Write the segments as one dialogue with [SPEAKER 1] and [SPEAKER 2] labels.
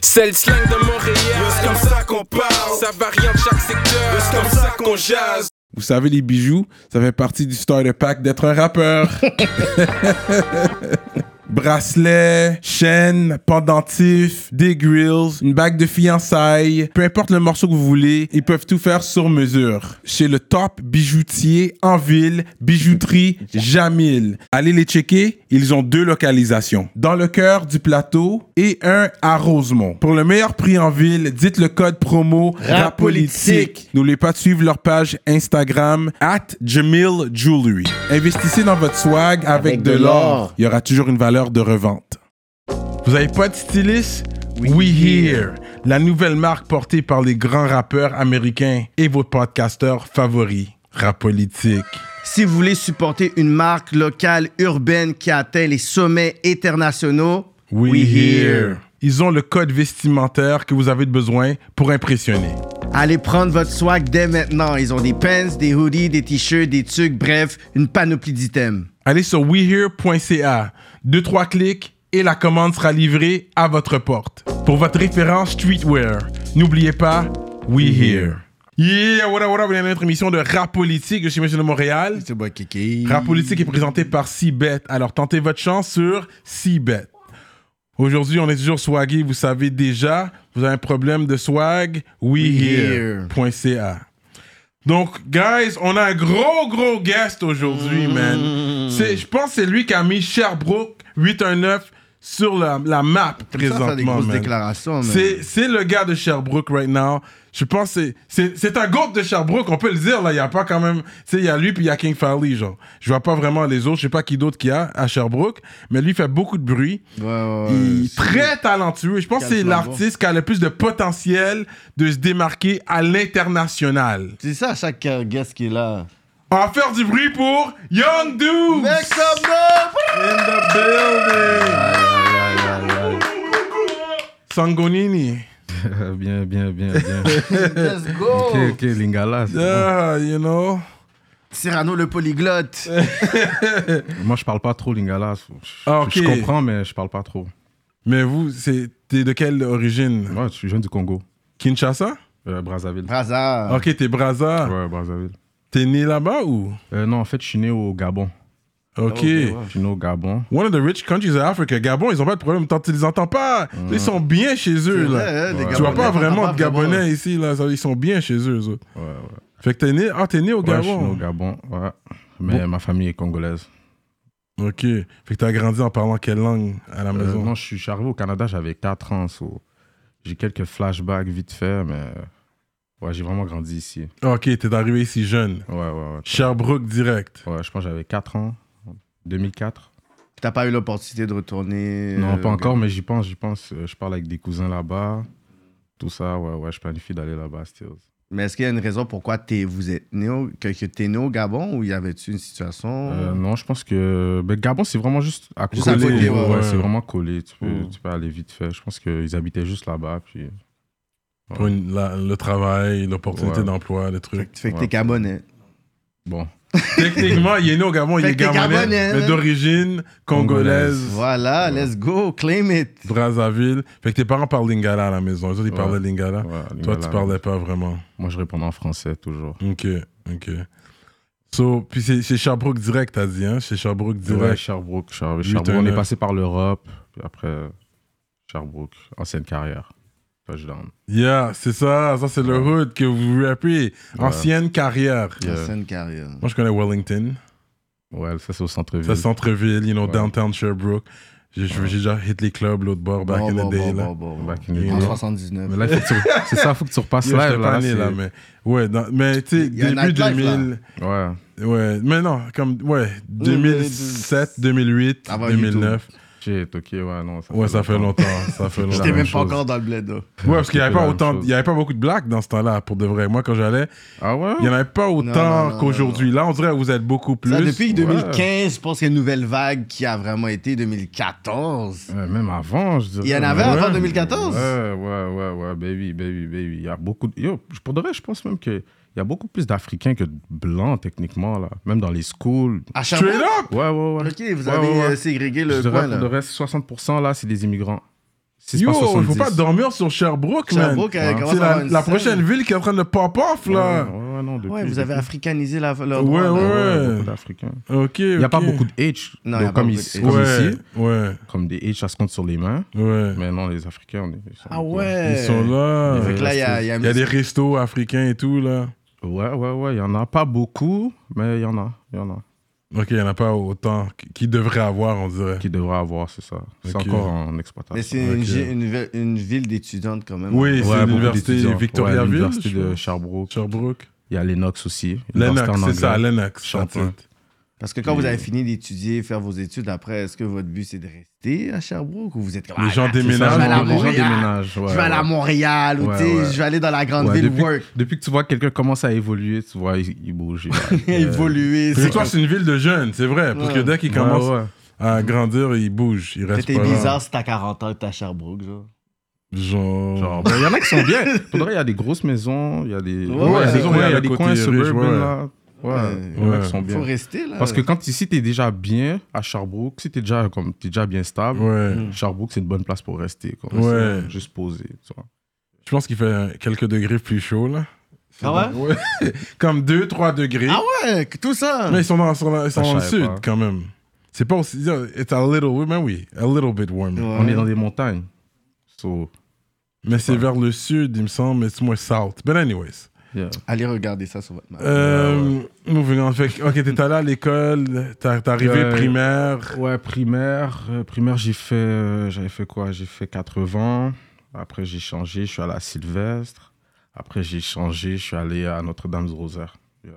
[SPEAKER 1] C'est le slang de Montréal.
[SPEAKER 2] C'est comme ça qu'on parle.
[SPEAKER 1] Ça varie en chaque secteur.
[SPEAKER 2] C'est comme ça qu'on jase.
[SPEAKER 3] Vous savez, les bijoux, ça fait partie du starter pack d'être un rappeur. Bracelets, chaînes, pendentifs, des grills, une bague de fiançailles, peu importe le morceau que vous voulez, ils peuvent tout faire sur mesure. Chez le top bijoutier en ville, bijouterie Jamil. Allez les checker, ils ont deux localisations, dans le cœur du plateau et un à Rosemont. Pour le meilleur prix en ville, dites le code promo RAPOLITIQUE. N'oubliez pas de suivre leur page Instagram at Jamil Jewelry. Investissez dans votre swag avec,
[SPEAKER 4] Avec
[SPEAKER 3] de
[SPEAKER 4] de
[SPEAKER 3] l'or
[SPEAKER 4] l'or.
[SPEAKER 3] il y aura toujours une valeur de revente. Vous avez pas de styliste? We, Here, la nouvelle marque portée par les grands rappeurs américains et vos podcasteurs favoris. Rap politique.
[SPEAKER 4] Si vous voulez supporter une marque locale urbaine qui atteint les sommets internationaux,
[SPEAKER 3] We, here. Ils ont le code vestimentaire que vous avez besoin pour impressionner.
[SPEAKER 4] Allez prendre votre swag dès maintenant. Ils ont des pants, des hoodies, des t-shirts, des tucs, bref, une panoplie d'items.
[SPEAKER 3] Allez sur wehere.ca. Deux, trois clics et la commande sera livrée à votre porte. Pour votre référence streetwear, n'oubliez pas We Here. Yeah, what up, what up, bienvenue à notre émission de Rap Politique. Je suis Monsieur de Montréal.
[SPEAKER 4] C'est bon, Kiki.
[SPEAKER 3] Rap Politique est présenté par Cbet. Alors tentez votre chance sur Cbet. Aujourd'hui, on est toujours swagué, vous savez déjà. Vous avez un problème de swag? WeHere.ca. Donc, guys, on a un gros, gros guest
[SPEAKER 4] Mm.
[SPEAKER 3] aujourd'hui, man. C'est- Je pense que c'est lui qui a mis Sherbrooke 819 sur la, la map
[SPEAKER 4] Ça, ça a des
[SPEAKER 3] présentement,
[SPEAKER 4] grosses
[SPEAKER 3] man.
[SPEAKER 4] déclarations. man.
[SPEAKER 3] C'est c'est le gars de Sherbrooke right now. Je pense que c'est- c'est c'est un groupe de Sherbrooke, on peut le dire. Là, il y a pas quand même. Tu sais, il y a lui puis il y a King Farley. Genre, je vois pas vraiment les autres. Je sais pas qui d'autre qu'il y a à Sherbrooke, mais lui fait beaucoup de bruit.
[SPEAKER 4] Ouais, ouais,
[SPEAKER 3] il
[SPEAKER 4] ouais,
[SPEAKER 3] est très talentueux. Je pense que c'est
[SPEAKER 4] Calme-toi,
[SPEAKER 3] l'artiste qui a le plus de potentiel de se démarquer à l'international.
[SPEAKER 4] C'est ça, chaque euh, guest qui est là.
[SPEAKER 3] On va faire du bruit pour Young Dude.
[SPEAKER 4] Make some noise!
[SPEAKER 3] in the building. Sangonini.
[SPEAKER 5] Euh, bien, bien, bien, bien.
[SPEAKER 4] Let's go!
[SPEAKER 5] ok, ok, Lingala. c'est
[SPEAKER 3] Yeah, you know.
[SPEAKER 4] Cyrano le polyglotte.
[SPEAKER 5] bon. Moi, je parle pas trop Lingala. Je- Je,
[SPEAKER 3] Ah, ok.
[SPEAKER 5] je comprends, mais je parle pas trop.
[SPEAKER 3] Mais vous, c'est t'es de quelle origine
[SPEAKER 5] Moi, je suis jeune du Congo,
[SPEAKER 3] Kinshasa
[SPEAKER 5] euh, Brazzaville.
[SPEAKER 3] Ah.
[SPEAKER 4] Braza.
[SPEAKER 3] Ok, t'es Braza.
[SPEAKER 5] Ouais, Brazzaville.
[SPEAKER 3] T'es né là-bas ou
[SPEAKER 5] Euh, non, en fait, je suis né au Gabon. Ah,
[SPEAKER 3] Ok.
[SPEAKER 5] Je suis né au Gabon.
[SPEAKER 3] One of the rich countries of Africa. Gabon, ils ont pas de problème tant tu les entends pas. Ils sont bien chez eux là.
[SPEAKER 4] hein,
[SPEAKER 3] Tu vois pas vraiment de Gabonais ici là. Ça, Ils sont bien chez eux. ça.
[SPEAKER 5] Ouais, ouais.
[SPEAKER 3] Fait que t'es né, ah t'es né au
[SPEAKER 5] Ouais, je suis né au
[SPEAKER 3] Gabon.
[SPEAKER 5] Gabon. Ouais. Mais ma famille est congolaise.
[SPEAKER 3] Ok. Fait que t'as grandi en parlant quelle langue à la
[SPEAKER 5] Euh,
[SPEAKER 3] maison
[SPEAKER 5] non, je suis je suis arrivé au Canada, j'avais 4 ans. so, J'ai quelques flashbacks vite fait, mais. Ouais, j'ai vraiment grandi ici.
[SPEAKER 3] Ok, t'es arrivé ici jeune.
[SPEAKER 5] Ouais, ouais, ouais.
[SPEAKER 3] Sherbrooke direct.
[SPEAKER 5] Ouais, je pense que j'avais 4 ans, 2004.
[SPEAKER 4] T'as pas eu l'opportunité de retourner.
[SPEAKER 5] Non,
[SPEAKER 4] euh,
[SPEAKER 5] pas encore, mais j'y pense, j'y pense. Euh, Je parle avec des cousins là-bas. Tout ça, ouais, ouais, je planifie d'aller là-bas, Stills.
[SPEAKER 4] Mais est-ce qu'il y a une raison pourquoi t'es, vous êtes né au, que, que t'es né au Gabon ou y avait-tu une situation
[SPEAKER 5] Euh, non, je pense que. ben, Gabon, c'est vraiment juste à
[SPEAKER 4] Juste à
[SPEAKER 5] coller,
[SPEAKER 4] côté, ouais,
[SPEAKER 5] ouais,
[SPEAKER 3] ouais.
[SPEAKER 5] c'est vraiment collé. Tu peux,
[SPEAKER 4] Mm.
[SPEAKER 5] tu peux aller vite fait. Je pense qu'ils habitaient juste là-bas. Puis...
[SPEAKER 3] Pour une- la- le travail, l'opportunité
[SPEAKER 5] Ouais.
[SPEAKER 3] d'emploi, les trucs.
[SPEAKER 4] Fait que, fait que
[SPEAKER 5] Ouais.
[SPEAKER 4] t'es Gabonais.
[SPEAKER 5] Bon.
[SPEAKER 3] Techniquement, il est né au Gabon, il est
[SPEAKER 4] Fait que t'es
[SPEAKER 3] gabonais,
[SPEAKER 4] Gabonais,
[SPEAKER 3] mais
[SPEAKER 4] là.
[SPEAKER 3] d'origine
[SPEAKER 5] Congolaise.
[SPEAKER 3] congolaise,
[SPEAKER 4] Voilà, let's go, claim it.
[SPEAKER 3] Brazzaville. Fait que tes parents parlent lingala à la maison. Les autres, ils
[SPEAKER 5] Ouais.
[SPEAKER 3] parlaient lingala.
[SPEAKER 5] ouais,
[SPEAKER 3] Ah, Toi,
[SPEAKER 5] Lingala.
[SPEAKER 3] tu parlais pas vraiment.
[SPEAKER 5] Moi, je répondais en français toujours.
[SPEAKER 3] Ok, ok. So, puis c'est chez Sherbrooke direct, t'as dit, hein? Chez Sherbrooke
[SPEAKER 5] Ouais,
[SPEAKER 3] direct.
[SPEAKER 5] Sherbrooke. Char-
[SPEAKER 3] Huit,
[SPEAKER 5] Sherbrooke. On
[SPEAKER 3] neuf.
[SPEAKER 5] est passé par l'Europe. Puis après, Sherbrooke. Ancienne carrière. Touchdown.
[SPEAKER 3] Yeah, c'est ça. Ça, c'est le hood que vous rappez.
[SPEAKER 5] Ouais.
[SPEAKER 3] Ancienne carrière.
[SPEAKER 5] Yeah.
[SPEAKER 4] C'est une carrière.
[SPEAKER 3] Moi, je connais Wellington.
[SPEAKER 5] Ouais, ça, c'est au centre-ville.
[SPEAKER 3] C'est centre-ville, you know,
[SPEAKER 5] Ouais.
[SPEAKER 3] downtown Sherbrooke. J'ai j'ai déjà hit les clubs, l'autre bord, back
[SPEAKER 4] Bon,
[SPEAKER 3] in
[SPEAKER 4] bon,
[SPEAKER 3] the day,
[SPEAKER 4] bon,
[SPEAKER 3] là.
[SPEAKER 4] bon, bon, bon.
[SPEAKER 5] Back in the
[SPEAKER 4] En
[SPEAKER 5] day.
[SPEAKER 4] 79.
[SPEAKER 5] Mais là, il faut que tu- c'est ça, faut que tu repasses
[SPEAKER 3] Yo, j'étais
[SPEAKER 5] live,
[SPEAKER 3] pas né, là,
[SPEAKER 5] c'est-
[SPEAKER 3] mais. Ouais, dans- mais tu sais,
[SPEAKER 4] Il y a un
[SPEAKER 3] début
[SPEAKER 4] nightlife,
[SPEAKER 3] 2000.
[SPEAKER 5] Ouais.
[SPEAKER 3] Ouais, mais non, comme. Ouais, 2007, 2008,
[SPEAKER 4] Avant
[SPEAKER 3] 2009.
[SPEAKER 5] Shit, ok, ouais, non. Ça
[SPEAKER 3] Ouais, ça fait longtemps. Ça fait
[SPEAKER 4] J'étais
[SPEAKER 5] J'étais la
[SPEAKER 3] longtemps.
[SPEAKER 5] même
[SPEAKER 4] même pas
[SPEAKER 5] chose.
[SPEAKER 4] encore dans le bled. là.
[SPEAKER 3] Ouais, parce qu'il n'y avait, pas
[SPEAKER 5] C'était la même
[SPEAKER 3] autant-
[SPEAKER 5] chose.
[SPEAKER 3] il y avait pas beaucoup de blacks dans ce temps-là, pour de vrai. Moi, quand j'allais,
[SPEAKER 5] Ah ouais?
[SPEAKER 3] il n'y en avait pas
[SPEAKER 4] non,
[SPEAKER 3] autant
[SPEAKER 4] non,
[SPEAKER 3] qu'aujourd'hui. Là, on dirait que vous êtes beaucoup plus.
[SPEAKER 4] Ça, depuis
[SPEAKER 5] ouais.
[SPEAKER 4] 2015, je pense qu'il y a une nouvelle vague qui a vraiment été 2014.
[SPEAKER 5] Euh, même avant, je dirais.
[SPEAKER 4] Il y en avait
[SPEAKER 5] Ouais.
[SPEAKER 4] avant 2014?
[SPEAKER 5] Ouais, ouais, ouais, ouais, ben baby, baby, baby. Il y a beaucoup. de- Yo, pour de vrai, je pense même qu'il y a beaucoup plus d'Africains que de Blancs, techniquement, là. Même dans les schools.
[SPEAKER 4] À
[SPEAKER 3] Straight up!
[SPEAKER 4] Sherbrooke?
[SPEAKER 5] Ouais, ouais, ouais.
[SPEAKER 4] Ok, vous
[SPEAKER 5] Ouais,
[SPEAKER 4] avez
[SPEAKER 5] ouais, ouais.
[SPEAKER 4] euh, ségrégé
[SPEAKER 5] je
[SPEAKER 4] le
[SPEAKER 5] dirais
[SPEAKER 4] coin,
[SPEAKER 5] pour de
[SPEAKER 4] là.
[SPEAKER 5] vrai, 60% là, c'est des immigrants. Si c'est
[SPEAKER 3] Yo,
[SPEAKER 5] pas
[SPEAKER 3] je veux pas
[SPEAKER 5] 70.
[SPEAKER 3] dormir sur Sherbrooke, man.
[SPEAKER 4] Sherbrooke, elle commence
[SPEAKER 3] C'est
[SPEAKER 4] à
[SPEAKER 3] la,
[SPEAKER 4] avoir une
[SPEAKER 3] la
[SPEAKER 4] scène.
[SPEAKER 3] prochaine ville qui est en train de pop-off, là.
[SPEAKER 5] Ouais, ouais, non, depuis-
[SPEAKER 4] Ouais, vous avez
[SPEAKER 5] depuis,
[SPEAKER 4] africanisé la, leur
[SPEAKER 3] Ouais,
[SPEAKER 4] droit, là.
[SPEAKER 3] ouais.
[SPEAKER 5] ouais, beaucoup d'Africains.
[SPEAKER 3] Ok,
[SPEAKER 5] Il n'y a pas beaucoup de H.
[SPEAKER 4] Non,
[SPEAKER 5] donc
[SPEAKER 4] il y a pas
[SPEAKER 5] comme,
[SPEAKER 4] beaucoup
[SPEAKER 5] ici,
[SPEAKER 4] de H.
[SPEAKER 5] comme
[SPEAKER 3] Ouais,
[SPEAKER 5] ici,
[SPEAKER 3] ouais,
[SPEAKER 5] comme des H, ça se compte sur les mains.
[SPEAKER 3] ouais.
[SPEAKER 5] Mais non, les Africains, on est. ils sont-
[SPEAKER 4] Ah ouais.
[SPEAKER 3] Ils sont là. euh,
[SPEAKER 4] Fait que là, il y a, il y a-
[SPEAKER 3] Il y a des restos africains et tout, là.
[SPEAKER 5] Ouais, ouais, ouais. Il y en a pas beaucoup, mais il y en a. Il y en a.
[SPEAKER 3] Ok, il n'y en a pas autant qu'il devrait avoir, on dirait.
[SPEAKER 5] Qui devraient avoir, c'est ça. C'est
[SPEAKER 3] Ok.
[SPEAKER 5] encore en
[SPEAKER 4] Mais
[SPEAKER 5] exploitation.
[SPEAKER 4] c'est une,
[SPEAKER 3] Ok.
[SPEAKER 4] gi- une vi- une ville d'étudiantes quand même.
[SPEAKER 3] Oui,
[SPEAKER 5] Ouais,
[SPEAKER 3] c'est
[SPEAKER 5] beaucoup
[SPEAKER 3] l'université
[SPEAKER 5] d'étudiants. Ouais,
[SPEAKER 3] Victoriaville.
[SPEAKER 5] L'université
[SPEAKER 3] je
[SPEAKER 5] de
[SPEAKER 3] pense.
[SPEAKER 5] Sherbrooke.
[SPEAKER 3] Sherbrooke.
[SPEAKER 5] Il y a Lennox aussi. L'université
[SPEAKER 3] Lennox,
[SPEAKER 5] en
[SPEAKER 3] c'est ça,
[SPEAKER 5] anglais.
[SPEAKER 3] Lennox.
[SPEAKER 5] Champlain.
[SPEAKER 3] that's it.
[SPEAKER 4] Parce que quand vous avez fini d'étudier, faire vos études, après, est-ce que votre but c'est de rester à Sherbrooke ou vous êtes comme
[SPEAKER 3] Les
[SPEAKER 4] ah,
[SPEAKER 3] gens
[SPEAKER 4] regarde, c'est ça,
[SPEAKER 5] C'est
[SPEAKER 3] déménagent,
[SPEAKER 4] Je vais aller à
[SPEAKER 5] ça, les gens
[SPEAKER 4] Montréal.
[SPEAKER 5] déménagent.
[SPEAKER 4] Je
[SPEAKER 5] ouais,
[SPEAKER 4] vais aller à
[SPEAKER 5] ouais.
[SPEAKER 4] Montréal ou
[SPEAKER 5] Ouais,
[SPEAKER 4] tu sais,
[SPEAKER 5] ouais.
[SPEAKER 4] je vais aller dans la grande
[SPEAKER 5] Ouais,
[SPEAKER 4] ville
[SPEAKER 5] depuis,
[SPEAKER 4] work.
[SPEAKER 5] depuis que tu vois que quelqu'un commence à évoluer, tu vois, il, il bouge. Il va- Euh,
[SPEAKER 4] Évoluer.
[SPEAKER 3] Parce que toi, c'est une ville de jeunes, c'est vrai. Parce que
[SPEAKER 4] Ouais.
[SPEAKER 3] dès qu'ils
[SPEAKER 5] Ouais,
[SPEAKER 3] commencent
[SPEAKER 5] Bah ouais.
[SPEAKER 3] à grandir, ils bougent. Ils restent
[SPEAKER 4] C'était
[SPEAKER 3] pas là.
[SPEAKER 4] bizarre si t'as 40 ans et t'es à Sherbrooke, genre.
[SPEAKER 3] Genre.
[SPEAKER 5] Genre, ben, il y en a qui sont bien. Pour de vrai, il y a des grosses maisons, il y a des,
[SPEAKER 4] Ouais, ouais,
[SPEAKER 5] il y a des
[SPEAKER 4] ouais,
[SPEAKER 5] coins, il y
[SPEAKER 3] le
[SPEAKER 5] a des
[SPEAKER 3] côté
[SPEAKER 5] coins
[SPEAKER 3] riche,
[SPEAKER 5] suburban,
[SPEAKER 3] ouais.
[SPEAKER 5] là. Ouais,
[SPEAKER 4] Ouais.
[SPEAKER 5] il y en a
[SPEAKER 3] Ouais.
[SPEAKER 5] qui sont bien.
[SPEAKER 4] Faut rester là.
[SPEAKER 3] Ah
[SPEAKER 5] Parce que quand ici, t'es déjà bien à Sherbrooke, si t'es déjà, comme, t'es déjà bien stable,
[SPEAKER 3] Ouais.
[SPEAKER 4] Hmm.
[SPEAKER 5] Sherbrooke, c'est une bonne place pour rester. quoi.
[SPEAKER 3] Ouais.
[SPEAKER 5] C'est Juste poser, tu vois.
[SPEAKER 3] Je pense qu'il fait quelques degrés plus chaud, là.
[SPEAKER 4] Ah ouais?
[SPEAKER 3] Comme 2-3 degrés.
[SPEAKER 4] Ah ouais, que tout ça.
[SPEAKER 3] Mais ils sont dans, sont dans- ils sont
[SPEAKER 5] Ça, Ah, je
[SPEAKER 3] dans le
[SPEAKER 5] savais
[SPEAKER 3] sud,
[SPEAKER 5] pas.
[SPEAKER 3] quand même. C'est pas aussi. It's a little. Oui, mais oui. A little bit warmer.
[SPEAKER 4] Ouais.
[SPEAKER 5] On est dans des montagnes. So,
[SPEAKER 3] Mais c'est vers le sud, il me semble. It's more south. But, anyways.
[SPEAKER 5] yeah.
[SPEAKER 4] Allez regarder ça sur votre map.
[SPEAKER 3] Euh, Moving on. Fait que, ok, t'es allé à l'école. T'as- T'es arrivé
[SPEAKER 5] Ouais.
[SPEAKER 3] primaire.
[SPEAKER 5] Ouais, primaire. euh, primaire, j'ai fait. euh, J'avais fait quoi J'ai fait 80. Après, j'ai changé. Je suis allé à Sylvestre. Après, j'ai changé. Je suis allé à Notre-Dame-de-Rosaire. Yeah.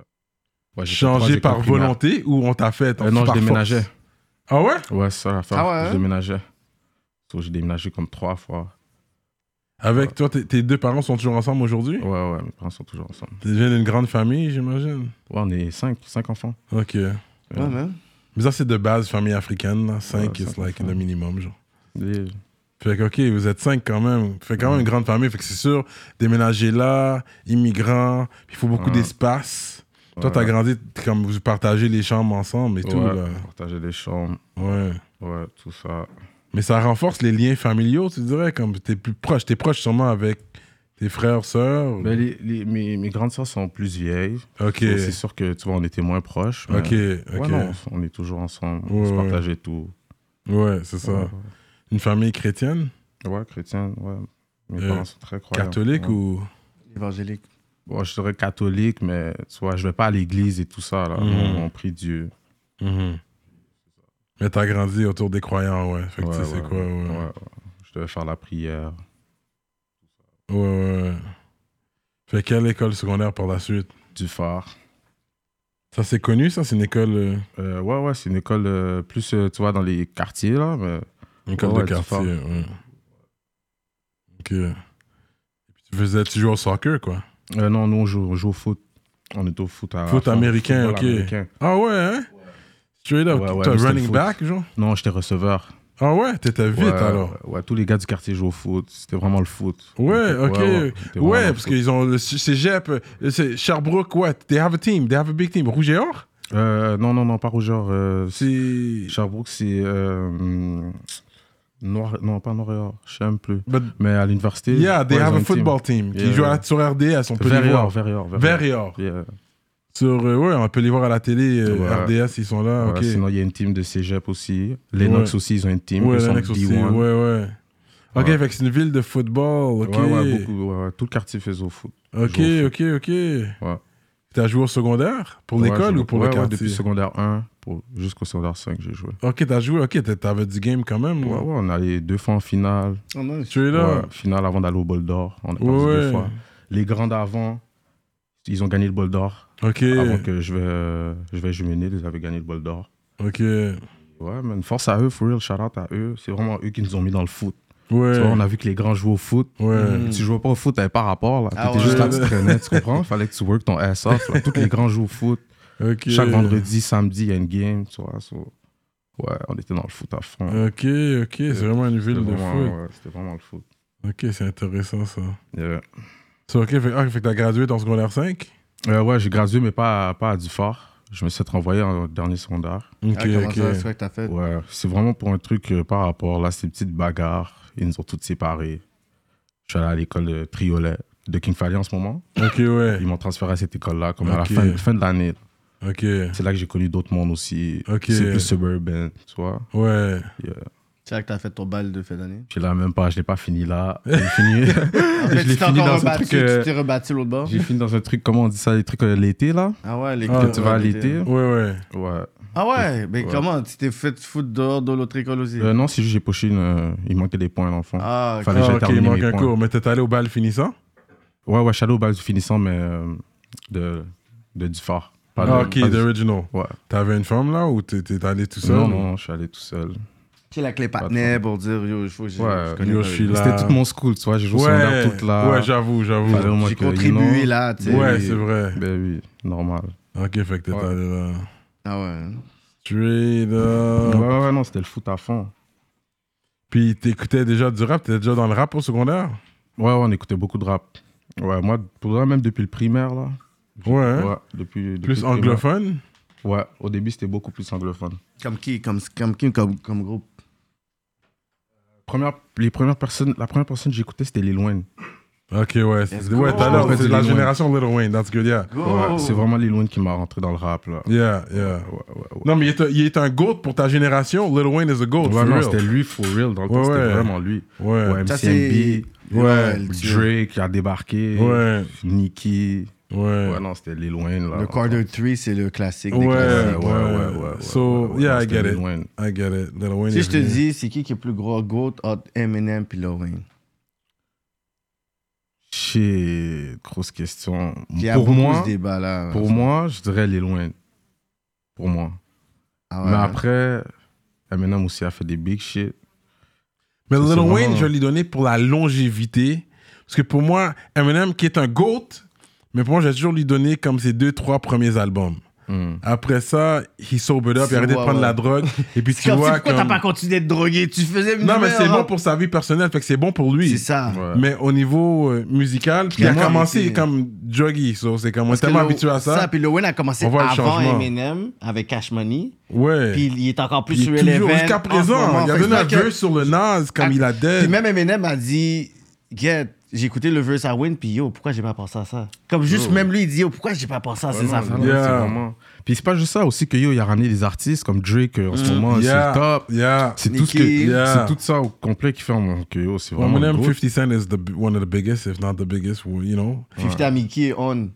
[SPEAKER 5] Ouais, j'ai fait trois
[SPEAKER 3] Changé
[SPEAKER 5] écoles
[SPEAKER 3] par
[SPEAKER 5] primaires.
[SPEAKER 3] volonté ou on t'a fait?
[SPEAKER 5] Euh, non, je
[SPEAKER 3] par force?
[SPEAKER 5] déménageais.
[SPEAKER 3] Ah ouais?
[SPEAKER 5] Ouais, c'est ça l'affaire.
[SPEAKER 4] Ah ouais, hein
[SPEAKER 5] Je déménageais. So, j'ai déménagé comme trois fois.
[SPEAKER 3] Avec toi, tes- tes deux parents sont toujours ensemble aujourd'hui?
[SPEAKER 5] Ouais, ouais, mes parents sont toujours ensemble.
[SPEAKER 3] Tu viens d'une grande famille, j'imagine.
[SPEAKER 5] Ouais, on est cinq, cinq enfants.
[SPEAKER 3] Ok.
[SPEAKER 4] Ouais, man.
[SPEAKER 3] Mais ça, c'est de base, famille africaine. 5
[SPEAKER 5] Ouais,
[SPEAKER 3] is
[SPEAKER 5] cinq
[SPEAKER 3] like
[SPEAKER 5] enfants.
[SPEAKER 3] le minimum, genre.
[SPEAKER 5] Et-
[SPEAKER 3] Fait que, OK, vous êtes cinq quand même. Fait quand même une grande famille. Fait que c'est sûr, déménager là, immigrant, il faut beaucoup
[SPEAKER 5] Ouais.
[SPEAKER 3] d'espace. Toi,
[SPEAKER 5] ouais,
[SPEAKER 3] t'as grandi, t'es comme vous partagez les chambres ensemble et tout,
[SPEAKER 5] ouais,
[SPEAKER 3] là.
[SPEAKER 5] Partager des chambres.
[SPEAKER 3] Ouais.
[SPEAKER 5] Ouais, tout ça.
[SPEAKER 3] Mais ça renforce les liens familiaux, tu dirais, comme t'es plus proche. T'es proche sûrement avec tes frères, sœurs.
[SPEAKER 5] Ben, les- les- mes, mes grandes soeurs sont plus vieilles.
[SPEAKER 3] OK.
[SPEAKER 5] So, C'est sûr que, tu vois, on était moins proches. mais-
[SPEAKER 3] OK,
[SPEAKER 5] Ouais,
[SPEAKER 3] OK.
[SPEAKER 5] non, on est toujours ensemble,
[SPEAKER 3] Ouais,
[SPEAKER 5] on se
[SPEAKER 3] ouais.
[SPEAKER 5] partageait tout.
[SPEAKER 3] Ouais, c'est ça.
[SPEAKER 5] Ouais,
[SPEAKER 3] Une famille chrétienne,
[SPEAKER 5] ouais, chrétienne, ouais. Mes
[SPEAKER 3] Euh,
[SPEAKER 5] parents sont très croyants.
[SPEAKER 3] catholique
[SPEAKER 5] Ouais.
[SPEAKER 3] ou.
[SPEAKER 4] Évangélique.
[SPEAKER 5] Bon, je serais catholique, mais tu vois, je vais pas à l'église et tout ça, là.
[SPEAKER 3] Mhm.
[SPEAKER 5] On, on prie Dieu.
[SPEAKER 3] Mhm. Mais t'as grandi autour des croyants, ouais. Fait que
[SPEAKER 5] Ouais,
[SPEAKER 3] tu sais
[SPEAKER 5] ouais,
[SPEAKER 3] quoi, ouais.
[SPEAKER 5] ouais, ouais. Je devais faire la prière.
[SPEAKER 3] Ouais, ouais, ouais. Fait quelle école secondaire par la suite
[SPEAKER 5] Du phare.
[SPEAKER 3] Ça, c'est connu, ça C'est une école, euh,
[SPEAKER 5] Euh, ouais, ouais, c'est une école euh, plus, euh, tu vois, dans les quartiers, là. mais-
[SPEAKER 3] une école
[SPEAKER 5] Ouais, ouais,
[SPEAKER 3] de
[SPEAKER 5] du
[SPEAKER 3] quartier.
[SPEAKER 5] fort.
[SPEAKER 3] ouais. Ok. Et puis, tu faisais, tu jouais au soccer, quoi.
[SPEAKER 5] Euh, non, nous, on joue, on joue au foot. On est au foot à-
[SPEAKER 3] Foot
[SPEAKER 5] enfin,
[SPEAKER 3] américain,
[SPEAKER 5] football
[SPEAKER 3] ok. Ah ouais, hein Straight up.
[SPEAKER 5] Ouais, ouais,
[SPEAKER 3] T'as
[SPEAKER 5] mais c'était le
[SPEAKER 3] running
[SPEAKER 5] foot.
[SPEAKER 3] back, genre
[SPEAKER 5] Non, j'étais receveur.
[SPEAKER 3] Ah ouais, t'étais vite,
[SPEAKER 5] ouais,
[SPEAKER 3] alors.
[SPEAKER 5] Ouais, tous les gars du quartier jouent au foot. C'était vraiment le foot.
[SPEAKER 3] Ouais, ok. Ouais,
[SPEAKER 5] c'était vraiment le
[SPEAKER 3] parce
[SPEAKER 5] foot.
[SPEAKER 3] qu'ils ont le cégep, euh, c'est Sherbrooke, ouais. They have a team, they have a big team. Rouge et or
[SPEAKER 5] Euh, non, non, non, pas rouge. Genre, euh,
[SPEAKER 3] C'est.
[SPEAKER 5] Sherbrooke, c'est. euh, hum, noir, non, pas noir et or. Je sais même plus.
[SPEAKER 3] But-
[SPEAKER 5] Mais à l'université.
[SPEAKER 3] Yeah, they
[SPEAKER 5] ouais, ils
[SPEAKER 3] have
[SPEAKER 5] ont
[SPEAKER 3] a
[SPEAKER 5] une team.
[SPEAKER 3] football team, qui
[SPEAKER 5] Yeah,
[SPEAKER 3] joue à
[SPEAKER 5] yeah.
[SPEAKER 3] la, sur RDS, on peut
[SPEAKER 5] Vert
[SPEAKER 3] les
[SPEAKER 5] et or,
[SPEAKER 3] voir.
[SPEAKER 5] vert et or. vert et
[SPEAKER 3] Vert et or.
[SPEAKER 5] or. Yeah.
[SPEAKER 3] Sur, euh, ouais, on peut les voir à la télé, euh,
[SPEAKER 5] Ouais.
[SPEAKER 3] RDS, ils sont là,
[SPEAKER 5] Ouais,
[SPEAKER 3] ok.
[SPEAKER 5] Sinon, il y a une team de cégep aussi. Lennox
[SPEAKER 3] Ouais.
[SPEAKER 5] aussi, ils ont une team.
[SPEAKER 3] ouais,
[SPEAKER 5] ils sont
[SPEAKER 3] l'annexe aussi, ouais,
[SPEAKER 5] D1.
[SPEAKER 3] ouais. Ok,
[SPEAKER 5] Ouais.
[SPEAKER 3] fait que c'est une ville de football, ok.
[SPEAKER 5] Ouais, ouais, beaucoup. ouais, ouais. Tout le quartier faisait au foot.
[SPEAKER 3] Ok,
[SPEAKER 5] joue au
[SPEAKER 3] ok, ok. T'as joué au secondaire Pour
[SPEAKER 5] Ouais,
[SPEAKER 3] l'école
[SPEAKER 5] j'ai-
[SPEAKER 3] ou pour
[SPEAKER 5] ouais,
[SPEAKER 3] le
[SPEAKER 5] ouais,
[SPEAKER 3] quartier
[SPEAKER 5] Depuis secondaire 1 pour- jusqu'au secondaire 5, j'ai joué.
[SPEAKER 3] Ok, t'as joué, ok, t'a- t'avais du game quand même.
[SPEAKER 5] Ouais, ouais, on allait deux fois en finale.
[SPEAKER 4] Oh, non, je-
[SPEAKER 3] Tu es Hmm. là
[SPEAKER 5] Ouais, finale avant d'aller au bol d'or. On a perdu
[SPEAKER 3] Ouais,
[SPEAKER 5] deux
[SPEAKER 3] ouais.
[SPEAKER 5] fois. Les grands d'avant, ils ont gagné le bol d'or.
[SPEAKER 3] Ok,
[SPEAKER 5] Avant que je vais, euh, je vais jumeler, ils avaient gagné le bol d'or.
[SPEAKER 3] ok.
[SPEAKER 5] Ouais, man, force à eux, for real, shout out à eux. C'est vraiment eux qui nous ont mis dans le foot.
[SPEAKER 3] Ouais.
[SPEAKER 5] Tu vois, on a vu que les grands jouaient au foot.
[SPEAKER 3] Ouais.
[SPEAKER 5] Si tu jouais pas au foot, t'avais pas rapport. Là.
[SPEAKER 4] Ah
[SPEAKER 5] T'étais
[SPEAKER 4] ouais.
[SPEAKER 5] juste là, tu traînais, tu comprends? Fallait que tu work ton ass off. là. Tous les grands jouent au foot.
[SPEAKER 3] Ok.
[SPEAKER 5] Mm. Chaque vendredi, samedi, il y a une game. Tu vois, so- Ouais, on était dans le foot à fond.
[SPEAKER 3] Ok, ok, c'est vraiment une Euh, ville
[SPEAKER 5] C'était
[SPEAKER 3] de
[SPEAKER 5] vraiment-
[SPEAKER 3] foot.
[SPEAKER 5] ouais, C'était vraiment le foot. Euh,
[SPEAKER 3] Ok, c'est intéressant ça.
[SPEAKER 5] Yeah.
[SPEAKER 3] C'est ok, fait, ah, fait que t'as gradué ton secondaire 5
[SPEAKER 5] Euh, ouais, j'ai gradué, mais pas, à- pas à Dufort. Je me suis fait renvoyer en dernier secondaire.
[SPEAKER 3] Ok,
[SPEAKER 4] Ah, comment
[SPEAKER 3] ok.
[SPEAKER 4] ça, c'est vrai que t'as fait.
[SPEAKER 5] Ouais, c'est vraiment pour un truc euh, par rapport. Là, c'est des petites bagarres. Ils nous ont toutes séparés. Je suis allé à l'école de Triolet de King Fally en ce moment.
[SPEAKER 3] Ok, ouais.
[SPEAKER 5] Ils m'ont transféré à cette école-là, comme à la
[SPEAKER 3] Ok.
[SPEAKER 5] fin, fin de l'année.
[SPEAKER 3] Ok.
[SPEAKER 5] C'est là que j'ai connu d'autres mondes aussi.
[SPEAKER 3] Ok.
[SPEAKER 5] C'est plus suburban, tu vois.
[SPEAKER 3] Ouais.
[SPEAKER 4] C'est là que t'as fait ton bal de fin d'année.
[SPEAKER 5] Puis là, même pas, je l'ai pas fini là. J'ai fini,
[SPEAKER 4] En
[SPEAKER 5] je
[SPEAKER 4] fait,
[SPEAKER 5] l'ai
[SPEAKER 4] tu t'es
[SPEAKER 5] fini
[SPEAKER 4] encore
[SPEAKER 5] dans un
[SPEAKER 4] rebattu,
[SPEAKER 5] truc. euh,
[SPEAKER 4] tu t'es rebattu l'autre bord.
[SPEAKER 5] J'ai fini dans un truc, comment on dit ça, les trucs euh, l'été là
[SPEAKER 4] Ah ouais, les euh,
[SPEAKER 3] Ah,
[SPEAKER 5] Que tu vas à l'été
[SPEAKER 3] Ouais, ouais.
[SPEAKER 5] Ouais.
[SPEAKER 4] Ah ouais, mais
[SPEAKER 5] Ouais.
[SPEAKER 4] comment Tu t'es fait foutre dehors de l'autre école aussi
[SPEAKER 5] Euh, non, c'est juste j'ai poché une. euh, il manquait des points à l'enfant.
[SPEAKER 4] Ah, ok.
[SPEAKER 5] Fallait que
[SPEAKER 3] Ah,
[SPEAKER 5] j'aille
[SPEAKER 3] ok, il
[SPEAKER 5] terminer
[SPEAKER 3] manque
[SPEAKER 5] mes
[SPEAKER 3] un
[SPEAKER 5] points.
[SPEAKER 3] cours, mais t'es allé au bal finissant
[SPEAKER 5] Ouais, ouais, Shadow Base finissant, mais euh, de, de Dufort. Pas
[SPEAKER 3] Ah,
[SPEAKER 5] de-
[SPEAKER 3] ok,
[SPEAKER 5] pas de-
[SPEAKER 3] the original.
[SPEAKER 5] Ouais.
[SPEAKER 3] T'avais une femme là ou t'es t'es allé tout seul
[SPEAKER 5] Non, non, je suis allé tout seul.
[SPEAKER 4] Tu sais, avec les partenaires pour dire yo, il faut que j'ai-
[SPEAKER 5] Ouais,
[SPEAKER 4] je connais
[SPEAKER 3] yo,
[SPEAKER 4] pas-
[SPEAKER 3] je suis là.
[SPEAKER 5] C'était tout mon school, tu vois. J'ai joué au secondaire
[SPEAKER 3] Ouais,
[SPEAKER 5] toute la.
[SPEAKER 3] ouais j'avoue, j'avoue.
[SPEAKER 5] Fallait au moins
[SPEAKER 4] J'ai
[SPEAKER 5] que, you
[SPEAKER 4] contribué
[SPEAKER 5] know,
[SPEAKER 4] là, tu sais.
[SPEAKER 3] Ouais,
[SPEAKER 5] oui.
[SPEAKER 3] c'est vrai.
[SPEAKER 5] Ben oui, normal.
[SPEAKER 3] Ok, fait que t'es
[SPEAKER 5] Ouais.
[SPEAKER 3] allé là.
[SPEAKER 4] Ah ouais.
[SPEAKER 3] Straight
[SPEAKER 5] Ouais,
[SPEAKER 3] up.
[SPEAKER 5] ouais, ouais, non, c'était le foot à fond.
[SPEAKER 3] Puis t'écoutais déjà du rap, t'étais déjà dans le rap au secondaire
[SPEAKER 5] Ouais, ouais, on écoutait beaucoup de rap. Ouais, moi, pour vrai, même depuis le primaire, là.
[SPEAKER 3] Ouais. hein?
[SPEAKER 5] Ouais, depuis. depuis
[SPEAKER 3] Plus
[SPEAKER 5] le primaire.
[SPEAKER 3] anglophone
[SPEAKER 5] Ouais, au début, c'était beaucoup plus anglophone.
[SPEAKER 4] Comme qui Comme, comme qui comme, comme groupe
[SPEAKER 5] Première, les premières personnes, la première personne que j'écoutais, c'était Lil Wayne.
[SPEAKER 3] Ok, ouais. c'est-
[SPEAKER 4] Let's go.
[SPEAKER 3] Ouais, tout à l'heure,
[SPEAKER 5] Ouais,
[SPEAKER 3] c'est
[SPEAKER 5] c'est
[SPEAKER 3] la
[SPEAKER 5] Lil Wayne.
[SPEAKER 3] génération Little Wayne, that's good, yeah.
[SPEAKER 5] Ouais, c'est vraiment Lil Wayne qui m'a rentré dans le rap, là.
[SPEAKER 3] Yeah, yeah.
[SPEAKER 5] Ouais, ouais, ouais.
[SPEAKER 3] Non, mais il est, un- il est un GOAT pour ta génération. Little Wayne is a GOAT,
[SPEAKER 5] Ouais,
[SPEAKER 3] Oh, for
[SPEAKER 5] non,
[SPEAKER 3] real.
[SPEAKER 5] c'était lui for real. Dans
[SPEAKER 3] Ouais,
[SPEAKER 5] le temps,
[SPEAKER 3] ouais.
[SPEAKER 5] c'était vraiment lui.
[SPEAKER 3] Ouais.
[SPEAKER 5] Ouais,
[SPEAKER 4] Ça, c'est-
[SPEAKER 5] MCMB,
[SPEAKER 3] Ouais,
[SPEAKER 4] le dieu.
[SPEAKER 5] Drake a débarqué,
[SPEAKER 3] Ouais.
[SPEAKER 5] Nicki.
[SPEAKER 3] Ouais.
[SPEAKER 5] Ouais, non, c'était Lil Wayne, là.
[SPEAKER 4] Le Carter 3, c'est le classique. des
[SPEAKER 3] Ouais,
[SPEAKER 5] Ouais, ouais,
[SPEAKER 4] classiques.
[SPEAKER 5] ouais, ouais, ouais,
[SPEAKER 3] So,
[SPEAKER 5] ouais, ouais,
[SPEAKER 3] yeah,
[SPEAKER 5] non,
[SPEAKER 3] I
[SPEAKER 5] c'était
[SPEAKER 3] get
[SPEAKER 5] Lil
[SPEAKER 3] it.
[SPEAKER 5] Wayne.
[SPEAKER 3] I get it. Little Wayne
[SPEAKER 4] Si
[SPEAKER 3] is
[SPEAKER 4] je te
[SPEAKER 3] here.
[SPEAKER 4] dis, c'est qui qui est le plus gros goat entre Eminem et Lil Wayne
[SPEAKER 5] Shit, grosse question.
[SPEAKER 4] Il y a
[SPEAKER 5] Pour
[SPEAKER 4] beaucoup hein.
[SPEAKER 5] moi,
[SPEAKER 4] ce débat là.
[SPEAKER 5] pour moi, je dirais Lil Wayne. Pour moi.
[SPEAKER 4] Ah ouais.
[SPEAKER 5] Mais après, Eminem aussi a fait des big shit.
[SPEAKER 3] Mais
[SPEAKER 5] Ça,
[SPEAKER 3] Lil
[SPEAKER 5] c'est
[SPEAKER 3] Wayne,
[SPEAKER 5] vraiment-
[SPEAKER 3] je vais lui donner pour la longévité. Parce que pour moi, Eminem, qui est un GOAT, mais pour moi, j'ai toujours lui donné comme ses deux, trois premiers albums.
[SPEAKER 5] Hmm.
[SPEAKER 3] Après ça, he sobered up, il a arrêté de
[SPEAKER 4] Ouais,
[SPEAKER 3] prendre
[SPEAKER 4] ouais.
[SPEAKER 3] la drogue. Et puis
[SPEAKER 4] C'est
[SPEAKER 3] tu
[SPEAKER 4] comme si-
[SPEAKER 3] vois.
[SPEAKER 4] pourquoi t'as
[SPEAKER 3] comme-
[SPEAKER 4] pas continué de droguer Tu faisais
[SPEAKER 3] Non, mais c'est bon
[SPEAKER 4] rap.
[SPEAKER 3] pour sa vie personnelle, fait que c'est bon pour lui.
[SPEAKER 4] C'est ça.
[SPEAKER 5] Ouais.
[SPEAKER 3] Mais au niveau euh, musical, puis il a
[SPEAKER 4] Clairement,
[SPEAKER 3] commencé
[SPEAKER 4] c'est-
[SPEAKER 3] comme druggy, so c'est comme on est
[SPEAKER 4] Parce que
[SPEAKER 3] tellement
[SPEAKER 4] Lil-
[SPEAKER 3] habitué à ça.
[SPEAKER 4] Puis Lil Wayne a commencé
[SPEAKER 3] On voit le
[SPEAKER 4] avant
[SPEAKER 3] changement.
[SPEAKER 4] Eminem avec Cash Money.
[SPEAKER 3] ouais.
[SPEAKER 4] Puis il est encore plus
[SPEAKER 3] Il est
[SPEAKER 4] sur
[SPEAKER 3] toujours
[SPEAKER 4] Eleven.
[SPEAKER 3] jusqu'à
[SPEAKER 4] en ce moment.
[SPEAKER 3] présent, il a
[SPEAKER 4] Fait que
[SPEAKER 3] donné un
[SPEAKER 4] c'est vrai que-
[SPEAKER 3] verse sur le Nas comme
[SPEAKER 4] Ah,
[SPEAKER 3] il a dead.
[SPEAKER 4] Puis même Eminem a dit, get, j'ai écouté le verse à Win, puis yo, pourquoi j'ai pas pensé à ça? Comme juste même lui, il dit, yo, pourquoi j'ai pas pensé à
[SPEAKER 5] Ouais,
[SPEAKER 4] ces
[SPEAKER 5] non,
[SPEAKER 4] affaires-là?
[SPEAKER 5] Lil Wayne, c'est
[SPEAKER 3] Yeah.
[SPEAKER 5] vraiment- Puis c'est pas juste ça aussi que yo, il a ramené des artistes comme Drake euh, en ce moment, c'est
[SPEAKER 3] Mm. Yeah,
[SPEAKER 5] le top.
[SPEAKER 3] yeah.
[SPEAKER 5] C'est tout, ce que,
[SPEAKER 4] Nicki.
[SPEAKER 3] Yeah.
[SPEAKER 5] c'est tout ça au complet qui fait en que yo, c'est
[SPEAKER 3] Well,
[SPEAKER 5] vraiment. le
[SPEAKER 3] Eminem,
[SPEAKER 5] goat.
[SPEAKER 3] 50 Cent is the b- one of the biggest, if not the biggest, well, you know.
[SPEAKER 4] 50 à Mickey, on.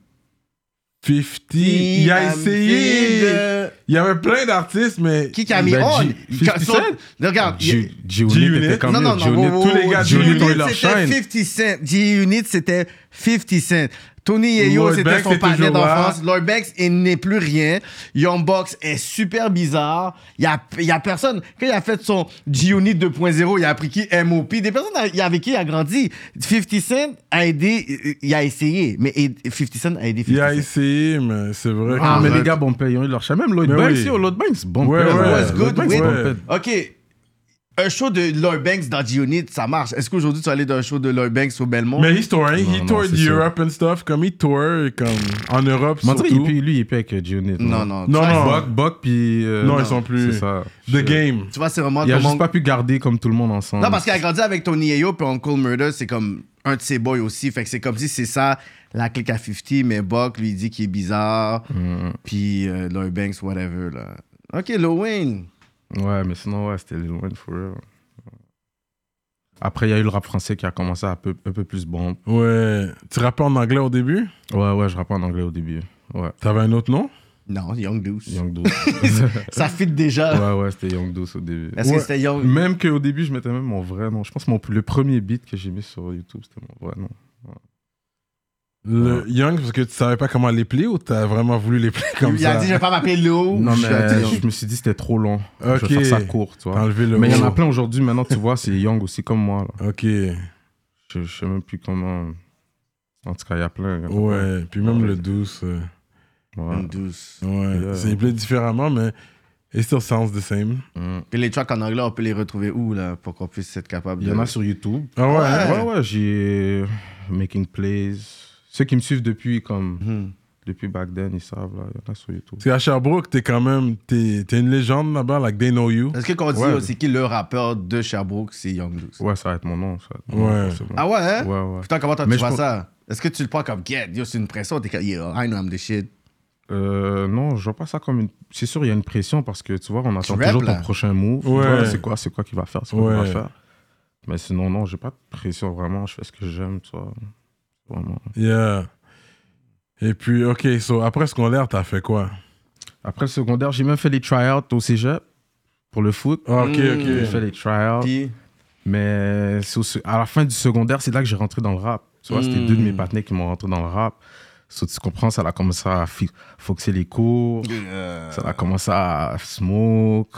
[SPEAKER 3] 50, il a
[SPEAKER 4] Mickey,
[SPEAKER 3] essayé.
[SPEAKER 4] de-
[SPEAKER 3] Il y avait plein d'artistes, mais.
[SPEAKER 4] Qui qui a mis
[SPEAKER 5] Ben,
[SPEAKER 4] on?
[SPEAKER 5] G- 50
[SPEAKER 4] Quand-
[SPEAKER 5] Cent?
[SPEAKER 4] Regarde, il-
[SPEAKER 5] G-
[SPEAKER 3] G-Unit.
[SPEAKER 5] G-Unit était comme
[SPEAKER 4] Non, non, non,
[SPEAKER 5] yo,
[SPEAKER 4] oh,
[SPEAKER 5] G-Unit,
[SPEAKER 4] wow, wow,
[SPEAKER 5] tous les
[SPEAKER 4] wow,
[SPEAKER 5] gars de
[SPEAKER 3] wow,
[SPEAKER 5] G-Unit
[SPEAKER 3] wow,
[SPEAKER 5] ont eu
[SPEAKER 3] wow,
[SPEAKER 5] leur
[SPEAKER 4] c'était
[SPEAKER 5] shine.
[SPEAKER 4] 50 Cent. G-Unit, c'était 50 Cent. Tony Yayo,
[SPEAKER 3] Lloyd
[SPEAKER 4] c'était
[SPEAKER 3] Banks
[SPEAKER 4] son
[SPEAKER 3] est
[SPEAKER 4] partenaire
[SPEAKER 3] toujours là.
[SPEAKER 4] d'enfance. Lloyd Banks, il n'est plus rien. Young Box est super bizarre. Il y a, il y a personne. Quand il a fait son G-Unit 2.0, il a appris qui MOP. Des personnes avec- avec qui il a grandi. 50 Cent a aidé, il a essayé. Mais aid- 50 Cent a aidé 50
[SPEAKER 3] Il a
[SPEAKER 4] Cent.
[SPEAKER 3] essayé, mais c'est vrai.
[SPEAKER 5] Ah, mais
[SPEAKER 3] que-
[SPEAKER 5] les gars bompaient, ils ont eu leur shine. Même Lloyd
[SPEAKER 3] Mais
[SPEAKER 5] Banks,
[SPEAKER 3] oui.
[SPEAKER 5] yo, Lloyd Banks bompait.
[SPEAKER 3] Ouais,
[SPEAKER 5] là.
[SPEAKER 3] ouais,
[SPEAKER 4] was
[SPEAKER 5] Lloyd
[SPEAKER 4] good
[SPEAKER 5] Banks
[SPEAKER 4] with-
[SPEAKER 5] bompait.
[SPEAKER 4] OK. Un show de Lloyd Banks dans G-Unit, ça marche. Est-ce qu'aujourd'hui, tu vas aller d'un show de Lloyd Banks au Belmont?
[SPEAKER 3] Mais he's touring,
[SPEAKER 5] Non,
[SPEAKER 3] he
[SPEAKER 5] non,
[SPEAKER 3] toured
[SPEAKER 5] c'est sûr.
[SPEAKER 3] Europe and stuff, comme il tour, comme en Europe
[SPEAKER 5] Mais en tout cas, il
[SPEAKER 3] surtout.
[SPEAKER 5] est plus- lui, il est plus avec euh, G-Unit.
[SPEAKER 4] non, non.
[SPEAKER 3] Non,
[SPEAKER 4] Tu
[SPEAKER 3] non.
[SPEAKER 4] vois,
[SPEAKER 5] Buck, Buck, puis. euh,
[SPEAKER 3] Non, ils sont plus-
[SPEAKER 5] C'est ça.
[SPEAKER 3] The Game.
[SPEAKER 4] Tu vois, c'est vraiment
[SPEAKER 5] Il a
[SPEAKER 4] comment-
[SPEAKER 5] juste pas pu garder comme tout le monde ensemble.
[SPEAKER 4] Non, parce qu'il a grandi avec Tony Ayo, puis Uncle Murder, c'est comme un de ses boys aussi. Fait que c'est comme si c'est ça, la clique à 50, mais Buck lui il dit qu'il est bizarre,
[SPEAKER 5] Mm.
[SPEAKER 4] puis euh, Lloyd Banks, whatever. Là. Ok, Lil Wayne.
[SPEAKER 5] Ouais, mais sinon, ouais, c'était Lil Wayne for real. Après, il y a eu le rap français qui a commencé à un peu, un peu plus bombe.
[SPEAKER 3] Ouais. Tu rappais en anglais au début
[SPEAKER 5] Ouais, ouais, je rappe en anglais au début. Ouais,
[SPEAKER 3] T'avais un autre nom
[SPEAKER 4] Non, Young Deuce.
[SPEAKER 5] Young Douce.
[SPEAKER 4] Ça fit déjà.
[SPEAKER 5] ouais, ouais, c'était Young Douce au début.
[SPEAKER 4] Est-ce
[SPEAKER 3] Ouais.
[SPEAKER 4] que c'était Young?
[SPEAKER 5] Même qu'au début, je mettais même mon vrai nom. Je pense que mon, le premier beat que j'ai mis sur YouTube, c'était mon vrai nom.
[SPEAKER 3] Le Young, parce que tu savais pas comment l'appeler ou t'as vraiment voulu l'appeler comme
[SPEAKER 4] il
[SPEAKER 3] ça
[SPEAKER 4] a dit, je vais pas m'appeler Lou.
[SPEAKER 5] Non,
[SPEAKER 4] Je suis
[SPEAKER 5] mais
[SPEAKER 4] allé-
[SPEAKER 5] je me suis Ah, dit c'était trop long. Je
[SPEAKER 3] Ok.
[SPEAKER 5] vais faire ça court, tu
[SPEAKER 3] T'as
[SPEAKER 5] vois.
[SPEAKER 3] enlevé le
[SPEAKER 5] Mais il y en a
[SPEAKER 3] O.
[SPEAKER 5] plein aujourd'hui, maintenant, tu vois, c'est Young aussi comme moi. Là.
[SPEAKER 3] Ok.
[SPEAKER 5] Je, je sais même plus comment. En tout cas, il y a plein. il y en a plein.
[SPEAKER 3] Ouais. Puis même
[SPEAKER 5] Ah, Ouais.
[SPEAKER 3] le douce. euh,
[SPEAKER 5] Ouais.
[SPEAKER 4] Young Deuce.
[SPEAKER 3] Ouais.
[SPEAKER 5] Yeah.
[SPEAKER 3] C'est appelé différemment, mais it still sounds the same.
[SPEAKER 5] Mm.
[SPEAKER 4] Puis les tracks en anglais, on peut les retrouver où, là, pour qu'on puisse être capable
[SPEAKER 5] Il y
[SPEAKER 4] de.
[SPEAKER 5] en a sur YouTube.
[SPEAKER 3] Ah ouais. hein?
[SPEAKER 5] Ouais, ouais, j'ai Making Plays. Ceux qui me suivent depuis, comme
[SPEAKER 4] Mhm.
[SPEAKER 5] Depuis back then, ils savent, là, il y en a sur YouTube.
[SPEAKER 3] Parce qu'à Sherbrooke, t'es quand même, t'es t'es une légende là-bas, like they know you.
[SPEAKER 4] Est-ce que quand on dit
[SPEAKER 5] Ouais.
[SPEAKER 4] oh, c'est qui le rappeur de Sherbrooke, c'est Young Dukes?
[SPEAKER 5] Ouais, ça va être mon nom, ça va être mon
[SPEAKER 3] Ouais.
[SPEAKER 5] nom, c'est bon.
[SPEAKER 4] Ah ouais, hein?
[SPEAKER 5] Ouais, ouais.
[SPEAKER 4] Putain, comment t'as
[SPEAKER 5] Mais
[SPEAKER 4] tu
[SPEAKER 5] je
[SPEAKER 4] vois
[SPEAKER 5] con-
[SPEAKER 4] ça? Est-ce que tu le prends comme get? Yo, c'est une pression, t'es comme yo, I know I'm the shit.
[SPEAKER 5] Euh, non, je vois pas ça comme une. C'est sûr, il y a une pression parce que tu vois, on attend
[SPEAKER 4] rappes,
[SPEAKER 5] toujours ton
[SPEAKER 4] là.
[SPEAKER 5] prochain move.
[SPEAKER 3] Ouais.
[SPEAKER 5] Voilà, c'est quoi, c'est quoi qu'il va faire, c'est quoi qu'il
[SPEAKER 3] Ouais.
[SPEAKER 5] va faire. Mais sinon, non, j'ai pas de pression vraiment. Je fais ce que j'aime, tu vois. Vraiment.
[SPEAKER 3] Yeah. Et puis, ok, so, après scolaire, t'as fait quoi?
[SPEAKER 5] Après le secondaire, j'ai même fait les tryouts au cégep pour le foot.
[SPEAKER 3] Ah, ok,
[SPEAKER 4] Mm.
[SPEAKER 5] J'ai
[SPEAKER 3] ok.
[SPEAKER 5] Hmm. fait les tryouts.
[SPEAKER 4] Puis,
[SPEAKER 5] Mais c'est au se- à la fin du secondaire, c'est là que j'ai rentré dans le rap. Tu vois, c'était
[SPEAKER 4] Mm.
[SPEAKER 5] deux de mes partenaires qui m'ont rentré dans le rap. So, tu comprends, ça a commencé à fi- foxer les cours.
[SPEAKER 4] euh,
[SPEAKER 5] Ça a commencé à smoke.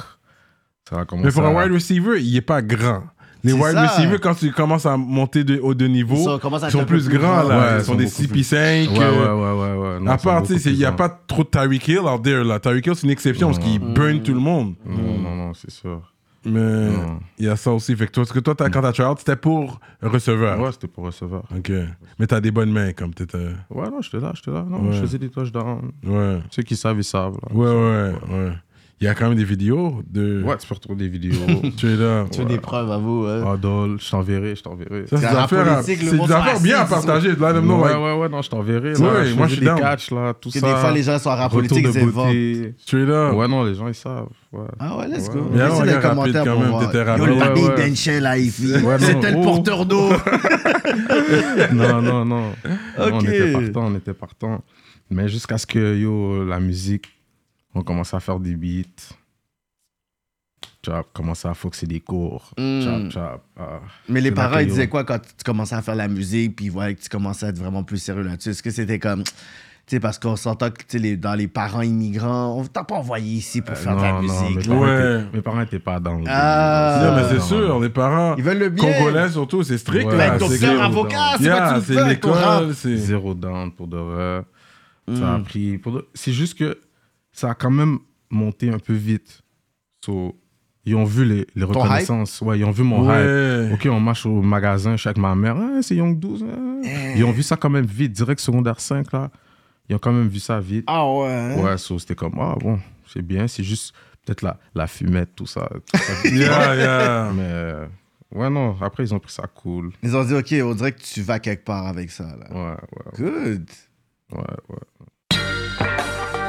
[SPEAKER 5] Ça a commencé
[SPEAKER 3] Mais pour un
[SPEAKER 5] à-
[SPEAKER 3] wide receiver, il est pas grand. Les
[SPEAKER 4] C'est
[SPEAKER 3] wide
[SPEAKER 4] ça.
[SPEAKER 3] receivers, quand tu commences à monter de, au deux niveaux,
[SPEAKER 4] Ils sont-
[SPEAKER 3] ils
[SPEAKER 4] commencent à
[SPEAKER 3] sont,
[SPEAKER 4] être un peu
[SPEAKER 3] plus
[SPEAKER 4] plus
[SPEAKER 3] grands,
[SPEAKER 4] grands.
[SPEAKER 3] là.
[SPEAKER 5] Ouais,
[SPEAKER 3] ils
[SPEAKER 5] ils
[SPEAKER 3] sont
[SPEAKER 5] sont
[SPEAKER 3] des
[SPEAKER 5] beaucoup
[SPEAKER 3] 6 puis 5.
[SPEAKER 5] Ouais, ouais, ouais, ouais, ouais. Non,
[SPEAKER 3] euh, à
[SPEAKER 5] c'est
[SPEAKER 3] part,
[SPEAKER 5] beaucoup
[SPEAKER 3] tu sais, il
[SPEAKER 5] plus
[SPEAKER 3] n'y a
[SPEAKER 5] grand.
[SPEAKER 3] pas trop de Tyreek Hill out there, là. Tyreek Hill, c'est une exception parce qu'il burn tout le monde.
[SPEAKER 4] Hmm.
[SPEAKER 5] Non, non, non, c'est sûr.
[SPEAKER 3] Mais
[SPEAKER 5] Non.
[SPEAKER 3] il y a ça aussi. Fait que toi, parce que toi, t'as- quand t'as try-out, c'était pour receveur.
[SPEAKER 5] Ouais, c'était pour recevoir.
[SPEAKER 3] Ok. Mais t'as des bonnes mains, comme t'étais.
[SPEAKER 5] Ouais, non, j'étais là, j'étais là. Non,
[SPEAKER 3] Ouais.
[SPEAKER 5] je faisais des touches down.
[SPEAKER 3] Ouais.
[SPEAKER 5] Ceux qui savent, ils savent. là.
[SPEAKER 3] Ouais, ouais, ouais. Il y a quand même des vidéos de.
[SPEAKER 5] Ouais, tu peux retrouver des vidéos.
[SPEAKER 3] Tu es là.
[SPEAKER 4] Tu veux des preuves à vous,
[SPEAKER 5] Ah,
[SPEAKER 4] hein?
[SPEAKER 5] Adol, je t'enverrai, je t'enverrai.
[SPEAKER 3] Ça, c'est
[SPEAKER 4] C'est
[SPEAKER 3] des
[SPEAKER 4] la
[SPEAKER 3] affaires, à-
[SPEAKER 4] politique, le
[SPEAKER 3] c'est
[SPEAKER 4] monde
[SPEAKER 3] des
[SPEAKER 4] sont
[SPEAKER 3] affaires bien à
[SPEAKER 4] assis,
[SPEAKER 3] partager. Là,
[SPEAKER 5] Ouais,
[SPEAKER 3] même non, like,
[SPEAKER 5] ouais, ouais, non, je t'enverrai. là.
[SPEAKER 3] Ouais,
[SPEAKER 5] je
[SPEAKER 3] moi, je
[SPEAKER 5] faisais
[SPEAKER 3] suis
[SPEAKER 5] des
[SPEAKER 3] down.
[SPEAKER 5] catchs, là, tout
[SPEAKER 4] Que
[SPEAKER 5] ça.
[SPEAKER 4] des fois, les gens sont à la
[SPEAKER 5] Retour
[SPEAKER 4] politique,
[SPEAKER 5] de
[SPEAKER 4] ils inventent.
[SPEAKER 5] beauté. Ah.
[SPEAKER 3] tu es là.
[SPEAKER 5] Ouais, non, les gens, ils savent. Ouais.
[SPEAKER 4] Ah ouais, let's go.
[SPEAKER 5] Ouais.
[SPEAKER 3] Mais alors,
[SPEAKER 4] Laissez
[SPEAKER 3] regarde,
[SPEAKER 4] les commentaires
[SPEAKER 3] rapide, quand
[SPEAKER 4] pour
[SPEAKER 3] même,
[SPEAKER 4] voir.
[SPEAKER 3] t'étais
[SPEAKER 4] Yo,
[SPEAKER 3] rapide.
[SPEAKER 4] le papy
[SPEAKER 5] Ouais, ouais.
[SPEAKER 4] benchait là, ici.
[SPEAKER 5] Ouais, non,
[SPEAKER 4] C'était le
[SPEAKER 5] oh.
[SPEAKER 4] porteur d'eau.
[SPEAKER 5] non, non, non. Non, On
[SPEAKER 4] Ok.
[SPEAKER 5] était partant, on était partant. Mais jusqu'à ce que, yo, la musique, on commençait à faire des beats. Chop, commençait à foxer des cours.
[SPEAKER 4] Mm.
[SPEAKER 5] Chop, chop. ah.
[SPEAKER 4] Mais les
[SPEAKER 5] C'est là
[SPEAKER 4] parents,
[SPEAKER 5] que
[SPEAKER 4] ils
[SPEAKER 5] yo-
[SPEAKER 4] disaient quoi quand tu commençais à faire la musique, puis ils voyaient que tu commençais à être vraiment plus sérieux là-dessus? Est-ce que c'était comme. Tu sais, parce qu'on s'entend que tu sais, les, dans les parents immigrants, on t'a pas envoyé ici pour
[SPEAKER 5] Euh,
[SPEAKER 4] faire de
[SPEAKER 5] non,
[SPEAKER 4] la
[SPEAKER 5] non,
[SPEAKER 4] musique.
[SPEAKER 5] mes, parents
[SPEAKER 3] Ouais.
[SPEAKER 5] étaient, mes parents étaient pas dans le.
[SPEAKER 4] Ah.
[SPEAKER 3] Non, mais c'est
[SPEAKER 5] Non,
[SPEAKER 3] sûr,
[SPEAKER 5] non.
[SPEAKER 3] les parents
[SPEAKER 4] Ils veulent le bien.
[SPEAKER 3] congolais surtout, c'est strict.
[SPEAKER 5] Ouais.
[SPEAKER 4] Mais
[SPEAKER 3] là,
[SPEAKER 4] ton
[SPEAKER 3] c'est
[SPEAKER 5] c'est
[SPEAKER 4] frère
[SPEAKER 5] clair,
[SPEAKER 4] avocat, c'est
[SPEAKER 3] Yeah,
[SPEAKER 4] pas tu
[SPEAKER 3] c'est
[SPEAKER 4] veux avec ton rap.
[SPEAKER 3] l'école, c'est.
[SPEAKER 5] Zéro down pour de vrai. Ça a
[SPEAKER 4] Mm.
[SPEAKER 5] pris. pour de- C'est juste que ça a quand même monté un peu vite. So, ils ont vu les, les
[SPEAKER 4] hype?
[SPEAKER 5] reconnaissances. Ouais, ils ont vu mon hype.
[SPEAKER 3] Ouais.
[SPEAKER 5] Ok, on marche au magasin, je suis avec ma mère. Ah, c'est Young 12. hein.
[SPEAKER 4] Eh.
[SPEAKER 5] Ils ont vu ça quand même vite, direct secondaire 5, là. Ils ont quand même vu ça vite.
[SPEAKER 4] Ah ouais. hein?
[SPEAKER 5] Ouais, so, c'était comme, ah bon, c'est bien, c'est juste peut-être la, la fumette, tout ça. tout ça.
[SPEAKER 3] Yeah, yeah.
[SPEAKER 5] Mais euh, ouais, non, après, ils ont pris ça cool.
[SPEAKER 4] Ils ont dit, OK, on dirait que tu vas quelque part avec ça. Là.
[SPEAKER 5] Ouais, ouais,
[SPEAKER 4] Good.
[SPEAKER 5] ouais, ouais.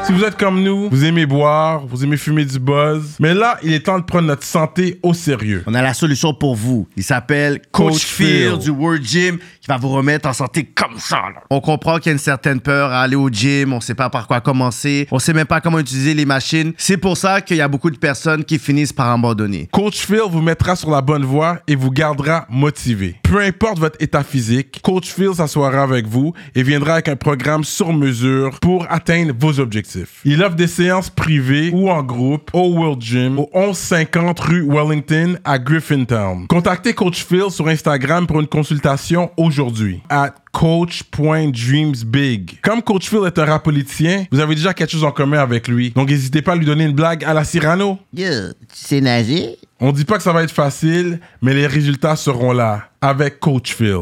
[SPEAKER 3] Si vous êtes comme nous, vous aimez boire, vous aimez fumer du buzz, mais là, il est temps de prendre notre santé au sérieux.
[SPEAKER 4] On a la solution pour vous. Il s'appelle Coach,
[SPEAKER 3] Coach
[SPEAKER 4] Phil,
[SPEAKER 3] Phil.
[SPEAKER 4] du World Gym qui va vous remettre en santé comme ça. là. On comprend qu'il y a une certaine peur à aller au gym, on sait pas par quoi commencer, on sait même pas comment utiliser les machines. C'est pour ça qu'il y a beaucoup de personnes qui finissent par abandonner.
[SPEAKER 3] Coach Phil vous mettra sur la bonne voie et vous gardera motivé. Peu importe votre état physique, Coach Phil s'assoira avec vous et viendra avec un programme sur mesure pour atteindre vos objectifs. Il offre des séances privées ou en groupe au World Gym au 1150 rue Wellington à Griffintown. Contactez Coach Phil sur Instagram pour une consultation aujourd'hui à coach.dreamsbig. Comme Coach Phil est un rap politicien, vous avez déjà quelque chose en commun avec lui. Donc n'hésitez pas à lui donner une blague à la Cyrano.
[SPEAKER 6] Yo, tu sais nager?
[SPEAKER 3] On dit pas que ça va être facile, mais les résultats seront là avec Coach Phil.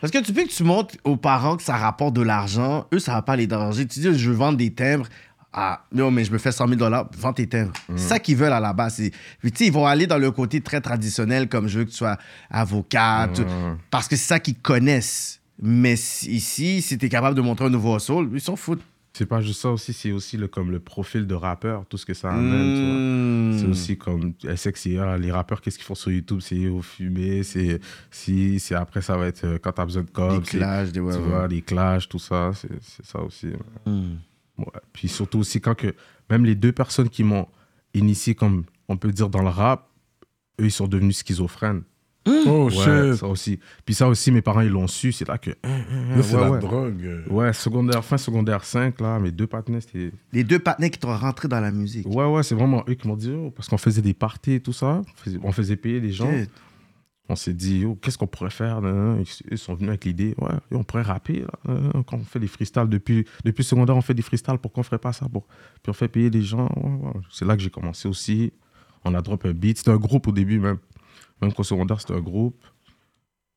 [SPEAKER 4] Parce que tu peux que tu montres aux parents que ça rapporte de l'argent, eux, ça va pas les déranger. Tu dis, je veux vendre des timbres. Ah, non, mais je me fais 100 000 dollars, vends tes timbres.
[SPEAKER 5] Mhm.
[SPEAKER 4] C'est ça qu'ils veulent à la base. c'est- Puis, tu sais, ils vont aller dans le côté très traditionnel, comme je veux que tu sois avocat, tout-
[SPEAKER 5] Mhm.
[SPEAKER 4] parce que c'est ça qu'ils connaissent. Mais si- ici, si t'es capable de montrer un nouveau soul, ils s'en foutent.
[SPEAKER 5] C'est pas juste ça aussi, c'est aussi le, comme le profil de rappeur, tout ce que ça
[SPEAKER 4] Mmh.
[SPEAKER 5] amène, Ah, tu vois.
[SPEAKER 4] Hmm.
[SPEAKER 5] C'est aussi comme SXIA, les rappeurs, qu'est-ce qu'ils font sur YouTube C'est au fumé, c'est si, c'est après ça va être euh, quand t'as besoin de
[SPEAKER 4] Des
[SPEAKER 5] cob, c'est-
[SPEAKER 4] clashs, des ouais,
[SPEAKER 5] tu
[SPEAKER 4] ouais.
[SPEAKER 5] vois, les clashs, tout ça, c'est c'est ça aussi. hein.
[SPEAKER 4] Mm.
[SPEAKER 5] Ouais. Puis surtout aussi quand que même les deux personnes qui m'ont initié, comme on peut dire dans le rap, eux ils sont devenus schizophrènes.
[SPEAKER 3] Oh
[SPEAKER 5] Mm. Ouais,
[SPEAKER 3] shit,
[SPEAKER 5] ça aussi. Puis ça aussi, mes parents ils l'ont su, c'est là que.
[SPEAKER 3] Là, c'est
[SPEAKER 5] ouais,
[SPEAKER 3] la
[SPEAKER 5] ouais.
[SPEAKER 3] drogue.
[SPEAKER 5] Ouais, secondaire, fin secondaire 5, là, mes deux partenaires, c'était.
[SPEAKER 4] Les deux partenaires qui t'ont rentré dans la musique.
[SPEAKER 5] Ouais, ouais, c'est vraiment eux qui m'ont dit, oh, parce qu'on faisait des parties et tout ça, on faisait, on faisait payer les gens.
[SPEAKER 4] Shit.
[SPEAKER 5] On s'est dit, yo, qu'est-ce qu'on pourrait faire nan, nan. Ils- Ils sont venus avec l'idée, ouais, yo, on pourrait rapper. Là, nan, nan. Quand on fait des freestyles, depuis, depuis le secondaire, on fait des freestyles, pourquoi on ferait pas ça pour... Puis on fait payer les gens. ouais, ouais. C'est là que j'ai commencé aussi. On a drop un beat. C'était un groupe au début, même. Même qu'au secondaire, c'était un groupe.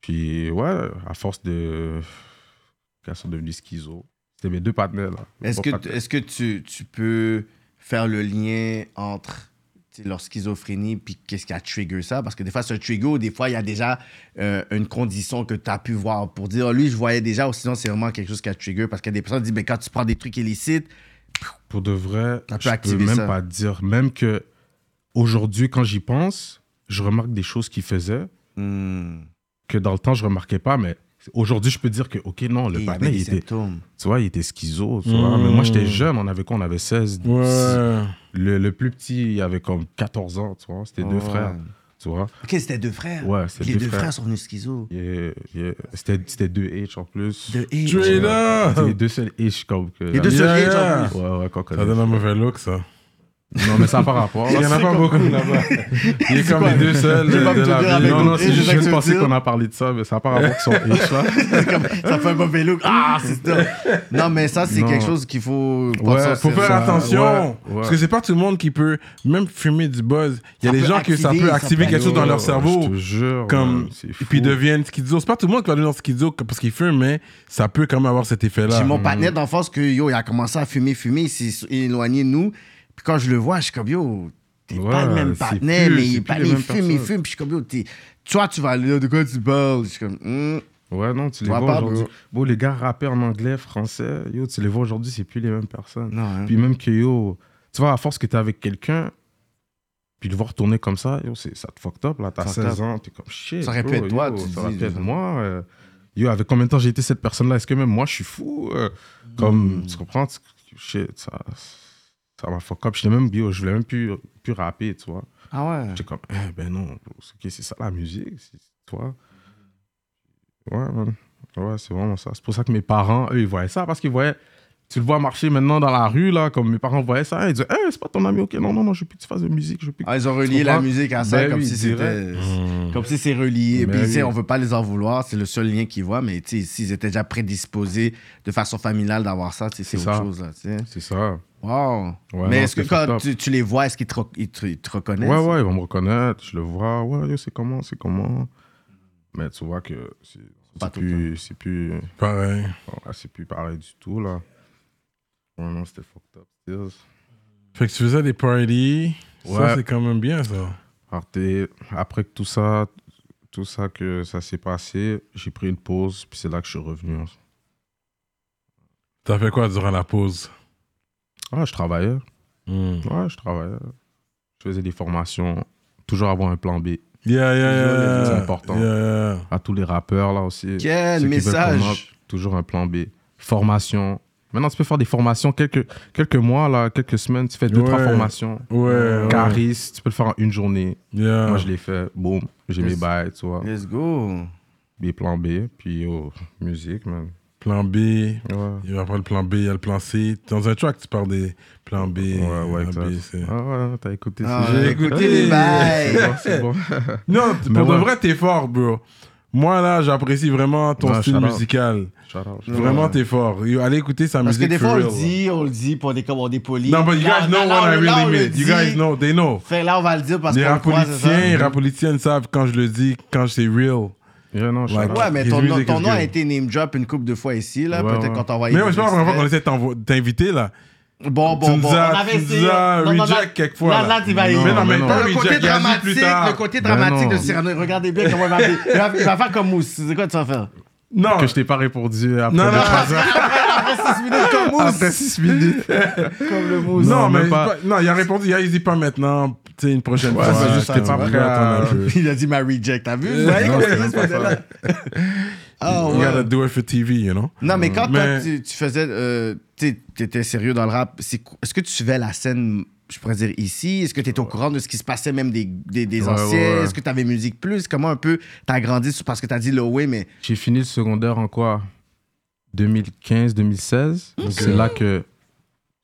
[SPEAKER 5] Puis, ouais, à force de. qui sont devenus schizo. C'était mes deux partenaires. là.
[SPEAKER 4] Est-ce
[SPEAKER 5] Mon
[SPEAKER 4] que,
[SPEAKER 5] partenaire.
[SPEAKER 4] est que tu, tu peux faire le lien entre tu sais, leur schizophrénie puis qu'est-ce qui a trigger ça? Parce que des fois, c'est un trigger, des fois, il y a déjà euh, une condition que tu as pu voir pour dire, Ah, lui, je voyais déjà, ou sinon, c'est vraiment quelque chose qui a trigger. Parce que des personnes disent, ben, quand tu prends des trucs illicites,
[SPEAKER 5] Pour de vrai,
[SPEAKER 4] T'as pu
[SPEAKER 5] je peux
[SPEAKER 4] activer
[SPEAKER 5] même
[SPEAKER 4] ça.
[SPEAKER 5] pas dire. Même que aujourd'hui, quand j'y pense, je remarque des choses qu'il faisait
[SPEAKER 4] hmm,
[SPEAKER 5] que dans le temps, je remarquais pas. Mais aujourd'hui, je peux dire que, OK, non, le
[SPEAKER 4] il y avait
[SPEAKER 5] partenaire,
[SPEAKER 4] des
[SPEAKER 5] il était,
[SPEAKER 4] symptômes.
[SPEAKER 5] tu vois, il était schizo. tu vois.
[SPEAKER 7] Mm.
[SPEAKER 5] Mais moi, j'étais
[SPEAKER 3] Hmm.
[SPEAKER 5] jeune. On avait quoi On avait 16.
[SPEAKER 7] Ouais.
[SPEAKER 5] Le, le plus petit, il avait comme 14 ans. Tu vois, c'était
[SPEAKER 4] Ouais.
[SPEAKER 5] deux frères. Tu vois.
[SPEAKER 4] Ok, c'était deux frères.
[SPEAKER 5] Ouais, c'était
[SPEAKER 4] Les
[SPEAKER 5] deux
[SPEAKER 4] deux frères.
[SPEAKER 5] frères.
[SPEAKER 4] sont venus schizo.
[SPEAKER 5] Et- et C'était c'était deux H en plus.
[SPEAKER 4] De et-
[SPEAKER 7] Tu es là!
[SPEAKER 5] C'est les deux seuls H comme que.
[SPEAKER 4] Les deux seuls
[SPEAKER 7] Yeah,
[SPEAKER 4] H en
[SPEAKER 7] yeah.
[SPEAKER 4] plus.
[SPEAKER 5] Ouais, ouais, qu'on
[SPEAKER 3] Ça
[SPEAKER 5] connaît.
[SPEAKER 3] donne un mauvais look, ça.
[SPEAKER 5] Non, mais ça n'a pas rapport.
[SPEAKER 3] Il y en a pas beaucoup là-bas. Il est comme les deux seuls
[SPEAKER 4] Je vais
[SPEAKER 3] de la
[SPEAKER 4] me tenir
[SPEAKER 3] ville.
[SPEAKER 4] avec
[SPEAKER 5] Non,
[SPEAKER 4] mon
[SPEAKER 5] non,
[SPEAKER 4] H,
[SPEAKER 5] c'est
[SPEAKER 4] je
[SPEAKER 5] juste
[SPEAKER 4] vais te
[SPEAKER 5] je pensais
[SPEAKER 4] dire.
[SPEAKER 5] qu'on a parlé de ça, mais ça n'a pas rapport avec son H là.
[SPEAKER 4] C'est comme- ça fait un mauvais look. Ah, c'est ça. Non, mais ça, c'est
[SPEAKER 5] Non.
[SPEAKER 4] quelque chose qu'il faut.
[SPEAKER 3] Ouais, faut faire
[SPEAKER 4] Ça-
[SPEAKER 3] attention.
[SPEAKER 5] ouais, ouais.
[SPEAKER 3] Parce que c'est pas tout le monde qui peut même fumer du buzz. Il y a
[SPEAKER 4] Ça
[SPEAKER 3] des
[SPEAKER 4] peut
[SPEAKER 3] gens que ça
[SPEAKER 4] activer,
[SPEAKER 3] peut
[SPEAKER 4] ça
[SPEAKER 3] activer
[SPEAKER 4] peut
[SPEAKER 3] quelque chose dans leur
[SPEAKER 5] Ouais,
[SPEAKER 3] cerveau.
[SPEAKER 5] Je te jure.
[SPEAKER 3] Comme,
[SPEAKER 5] man, c'est
[SPEAKER 3] et
[SPEAKER 5] fou.
[SPEAKER 3] puis ils deviennent schizo. C'est pas tout le monde qui va devenir schizo que- parce qu'il fume, mais ça peut quand même avoir cet effet-là.
[SPEAKER 5] Bah,
[SPEAKER 4] Puis
[SPEAKER 5] mm.
[SPEAKER 4] mon partenaire d'enfance, que yo, il a commencé à fumer, fumer, il s'est éloigné de nous. Puis quand je le vois, je suis comme yo, t'es
[SPEAKER 5] Ouais,
[SPEAKER 4] pas le même
[SPEAKER 5] c'est
[SPEAKER 4] partenaire,
[SPEAKER 5] plus-
[SPEAKER 4] mais
[SPEAKER 5] c'est
[SPEAKER 4] il,
[SPEAKER 5] plus
[SPEAKER 4] parle,
[SPEAKER 5] les
[SPEAKER 4] il
[SPEAKER 5] mêmes
[SPEAKER 4] fume, il
[SPEAKER 5] personnes.
[SPEAKER 4] fume. Puis je suis comme yo, t'es- toi, tu vas aller, de quoi tu parles? Je suis comme, hmm.
[SPEAKER 5] Ouais, non, tu les
[SPEAKER 4] vois
[SPEAKER 5] vois,
[SPEAKER 4] pas,
[SPEAKER 5] aujourd'hui.
[SPEAKER 4] bro.
[SPEAKER 5] Bon, les gars rappés en anglais, français, yo, tu les vois aujourd'hui, c'est plus les mêmes personnes.
[SPEAKER 4] non, hein.
[SPEAKER 5] Puis même que yo, tu vois, à force que t'es avec quelqu'un, puis le voir tourner comme ça, yo, c'est- ça te fucked up là, t'as
[SPEAKER 4] Fucked
[SPEAKER 5] 16 ans, t'es comme shit.
[SPEAKER 4] Ça aurait pu
[SPEAKER 5] bro,
[SPEAKER 4] être toi,
[SPEAKER 5] yo,
[SPEAKER 4] tu te
[SPEAKER 5] ça aurait
[SPEAKER 4] dis,
[SPEAKER 5] pu être
[SPEAKER 4] genre.
[SPEAKER 5] moi. euh, yo, avec combien de temps j'ai été cette personne-là Est-ce que même moi je suis fou euh, Comme,
[SPEAKER 4] Hmm.
[SPEAKER 5] tu comprends tu- Shit, ça. Ça m'a fuck up. Je l'ai même, yo, je voulais même plus, plus rapper, tu vois.
[SPEAKER 4] Ah ouais.
[SPEAKER 5] J'étais comme, eh, ben non, bro, c'est ok, c'est ça la musique, c'est toi. Ouais, man. Ouais, c'est vraiment ça. C'est pour ça que mes parents, eux, ils voyaient ça parce qu'ils voyaient. Tu le vois marcher maintenant dans la rue, là, comme mes parents voyaient ça, ils disaient, eh, c'est pas ton ami, ok, non, non, non, je veux plus que tu fasses de musique, je veux plus que
[SPEAKER 4] Ah, ils ont relié la
[SPEAKER 5] comprends?
[SPEAKER 4] musique à ça
[SPEAKER 5] Ben
[SPEAKER 4] comme,
[SPEAKER 5] oui,
[SPEAKER 4] si c'était, Mm. Hmm.
[SPEAKER 5] direct.
[SPEAKER 4] comme si c'est relié.
[SPEAKER 5] Ben
[SPEAKER 4] Puis, tu sais,
[SPEAKER 5] oui.
[SPEAKER 4] on veut pas les en vouloir, c'est le seul lien qu'ils voient, mais tu sais, s'ils étaient déjà prédisposés de façon familiale d'avoir ça, tu sais, c'est
[SPEAKER 5] C'est
[SPEAKER 4] autre
[SPEAKER 5] ça.
[SPEAKER 4] chose. Là, tu sais.
[SPEAKER 5] C'est ça.
[SPEAKER 4] Wow.
[SPEAKER 5] Ouais,
[SPEAKER 4] mais
[SPEAKER 5] non,
[SPEAKER 4] est-ce que
[SPEAKER 5] c'est
[SPEAKER 4] quand
[SPEAKER 5] fucked
[SPEAKER 4] tu, tu les vois, est-ce qu'ils te, re- ils te- ils te reconnaissent?
[SPEAKER 5] Ouais, ouais, ils vont me reconnaître, je le vois, ouais, yo, c'est comment, c'est comment. Mais tu vois que c'est
[SPEAKER 4] Pas
[SPEAKER 5] c'est
[SPEAKER 4] tout
[SPEAKER 5] plus, c'est plus,
[SPEAKER 3] Pareil.
[SPEAKER 5] ouais, c'est plus pareil du tout, là. Ouais, non, c'était fucked up. Yes.
[SPEAKER 3] Fait que tu faisais des parties.
[SPEAKER 5] Ouais.
[SPEAKER 3] Ça, c'est quand même bien, ça.
[SPEAKER 5] Alors, t'es- après que tout ça, tout ça que ça s'est passé, j'ai pris une pause, puis c'est là que je suis revenu.
[SPEAKER 3] T'as fait quoi durant la pause?
[SPEAKER 5] Ah, je travaillais. Ouais, je travaillais. Je faisais des formations. Toujours avoir un plan B.
[SPEAKER 3] Yeah, yeah, yeah.
[SPEAKER 5] C'est important.
[SPEAKER 3] Yeah, yeah.
[SPEAKER 5] À tous les rappeurs, là aussi.
[SPEAKER 4] Quel
[SPEAKER 5] ceux qui veulent
[SPEAKER 4] message.
[SPEAKER 5] come up, Toujours un plan B. Formation. Maintenant, tu peux faire des formations. Quelques, quelques mois, là, quelques semaines, tu fais deux,
[SPEAKER 3] Ouais.
[SPEAKER 5] trois formations.
[SPEAKER 3] Ouais, Ah. ouais.
[SPEAKER 5] Caris, tu peux le faire en une journée.
[SPEAKER 3] Yeah.
[SPEAKER 5] Moi, je l'ai fait. Boum, j'ai
[SPEAKER 4] Yes.
[SPEAKER 5] mes bails, tu vois.
[SPEAKER 4] Let's go.
[SPEAKER 5] Des plans B, puis oh, musique, man.
[SPEAKER 3] Plan B.
[SPEAKER 5] Ouais.
[SPEAKER 3] Il y a après le plan B, il y a le plan C. Dans un track, tu parles des plans B.
[SPEAKER 5] Ouais, ouais,
[SPEAKER 3] plan B,
[SPEAKER 5] exact.
[SPEAKER 3] c'est-
[SPEAKER 5] Ah ouais, t'as écouté
[SPEAKER 4] Ah,
[SPEAKER 5] ça.
[SPEAKER 4] j'ai écouté les bails.
[SPEAKER 5] C'est bon, c'est bon.
[SPEAKER 3] Non, t-
[SPEAKER 5] Mais
[SPEAKER 3] pour de
[SPEAKER 5] ouais.
[SPEAKER 3] vrai, t'es fort, bro. Moi, là, j'apprécie vraiment ton
[SPEAKER 5] Ouais,
[SPEAKER 3] style
[SPEAKER 5] shout out.
[SPEAKER 3] musical.
[SPEAKER 5] Shout out, shout out.
[SPEAKER 3] Vraiment, t'es fort. Yo, Allez écouter sa
[SPEAKER 4] Parce que
[SPEAKER 3] musique.
[SPEAKER 4] des
[SPEAKER 3] for
[SPEAKER 4] fois, on le
[SPEAKER 3] real.
[SPEAKER 4] dit, on le dit, pour des comme on est poli.
[SPEAKER 3] Non, but you
[SPEAKER 4] Là,
[SPEAKER 3] guys know
[SPEAKER 4] là, là,
[SPEAKER 3] what I
[SPEAKER 4] on- là,
[SPEAKER 3] really
[SPEAKER 4] on le
[SPEAKER 3] mean. You
[SPEAKER 4] dit.
[SPEAKER 3] guys know, they know.
[SPEAKER 4] Fait là, on va le dire parce
[SPEAKER 3] Les
[SPEAKER 4] qu'on le
[SPEAKER 3] rap
[SPEAKER 4] croit, c'est ça.
[SPEAKER 3] politiciens, les rap politiciennes savent quand je le dis, quand c'est real.
[SPEAKER 5] Yeah, non, shout
[SPEAKER 3] Like-
[SPEAKER 5] out.
[SPEAKER 4] Ouais, mais
[SPEAKER 3] His
[SPEAKER 4] ton, nom-
[SPEAKER 3] music
[SPEAKER 4] ton
[SPEAKER 3] is
[SPEAKER 4] nom a
[SPEAKER 3] good.
[SPEAKER 4] été name drop une couple de fois ici, là.
[SPEAKER 5] Ouais,
[SPEAKER 4] Peut-être
[SPEAKER 5] ouais.
[SPEAKER 4] quand on va
[SPEAKER 3] Mais ouais, je pense qu'on essaie de t'envo- de t'inviter, là.
[SPEAKER 4] Bon, bon,
[SPEAKER 3] tu nous
[SPEAKER 4] bon.
[SPEAKER 3] as-
[SPEAKER 4] on avait
[SPEAKER 3] tu nous
[SPEAKER 4] essayé.
[SPEAKER 3] as
[SPEAKER 4] Non, non, là-
[SPEAKER 3] reject quelquefois,
[SPEAKER 4] Là,
[SPEAKER 3] là.
[SPEAKER 4] là, tu vas y
[SPEAKER 5] Non,
[SPEAKER 3] mais non, mais
[SPEAKER 5] non.
[SPEAKER 3] pas
[SPEAKER 4] Le côté
[SPEAKER 3] reject, il a dit plus
[SPEAKER 4] dramatique,
[SPEAKER 3] tard.
[SPEAKER 4] le côté
[SPEAKER 5] Ben
[SPEAKER 4] dramatique de
[SPEAKER 5] non.
[SPEAKER 4] Cyrano. Regardez bien comment il va faire. Il va- Il va faire comme Mousse. C'est quoi que tu vas faire?
[SPEAKER 3] Non,
[SPEAKER 5] Que je t'ai pas répondu après.
[SPEAKER 3] Non,
[SPEAKER 5] deux,
[SPEAKER 3] non.
[SPEAKER 5] trois heures.
[SPEAKER 4] Après 6 minutes comme Mousse.
[SPEAKER 5] Après 6 minutes.
[SPEAKER 4] Comme le Mousse.
[SPEAKER 3] non,
[SPEAKER 5] Non,
[SPEAKER 3] mais
[SPEAKER 5] même pas.
[SPEAKER 3] pas- non, il a répondu, il a dit pas maintenant, tu sais, une prochaine
[SPEAKER 5] Ouais,
[SPEAKER 3] fois.
[SPEAKER 5] c'est
[SPEAKER 4] juste
[SPEAKER 3] t'es
[SPEAKER 4] ça,
[SPEAKER 3] pas
[SPEAKER 5] ouais.
[SPEAKER 3] prêt à attendre un peu.
[SPEAKER 4] Il a dit ma reject, t'as vu?
[SPEAKER 3] Non,
[SPEAKER 4] Ouais,
[SPEAKER 3] c'était
[SPEAKER 4] comme
[SPEAKER 3] même
[SPEAKER 4] ce
[SPEAKER 3] pas ça.
[SPEAKER 4] modèle-là. Ah,
[SPEAKER 3] You
[SPEAKER 4] ouais.
[SPEAKER 3] gotta do it for TV, you know?
[SPEAKER 4] Non, mais quand
[SPEAKER 3] Mais-
[SPEAKER 4] toi, tu, tu faisais. euh, tu étais sérieux dans le rap, c'est quoi- est-ce que tu suivais la scène, je pourrais dire, ici Est-ce que tu étais au courant de ce qui se passait, même des, des, des
[SPEAKER 5] Ouais,
[SPEAKER 4] anciens
[SPEAKER 5] ouais, ouais.
[SPEAKER 4] Est-ce que tu avais musique plus Comment un peu tu as grandi sur- Parce que tu as dit Lowey, mais.
[SPEAKER 5] J'ai fini le secondaire en quoi 2015-2016. C'est là que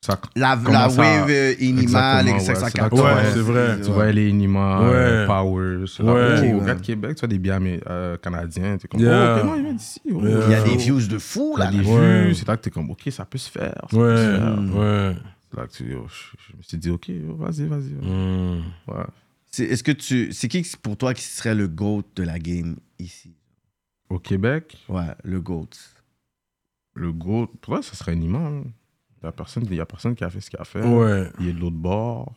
[SPEAKER 5] ça.
[SPEAKER 4] La, la
[SPEAKER 5] Comment ça-
[SPEAKER 4] wave euh, Inima,
[SPEAKER 5] Exactement,
[SPEAKER 4] les
[SPEAKER 5] ouais,
[SPEAKER 4] 514.
[SPEAKER 5] c'est là que
[SPEAKER 3] tu- Ouais, c'est vrai.
[SPEAKER 5] Tu vois, les Inima,
[SPEAKER 3] Ouais.
[SPEAKER 5] euh, Power, c'est là.
[SPEAKER 3] Ouais.
[SPEAKER 5] Oh,
[SPEAKER 4] Ouais.
[SPEAKER 5] Au gars de Québec, tu vois, des biens euh, canadiens. T'es comme,
[SPEAKER 3] Yeah.
[SPEAKER 5] oh, ok, non, ils viennent d'ici. oh.
[SPEAKER 3] Yeah.
[SPEAKER 4] Il y a des views de fou,
[SPEAKER 5] Il y
[SPEAKER 4] là.
[SPEAKER 5] a des
[SPEAKER 3] Ouais.
[SPEAKER 5] vues. C'est là que t'es comme, ok, ça peut se faire. ça peut se
[SPEAKER 3] Ouais,
[SPEAKER 5] faire.
[SPEAKER 3] ouais.
[SPEAKER 5] C'est là que tu- oh, je, je me suis dit, ok, oh, vas-y, vas-y.
[SPEAKER 3] Hmm.
[SPEAKER 5] Ouais.
[SPEAKER 4] C'est, est-ce que tu, c'est qui pour toi qui serait le GOAT de la game ici
[SPEAKER 5] Au Québec,
[SPEAKER 4] Ouais, le GOAT.
[SPEAKER 5] Le go, pour ça, ce serait Nima. hein. Il n'y a, personne- il y a personne qui a fait ce qu'il a fait.
[SPEAKER 3] Ouais.
[SPEAKER 5] Il est de l'autre bord.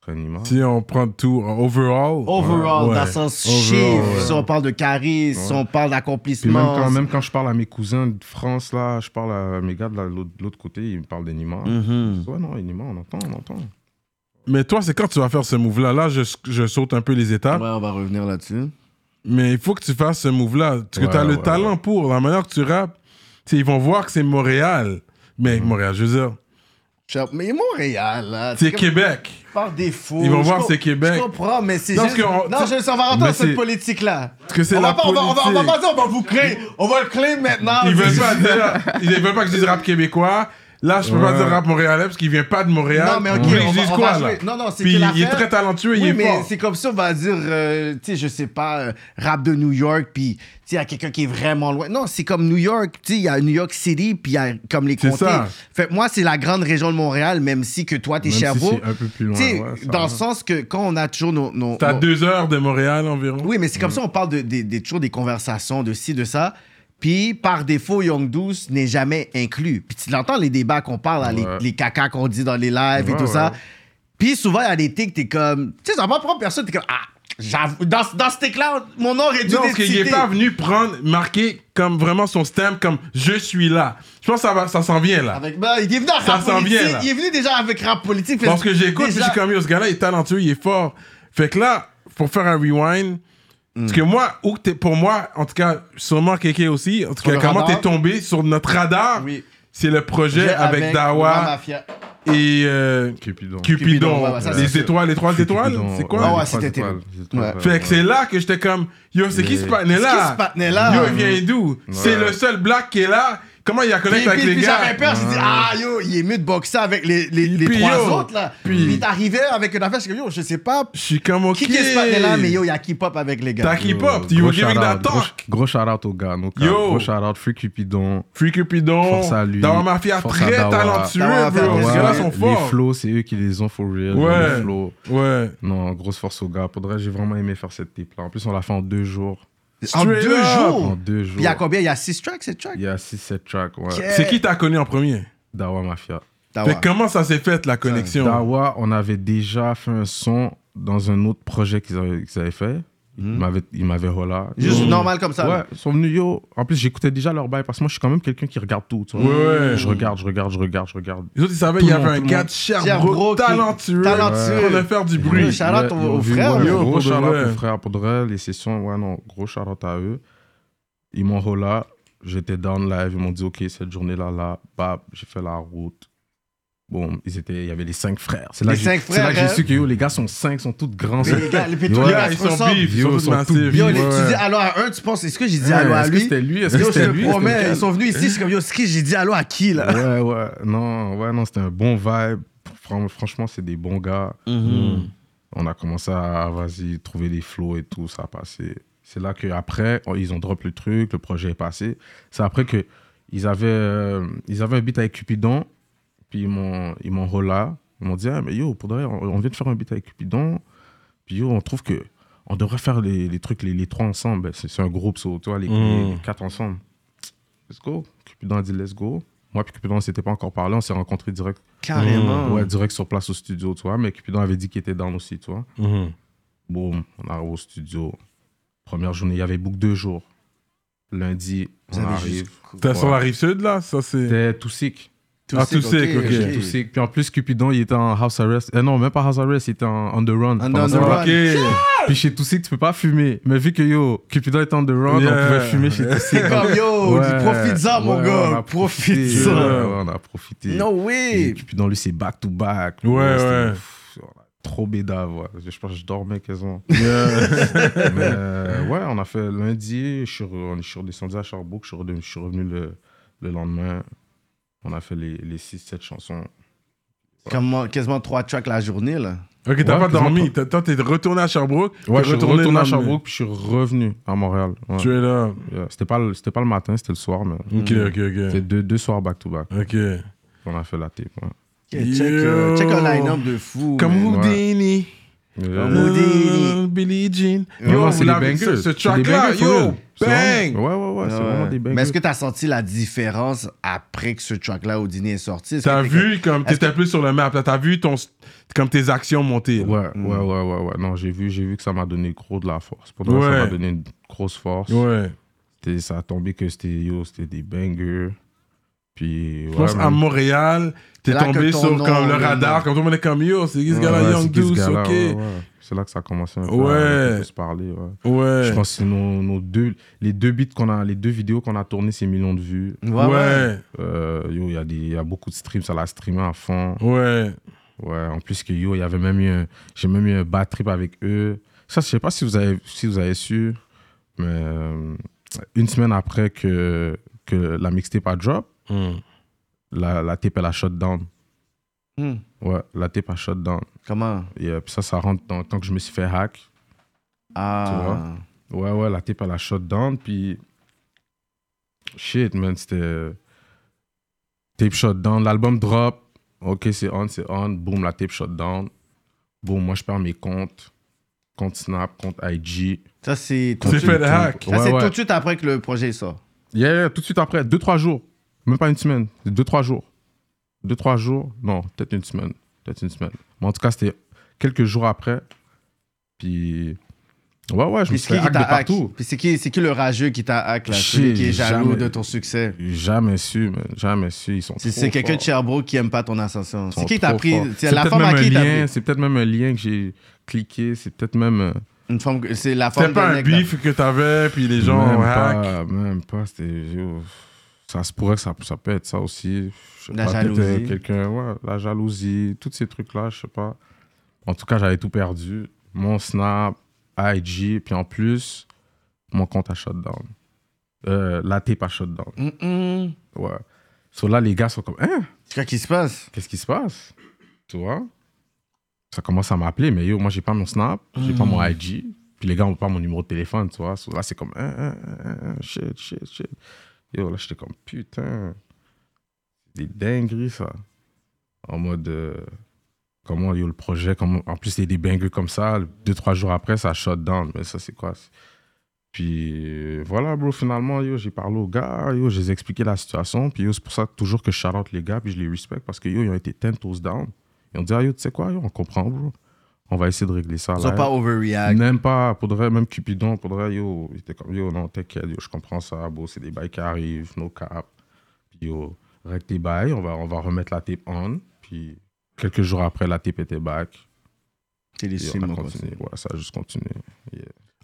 [SPEAKER 5] Ce serait Nima.
[SPEAKER 3] Si on prend tout, euh, overall.
[SPEAKER 4] Overall,
[SPEAKER 3] ouais.
[SPEAKER 4] dans le sens
[SPEAKER 3] Overall,
[SPEAKER 4] chiffre,
[SPEAKER 3] ouais.
[SPEAKER 4] si on parle de charisme, si
[SPEAKER 5] Ouais.
[SPEAKER 4] on parle
[SPEAKER 5] Puis même
[SPEAKER 4] d'accomplissement.
[SPEAKER 5] quand, même quand je parle à mes cousins de France, là, je parle à mes gars de la- l'autre de l'autre côté, ils me parlent des Nima.
[SPEAKER 4] Mhm.
[SPEAKER 5] Ouais, non, Nima, on entend, on entend.
[SPEAKER 3] Mais toi, c'est quand tu vas faire ce move-là. Là, je, je saute un peu les étapes.
[SPEAKER 4] Ouais, on va revenir là-dessus.
[SPEAKER 3] Mais il faut que tu fasses ce move-là. Parce que
[SPEAKER 5] Ouais,
[SPEAKER 3] tu as le
[SPEAKER 5] ouais,
[SPEAKER 3] talent
[SPEAKER 5] ouais.
[SPEAKER 3] pour. La manière que tu rappes, tu sais, ils vont voir que c'est Montréal. Mais Montréal, je veux dire,
[SPEAKER 4] Cher- Mais Montréal, là.
[SPEAKER 3] c'est
[SPEAKER 4] comme-
[SPEAKER 3] Québec.
[SPEAKER 4] Par défaut.
[SPEAKER 3] Ils vont
[SPEAKER 4] je
[SPEAKER 3] voir
[SPEAKER 4] com-
[SPEAKER 3] c'est Québec.
[SPEAKER 4] Je comprends, mais c'est.
[SPEAKER 3] Parce
[SPEAKER 4] Juste...
[SPEAKER 3] que on-
[SPEAKER 4] Non, je sais, on va rentrer
[SPEAKER 3] Mais
[SPEAKER 4] dans
[SPEAKER 3] c'est-
[SPEAKER 4] cette politique-là.
[SPEAKER 3] Parce que c'est
[SPEAKER 4] On va,
[SPEAKER 3] la
[SPEAKER 4] pas, on, va, on, va, on va pas
[SPEAKER 3] politique.
[SPEAKER 4] dire, on va vous créer. On va le claim maintenant.
[SPEAKER 3] Ils veulent pas dire, ils veulent pas que je dise rap québécois. Là, je peux pas
[SPEAKER 5] Ouais.
[SPEAKER 3] dire rap montréalais parce qu'il vient pas de Montréal.
[SPEAKER 4] Non, mais ok,
[SPEAKER 3] Vous voulez que
[SPEAKER 4] on
[SPEAKER 3] je
[SPEAKER 4] va-
[SPEAKER 3] dise
[SPEAKER 4] on
[SPEAKER 3] quoi, là?
[SPEAKER 4] va jouer. Non, non, c'est
[SPEAKER 3] Puis
[SPEAKER 4] que
[SPEAKER 3] il est
[SPEAKER 4] l'affaire-
[SPEAKER 3] très talentueux, il
[SPEAKER 4] Oui,
[SPEAKER 3] est
[SPEAKER 4] mais
[SPEAKER 3] fort.
[SPEAKER 4] c'est comme ça, on va dire, euh, tu sais, je sais pas, euh, rap de New York, puis tu sais, il y a quelqu'un qui est vraiment loin. Non, c'est comme New York, tu sais, il y a New York City, puis il y a comme les
[SPEAKER 3] C'est
[SPEAKER 4] comtés.
[SPEAKER 3] ça.
[SPEAKER 4] Fait que moi, c'est la grande région de Montréal, même si que toi, t'es
[SPEAKER 5] Même si
[SPEAKER 4] Cherbourg.
[SPEAKER 5] c'est un peu plus
[SPEAKER 4] Tu
[SPEAKER 5] loin.
[SPEAKER 4] sais,
[SPEAKER 5] ouais, ça
[SPEAKER 4] dans le
[SPEAKER 5] va.
[SPEAKER 4] sens que quand on a toujours nos. nos-
[SPEAKER 3] T'as
[SPEAKER 4] nos-
[SPEAKER 3] deux Mm. heures de Montréal environ.
[SPEAKER 4] Oui, mais c'est comme ça, on parle de, des- des- toujours des conversations de ci, de ça. Puis, par défaut, Young Douce n'est jamais inclus. Puis, tu l'entends, les débats qu'on parle, là,
[SPEAKER 5] Ouais.
[SPEAKER 4] les, les cacas qu'on dit dans les lives et
[SPEAKER 5] Ouais,
[SPEAKER 4] tout ça.
[SPEAKER 5] ouais.
[SPEAKER 4] Puis, souvent, il y a des tics, t'es comme. Tu sais, ça va prendre personne, t'es comme. Ah, j'avoue, dans, dans ce tic-là, mon nom aurait dû
[SPEAKER 3] Non, parce
[SPEAKER 4] être
[SPEAKER 3] qu'il est
[SPEAKER 4] cité.
[SPEAKER 3] pas venu prendre, marquer comme vraiment son stamp comme je suis là. Je pense que ça, va- ça s'en vient là.
[SPEAKER 4] Avec, ben, il est venu en
[SPEAKER 3] Ça
[SPEAKER 4] rap
[SPEAKER 3] s'en
[SPEAKER 4] politique.
[SPEAKER 3] vient, là.
[SPEAKER 4] il est venu déjà avec rap politique.
[SPEAKER 3] Parce que j'écoute, puis je
[SPEAKER 4] déjà-
[SPEAKER 3] suis comme yo, ce gars-là, il est talentueux, il est fort. Fait que là, pour faire un rewind, parce que moi, ou que t'es- pour moi, en tout cas, sûrement Kéké aussi, en tout
[SPEAKER 4] Sur
[SPEAKER 3] cas,
[SPEAKER 4] le
[SPEAKER 3] comment t'es
[SPEAKER 4] radar.
[SPEAKER 3] tombé sur notre radar,
[SPEAKER 4] Oui.
[SPEAKER 3] c'est le projet
[SPEAKER 4] J'ai
[SPEAKER 3] avec,
[SPEAKER 4] la
[SPEAKER 3] Dawa
[SPEAKER 4] mafia.
[SPEAKER 3] et euh,
[SPEAKER 5] Cupidon.
[SPEAKER 3] Cupidon.
[SPEAKER 4] Cupidon, ouais, ouais, ça,
[SPEAKER 3] les
[SPEAKER 4] c'est-
[SPEAKER 3] étoiles, les trois étoiles,
[SPEAKER 5] Cupidon,
[SPEAKER 3] c'est
[SPEAKER 4] Ah
[SPEAKER 3] quoi
[SPEAKER 4] ouais,
[SPEAKER 5] les trois
[SPEAKER 4] c'était
[SPEAKER 5] étoiles,
[SPEAKER 4] terrible.
[SPEAKER 5] les trois
[SPEAKER 4] Ouais.
[SPEAKER 5] étoiles,
[SPEAKER 3] Fait
[SPEAKER 5] ouais.
[SPEAKER 3] que c'est là que j'étais comme, yo, c'est qui
[SPEAKER 5] Mais-
[SPEAKER 3] ce patiné
[SPEAKER 4] C'est qui
[SPEAKER 3] là
[SPEAKER 4] ce patiné-là?
[SPEAKER 3] Yo, il vient d'où C'est le seul black qui est là. Comment il a
[SPEAKER 4] Puis,
[SPEAKER 3] connecté avec
[SPEAKER 4] puis,
[SPEAKER 3] les
[SPEAKER 4] puis
[SPEAKER 3] gars
[SPEAKER 4] j'avais peur, j'ai dit, ah yo, il est mieux de boxer avec les, les, les
[SPEAKER 3] Puis,
[SPEAKER 4] trois
[SPEAKER 3] yo,
[SPEAKER 4] autres là.
[SPEAKER 3] puis-
[SPEAKER 4] Puis, il est arrivé avec une affaire, je suis comme, yo, je sais pas
[SPEAKER 3] Je suis comme, ok.
[SPEAKER 4] qui qui est ce patin-là, mais yo, il y a K-pop avec les
[SPEAKER 3] T'as
[SPEAKER 4] gars.
[SPEAKER 3] qui pop
[SPEAKER 5] Gros
[SPEAKER 3] You were giving that
[SPEAKER 5] shout-out, gros-
[SPEAKER 3] talk.
[SPEAKER 5] Gros shout out aux gars. nos gars.
[SPEAKER 3] Yo.
[SPEAKER 5] Gros shout out Free Cupidon.
[SPEAKER 3] Free Cupidon.
[SPEAKER 5] Force à lui.
[SPEAKER 3] Dawa Mafia,
[SPEAKER 5] Force
[SPEAKER 3] très
[SPEAKER 5] à Dawa.
[SPEAKER 3] talentueux,
[SPEAKER 4] Dawa
[SPEAKER 3] bro.
[SPEAKER 4] Mafia, très
[SPEAKER 3] Ces
[SPEAKER 4] talentueux.
[SPEAKER 3] gars-là sont
[SPEAKER 5] Les
[SPEAKER 3] forts.
[SPEAKER 5] flows, c'est eux qui les ont for real.
[SPEAKER 3] Ouais.
[SPEAKER 5] Les flows.
[SPEAKER 3] Ouais.
[SPEAKER 5] Non, grosse force aux gars. Pour de vrai, j'ai vraiment aimé faire cette tape là. En plus, on l'a fait en deux jours.
[SPEAKER 4] En
[SPEAKER 3] Straight
[SPEAKER 4] deux
[SPEAKER 3] up.
[SPEAKER 5] En
[SPEAKER 4] jours.
[SPEAKER 5] deux jours.
[SPEAKER 4] Il y a combien Il y a six tracks, sept tracks
[SPEAKER 5] Il y a 6-7 tracks. Ouais.
[SPEAKER 4] Yeah.
[SPEAKER 3] C'est qui t'as connu en premier
[SPEAKER 5] Dawa Mafia.
[SPEAKER 4] T'as
[SPEAKER 3] Fait
[SPEAKER 4] voir.
[SPEAKER 3] que comment ça s'est fait la connexion
[SPEAKER 5] Dawa, on avait déjà fait un son dans un autre projet qu'ils avaient, qu'ils avaient fait. Ils
[SPEAKER 3] Hmm.
[SPEAKER 5] m'avaient- Ils m'avaient hola.
[SPEAKER 4] Juste
[SPEAKER 5] Yo.
[SPEAKER 4] normal comme ça.
[SPEAKER 5] Ouais,
[SPEAKER 4] là.
[SPEAKER 5] ils sont venus yo. En plus, j'écoutais déjà leur bail parce que moi, je suis quand même quelqu'un qui regarde tout. Tu vois.
[SPEAKER 3] Ouais, ouais.
[SPEAKER 5] Je regarde, je regarde, je regarde, je regarde.
[SPEAKER 3] Les autres, ils savaient
[SPEAKER 5] Tout
[SPEAKER 3] qu'il y
[SPEAKER 5] le
[SPEAKER 3] avait
[SPEAKER 5] monde,
[SPEAKER 3] un
[SPEAKER 5] tout le
[SPEAKER 3] gars
[SPEAKER 5] monde.
[SPEAKER 3] de Sherbrooke
[SPEAKER 4] Sherbrooke qui-
[SPEAKER 3] talentueux.
[SPEAKER 4] talentueux.
[SPEAKER 3] Qu'on a faire du
[SPEAKER 4] Oui,
[SPEAKER 3] bruit.
[SPEAKER 4] shout out
[SPEAKER 5] Ils ont- ils
[SPEAKER 4] aux
[SPEAKER 5] ont vu
[SPEAKER 4] frères,
[SPEAKER 5] moi,
[SPEAKER 3] yo,
[SPEAKER 5] Gros
[SPEAKER 3] pour de
[SPEAKER 5] shout
[SPEAKER 3] vrai.
[SPEAKER 5] out aux frères. Pour de vrai, les sessions, ouais, non, gros shout out à eux. Ils m'ont hola. J'étais down live. Ils m'ont dit, OK, cette journée-là, là, bam, j'ai fait la route. Bon, ils étaient, il y avait les cinq frères. C'est là
[SPEAKER 4] Les
[SPEAKER 5] que
[SPEAKER 4] cinq
[SPEAKER 5] j'ai- c'est là que
[SPEAKER 4] frères,
[SPEAKER 5] j'ai
[SPEAKER 4] hein.
[SPEAKER 5] su que yo, les gars sont cinq, sont tous grands.
[SPEAKER 4] Mais
[SPEAKER 5] sont-
[SPEAKER 4] les gars, les
[SPEAKER 5] Ouais.
[SPEAKER 4] pétons, les gars,
[SPEAKER 3] Ils
[SPEAKER 4] ils
[SPEAKER 3] sont
[SPEAKER 4] ressemblent.
[SPEAKER 3] bifs, ils
[SPEAKER 5] Yo,
[SPEAKER 3] sont
[SPEAKER 5] ils
[SPEAKER 3] tous
[SPEAKER 5] sont
[SPEAKER 3] massifs.
[SPEAKER 5] tout
[SPEAKER 4] Yo,
[SPEAKER 5] Ouais,
[SPEAKER 4] les- tu
[SPEAKER 5] ouais.
[SPEAKER 4] dis allô à un, tu penses, est-ce que j'ai dit
[SPEAKER 5] Ouais,
[SPEAKER 4] allô à
[SPEAKER 5] Est-ce que
[SPEAKER 4] lui
[SPEAKER 5] c'était lui Est-ce que
[SPEAKER 4] Yo, je
[SPEAKER 5] c'était lui
[SPEAKER 4] te
[SPEAKER 5] Est-ce que c'était Mm.
[SPEAKER 4] promets,
[SPEAKER 5] lui
[SPEAKER 4] ils sont venus ici, je suis comme, yo, c'est qui j'ai dit allô à qui là
[SPEAKER 5] Ouais, ouais, non, ouais, non, c'était un bon vibe. Fran- Franchement, c'est des bons gars. Mm. On a commencé à, vas-y, trouver des flows et tout, ça a passé. C'est là qu'après, ils ont drop le truc, le projet est passé. C'est après que ils avaient, euh, ils avaient un beat avec Cupidon, puis ils m'ont, ils m'ont hola. Ils m'ont dit, ah, mais yo, pour de vrai, on, on vient de faire un beat avec Cupidon, puis yo, on trouve que on devrait faire les, les trucs, les, les trois ensemble. Ben, C'est, c'est un groupe, so, tu vois, les, les- les quatre ensemble. Let's go. Cupidon a dit, let's go. Moi, puis Cupidon, on s'était pas encore parlé, on s'est rencontrés direct.
[SPEAKER 4] Carrément.
[SPEAKER 5] Hmm, Ouais, direct sur place au studio, tu vois. Mais Cupidon avait dit qu'il était down aussi, tu vois. Boum, on arrive au studio. Première journée, il y avait book deux jours. Lundi,
[SPEAKER 4] Vous
[SPEAKER 5] on
[SPEAKER 3] Ah,
[SPEAKER 4] avez
[SPEAKER 5] arrive.
[SPEAKER 3] T'es sur la
[SPEAKER 5] Ouais.
[SPEAKER 3] rive sud, là Ça, c'est.
[SPEAKER 5] C'était tout sick.
[SPEAKER 3] Ah, tout sec, ok.
[SPEAKER 5] Tout sick. Puis en plus, Cupidon, il était en house arrest. Eh non, même pas house arrest, il était en on the run.
[SPEAKER 4] On
[SPEAKER 5] pendant
[SPEAKER 4] the
[SPEAKER 5] ce temps-là.
[SPEAKER 4] run.
[SPEAKER 3] Ok.
[SPEAKER 5] Puis chez Toussic, tu peux pas fumer. Mais vu que yo, Cupidon était on the run,
[SPEAKER 3] Yeah.
[SPEAKER 5] on pouvait fumer chez Toussic.
[SPEAKER 4] C'est comme, yo,
[SPEAKER 5] Ouais.
[SPEAKER 4] Oh, profite-en, mon
[SPEAKER 5] Ouais, on
[SPEAKER 4] gars,
[SPEAKER 5] a profité. Ouais,
[SPEAKER 4] profite-en.
[SPEAKER 5] ouais, on a profité.
[SPEAKER 4] No way.
[SPEAKER 5] Et puis dans lui, c'est back to back.
[SPEAKER 3] Ouais,
[SPEAKER 5] Moi, c'était-
[SPEAKER 3] ouais.
[SPEAKER 5] pff, on a Trop bédave, ouais. Je pense que je dormais quasiment. Mais euh, ouais, on a fait lundi, je suis, re- on est- je suis redescendu à Sherbrooke, je suis redevenu- je suis revenu, le, le lendemain. On a fait les, les 6-7 chansons.
[SPEAKER 4] Comme, quasiment trois tracks la journée là.
[SPEAKER 3] Ok, t'as pas
[SPEAKER 5] Ouais, quasiment
[SPEAKER 3] dormi. T'as- Toi, t'es retourné à Sherbrooke. t'es
[SPEAKER 5] Ouais, je suis
[SPEAKER 3] retourné
[SPEAKER 5] retourné
[SPEAKER 3] le
[SPEAKER 5] à
[SPEAKER 3] lendemain.
[SPEAKER 5] Sherbrooke, puis je suis revenu à Montréal. Ouais.
[SPEAKER 3] Tu es là.
[SPEAKER 5] Yeah. C'était pas, le- c'était pas le matin, c'était le soir, mais
[SPEAKER 3] Ok,
[SPEAKER 5] c'était
[SPEAKER 3] ok,
[SPEAKER 5] deux, deux soirs back to back.
[SPEAKER 3] ok. Ok.
[SPEAKER 5] On a fait la tape. ouais.
[SPEAKER 4] Ok, Check, euh,
[SPEAKER 3] Yo.
[SPEAKER 4] check un line-up de fou.
[SPEAKER 3] Comme
[SPEAKER 4] man.
[SPEAKER 3] Houdini.
[SPEAKER 5] Yeah.
[SPEAKER 4] Houdini.
[SPEAKER 3] Billie Jean.
[SPEAKER 5] Non, non,
[SPEAKER 3] Yo,
[SPEAKER 7] Euh,
[SPEAKER 5] c'est
[SPEAKER 3] vous
[SPEAKER 5] les
[SPEAKER 3] l'avez-
[SPEAKER 5] bangers.
[SPEAKER 3] Ce
[SPEAKER 5] euh, C'est
[SPEAKER 3] track-là,
[SPEAKER 5] les bangers, for
[SPEAKER 3] yo.
[SPEAKER 5] real. C'est
[SPEAKER 7] Bang!
[SPEAKER 5] vraiment- Ouais, ouais, ouais, c'est
[SPEAKER 4] Ah Ouais.
[SPEAKER 5] vraiment des bangs.
[SPEAKER 4] Mais est-ce que t'as senti la différence après que ce track-là au dîner est sorti? Est-ce
[SPEAKER 7] T'as
[SPEAKER 4] que t'es
[SPEAKER 7] vu comme t'étais plus sur le map, là, t'as vu ton comme tes actions monter. là.
[SPEAKER 5] Ouais, ouais, ouais, ouais, ouais. Non, j'ai vu, j'ai vu que ça m'a donné gros de la force. Pour moi,
[SPEAKER 7] Ouais.
[SPEAKER 5] ça m'a donné une grosse force.
[SPEAKER 7] Ouais.
[SPEAKER 5] C'était- Ça a tombé que c'était yo, c'était des bangers. Puis,
[SPEAKER 7] Je pense
[SPEAKER 5] ouais,
[SPEAKER 7] à
[SPEAKER 5] man.
[SPEAKER 7] Montréal, t'es
[SPEAKER 4] C'est là
[SPEAKER 7] tombé
[SPEAKER 4] que ton
[SPEAKER 7] sur
[SPEAKER 4] nom,
[SPEAKER 7] comme le
[SPEAKER 4] le
[SPEAKER 7] radar,
[SPEAKER 4] nom.
[SPEAKER 7] comme tout le monde est comme yo, c'est qui ce
[SPEAKER 5] Ouais,
[SPEAKER 7] gars-là,
[SPEAKER 5] ouais,
[SPEAKER 7] Young
[SPEAKER 5] c'est qui ce
[SPEAKER 7] Deuce,
[SPEAKER 5] gars-là,
[SPEAKER 7] ok.
[SPEAKER 5] ouais, ouais. C'est là que ça a commencé un peu
[SPEAKER 7] Ouais.
[SPEAKER 5] à, à se parler. Ouais.
[SPEAKER 7] Ouais.
[SPEAKER 5] Je pense que c'est nos, nos deux, les deux beats qu'on a, les deux vidéos qu'on a tournées, c'est millions de vues.
[SPEAKER 4] Ouais, ouais.
[SPEAKER 7] ouais.
[SPEAKER 5] Euh, yo, il y, a des- il y a beaucoup de streams, ça l'a streamé à fond.
[SPEAKER 7] Ouais.
[SPEAKER 5] Ouais, en plus que yo, il y avait même eu, un- j'ai même eu un bad trip avec eux. Ça, je sais pas si vous avez, si vous avez su, mais euh, une semaine après que, que la mixtape a drop,
[SPEAKER 7] Hum.
[SPEAKER 5] la, la tape elle a shut down.
[SPEAKER 4] Hmm.
[SPEAKER 5] Ouais, la tape a shut down.
[SPEAKER 4] Comment?
[SPEAKER 5] Et euh, puis ça, ça rentre dans tant que je me suis fait hack.
[SPEAKER 4] Ah.
[SPEAKER 5] Ouais, ouais, la tape, elle a shot down, puis... Shit, man, c'était... Tape shot down, l'album drop. OK, c'est on, c'est on. Boom, la tape shot down. Boom, moi, je perds mes comptes. Compte Snap, compte IG.
[SPEAKER 4] Ça, c'est tout,
[SPEAKER 5] compte
[SPEAKER 7] C'est fait le
[SPEAKER 5] YouTube.
[SPEAKER 7] hack.
[SPEAKER 4] ça, Ah, c'est
[SPEAKER 5] Ouais, ouais.
[SPEAKER 4] tout de suite après que le projet sort.
[SPEAKER 5] Yeah, yeah, tout de suite après, deux, trois jours. Même pas une semaine, deux, trois jours. Deux, trois jours, non, peut-être une semaine. Peut-être une semaine. Mais en tout cas, c'était quelques jours après. Puis... Ouais, ouais, je me
[SPEAKER 4] Puis
[SPEAKER 5] suis
[SPEAKER 4] c'est qui
[SPEAKER 5] fait
[SPEAKER 4] qui
[SPEAKER 5] hack de
[SPEAKER 4] t'a hack?
[SPEAKER 5] partout.
[SPEAKER 4] Puis c'est qui, c'est qui le rageux qui t'a hack, là?
[SPEAKER 5] Shit,
[SPEAKER 4] Celui qui est jaloux
[SPEAKER 5] jamais.
[SPEAKER 4] de ton succès.
[SPEAKER 5] Jamais su, man. Jamais su. Ils sont
[SPEAKER 4] C'est,
[SPEAKER 5] trop
[SPEAKER 4] c'est quelqu'un de
[SPEAKER 5] forts.
[SPEAKER 4] Sherbrooke qui aime pas ton ascension.
[SPEAKER 5] Ils sont
[SPEAKER 4] C'est qui t'a
[SPEAKER 5] trop
[SPEAKER 4] pris?
[SPEAKER 5] forts.
[SPEAKER 4] C'est
[SPEAKER 5] C'est
[SPEAKER 4] la
[SPEAKER 5] peut-être
[SPEAKER 4] femme à
[SPEAKER 5] même
[SPEAKER 4] qui
[SPEAKER 5] un
[SPEAKER 4] t'a
[SPEAKER 5] lien,
[SPEAKER 4] pris?
[SPEAKER 5] C'est peut-être même un lien que j'ai cliqué. C'est peut-être même. euh,
[SPEAKER 4] Une femme, c'est la
[SPEAKER 7] C'était
[SPEAKER 4] femme
[SPEAKER 7] pas
[SPEAKER 4] d'un
[SPEAKER 7] un
[SPEAKER 4] mec, là.
[SPEAKER 7] beef que t'avais, puis les gens
[SPEAKER 5] même
[SPEAKER 7] hack.
[SPEAKER 5] pas. Même pas. C'était. yo, Ça se pourrait que ça, ça peut être ça aussi. Je sais
[SPEAKER 4] La
[SPEAKER 5] pas, peut-être, euh,
[SPEAKER 4] jalousie.
[SPEAKER 5] Quelqu'un. Ouais, la jalousie. Tous ces trucs-là, je sais pas. En tout cas, j'avais tout perdu. Mon Snap, IG, puis en plus, mon compte à shutdown. Euh, la tape à shutdown.
[SPEAKER 4] Mm-mm.
[SPEAKER 5] Ouais. So là, les gars sont comme. Hein?
[SPEAKER 4] C'est quoi qui se passe?
[SPEAKER 5] qu'est-ce qui se passe Tu vois Ça commence à m'appeler, mais yo, moi, j'ai pas mon Snap, j'ai pas mon IG, puis les gars n'ont pas mon numéro de téléphone, tu vois. So, là, c'est comme, hein, hein, hein, hein, shit, shit, shit. Yo, là, j'étais comme, putain, c'est des dingueries, ça. En mode, euh, comment, yo, le projet, comment... en plus, c'est des dingueries comme ça, deux, trois jours après, ça shot down, mais ça, c'est quoi c'est- puis euh, voilà, bro, finalement, yo, j'ai parlé aux gars, yo, j'ai expliqué la situation. Puis yo, c'est pour ça toujours que je charlotte les gars, puis je les respecte parce que yo, ils ont été 10 toes down. Ils ont dit, ah, yo, tu sais quoi, yo, on comprend, bro. On va essayer de régler ça.
[SPEAKER 4] Ils
[SPEAKER 5] là.
[SPEAKER 4] sont pas overreact.
[SPEAKER 5] Même pas, pour de vrai, même Cupidon, pour de vrai, yo, il était comme, yo, non, t'inquiète, yo, je comprends ça, bro, c'est des bails qui arrivent, no cap. Puis yo, règle tes bails, on va, on va remettre la tape on. Puis quelques jours après, la tape était back.
[SPEAKER 4] C'est les
[SPEAKER 5] Puis
[SPEAKER 4] sims,
[SPEAKER 5] on a
[SPEAKER 4] quoi.
[SPEAKER 5] continué, ouais, ça a juste continué.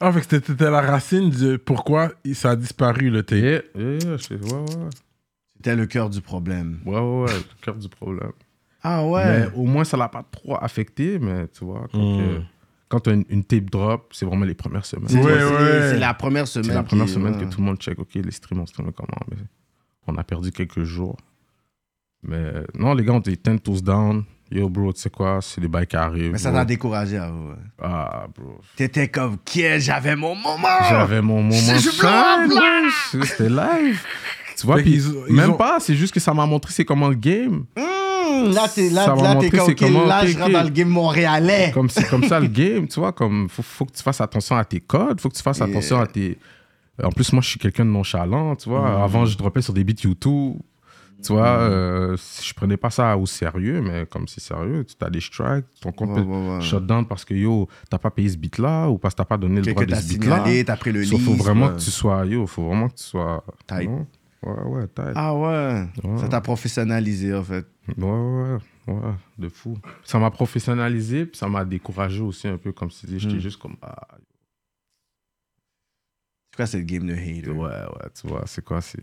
[SPEAKER 7] Ah, fait que c'était c'était la racine de pourquoi ça a disparu, le tape.
[SPEAKER 5] Yeah, yeah, yeah, je- ouais, ouais, ouais.
[SPEAKER 4] C'était le cœur du problème.
[SPEAKER 5] Ouais, ouais, ouais, le cœur du problème.
[SPEAKER 4] Ah ouais? Hmm.
[SPEAKER 5] Mais au moins, ça l'a pas trop affecté, mais tu vois, quand,
[SPEAKER 7] Mm.
[SPEAKER 5] que- quand t'as une, une tape drop, c'est vraiment les premières semaines.
[SPEAKER 4] C'est,
[SPEAKER 5] C'est
[SPEAKER 7] Ouais,
[SPEAKER 4] c'est-
[SPEAKER 7] ouais.
[SPEAKER 4] c'est la première semaine.
[SPEAKER 5] la première
[SPEAKER 4] qui-
[SPEAKER 5] semaine
[SPEAKER 4] ouais.
[SPEAKER 5] que tout le monde check, ok, les streams, on stream comment mais On a perdu quelques jours. Mais euh, non, les gars, on était 10 toes down. Yo, bro, tu sais quoi, c'est des bails qui arrivent.
[SPEAKER 4] Mais ça
[SPEAKER 5] bro.
[SPEAKER 4] t'a découragé à vous. ouais.
[SPEAKER 5] Ah, bro.
[SPEAKER 4] T'étais comme, qui j'avais mon moment!
[SPEAKER 5] J'avais mon moment.
[SPEAKER 4] Je- je blow up,
[SPEAKER 5] shine, wesh. C'était live. Tu vois,
[SPEAKER 7] Fait
[SPEAKER 5] puis
[SPEAKER 7] qu'ils- ils
[SPEAKER 5] même
[SPEAKER 7] ont-
[SPEAKER 5] pas, c'est juste que ça m'a montré c'est comment le game.
[SPEAKER 4] Mmh, là, t'es là,
[SPEAKER 5] Ça va
[SPEAKER 4] là, t'es
[SPEAKER 5] montrer
[SPEAKER 4] comme,
[SPEAKER 5] c'est
[SPEAKER 4] ok,
[SPEAKER 5] comment,
[SPEAKER 4] là,
[SPEAKER 5] ok,
[SPEAKER 4] je rentre
[SPEAKER 5] ok.
[SPEAKER 4] dans le game montréalais.
[SPEAKER 5] comme c'est comme ça le game, tu vois. Comme faut, faut que tu fasses attention à tes codes, faut que tu fasses
[SPEAKER 4] Yeah.
[SPEAKER 5] attention à tes. En plus, moi, je suis quelqu'un de nonchalant, tu vois.
[SPEAKER 4] Mm.
[SPEAKER 5] Avant, je dropais sur des beats YouTube, tu vois. euh, je prenais pas ça au sérieux, mais comme c'est sérieux, tu as des strikes, ton compte
[SPEAKER 4] Ouais,
[SPEAKER 5] peut-
[SPEAKER 4] ouais, ouais.
[SPEAKER 5] shutdown parce que yo, t'as pas payé ce beat là ou parce que t'as pas donné le
[SPEAKER 4] Que,
[SPEAKER 5] droit
[SPEAKER 4] que
[SPEAKER 5] de
[SPEAKER 4] t'as
[SPEAKER 5] ce beat là.
[SPEAKER 4] signalé, t'as pris le lit.
[SPEAKER 5] Il faut vraiment que tu sois yo, faut vraiment que tu sois
[SPEAKER 4] Tight.
[SPEAKER 5] Non? Ouais, ouais, tight.
[SPEAKER 4] Ah ouais.
[SPEAKER 5] Ouais.
[SPEAKER 4] Ça t'a professionnalisé, en fait.
[SPEAKER 5] Ouais, ouais, ouais, ouais, de fou. Ça m'a professionnalisé, puis ça m'a découragé aussi un peu, comme si j'étais
[SPEAKER 4] Mm.
[SPEAKER 5] juste comme, ah,
[SPEAKER 4] C'est quoi cette game de hater?
[SPEAKER 5] ouais, ouais, tu vois, c'est quoi, c'est...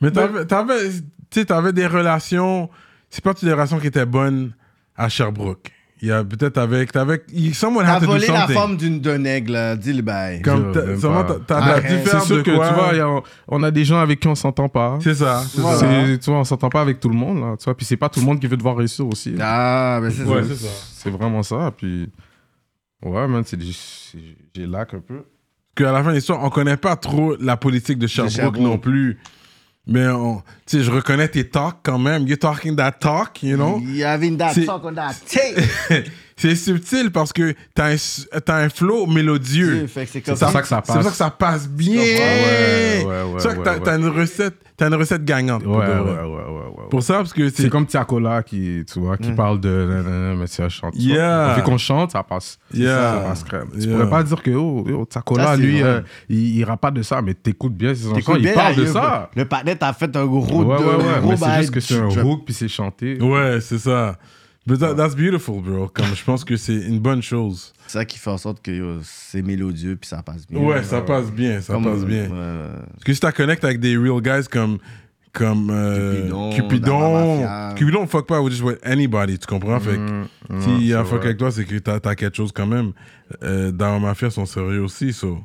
[SPEAKER 7] Mais t'avais,
[SPEAKER 4] Ben-
[SPEAKER 7] t'avais, tu sais, t'avais des relations, c'est pas toutes des relations qui étaient bonnes à Sherbrooke. Il y a peut-être avec, t'avais, il- someone
[SPEAKER 3] Ah,
[SPEAKER 4] T'as
[SPEAKER 7] had to do
[SPEAKER 4] volé la
[SPEAKER 7] something.
[SPEAKER 4] forme d'une d'un aigle, là. dis le bail.
[SPEAKER 7] Comme
[SPEAKER 5] Je
[SPEAKER 7] t'as-
[SPEAKER 5] même
[SPEAKER 7] sûrement,
[SPEAKER 5] pas.
[SPEAKER 7] t'as- t'as
[SPEAKER 4] Arrête.
[SPEAKER 7] dû
[SPEAKER 5] C'est
[SPEAKER 7] faire
[SPEAKER 5] sûr
[SPEAKER 7] de
[SPEAKER 5] que,
[SPEAKER 7] quoi.
[SPEAKER 5] tu vois, il y a- on a des gens avec qui on s'entend pas.
[SPEAKER 7] C'est ça. c'est
[SPEAKER 4] Voilà.
[SPEAKER 7] ça.
[SPEAKER 5] C'est- Tu vois, on s'entend pas avec tout le monde, là, tu vois, puis c'est pas tout le monde qui veut te voir réussir aussi.
[SPEAKER 4] Ah, mais c'est
[SPEAKER 7] Ouais,
[SPEAKER 4] ça.
[SPEAKER 7] c'est ça.
[SPEAKER 5] C'est vraiment ça, puis... Ouais, man, c'est des- c'est- j'ai lac un peu.
[SPEAKER 7] Qu'à la fin de l'histoire, on connaît pas trop la politique de Sherbrooke,
[SPEAKER 4] Sherbrooke.
[SPEAKER 7] non plus. Mais on, tu sais, je reconnais tes talks quand même. You're talking that talk, you know?
[SPEAKER 4] Il y avait une date,
[SPEAKER 7] C'est-
[SPEAKER 4] sans qu'on a- Tiens!
[SPEAKER 3] C'est subtil parce que t'as un, s- t'as un flow mélodieux.
[SPEAKER 4] Fait que c'est comme
[SPEAKER 5] C'est ça que ça
[SPEAKER 3] C'est pour ça
[SPEAKER 5] passe.
[SPEAKER 3] que ça passe bien.
[SPEAKER 5] Ouais, ouais, ouais, ouais,
[SPEAKER 3] c'est vrai que t'as
[SPEAKER 5] ouais,
[SPEAKER 3] t'as une recette, t'as une recette gagnante.
[SPEAKER 5] Ouais,
[SPEAKER 3] pour, de
[SPEAKER 5] ouais,
[SPEAKER 3] vrai.
[SPEAKER 5] ouais, ouais, ouais, ouais.
[SPEAKER 3] Pour ça, parce que c'est
[SPEAKER 5] C'est comme Tiakola qui, tu vois, qui parle de nanana, mais tu chante.
[SPEAKER 3] Yeah.
[SPEAKER 5] Vu qu'on chante, ça passe.
[SPEAKER 3] Yeah.
[SPEAKER 5] Ça passe crème. Tu
[SPEAKER 3] Yeah.
[SPEAKER 5] pourrais pas dire que oh, oh, Tiakola,
[SPEAKER 4] Ça, c'est
[SPEAKER 5] lui,
[SPEAKER 4] vrai.
[SPEAKER 5] euh, il, il rappe pas de ça, mais t'écoutes bien ses chansons,
[SPEAKER 4] T'écoutes
[SPEAKER 5] il
[SPEAKER 4] bien,
[SPEAKER 5] parle de
[SPEAKER 4] là,
[SPEAKER 5] ça.
[SPEAKER 4] Le panette a fait un gros
[SPEAKER 5] Ouais, ouais,
[SPEAKER 4] de-
[SPEAKER 5] ouais,
[SPEAKER 4] gros
[SPEAKER 5] mais c'est
[SPEAKER 4] bail.
[SPEAKER 5] juste que c'est un
[SPEAKER 4] Je-
[SPEAKER 5] hook puis c'est chanté.
[SPEAKER 3] Ouais, c'est ça. But that- that's beautiful, bro. Comme je pense que c'est une bonne chose.
[SPEAKER 4] C'est ça qui fait en sorte que yo, c'est mélodieux puis ça passe bien.
[SPEAKER 3] Ouais, ça passe bien, ça
[SPEAKER 4] Comme- euh,
[SPEAKER 3] passe bien.
[SPEAKER 4] ouais.
[SPEAKER 3] Parce que si t'as connecté avec des real guys comme comme euh,
[SPEAKER 4] Cupidon,
[SPEAKER 3] Cupidon,
[SPEAKER 4] Dama Mafia. Mm,
[SPEAKER 3] Cupidon fuck pas with just with anybody, tu comprends? Fait que s'il y a un fuck avec toi, c'est que t'as as quelque chose quand même. Euh, dans Mafia sont sérieux aussi, so.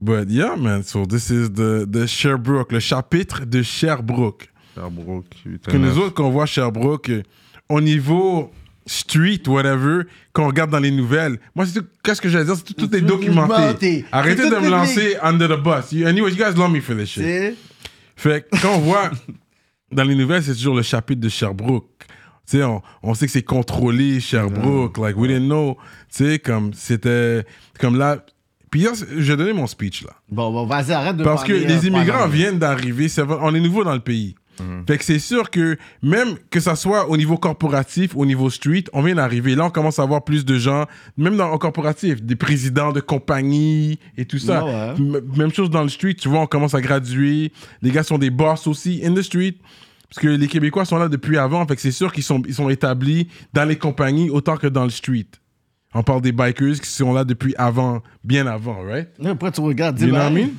[SPEAKER 3] But yeah, man, so this is the, the Sherbrooke, le chapitre de Sherbrooke.
[SPEAKER 5] Sherbrooke,
[SPEAKER 3] que nous autres, qu'on voit Sherbrooke, euh, au niveau street, whatever, qu'on regarde dans les nouvelles, moi, c'est tout, qu'est-ce que j'allais dire, c'est tout, tout est documenté.
[SPEAKER 4] Documenté.
[SPEAKER 3] Arrêtez
[SPEAKER 4] C'est
[SPEAKER 3] de
[SPEAKER 4] tout
[SPEAKER 3] me
[SPEAKER 4] public.
[SPEAKER 3] lancer under the bus. You- Anyway, you guys love me for this shit.
[SPEAKER 4] C'est
[SPEAKER 3] Fait que quand on voit dans les nouvelles, c'est toujours le chapitre de Sherbrooke. Tu sais, on, on sait que c'est contrôlé, Sherbrooke. Like, we didn't know. Tu sais, comme c'était. Comme là. Puis hier, je vais donner mon speech, là.
[SPEAKER 4] Bon, bon, vas-y, arrête de
[SPEAKER 3] Parce que
[SPEAKER 4] parler, euh,
[SPEAKER 3] les immigrants
[SPEAKER 4] pendant-
[SPEAKER 3] viennent d'arriver, ça va- on est nouveau dans le pays. Fait que c'est sûr que même que ça soit au niveau corporatif, au niveau street, on vient d'arriver. Là, on commence à voir plus de gens, même dans le corporatif, des présidents de compagnies et tout ça.
[SPEAKER 4] Ouais, Ah ouais.
[SPEAKER 3] M- Même chose dans le street, tu vois, on commence à graduer. Les gars sont des boss aussi in the street. Parce que les Québécois sont là depuis avant, fait que c'est sûr qu'ils sont, ils sont établis dans les compagnies autant que dans le street. On parle des bikers qui sont là depuis avant, bien avant, right?
[SPEAKER 4] Là, Après, tu regardes, dis
[SPEAKER 3] You know what I
[SPEAKER 4] bah,
[SPEAKER 3] mean?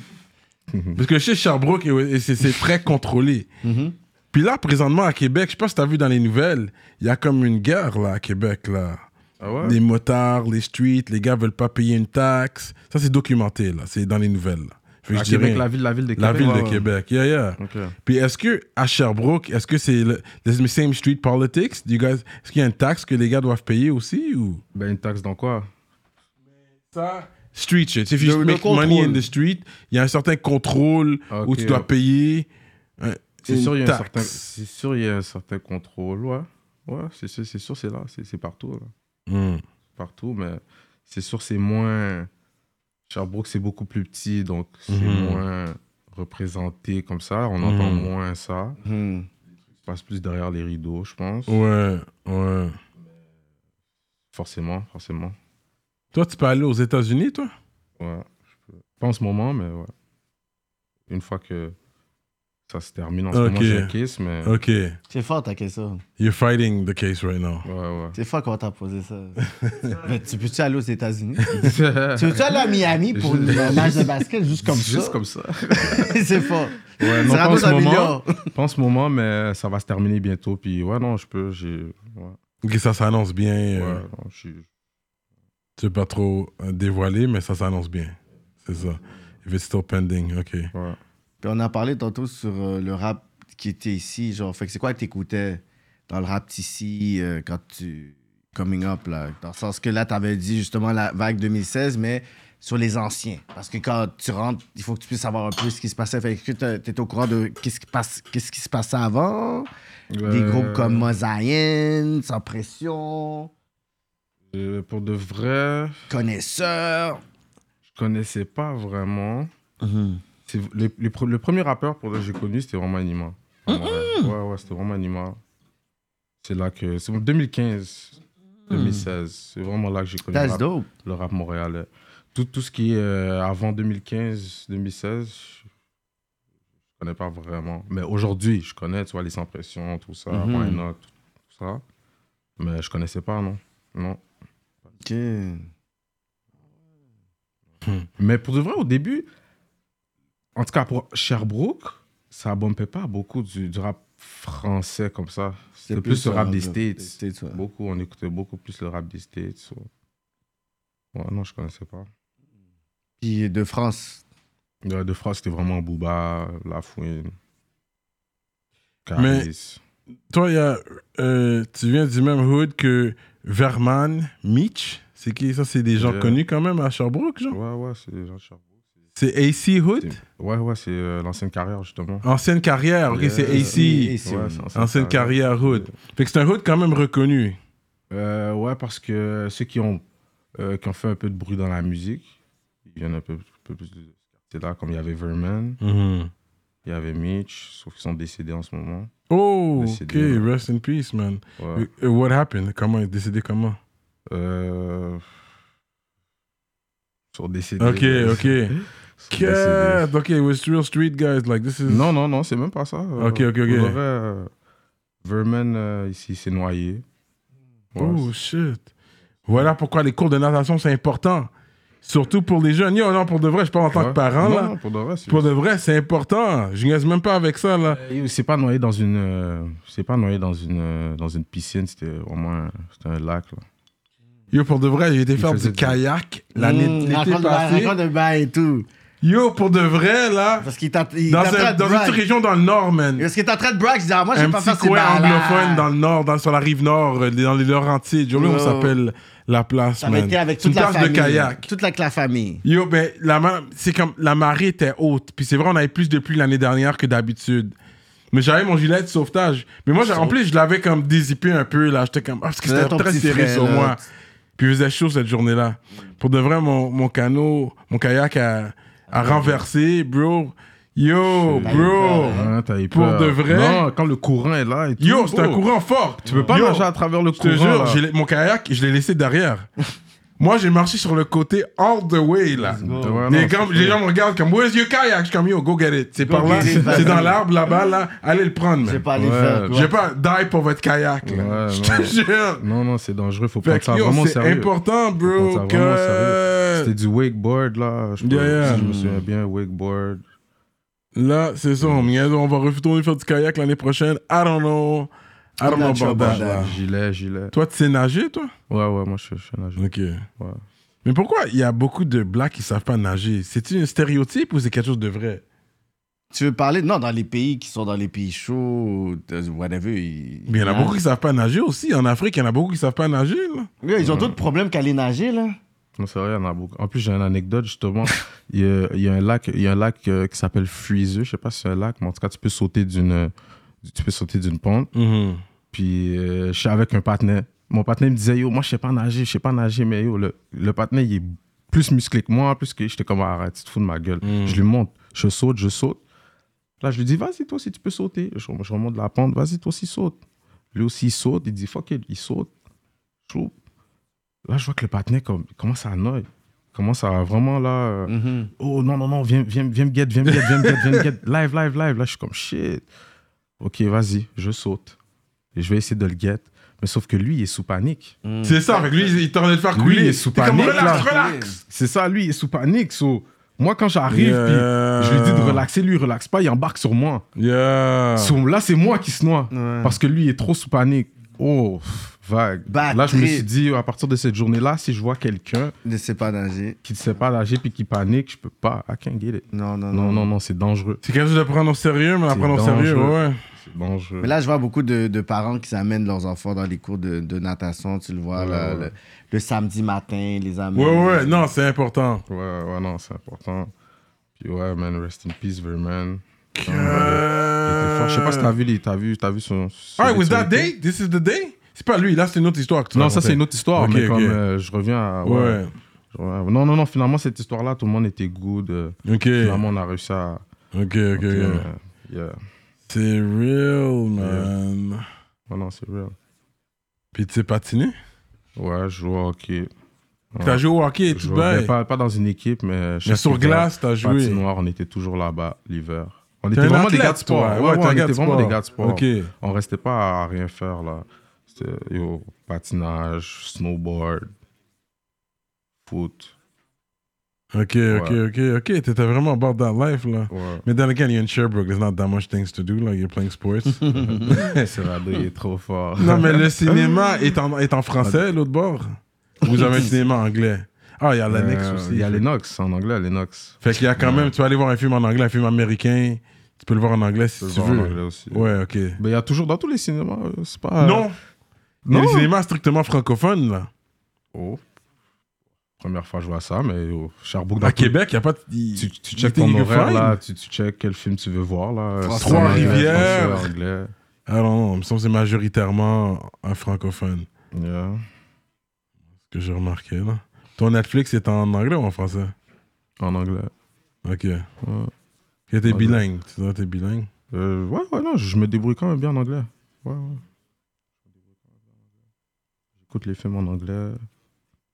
[SPEAKER 3] Parce que chez Sherbrooke, et- et c'est c'est très contrôlé. Puis là, présentement, à Québec, je sais pas si t'as vu dans les nouvelles, il y a comme une guerre, là, à Québec, là.
[SPEAKER 5] Ah ouais?
[SPEAKER 3] Les motards, les streets, les gars veulent pas payer une taxe. Ça, c'est documenté, là. C'est dans les nouvelles. là. Fait que
[SPEAKER 5] À
[SPEAKER 3] je dis
[SPEAKER 5] Québec,
[SPEAKER 3] rien.
[SPEAKER 5] la ville, la ville de Québec.
[SPEAKER 3] La ville
[SPEAKER 5] ouais,
[SPEAKER 3] de
[SPEAKER 5] ouais.
[SPEAKER 3] Québec. Yeah, yeah.
[SPEAKER 5] Ok.
[SPEAKER 3] Puis est-ce que à Sherbrooke, est-ce que c'est le the same street politics? Do you guys, est-ce qu'il y a une taxe que les gars doivent payer aussi ou?
[SPEAKER 5] Ben, une taxe dans quoi?
[SPEAKER 3] ça, street shit. If you
[SPEAKER 4] Le- le
[SPEAKER 3] make
[SPEAKER 4] contrôle.
[SPEAKER 3] money in the street, il y a un certain contrôle
[SPEAKER 5] Ok,
[SPEAKER 3] où tu dois
[SPEAKER 5] ouais.
[SPEAKER 3] payer un-
[SPEAKER 5] C'est
[SPEAKER 3] une
[SPEAKER 5] sûr, il y a
[SPEAKER 3] taxe.
[SPEAKER 5] un certain- c'est sûr, il y a un certain contrôle, ouais. Ouais, c'est sûr, c'est sûr, c'est là, c'est c'est partout. là.
[SPEAKER 3] Hmm.
[SPEAKER 5] Partout, mais c'est sûr, c'est moins. Sherbrooke, c'est beaucoup plus petit, donc c'est
[SPEAKER 3] Mhm.
[SPEAKER 5] moins représenté comme ça. On entend
[SPEAKER 3] Mhm.
[SPEAKER 5] moins ça.
[SPEAKER 4] hmm.
[SPEAKER 5] Ça passe plus derrière les rideaux, je pense.
[SPEAKER 3] Ouais, ouais.
[SPEAKER 5] Forcément, forcément.
[SPEAKER 3] Toi, tu peux aller aux États-Unis, toi?
[SPEAKER 5] Ouais. je peux- Pas en ce moment, mais ouais. Une fois que ça se termine, en ce
[SPEAKER 3] Ok.
[SPEAKER 5] moment, j'ai un kiss, mais.
[SPEAKER 3] Ok.
[SPEAKER 4] C'est fort ta question.
[SPEAKER 3] You're fighting the case right now.
[SPEAKER 5] Ouais, ouais.
[SPEAKER 4] C'est fort comment t'as posé ça. Mais tu peux-tu aller aux États-Unis? tu
[SPEAKER 5] C'est
[SPEAKER 4] veux-tu aller à Miami pour
[SPEAKER 5] Juste-
[SPEAKER 4] un match de basket juste comme
[SPEAKER 5] Juste
[SPEAKER 4] ça?
[SPEAKER 5] comme ça.
[SPEAKER 4] c'est fort.
[SPEAKER 5] Ouais, non,
[SPEAKER 4] Ça
[SPEAKER 5] pas en
[SPEAKER 4] raconte
[SPEAKER 5] ce
[SPEAKER 4] un
[SPEAKER 5] moment.
[SPEAKER 4] milliard.
[SPEAKER 5] Pas en ce moment, mais ça va se terminer bientôt. Puis ouais, non, je peux. J'ai. Ouais,
[SPEAKER 3] Ok, ça s'annonce bien.
[SPEAKER 5] ouais,
[SPEAKER 3] euh,
[SPEAKER 5] non, je suis-
[SPEAKER 3] Tu veux pas trop euh, dévoiler, mais ça s'annonce bien. C'est ça. If it's still pending, ok.
[SPEAKER 5] ouais.
[SPEAKER 4] Puis on a parlé tantôt sur euh, le rap qui était ici, genre, fait que c'est quoi que t'écoutais dans le rap ici euh, quand tu coming up là, dans le sens que là t'avais dit justement la vague 2016, mais sur les anciens, parce que quand tu rentres, il faut que tu puisses savoir un peu ce qui se passait. Fait que t'es- t'étais au courant de qu'est-ce qui passe, qu'est-ce qui se passait avant, des
[SPEAKER 5] Euh,
[SPEAKER 4] groupes comme Mosaïen, Sans Pression,
[SPEAKER 5] euh, pour de vrai,
[SPEAKER 4] Connaisseur.
[SPEAKER 5] je connaissais pas vraiment. C'est le, le pre- le premier rappeur pour que j'ai connu, c'était vraiment Anima. Ouais, ouais, ouais, c'était vraiment Anima. C'est là que. C'est en 2015, 2016. C'est vraiment là que j'ai connu le
[SPEAKER 4] That's
[SPEAKER 5] rap,
[SPEAKER 4] dope.
[SPEAKER 5] le rap montréalais. Tout, tout ce qui est euh, avant 2015, 2016, je je connais pas vraiment. Mais aujourd'hui, je connais, tu vois, les impressions, tout ça,
[SPEAKER 4] Mhm.
[SPEAKER 5] Why Not, tout ça. Mais je connaissais pas, non. Non.
[SPEAKER 4] Ok.
[SPEAKER 5] Mais pour de vrai, au début, en tout cas pour Sherbrooke, ça bumpait pas beaucoup du, du rap français comme ça. C'était plus, le rap des States.
[SPEAKER 4] ouais.
[SPEAKER 5] Beaucoup, on écoutait beaucoup plus le rap des States. Ouais, non, je connaissais pas.
[SPEAKER 4] Puis de France.
[SPEAKER 5] De, de France, c'était vraiment Booba, La Fouine.
[SPEAKER 3] Mais-
[SPEAKER 5] Caris.
[SPEAKER 3] Toi, il y a, euh, tu viens du même hood que Verman, Mitch. C'est qui ça? C'est des gens
[SPEAKER 5] Yeah.
[SPEAKER 3] connus quand même à Sherbrooke, genre?
[SPEAKER 5] Ouais, ouais, c'est les gens de Sherbrooke.
[SPEAKER 3] C'est AC Hood?
[SPEAKER 5] C'est- Ouais, ouais, c'est euh, l'ancienne carrière, justement.
[SPEAKER 3] Ancienne carrière, ok,
[SPEAKER 5] Yeah.
[SPEAKER 3] c'est
[SPEAKER 5] Et
[SPEAKER 3] AC.
[SPEAKER 4] Et- et-
[SPEAKER 5] Ouais, c'est
[SPEAKER 3] Ancienne carrière hood. Fait que c'est un hood quand même reconnu.
[SPEAKER 5] Euh, ouais, parce que ceux qui ont, euh, qui ont fait un peu de bruit dans la musique, ils viennent un peu, peu plus de ce quartier-là, comme il y avait Verman, il y avait Mitch, sauf qu'ils sont décédés en ce moment.
[SPEAKER 3] Oh, ok,
[SPEAKER 5] Décédé.
[SPEAKER 3] rest in peace, man.
[SPEAKER 5] Ouais.
[SPEAKER 3] Euh, What happened? Comment il est décédé? Comment?
[SPEAKER 5] Euh... Ils sont décédés.
[SPEAKER 3] Ok,
[SPEAKER 5] Ils
[SPEAKER 3] ok.
[SPEAKER 5] sont décédés.
[SPEAKER 3] Cat, ok, it was real street guys. Like this is.
[SPEAKER 5] Non, non, non, c'est même pas ça.
[SPEAKER 3] Ok, ok, ok.
[SPEAKER 5] euh, Verman, euh, ici, s'est noyé. Ouais,
[SPEAKER 3] Oh shit. Voilà pourquoi les cours de natation c'est important. Surtout pour les jeunes. Yo, non, pour de vrai, je parle en tant
[SPEAKER 5] Ouais.
[SPEAKER 3] que parent
[SPEAKER 5] Non,
[SPEAKER 3] là.
[SPEAKER 5] non, pour de vrai, c'est-
[SPEAKER 3] Pour de vrai, c'est important. Je niaise même pas avec ça là.
[SPEAKER 5] Euh, C'est pas noyé dans une, euh, c'est pas noyé dans une, euh, dans une piscine. C'était vraiment, un, c'était un lac. Là.
[SPEAKER 3] Yo, pour de vrai, j'ai été faire
[SPEAKER 5] faisait
[SPEAKER 3] du
[SPEAKER 5] du-
[SPEAKER 3] kayak
[SPEAKER 5] Mm.
[SPEAKER 3] l'année
[SPEAKER 4] Mmh,
[SPEAKER 3] l'été
[SPEAKER 4] raconte-
[SPEAKER 3] passé.
[SPEAKER 4] raconte le bail et tout.
[SPEAKER 3] Yo, pour de vrai là,
[SPEAKER 4] Parce qu'il t'a. il
[SPEAKER 3] dans,
[SPEAKER 4] t'a
[SPEAKER 3] un-
[SPEAKER 4] traité de
[SPEAKER 3] dans une
[SPEAKER 4] brag.
[SPEAKER 3] petite région dans le nord, man.
[SPEAKER 4] Parce qu'il t'a traité de brag, je dis, ah, moi, je
[SPEAKER 3] un
[SPEAKER 4] vais pas
[SPEAKER 3] petit
[SPEAKER 4] faire ces
[SPEAKER 3] coin anglophone dans
[SPEAKER 4] bails-là.
[SPEAKER 3] le nord, dans, sur la rive nord, euh, dans les Laurentides. Je sais pas comment
[SPEAKER 4] Yo.
[SPEAKER 3] ça s'appelle la place,
[SPEAKER 4] T'avais
[SPEAKER 3] man.
[SPEAKER 4] été avec
[SPEAKER 3] C'est une
[SPEAKER 4] toute la
[SPEAKER 3] place de
[SPEAKER 4] famille.
[SPEAKER 3] kayak.
[SPEAKER 4] Toute la, la famille.
[SPEAKER 3] Yo, ben, la, ma- c'est comme, la marée était haute. Puis c'est vrai, on avait plus de pluie l'année dernière que d'habitude. Mais j'avais mon gilet de sauvetage. Mais moi, j'ai- en plus, je l'avais comme dézippé un peu, là. J'étais comme, ah, parce que
[SPEAKER 4] Là,
[SPEAKER 3] c'était
[SPEAKER 4] ton
[SPEAKER 3] très
[SPEAKER 4] petit
[SPEAKER 3] serré
[SPEAKER 4] frais,
[SPEAKER 3] sur
[SPEAKER 4] là. Mm.
[SPEAKER 3] moi. Puis il faisait chaud cette journée-là. Pour de vrai, mon, mon canot, mon kayak a,
[SPEAKER 4] Ah,
[SPEAKER 3] a renversé, bro. Yo,
[SPEAKER 5] T'as eu
[SPEAKER 4] Ah,
[SPEAKER 3] bro.
[SPEAKER 5] Hein, t'as eu
[SPEAKER 3] Oh, Pour
[SPEAKER 5] peur.
[SPEAKER 3] de vrai?
[SPEAKER 5] Non, quand le courant est là. Et tout,
[SPEAKER 3] Yo, c'est un
[SPEAKER 5] oh,
[SPEAKER 3] courant fort.
[SPEAKER 5] Tu peux pas
[SPEAKER 3] Yo,
[SPEAKER 5] nager à travers le
[SPEAKER 3] Je te
[SPEAKER 5] courant.
[SPEAKER 3] jure,
[SPEAKER 5] là.
[SPEAKER 3] j'ai la- mon kayak, je l'ai laissé derrière. Moi, j'ai marché sur le côté all the way, là.
[SPEAKER 5] Ouais,
[SPEAKER 3] les,
[SPEAKER 5] non,
[SPEAKER 3] gars, les gens me regardent comme, where's your kayak? Je suis comme, yo, go get it. C'est par là,
[SPEAKER 4] get it,
[SPEAKER 3] c'est dans l'arbre là-bas, là. Allez le prendre,
[SPEAKER 4] Je vais
[SPEAKER 3] man.
[SPEAKER 4] pas aller
[SPEAKER 5] Ouais.
[SPEAKER 4] faire.
[SPEAKER 3] J'ai pas die pour votre kayak, là.
[SPEAKER 5] Ouais,
[SPEAKER 3] je te
[SPEAKER 5] ouais.
[SPEAKER 3] jure.
[SPEAKER 5] Non, non, c'est dangereux. Faut
[SPEAKER 3] Fait
[SPEAKER 5] prendre ça
[SPEAKER 3] que, yo,
[SPEAKER 5] vraiment
[SPEAKER 3] c'est
[SPEAKER 5] sérieux.
[SPEAKER 3] important,
[SPEAKER 5] Faut
[SPEAKER 3] bro,
[SPEAKER 5] prendre ça vraiment sérieux. C'était
[SPEAKER 3] que...
[SPEAKER 5] du wakeboard là. Je,
[SPEAKER 3] Yeah,
[SPEAKER 5] peux-
[SPEAKER 3] yeah.
[SPEAKER 5] si je me souviens bien, wakeboard.
[SPEAKER 3] Là, c'est ça, on m'y est, on va retourner faire du kayak l'année prochaine. I don't know. I don't know
[SPEAKER 4] Not sure
[SPEAKER 3] about that,
[SPEAKER 4] about that.
[SPEAKER 3] là.
[SPEAKER 5] Gilet, gilet.
[SPEAKER 3] Toi, tu sais nager, toi?
[SPEAKER 5] Ouais, ouais, moi je suis- je suis un nageur.
[SPEAKER 3] Ok.
[SPEAKER 5] Ouais.
[SPEAKER 3] Mais pourquoi il y a beaucoup de blacks qui savent pas nager C'est un stéréotype ou c'est quelque chose de vrai
[SPEAKER 4] Tu veux parler? Non, dans les pays qui sont dans les pays chauds, euh, whatever. Ils...
[SPEAKER 3] Mais il y en a
[SPEAKER 4] hein?
[SPEAKER 3] beaucoup qui savent pas nager aussi. En Afrique, il y en a beaucoup qui savent pas nager. Là.
[SPEAKER 4] Ouais, Ils ont d'autres problèmes qu'aller nager, là.
[SPEAKER 5] Non, c'est vrai, il y en a beaucoup. En plus, j'ai une anecdote, justement. il, y a, il y a un lac, il y a un lac euh, qui s'appelle Freezer. Je sais pas si c'est un lac, mais en tout cas, tu peux sauter d'une, tu peux sauter d'une pente. Puis, euh, je suis avec un partenaire. Mon partenaire me disait, yo, moi, je sais pas nager, je sais pas nager, mais yo, le, le partenaire, il est plus musclé que moi, plus que j'étais comme, Ah, arrête, tu te fous de ma gueule.
[SPEAKER 3] Hmm.
[SPEAKER 5] Je lui monte, je saute, je saute. Là, je lui dis, vas-y, toi aussi, tu peux sauter. Je, je remonte la pente, vas-y, toi aussi, saute. Lui aussi, il saute, il dit, fuck it, il saute. Je trouve. Là, je vois que le partenaire comme, commence à annoyer. Commence à vraiment là. euh,
[SPEAKER 3] Mm-hmm.
[SPEAKER 5] Oh non, non, non, viens, viens, viens me get, viens me get, viens me get, viens me get. Live, live, live. Là, je suis comme shit. Ok, vas-y, je saute. Et je vais essayer de le get. Mais sauf que lui, il est sous panique.
[SPEAKER 3] C'est ça, avec lui, il il tentait de faire
[SPEAKER 5] Lui,
[SPEAKER 3] couler.
[SPEAKER 5] il est sous
[SPEAKER 3] T'es comme,
[SPEAKER 5] panique,
[SPEAKER 3] relax,
[SPEAKER 5] là.
[SPEAKER 3] relax.
[SPEAKER 5] C'est ça, lui, il est sous panique. So, moi, quand j'arrive,
[SPEAKER 3] Yeah.
[SPEAKER 5] puis je lui dis de relaxer, lui, il relaxe pas, il embarque sur moi.
[SPEAKER 3] Yeah.
[SPEAKER 5] So, là, c'est moi qui se noie.
[SPEAKER 4] Ah. Ouais.
[SPEAKER 5] Parce que lui, il est trop sous panique. Oh, pff, vague.
[SPEAKER 4] Bad
[SPEAKER 5] là, je me
[SPEAKER 4] trip.
[SPEAKER 5] suis dit, à partir de cette journée-là, si je vois quelqu'un
[SPEAKER 4] Ne sais pas nager.
[SPEAKER 5] qui ne sait pas nager puis qui panique, je peux pas. I can't get it.
[SPEAKER 4] Non, non, non.
[SPEAKER 5] Non, non, non, c'est dangereux.
[SPEAKER 3] C'est quelque chose de prendre au sérieux, mais à
[SPEAKER 5] C'est
[SPEAKER 3] prendre au sérieux,
[SPEAKER 5] dangereux.
[SPEAKER 3] ouais.
[SPEAKER 5] C'est dangereux.
[SPEAKER 4] Mais là, je vois beaucoup de, de parents qui amènent leurs enfants dans les cours de, de natation. Tu le vois
[SPEAKER 5] Ouais,
[SPEAKER 4] là,
[SPEAKER 5] ouais.
[SPEAKER 4] Le, le samedi matin, ils les amènent.
[SPEAKER 3] Ouais, ouais, non, c'est important.
[SPEAKER 5] Ouais, ouais, non, c'est important. Puis ouais, man, rest in peace, Verman.
[SPEAKER 3] Que-
[SPEAKER 5] Je sais pas si t'as vu, les- t'as vu, t'as vu son. son
[SPEAKER 3] Alright, was that
[SPEAKER 5] actualité.
[SPEAKER 3] day? This is the day? C'est pas lui, là, c'est une autre histoire. que tu
[SPEAKER 5] Non, ça
[SPEAKER 3] racontais.
[SPEAKER 5] c'est une autre histoire,
[SPEAKER 3] Ok,
[SPEAKER 5] mais
[SPEAKER 3] ok.
[SPEAKER 5] comme euh, je reviens à.
[SPEAKER 3] Ouais.
[SPEAKER 5] je reviens à- Non, non, non, finalement, cette histoire-là, tout le monde était good. euh,
[SPEAKER 3] Ok.
[SPEAKER 5] Finalement, on a réussi à.
[SPEAKER 3] Ok, ok, ok.
[SPEAKER 5] Euh, yeah.
[SPEAKER 3] C'est real, man.
[SPEAKER 5] Ouais, Oh non, c'est vrai.
[SPEAKER 3] Puis tu sais patiner?
[SPEAKER 5] Ouais, je joue au hockey. Ouais.
[SPEAKER 3] T'as joué au hockey et
[SPEAKER 5] Je
[SPEAKER 3] tout
[SPEAKER 5] jouais
[SPEAKER 3] bail.
[SPEAKER 5] pas, pas dans une équipe, mais.
[SPEAKER 3] Mais
[SPEAKER 5] chaque
[SPEAKER 3] sur
[SPEAKER 5] hiver,
[SPEAKER 3] glace, t'as joué.
[SPEAKER 5] Patinoire, on était toujours là-bas l'hiver. On
[SPEAKER 3] T'es
[SPEAKER 5] était
[SPEAKER 3] un
[SPEAKER 5] vraiment des
[SPEAKER 3] athlète,
[SPEAKER 5] gars de sport.
[SPEAKER 3] toi.
[SPEAKER 5] Ouais, ouais,
[SPEAKER 3] t'es un
[SPEAKER 5] on
[SPEAKER 3] gars
[SPEAKER 5] était
[SPEAKER 3] de
[SPEAKER 5] vraiment
[SPEAKER 3] sport.
[SPEAKER 5] des gars de sport.
[SPEAKER 3] Ok.
[SPEAKER 5] On restait pas à rien faire là. C'était yo, patinage, snowboard, foot.
[SPEAKER 3] Ok, ok, ok, ok. T'étais vraiment about that life, là.
[SPEAKER 5] Ouais.
[SPEAKER 3] Mais then again, you're in Sherbrooke. There's not that much things to do. Like, you're playing sports.
[SPEAKER 5] Serrado, il est trop fort.
[SPEAKER 3] non, mais le cinéma est en, est en français, l'autre bord. Vous avez un cinéma anglais. Ah, il y a
[SPEAKER 5] Euh,
[SPEAKER 3] l'annexe aussi.
[SPEAKER 5] Il y a l'Enox en anglais, l'Enox.
[SPEAKER 3] Fait qu'il y a quand même... Tu vas aller voir un film en anglais, un film américain. Tu peux le voir en anglais si
[SPEAKER 5] Tu peux le
[SPEAKER 3] tu
[SPEAKER 5] voir en
[SPEAKER 3] veux.
[SPEAKER 5] anglais aussi.
[SPEAKER 3] Ouais, ok.
[SPEAKER 5] Mais il y a toujours dans tous les cinémas, euh, c'est pas.
[SPEAKER 3] non!
[SPEAKER 5] non.
[SPEAKER 3] Non! Le cinéma strictement francophone, là.
[SPEAKER 5] Oh. Première fois que je vois ça, mais au Sherbrooke, dans
[SPEAKER 3] À
[SPEAKER 5] tous-
[SPEAKER 3] Québec, il n'y a pas... de-
[SPEAKER 5] Tu, tu
[SPEAKER 3] you think
[SPEAKER 5] checkes ton
[SPEAKER 3] you can
[SPEAKER 5] horaire
[SPEAKER 3] find?
[SPEAKER 5] là, tu, tu checkes quel film tu veux voir là. euh,
[SPEAKER 3] Trois-Rivières.
[SPEAKER 5] français, anglais.
[SPEAKER 3] Ah non, non, il me semble que c'est majoritairement un francophone.
[SPEAKER 5] Yeah.
[SPEAKER 3] Ce que j'ai remarqué, là. Ton Netflix est en anglais ou en français?
[SPEAKER 5] En anglais.
[SPEAKER 3] Ok. Ok, T'es bilingue. Tu dois t'es bilingue.
[SPEAKER 5] Euh, ouais, ouais, non, je me débrouille quand même bien en anglais. Ouais, ouais. J'écoute les films en anglais.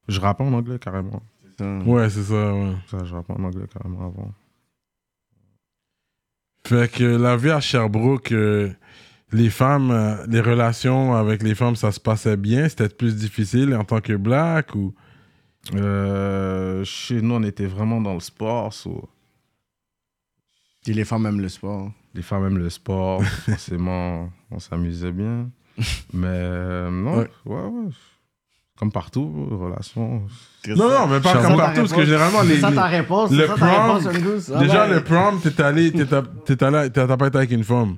[SPEAKER 5] Je rappe en anglais carrément.
[SPEAKER 3] Ouais, c'est ça, ouais.
[SPEAKER 5] Ça, je rappe en anglais carrément avant.
[SPEAKER 3] Fait que la vie à Sherbrooke, euh, les femmes, euh, les relations avec les femmes, ça se passait bien? C'était plus difficile en tant que black ou.
[SPEAKER 5] Euh, chez nous, on était vraiment dans le sport. so,
[SPEAKER 4] Puis les femmes aiment le sport.
[SPEAKER 5] Les femmes aiment le sport, forcément, on s'amusait bien. Mais euh, non, ouais.
[SPEAKER 3] Ouais.
[SPEAKER 5] ouais, Comme partout, relation.
[SPEAKER 3] Non, non, mais pas comme
[SPEAKER 4] C'est ça ta
[SPEAKER 3] partout, parce que
[SPEAKER 4] réponse.
[SPEAKER 3] généralement,
[SPEAKER 4] C'est
[SPEAKER 3] les.
[SPEAKER 4] ça
[SPEAKER 3] les-
[SPEAKER 4] ta réponse,
[SPEAKER 3] le
[SPEAKER 4] c'est ça ta
[SPEAKER 3] prom,
[SPEAKER 4] réponse, Angus. Ah
[SPEAKER 3] Déjà,
[SPEAKER 4] ouais.
[SPEAKER 3] le prom, t'es allé, t'es ta- t'es allé, t'as t'as pas été avec une femme.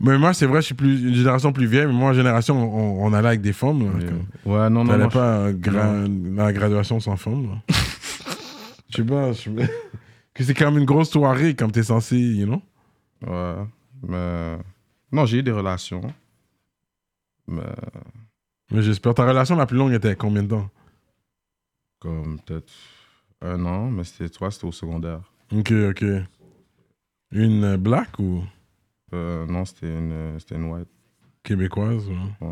[SPEAKER 3] Mais moi, c'est vrai, je suis plus une génération plus vieille, mais moi, en génération, on, on allait avec des femmes. là,
[SPEAKER 5] mais-
[SPEAKER 3] comme-
[SPEAKER 5] Ouais, non, non,
[SPEAKER 3] T'allais
[SPEAKER 5] non.
[SPEAKER 3] pas à gra- à la graduation sans femme, là. Je sais pas, je- que c'est quand même une grosse soirée, comme t'es censé, you know?
[SPEAKER 5] je- Ouais, mais... Non, j'ai eu des relations. Mais
[SPEAKER 3] Mais j'espère. Ta relation la plus longue était combien de temps?
[SPEAKER 5] comme peut-être un an, mais c'était toi, c'était au secondaire.
[SPEAKER 3] Ok, ok. Une euh, black ou
[SPEAKER 5] Euh, non, c'était une, c'était une white.
[SPEAKER 3] québécoise? ouais.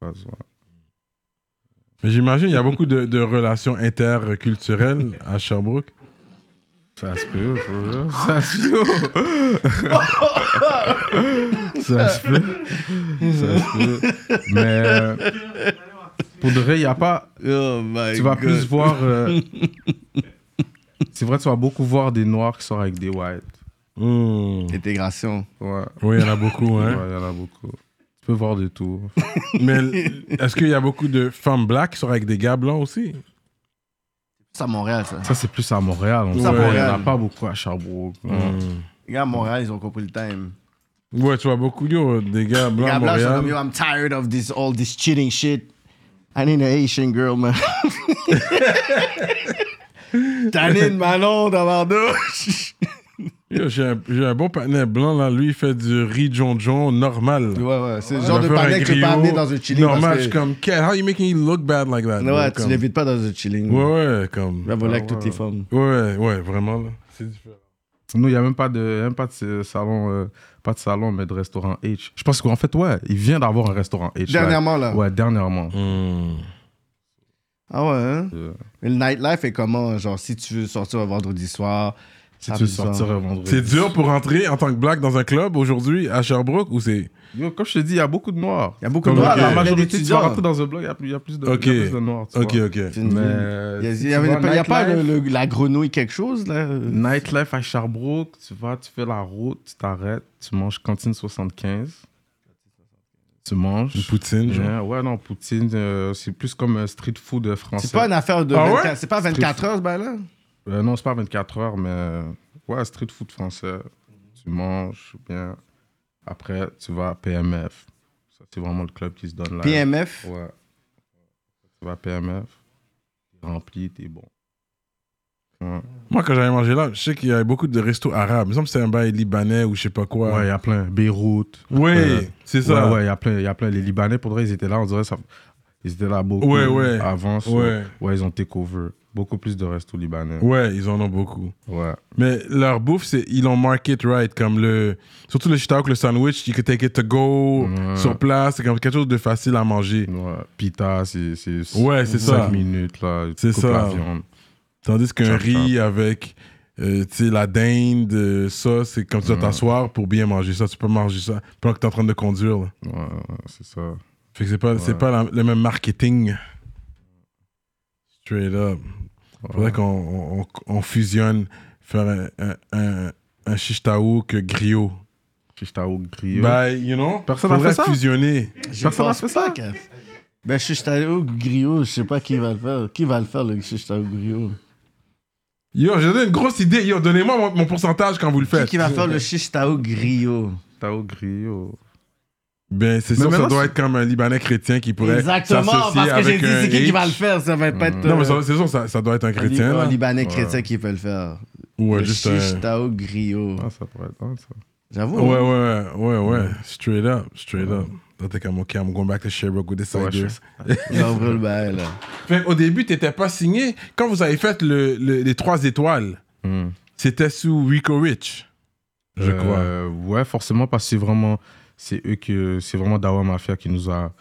[SPEAKER 5] Ouais, ouais.
[SPEAKER 3] Mais j'imagine, il y a beaucoup de, de relations interculturelles à Sherbrooke.
[SPEAKER 5] Ça se peut, faut- ça se peut. ça se peut. Ça se peut. Mais euh, pour de vrai, il n'y a pas.
[SPEAKER 4] Oh my
[SPEAKER 5] tu vas
[SPEAKER 4] God.
[SPEAKER 5] plus voir. euh, C'est vrai, tu vas beaucoup voir des noirs qui sortent avec des whites.
[SPEAKER 3] Hmm.
[SPEAKER 4] Intégration.
[SPEAKER 5] Ouais,
[SPEAKER 3] Oui, il y en a beaucoup,
[SPEAKER 5] ouais, il
[SPEAKER 3] hein.
[SPEAKER 5] y en a beaucoup. Tu peux voir de tout.
[SPEAKER 3] Mais l- est-ce qu'il y a beaucoup de femmes black qui sont avec des gars blancs aussi?
[SPEAKER 4] C'est à Montréal, ça.
[SPEAKER 5] Ça, c'est plus à Montréal. On
[SPEAKER 3] C'est à
[SPEAKER 5] sait.
[SPEAKER 4] Montréal.
[SPEAKER 5] Il n'y en a pas beaucoup à Sherbrooke.
[SPEAKER 3] Hmm.
[SPEAKER 4] Les gars à Montréal, ils ont compris le time.
[SPEAKER 3] Ouais, tu vois beaucoup, yo, des gars
[SPEAKER 4] Les
[SPEAKER 3] blancs
[SPEAKER 4] gars
[SPEAKER 3] à
[SPEAKER 4] blancs sont
[SPEAKER 3] Montréal.
[SPEAKER 4] comme, yo, I'm tired of this, all this cheating shit. I need an Asian girl, man. Tanné de Manon dans Bardouche.
[SPEAKER 3] Yo, J'ai un, j'ai un bon panel blanc, là. Lui, il fait du riz jonjon normal.
[SPEAKER 4] Ouais, ouais, c'est le
[SPEAKER 3] Il
[SPEAKER 4] genre
[SPEAKER 3] va
[SPEAKER 4] de
[SPEAKER 3] faire
[SPEAKER 4] panel que tu peux
[SPEAKER 3] griot
[SPEAKER 4] amener dans un chilling.
[SPEAKER 3] Normal,
[SPEAKER 4] parce
[SPEAKER 3] je suis
[SPEAKER 4] que-
[SPEAKER 3] comme, "Cat, how you making you look bad like that?
[SPEAKER 4] Ouais,
[SPEAKER 3] Yo,
[SPEAKER 4] tu
[SPEAKER 3] comme-
[SPEAKER 4] l'évites pas dans un chilling.
[SPEAKER 3] Ouais, Ah, ouais, comme.
[SPEAKER 4] Va voler avec toutes les femmes.
[SPEAKER 3] Ouais, ouais, vraiment, là. C'est différent.
[SPEAKER 5] Nous, il n'y a même pas de, même pas de ce salon, euh, pas de salon, mais de restaurant H. Je pense qu'en fait, ouais, il vient d'avoir un restaurant H. là.
[SPEAKER 4] Dernièrement, là.
[SPEAKER 5] Ouais, dernièrement.
[SPEAKER 3] Hmm.
[SPEAKER 4] Ah ouais, hein?
[SPEAKER 5] Euh,
[SPEAKER 4] Mais le nightlife est comment? Genre, si tu veux sortir un vendredi soir,
[SPEAKER 5] Si tu
[SPEAKER 4] samedi
[SPEAKER 5] veux
[SPEAKER 4] soir.
[SPEAKER 5] sortir un vendredi.
[SPEAKER 3] C'est dur pour entrer en tant que black dans un club aujourd'hui à Sherbrooke ou c'est.
[SPEAKER 5] Yo, comme je te dis, il y a beaucoup de noirs.
[SPEAKER 4] Il y a beaucoup de
[SPEAKER 3] Comme
[SPEAKER 4] noirs.
[SPEAKER 3] le-
[SPEAKER 5] La
[SPEAKER 3] Ok.
[SPEAKER 5] majorité, tu vas
[SPEAKER 4] d'étudiants.
[SPEAKER 5] rentrer dans un blog, il y a plus- il y a plus de, il y a
[SPEAKER 3] Ok.
[SPEAKER 5] plus de noirs. tu
[SPEAKER 3] Ok,
[SPEAKER 5] vois.
[SPEAKER 3] ok.
[SPEAKER 4] C'est une-
[SPEAKER 5] Mais.
[SPEAKER 4] hein. Il y a,
[SPEAKER 5] tu
[SPEAKER 4] il y avait-
[SPEAKER 5] vois,
[SPEAKER 4] il y a pas
[SPEAKER 5] nightlife-
[SPEAKER 4] le- le- la grenouille quelque chose, là?
[SPEAKER 5] Nightlife à Sherbrooke, tu vas, tu fais la route, tu t'arrêtes, tu manges cantine 75. Tu manges.
[SPEAKER 3] Une poutine, genre.
[SPEAKER 5] Yeah, ouais, non, poutine, euh, c'est plus comme euh, street food euh, français.
[SPEAKER 4] C'est pas une affaire de.
[SPEAKER 3] Ah
[SPEAKER 4] 24
[SPEAKER 3] ouais?
[SPEAKER 4] C'est pas 24 heures, ben, ce bail-là?
[SPEAKER 5] Euh, non, c'est pas 24 heures, mais euh, ouais, street food français. Tu manges bien. Après, tu vas à PMF. Ça, c'est vraiment le club qui se donne là.
[SPEAKER 4] PMF?
[SPEAKER 5] Ouais. Tu vas à PMF. T'es rempli, t'es bon. Ouais,
[SPEAKER 3] Moi, quand j'avais mangé là, je sais qu'il y avait beaucoup de restos arabes. Il me semble que c'est un bail libanais ou je sais pas
[SPEAKER 5] il
[SPEAKER 3] quoi.
[SPEAKER 5] y a plein. Beyrouth.
[SPEAKER 3] Ouais,
[SPEAKER 5] Euh,
[SPEAKER 3] c'est
[SPEAKER 5] Ouais,
[SPEAKER 3] ça.
[SPEAKER 5] ouais, il y a plein, il y a plein. Les Libanais, pour de vrai, ils étaient là, on dirait, ça... ils étaient là beaucoup
[SPEAKER 3] Ouais, ouais.
[SPEAKER 5] avant. so-
[SPEAKER 3] Ouais.
[SPEAKER 5] ouais, ils ont takeover. Beaucoup plus de restos libanais.
[SPEAKER 3] Ouais, ils en ont beaucoup.
[SPEAKER 5] Ouais.
[SPEAKER 3] Mais leur bouffe, c'est ils l'ont market right, comme le surtout le shiitake, le sandwich, you can take it to go
[SPEAKER 5] Ouais.
[SPEAKER 3] sur place, c'est comme quelque chose de facile à manger.
[SPEAKER 5] ouais. euh, Pita, c'est c'est
[SPEAKER 3] Ouais, c'est ça.
[SPEAKER 5] 5 minutes, là. tu
[SPEAKER 3] C'est
[SPEAKER 5] coupes
[SPEAKER 3] ça.
[SPEAKER 5] la viande.
[SPEAKER 3] Tandis qu'un
[SPEAKER 5] Chop, chop.
[SPEAKER 3] riz avec euh, tu sais, la dinde, euh, ça, c'est comme tu dois t'asseoir pour bien manger ça. Tu peux manger ça pendant que t'es en train de conduire. là.
[SPEAKER 5] Ouais, ouais, c'est ça.
[SPEAKER 3] Fait que c'est pas, c'est
[SPEAKER 5] Ouais.
[SPEAKER 3] pas la- le même marketing. Straight up. Faudrait
[SPEAKER 5] Ouais.
[SPEAKER 3] qu'on on, on- on fusionne, faire un, un, un, un shish taouk griot.
[SPEAKER 5] Shish tao grillé.
[SPEAKER 3] Bah, you know,
[SPEAKER 5] Personne n'a
[SPEAKER 3] faudrait
[SPEAKER 5] fait ça?
[SPEAKER 3] fusionner.
[SPEAKER 5] Personne n'a
[SPEAKER 4] pense
[SPEAKER 5] fait ça.
[SPEAKER 4] pas que- Ben, Chichtaou Griot, je sais pas qui va le faire. Qui va le faire, le Chichtaou Griot?
[SPEAKER 3] Yo, j'ai donné une grosse idée. Yo, donnez-moi mon, mon pourcentage quand vous le
[SPEAKER 4] Qui,
[SPEAKER 3] faites.
[SPEAKER 4] qui va faire le Chichtaou Griot?
[SPEAKER 5] Tao grillé. oh.
[SPEAKER 3] Ben, c'est sûr,
[SPEAKER 5] Mais
[SPEAKER 3] ça
[SPEAKER 5] maintenant,
[SPEAKER 3] doit
[SPEAKER 5] c'est-
[SPEAKER 3] être comme un Libanais chrétien qui pourrait
[SPEAKER 4] Exactement, parce
[SPEAKER 3] s'associer avec
[SPEAKER 4] que j'ai dit
[SPEAKER 3] un
[SPEAKER 4] c'est qui qui va
[SPEAKER 3] H.
[SPEAKER 4] le faire, ça va pas être.
[SPEAKER 3] Non, mais ça-
[SPEAKER 4] euh,
[SPEAKER 3] c'est sûr, ça, ça doit être un
[SPEAKER 4] un Lib-
[SPEAKER 3] chrétien.
[SPEAKER 4] un
[SPEAKER 3] là.
[SPEAKER 4] Libanais chrétien qui peut le faire.
[SPEAKER 3] Ou euh,
[SPEAKER 4] le
[SPEAKER 3] juste un.
[SPEAKER 4] Chichtaou Griot.
[SPEAKER 5] Ah, ça pourrait être un, ça.
[SPEAKER 4] J'avoue. hein.
[SPEAKER 3] Ouais, ouais, ouais, ouais. Straight up, straight up. I think I'm okay, I'm going back to Sherbrooke with this
[SPEAKER 5] Ouais, je
[SPEAKER 3] idea.
[SPEAKER 5] sais.
[SPEAKER 4] Il a ouvert le bail, là.
[SPEAKER 3] Fait, au début, t'étais pas signé. Quand vous avez fait le, le- les trois étoiles,
[SPEAKER 5] Hmm.
[SPEAKER 3] c'était sous Rico Rich, je crois.
[SPEAKER 5] Euh, ouais, forcément, parce que c'est vraiment, c'est eux que, c'est vraiment Dawa Mafia qui nous a,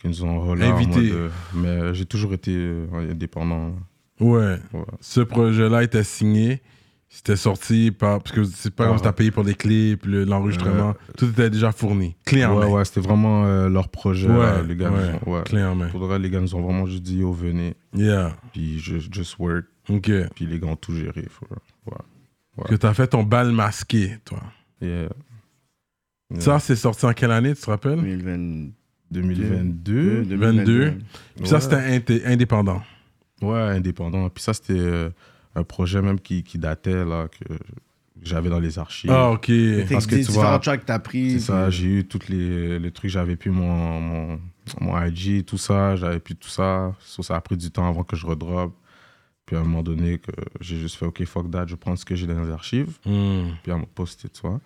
[SPEAKER 5] qui nous ont relâchés en
[SPEAKER 3] Invité.
[SPEAKER 5] mode, euh, mais euh, j'ai toujours été euh, indépendant.
[SPEAKER 3] Ouais.
[SPEAKER 5] Ouais.
[SPEAKER 3] Ce projet-là était signé. C'était sorti par. Parce que c'est pas
[SPEAKER 5] Ah.
[SPEAKER 3] comme si t'as payé pour les clips, le- l'enregistrement. Tout était déjà fourni. Clé en
[SPEAKER 5] ouais,
[SPEAKER 3] main.
[SPEAKER 5] ouais, c'était vraiment euh, leur projet. là,
[SPEAKER 3] Ouais,
[SPEAKER 5] les gars,
[SPEAKER 3] ouais.
[SPEAKER 5] ils ont- ouais.
[SPEAKER 3] Clé en main.
[SPEAKER 5] Pour de vrai, les gars nous ont vraiment juste dit, oh, venez.
[SPEAKER 3] Yeah.
[SPEAKER 5] Puis je, just work.
[SPEAKER 3] Ok.
[SPEAKER 5] Puis les gars ont tout géré. for real.
[SPEAKER 3] Que t'as fait ton bal masqué, toi.
[SPEAKER 5] Yeah. Yeah.
[SPEAKER 3] Ça, c'est sorti en quelle année, tu te rappelles?
[SPEAKER 4] 2022.
[SPEAKER 5] 2022.
[SPEAKER 3] 22. Puis ça,
[SPEAKER 5] Ouais.
[SPEAKER 3] c'était inté- indépendant.
[SPEAKER 5] Ouais, indépendant. Puis ça, c'était euh, un projet même qui, qui datait, là, que j'avais dans les archives.
[SPEAKER 3] Ah, ok.
[SPEAKER 5] Parce
[SPEAKER 4] que
[SPEAKER 5] que
[SPEAKER 4] des
[SPEAKER 5] tu
[SPEAKER 4] différents
[SPEAKER 5] vois,
[SPEAKER 4] tracks que t'as pris.
[SPEAKER 5] C'est ça,
[SPEAKER 4] puis-
[SPEAKER 5] j'ai eu tous les, les trucs, j'avais plus mon, mon, mon IG, tout ça, j'avais plus tout ça. So, ça a pris du temps avant que je redrop. Puis à un moment donné, que j'ai juste fait, OK, fuck that, je prends ce que j'ai dans les archives,
[SPEAKER 3] Hmm.
[SPEAKER 5] puis à me poster, tu vois.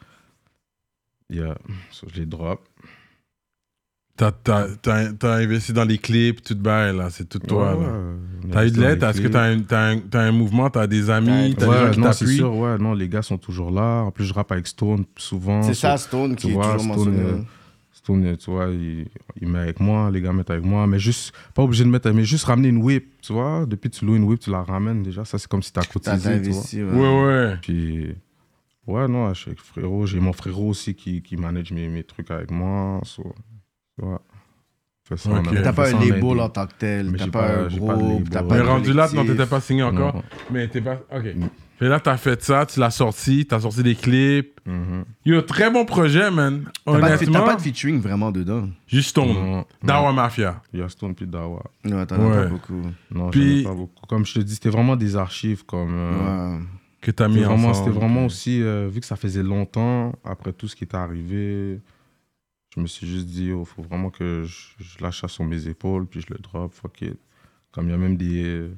[SPEAKER 5] Yeah. So, je les drop.
[SPEAKER 3] T'as- T'as t'as- t'as investi dans les clips, tout bail, là. C'est tout toi, là. T'as eu de l'aide? Est-ce que t'as un, t'as un, t'as un mouvement? T'as des amis? T'as des gens
[SPEAKER 5] Ouais,
[SPEAKER 3] qui
[SPEAKER 5] non, c'est
[SPEAKER 3] t'appuient?
[SPEAKER 5] sûr, ouais, non, les gars sont toujours là. En plus, je rappe avec Stone souvent.
[SPEAKER 4] C'est
[SPEAKER 5] So,
[SPEAKER 4] ça, Stone,
[SPEAKER 5] tu
[SPEAKER 4] qui est
[SPEAKER 5] vois,
[SPEAKER 4] toujours
[SPEAKER 5] Stone,
[SPEAKER 4] mentionné.
[SPEAKER 5] euh, Stone, euh, tu vois, il, il met avec moi, les gars mettent avec moi, mais juste, pas obligé de mettre, mais juste ramener une whip, tu vois. Depuis que tu loues une whip, tu la ramènes déjà, ça c'est comme si t'as
[SPEAKER 4] T'as
[SPEAKER 5] cotisé, tu vois.
[SPEAKER 4] investi, ouais.
[SPEAKER 3] Ouais, ouais.
[SPEAKER 5] Puis, ouais, non, je suis avec frérot, j'ai mon frérot aussi qui, qui manage mes, mes trucs avec moi, so, tu vois. Fais ça
[SPEAKER 3] Ok.
[SPEAKER 5] en amont,
[SPEAKER 4] T'as
[SPEAKER 5] fais
[SPEAKER 4] pas
[SPEAKER 5] ça
[SPEAKER 4] un
[SPEAKER 5] en
[SPEAKER 4] label en
[SPEAKER 5] indé.
[SPEAKER 4] tant que tel,
[SPEAKER 5] Mais
[SPEAKER 4] t'as
[SPEAKER 5] j'ai
[SPEAKER 4] pas un
[SPEAKER 5] pas- j'ai pas de
[SPEAKER 4] groupe,
[SPEAKER 5] label.
[SPEAKER 4] t'as pas
[SPEAKER 3] Mais
[SPEAKER 4] un
[SPEAKER 5] Ouais,
[SPEAKER 3] rendu là, non,
[SPEAKER 4] collectif.
[SPEAKER 3] t'étais pas signé encore.
[SPEAKER 5] Non. Mm.
[SPEAKER 3] Mais t'es pas. Ok. Fait là, t'as fait ça, tu l'as sorti, t'as sorti des clips.
[SPEAKER 5] Mhm.
[SPEAKER 3] Yo, très bon projet, man.
[SPEAKER 4] T'as pas de- T'as
[SPEAKER 3] Honnêtement,
[SPEAKER 4] pas de featuring vraiment dedans.
[SPEAKER 3] juste ton.
[SPEAKER 5] Non, non.
[SPEAKER 3] Dawa Mafia.
[SPEAKER 5] Il y a Stone puis Dawa.
[SPEAKER 4] Non, t'en as
[SPEAKER 3] Ouais.
[SPEAKER 4] pas beaucoup.
[SPEAKER 5] Non,
[SPEAKER 3] Puis-
[SPEAKER 5] j'en ai pas beaucoup. Comme je te dis, c'était vraiment des archives, comme. euh,
[SPEAKER 4] Ouais.
[SPEAKER 3] Que t'as mis
[SPEAKER 5] C'était vraiment, c'était
[SPEAKER 3] ensemble.
[SPEAKER 5] vraiment aussi, euh, vu que ça faisait longtemps, après tout ce qui était arrivé, je me suis juste dit, il faut vraiment que je, je lâche ça sur mes épaules, puis je le drop, fuck it. Comme il y a même des... euh,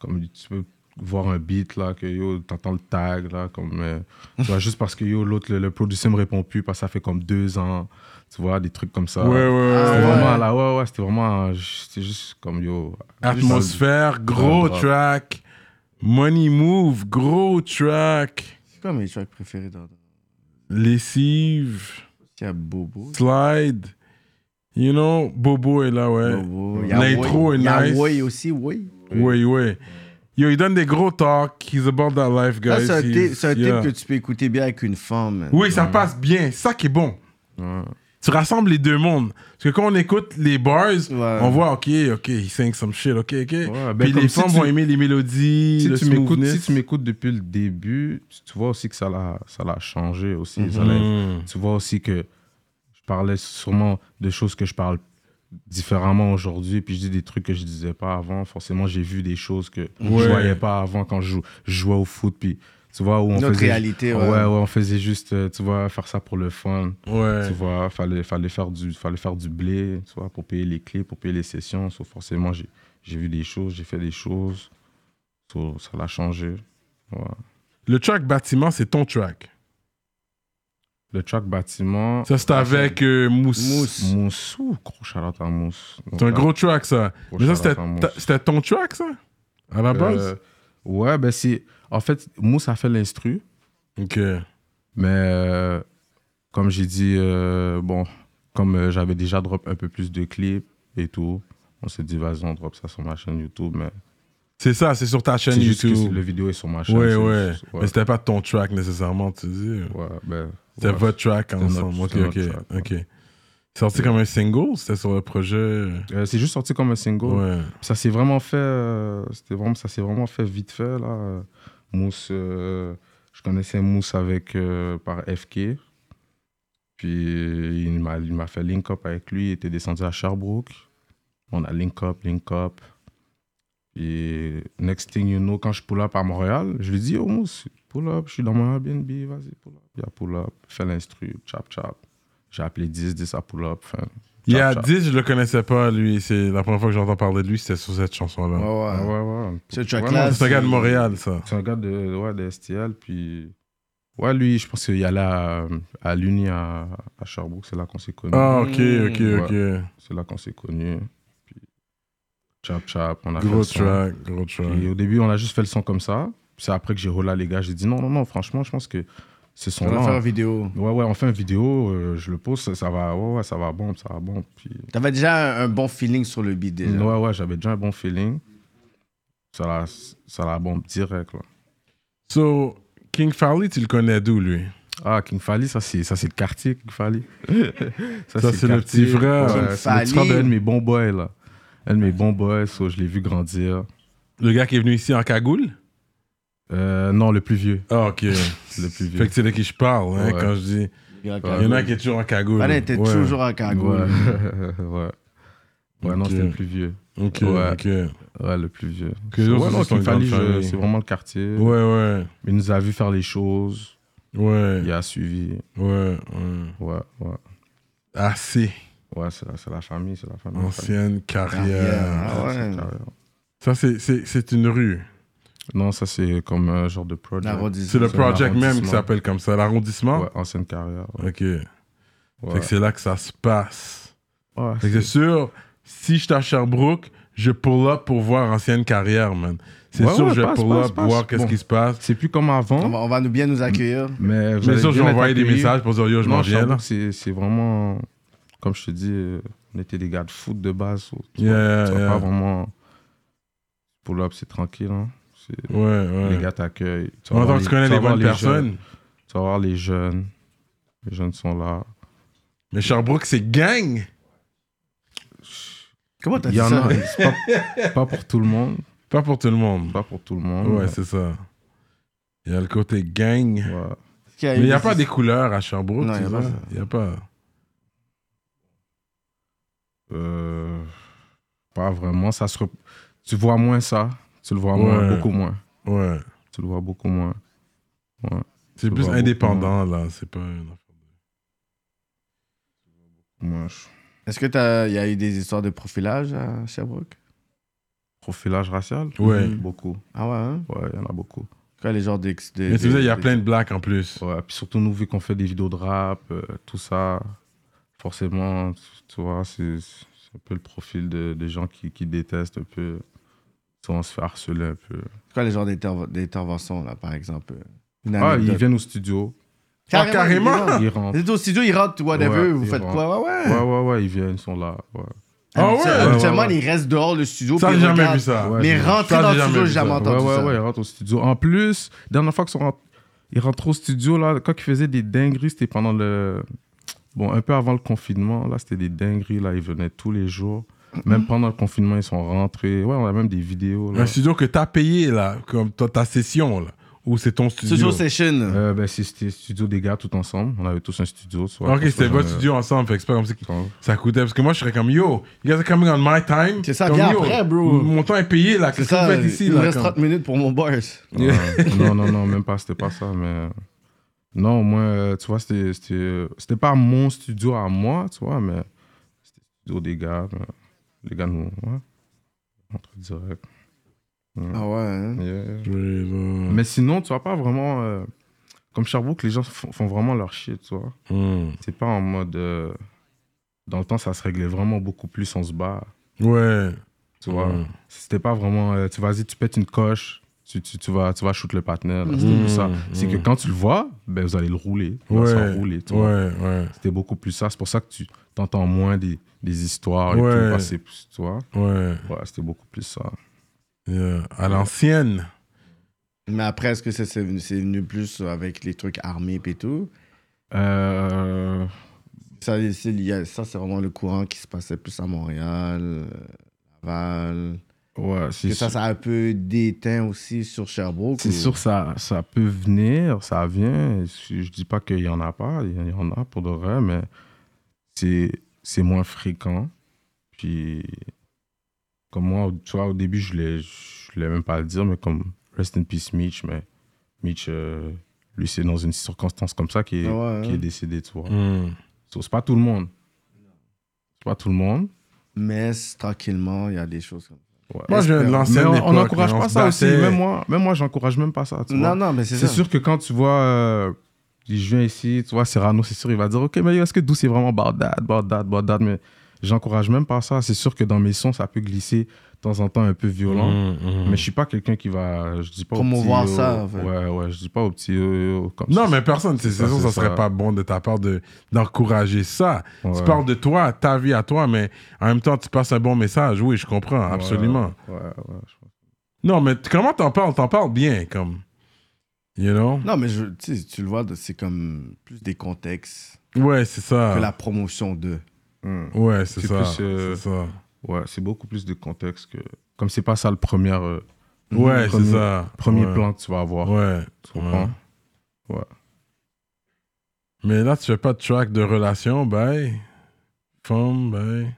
[SPEAKER 5] comme tu peux voir un beat, là, que yo, t'entends le tag, là, comme... euh, tu vois, juste parce que yo, l'autre, le, le producer me répond plus, parce que ça fait comme deux ans, tu vois, des trucs comme ça.
[SPEAKER 3] Ouais, ouais, ouais.
[SPEAKER 5] C'était
[SPEAKER 4] Ah ouais.
[SPEAKER 5] vraiment, là, ouais, ouais, c'était vraiment... euh, C'était juste comme, yo...
[SPEAKER 3] Atmosphère, gros
[SPEAKER 5] Drop.
[SPEAKER 3] track. Money Move, gros track.
[SPEAKER 4] C'est quoi mes tracks préférés dans
[SPEAKER 3] Lessive,
[SPEAKER 4] Il y a Bobo.
[SPEAKER 3] Slide. You know, Bobo est là, ouais.
[SPEAKER 4] Bobo. il y a
[SPEAKER 3] L'intro
[SPEAKER 4] Woy.
[SPEAKER 3] est
[SPEAKER 4] Il y a
[SPEAKER 3] nice.
[SPEAKER 4] Woy aussi, Woy.
[SPEAKER 3] Oui, oui. Yo, il donne des gros talks. He's about that life,
[SPEAKER 4] Ça,
[SPEAKER 3] guys.
[SPEAKER 4] Ah, c'est un,
[SPEAKER 3] He's-
[SPEAKER 4] type- c'est un type
[SPEAKER 3] yeah.
[SPEAKER 4] que tu peux écouter bien avec une femme. man.
[SPEAKER 3] Oui, ça passe bien. Ça qui est bon.
[SPEAKER 5] Ouais.
[SPEAKER 3] Tu rassembles les deux mondes. Parce que quand on écoute les bars,
[SPEAKER 4] Ouais.
[SPEAKER 3] on voit, OK, OK, he sings some shit, OK, OK.
[SPEAKER 5] ben,
[SPEAKER 3] Puis
[SPEAKER 5] comme
[SPEAKER 3] les
[SPEAKER 5] si
[SPEAKER 3] femmes
[SPEAKER 5] tu-
[SPEAKER 3] vont aimer les mélodies,
[SPEAKER 5] si
[SPEAKER 3] le
[SPEAKER 5] tu m'écoutes si
[SPEAKER 3] smoothness.
[SPEAKER 5] tu m'écoutes depuis le début tu, tu vois aussi que ça l'a ça l'a changé aussi ça l'a-
[SPEAKER 3] Mm.
[SPEAKER 5] tu vois aussi que je parlais sûrement de choses que je parle différemment aujourd'hui puis je dis des trucs que je disais pas avant forcément j'ai vu des choses que
[SPEAKER 3] Ouais.
[SPEAKER 5] je voyais pas avant quand je, jou- je jouais au foot puis tu vois où on
[SPEAKER 4] Notre
[SPEAKER 5] faisait
[SPEAKER 4] réalité, ouais.
[SPEAKER 5] ouais, ouais, on faisait juste euh, tu vois faire ça pour le fun
[SPEAKER 3] Ouais.
[SPEAKER 5] tu vois, fallait, fallait, faire du, fallait faire du blé, tu vois, pour payer les clés, pour payer les sessions. So, forcément, j'ai j'ai vu des choses, j'ai fait des choses. So, ça l'a changé. Ouais.
[SPEAKER 3] Le track bâtiment, c'est ton track.
[SPEAKER 5] Le track bâtiment.
[SPEAKER 3] Ça, c'est avec euh, Mousse.
[SPEAKER 4] Mousse.
[SPEAKER 5] Moussou, gros charlotte à Mousse.
[SPEAKER 3] C'est un gros track, ça.
[SPEAKER 5] Gros
[SPEAKER 3] Mais ça,
[SPEAKER 5] shout-out
[SPEAKER 3] c'était
[SPEAKER 5] à Mousse.
[SPEAKER 3] ta- c'était ton track, ça À la base
[SPEAKER 5] Euh, ouais, ben c'est. En fait, Mousse a fait l'instru,
[SPEAKER 3] OK.
[SPEAKER 5] mais euh, comme j'ai dit, euh, bon, comme euh, j'avais déjà drop un peu plus de clips et tout, on s'est dit, vas-y, on drop ça sur ma chaîne YouTube, mais
[SPEAKER 3] C'est ça, c'est sur ta chaîne
[SPEAKER 5] C'est juste que
[SPEAKER 3] YouTube.
[SPEAKER 5] le vidéo est sur ma chaîne.
[SPEAKER 3] Ouais,
[SPEAKER 5] c'est
[SPEAKER 3] ouais.
[SPEAKER 5] juste-
[SPEAKER 3] Mais c'était pas ton track nécessairement, tu dis.
[SPEAKER 5] ouais, ben,
[SPEAKER 3] C'était
[SPEAKER 5] ouais.
[SPEAKER 3] votre track
[SPEAKER 5] notre-
[SPEAKER 3] ensemble. Ok,
[SPEAKER 5] c'était
[SPEAKER 3] ok,
[SPEAKER 5] notre track,
[SPEAKER 3] ok. Sorti comme un single, c'était sur le projet.
[SPEAKER 5] Euh, c'est juste sorti comme un single.
[SPEAKER 3] Ouais.
[SPEAKER 5] Ça s'est vraiment fait. euh, c'était vraiment, ça s'est vraiment fait vite fait là. Euh, Mousse, euh, je connaissais Mousse avec euh, par FK. Puis il m'a, il m'a fait link up avec lui. Il était descendu à Sherbrooke. On a link up, link up. Et next thing you know, quand je pull up à Montréal, je lui dis Oh Mousse, pull up, je suis dans mon Airbnb, vas-y, pull up. Il a pull up, fait l'instru, chap chap. J'ai appelé 10, 10 à pull up. Enfin,
[SPEAKER 3] Il y a
[SPEAKER 5] chap, chap.
[SPEAKER 3] 10, je le connaissais pas, lui. C'est la première fois que j'entends parler de lui, c'était sur cette chanson-là.
[SPEAKER 4] Ouais, ouais.
[SPEAKER 5] Ah ouais, ouais.
[SPEAKER 4] Ce
[SPEAKER 5] Ouais,
[SPEAKER 4] track-là,
[SPEAKER 5] non,
[SPEAKER 3] C'est un gars de Montréal, ça.
[SPEAKER 5] C'est un gars de, ouais, de STL, puis Ouais, lui, je pense qu'il y a là euh, à l'Uni à, à Sherbrooke, c'est là qu'on s'est connus.
[SPEAKER 3] Ah, ok, ok, ok.
[SPEAKER 5] C'est là qu'on s'est connus. Puis, chap chap, on a
[SPEAKER 3] Gros
[SPEAKER 5] fait le son.
[SPEAKER 3] track, gros track.
[SPEAKER 5] Puis euh, au début, on a juste fait le son comme ça. C'est après que j'ai roulé les gars, j'ai dit non, non, non, franchement, je pense que ce
[SPEAKER 4] On va
[SPEAKER 5] son-là.
[SPEAKER 4] faire
[SPEAKER 5] hein.
[SPEAKER 4] une vidéo.
[SPEAKER 5] Ouais, ouais, on fait une vidéo, euh, je le pose, ça, ça va, ouais, ouais, ça va bon, ça va bon. Puis,
[SPEAKER 4] T'avais déjà un, un bon feeling sur le beat déjà.
[SPEAKER 5] ouais, ouais, j'avais déjà un bon feeling. Ça la, ça la bombe direct, là.
[SPEAKER 3] So, King Farley, tu le connais d'où, lui
[SPEAKER 5] Ah, King Fally, ça c'est ça, c'est le quartier, King Fally. ça,
[SPEAKER 3] c'est le petit
[SPEAKER 5] quartier.
[SPEAKER 3] frère.
[SPEAKER 5] Ouais,
[SPEAKER 4] King
[SPEAKER 5] c'est le petit frère
[SPEAKER 4] Fally.
[SPEAKER 5] d'un de mes bons boys, là. Un de mes bons boys, so, je l'ai vu grandir.
[SPEAKER 3] Le gars qui est venu ici en cagoule
[SPEAKER 5] Euh, non, le plus vieux.
[SPEAKER 3] Ah, ok.
[SPEAKER 5] Le plus vieux.
[SPEAKER 3] fait que c'est de qui je parle, hein,
[SPEAKER 5] Ouais.
[SPEAKER 3] quand je dis.
[SPEAKER 4] Ouais.
[SPEAKER 3] Il y en a qui est toujours en cagoule.
[SPEAKER 4] Allez, t'es
[SPEAKER 3] Ouais.
[SPEAKER 4] toujours à Cagoule.
[SPEAKER 5] Ouais. ouais. Ouais, non,
[SPEAKER 3] Ok.
[SPEAKER 5] c'était le plus vieux.
[SPEAKER 3] Ok,
[SPEAKER 5] Ouais.
[SPEAKER 3] ok. Ouais,
[SPEAKER 5] Ouais, le plus vieux.
[SPEAKER 3] Que les autres,
[SPEAKER 5] ouais,
[SPEAKER 3] ils
[SPEAKER 5] non,
[SPEAKER 3] sont
[SPEAKER 5] King Fally,
[SPEAKER 3] grande
[SPEAKER 5] je-
[SPEAKER 3] famille.
[SPEAKER 5] c'est vraiment le quartier.
[SPEAKER 3] ouais.
[SPEAKER 5] Il nous a vu faire les choses.
[SPEAKER 3] Ouais,
[SPEAKER 5] Il a suivi.
[SPEAKER 3] ouais, ouais.
[SPEAKER 5] Ouais, ouais.
[SPEAKER 3] Assez.
[SPEAKER 5] Ouais, c'est la, c'est la famille, c'est la famille.
[SPEAKER 3] Oh, Ancienne carrière.
[SPEAKER 4] Ah ouais.
[SPEAKER 5] C'est carré.
[SPEAKER 3] Ça, c'est- c'est c'est une rue.
[SPEAKER 5] Non, ça, c'est comme un genre de projet.
[SPEAKER 4] L'arrondissement.
[SPEAKER 3] C'est le
[SPEAKER 5] C'est
[SPEAKER 3] project même qui
[SPEAKER 5] l'arrondissement.
[SPEAKER 3] s'appelle comme ça, l'arrondissement.
[SPEAKER 5] Ouais, ancienne carrière. ouais.
[SPEAKER 3] Ok.
[SPEAKER 5] Ouais.
[SPEAKER 3] Fait que c'est là que ça se passe.
[SPEAKER 5] Ouais,
[SPEAKER 3] Fait que c'est sûr, si je suis à Sherbrooke, je pull up pour voir ancienne carrière, man. C'est
[SPEAKER 5] Ouais,
[SPEAKER 3] sûr,
[SPEAKER 5] ouais,
[SPEAKER 3] je vais
[SPEAKER 5] passe,
[SPEAKER 3] pull
[SPEAKER 5] passe,
[SPEAKER 3] up,
[SPEAKER 5] passe.
[SPEAKER 3] voir qu'est-ce
[SPEAKER 5] Bon.
[SPEAKER 3] qui se passe.
[SPEAKER 5] C'est plus comme
[SPEAKER 4] On
[SPEAKER 5] avant.
[SPEAKER 4] va, on va nous bien nous accueillir.
[SPEAKER 5] Mais vous
[SPEAKER 3] Bien
[SPEAKER 5] allez
[SPEAKER 3] sûr, je
[SPEAKER 5] bien
[SPEAKER 3] vais
[SPEAKER 5] être
[SPEAKER 3] envoyer des
[SPEAKER 5] accueillis.
[SPEAKER 3] messages pour dire yo, je
[SPEAKER 5] Non,
[SPEAKER 3] m'en viens là.
[SPEAKER 5] Sherbrooke, C'est c'est vraiment, comme je te dis, euh, on était des gars de foot de base. so- tu vois,
[SPEAKER 3] Yeah, yeah,
[SPEAKER 5] tu vas
[SPEAKER 3] yeah.
[SPEAKER 5] pas vraiment. Pour l'op, c'est tranquille. hein. C'est-
[SPEAKER 3] Ouais,
[SPEAKER 5] Les
[SPEAKER 3] ouais.
[SPEAKER 5] gars t'accueillent. Tu vas
[SPEAKER 3] En
[SPEAKER 5] voir
[SPEAKER 3] tant que
[SPEAKER 5] les-
[SPEAKER 3] tu connais
[SPEAKER 5] vas
[SPEAKER 3] les
[SPEAKER 5] voir
[SPEAKER 3] bonnes
[SPEAKER 5] jeunes.
[SPEAKER 3] personnes.
[SPEAKER 5] Tu vas voir les jeunes. Les jeunes sont là.
[SPEAKER 3] Mais Sherbrooke, c'est gang.
[SPEAKER 4] Comment t'as
[SPEAKER 5] Il
[SPEAKER 4] dit
[SPEAKER 5] y en
[SPEAKER 4] ça?
[SPEAKER 5] a, c'est pas, pas pour tout le monde.
[SPEAKER 3] Pas pour tout le monde.
[SPEAKER 5] Pas pour tout le monde.
[SPEAKER 3] Ouais,
[SPEAKER 5] mais-
[SPEAKER 3] c'est ça. Il y a le côté gang.
[SPEAKER 5] ouais.
[SPEAKER 4] Qu'il y a
[SPEAKER 3] Mais il
[SPEAKER 4] eu
[SPEAKER 3] n'y a pas des couleurs à Sherbrooke.
[SPEAKER 4] Non,
[SPEAKER 3] tu
[SPEAKER 4] y a
[SPEAKER 3] vois.
[SPEAKER 4] pas ça.
[SPEAKER 3] Il n'y a pas.
[SPEAKER 5] Euh, pas vraiment. Ça se rep- Tu vois moins ça. Tu le vois moins,
[SPEAKER 3] Ouais.
[SPEAKER 5] beaucoup moins.
[SPEAKER 3] Ouais.
[SPEAKER 5] Tu le vois beaucoup moins.
[SPEAKER 3] C'est
[SPEAKER 5] Tu
[SPEAKER 3] plus
[SPEAKER 5] vois beaucoup,
[SPEAKER 3] indépendant, là. C'est pas. une affaire.
[SPEAKER 5] Moi, je-
[SPEAKER 4] Est-ce que t'as- il y a eu des histoires de profilage à Sherbrooke?
[SPEAKER 5] Profilage racial
[SPEAKER 3] Ouais.
[SPEAKER 5] Beaucoup.
[SPEAKER 4] Ah ouais, hein?
[SPEAKER 5] Ouais, il y en a beaucoup.
[SPEAKER 4] Quoi, les genres d'ex- de.
[SPEAKER 3] Mais tu sais, il y a
[SPEAKER 4] de-
[SPEAKER 3] plein de blacks en plus.
[SPEAKER 5] Ouais, puis surtout, nous, vu qu'on fait des vidéos de rap, euh, tout ça, forcément, tu- tu vois, c'est c'est un peu le profil de- des gens qui, qui détestent un peu. Souvent, on se fait harceler un peu.
[SPEAKER 4] Quoi, les genres d'interv- d'interventions, là, par exemple? euh, Une
[SPEAKER 5] Ah,
[SPEAKER 4] anecdote.
[SPEAKER 5] ils viennent au studio,
[SPEAKER 3] Ah, carrément?
[SPEAKER 4] ils rentrent.
[SPEAKER 5] ils rentrent.
[SPEAKER 4] Vous êtes au studio, ils rentrent, whatever,
[SPEAKER 5] Ouais,
[SPEAKER 4] vous
[SPEAKER 5] ils
[SPEAKER 4] faites quoi? Ouais, ouais.
[SPEAKER 5] Ouais, ouais, ouais, ils viennent, ils sont là. ouais.
[SPEAKER 3] Ah ouais?
[SPEAKER 4] Habituellement, Habituellement,
[SPEAKER 5] Ouais, ouais, ouais.
[SPEAKER 4] ils restent dehors le studio.
[SPEAKER 3] Ça,
[SPEAKER 4] puis
[SPEAKER 3] j'ai
[SPEAKER 4] ils
[SPEAKER 3] jamais
[SPEAKER 4] regardent.
[SPEAKER 3] vu ça.
[SPEAKER 5] Ouais,
[SPEAKER 4] Mais
[SPEAKER 5] j'ai-
[SPEAKER 4] rentrer
[SPEAKER 3] ça,
[SPEAKER 4] dans
[SPEAKER 3] j'ai
[SPEAKER 4] le
[SPEAKER 3] jamais
[SPEAKER 4] studio,
[SPEAKER 3] vu
[SPEAKER 4] j'ai jamais
[SPEAKER 3] ça.
[SPEAKER 4] entendu
[SPEAKER 5] ouais, ouais,
[SPEAKER 4] ça.
[SPEAKER 5] ouais, ils rentrent au studio. En plus, dernière fois qu'ils sont rentrés, ils rentrent au studio, là, quand ils faisaient des dingueries, c'était pendant le. Bon, un peu avant le confinement, là, c'était des dingueries, là, ils venaient tous les jours. Même pendant le confinement, ils sont rentrés. Ouais, on a même des vidéos, là.
[SPEAKER 3] Un studio que t'as payé, là, comme toi, ta session, là. Ou c'est ton studio.
[SPEAKER 4] Studio Session.
[SPEAKER 5] Euh, ben, c'est- c'était studio des gars, tout ensemble. On avait tous un studio. soit-
[SPEAKER 3] Ok, c'était
[SPEAKER 5] soit-
[SPEAKER 3] votre studio ensemble. Fait que c'est pas comme ça que
[SPEAKER 5] ensemble.
[SPEAKER 3] ça coûtait. Parce que moi, je serais comme yo, you guys are coming on my time.
[SPEAKER 4] C'est ça,
[SPEAKER 3] Comme,
[SPEAKER 4] viens
[SPEAKER 3] yo,
[SPEAKER 4] après, bro.
[SPEAKER 3] Mon temps est payé, là.
[SPEAKER 4] C'est
[SPEAKER 3] Qu'est-ce que
[SPEAKER 4] ça,
[SPEAKER 3] vous
[SPEAKER 4] il
[SPEAKER 3] faites ici,
[SPEAKER 4] il me
[SPEAKER 3] là?
[SPEAKER 4] reste
[SPEAKER 3] comme-
[SPEAKER 4] 30 minutes pour mon bars.
[SPEAKER 5] Ouais. non, non, non, même pas, c'était pas ça, mais... Non, au moins, euh, tu vois, c'était- c'était c'était pas mon studio à moi, tu vois, mais c'était le studio des gars. mais Les gars nous... Ouais. Entre direct.
[SPEAKER 4] Ah ouais, hein?
[SPEAKER 5] Yeah, yeah.
[SPEAKER 3] Raison.
[SPEAKER 5] Mais sinon, tu vois, pas vraiment... euh, Comme Sherbrooke, les gens font, font vraiment leur shit, tu vois.
[SPEAKER 3] Hmm.
[SPEAKER 5] C'est pas en mode... euh, Dans le temps, ça se réglait vraiment beaucoup plus, on se bat.
[SPEAKER 3] Ouais.
[SPEAKER 5] Tu vois,
[SPEAKER 3] Mm.
[SPEAKER 5] c'était pas vraiment. euh, tu vas-y, tu pètes une coche, tu, tu, tu vas, tu vas shoot le partenaire. là,
[SPEAKER 3] Mm.
[SPEAKER 5] C'était plus ça.
[SPEAKER 3] Mm.
[SPEAKER 5] C'est que quand tu le vois, ben, vous allez le rouler. Il va
[SPEAKER 3] Ouais.
[SPEAKER 5] s'enrouler, tu
[SPEAKER 3] Ouais,
[SPEAKER 5] vois.
[SPEAKER 3] ouais,
[SPEAKER 5] C'était beaucoup plus ça. C'est pour ça que tu t'entends moins des, des histoires et
[SPEAKER 3] Ouais.
[SPEAKER 5] tout. parce que c'est- tu vois,
[SPEAKER 3] ouais.
[SPEAKER 5] ouais, c'était beaucoup plus ça.
[SPEAKER 3] Yeah. À l'ancienne.
[SPEAKER 4] Mais après, est-ce que ça, c'est venu, c'est venu plus avec les trucs armés et tout?
[SPEAKER 5] Euh,
[SPEAKER 4] Ça, c'est lié- ça, c'est vraiment le courant qui se passait plus à Montréal, euh, Laval.
[SPEAKER 5] ouais, c'est
[SPEAKER 4] Que ça,
[SPEAKER 5] sûr-
[SPEAKER 4] ça a un peu déteint aussi sur Sherbrooke.
[SPEAKER 3] Hmm.
[SPEAKER 5] C'est
[SPEAKER 4] ou-
[SPEAKER 5] sûr, ça, ça peut venir, ça vient. Je je dis pas qu'il y en a pas, il y en a pour de vrai, mais c'est c'est moins fréquent. Puis, comme moi, tu vois, au début, je voulais, je voulais même pas le dire, mais comme Rest in Peace Mitch, mais Mitch, euh, lui, c'est dans une circonstance comme ça qui est,
[SPEAKER 4] Ah ouais,
[SPEAKER 5] qui
[SPEAKER 4] hein.
[SPEAKER 5] est décédé, tu vois.
[SPEAKER 3] Hmm.
[SPEAKER 5] So, c'est pas tout le monde. C'est pas tout le monde.
[SPEAKER 4] Mais c'est- tranquillement, il y a des choses comme
[SPEAKER 5] Ouais.
[SPEAKER 3] Moi, je viens de l'ancienne
[SPEAKER 5] Mais on- on
[SPEAKER 3] époque,
[SPEAKER 5] n'encourage
[SPEAKER 3] mais on
[SPEAKER 5] pas
[SPEAKER 3] se
[SPEAKER 5] ça aussi.
[SPEAKER 3] battait.
[SPEAKER 5] Même moi, même moi j'encourage même pas ça.
[SPEAKER 4] ça.
[SPEAKER 5] tu vois.
[SPEAKER 4] non, mais
[SPEAKER 5] C'est sûr que quand tu vois euh, Puis je viens ici, tu vois, Serrano, c'est sûr, il va dire Ok, mais yo, est-ce que Douce est vraiment bordade, bordade, bordade Mais j'encourage même pas ça. C'est sûr que dans mes sons, ça peut glisser de temps en temps un peu violent.
[SPEAKER 3] Mmh. Hmm,
[SPEAKER 5] Mais je suis pas quelqu'un qui va. Je dis pas au
[SPEAKER 4] Promouvoir
[SPEAKER 5] petit, yo,
[SPEAKER 4] ça, en fait.
[SPEAKER 5] Ouais, ouais, je dis pas au petit yo, yo, comme
[SPEAKER 3] Non,
[SPEAKER 5] ça.
[SPEAKER 3] mais personne, c'est c'est sûr, ça
[SPEAKER 5] c'est
[SPEAKER 3] serait
[SPEAKER 5] ça.
[SPEAKER 3] pas bon de ta part de- d'encourager ça. Tu
[SPEAKER 5] Ouais.
[SPEAKER 3] parles de toi, ta vie à toi, mais en même temps, tu passes un bon message. Oui, je comprends,
[SPEAKER 5] Ouais,
[SPEAKER 3] absolument.
[SPEAKER 5] Ouais, ouais, je pense.
[SPEAKER 3] Non, mais t- comment t'en parles T'en parles bien, comme. You know
[SPEAKER 4] Non, mais je, tu sais, tu le vois, c'est comme plus des contextes
[SPEAKER 3] Ouais, c'est ça.
[SPEAKER 4] que la promotion de.
[SPEAKER 5] Hmm.
[SPEAKER 3] Ouais, c'est
[SPEAKER 5] C'est
[SPEAKER 3] ça.
[SPEAKER 5] plus, euh,
[SPEAKER 3] C'est ça.
[SPEAKER 5] Ouais, c'est beaucoup plus de contexte que. Comme c'est pas ça le premier, euh,
[SPEAKER 3] Ouais, c'est
[SPEAKER 5] premier-
[SPEAKER 3] ça.
[SPEAKER 5] premier
[SPEAKER 3] Ouais.
[SPEAKER 5] plan que tu vas avoir.
[SPEAKER 3] Ouais.
[SPEAKER 5] Tu comprends
[SPEAKER 3] Ouais. Mais là, tu fais pas de track de relation, bye. Femme, bye.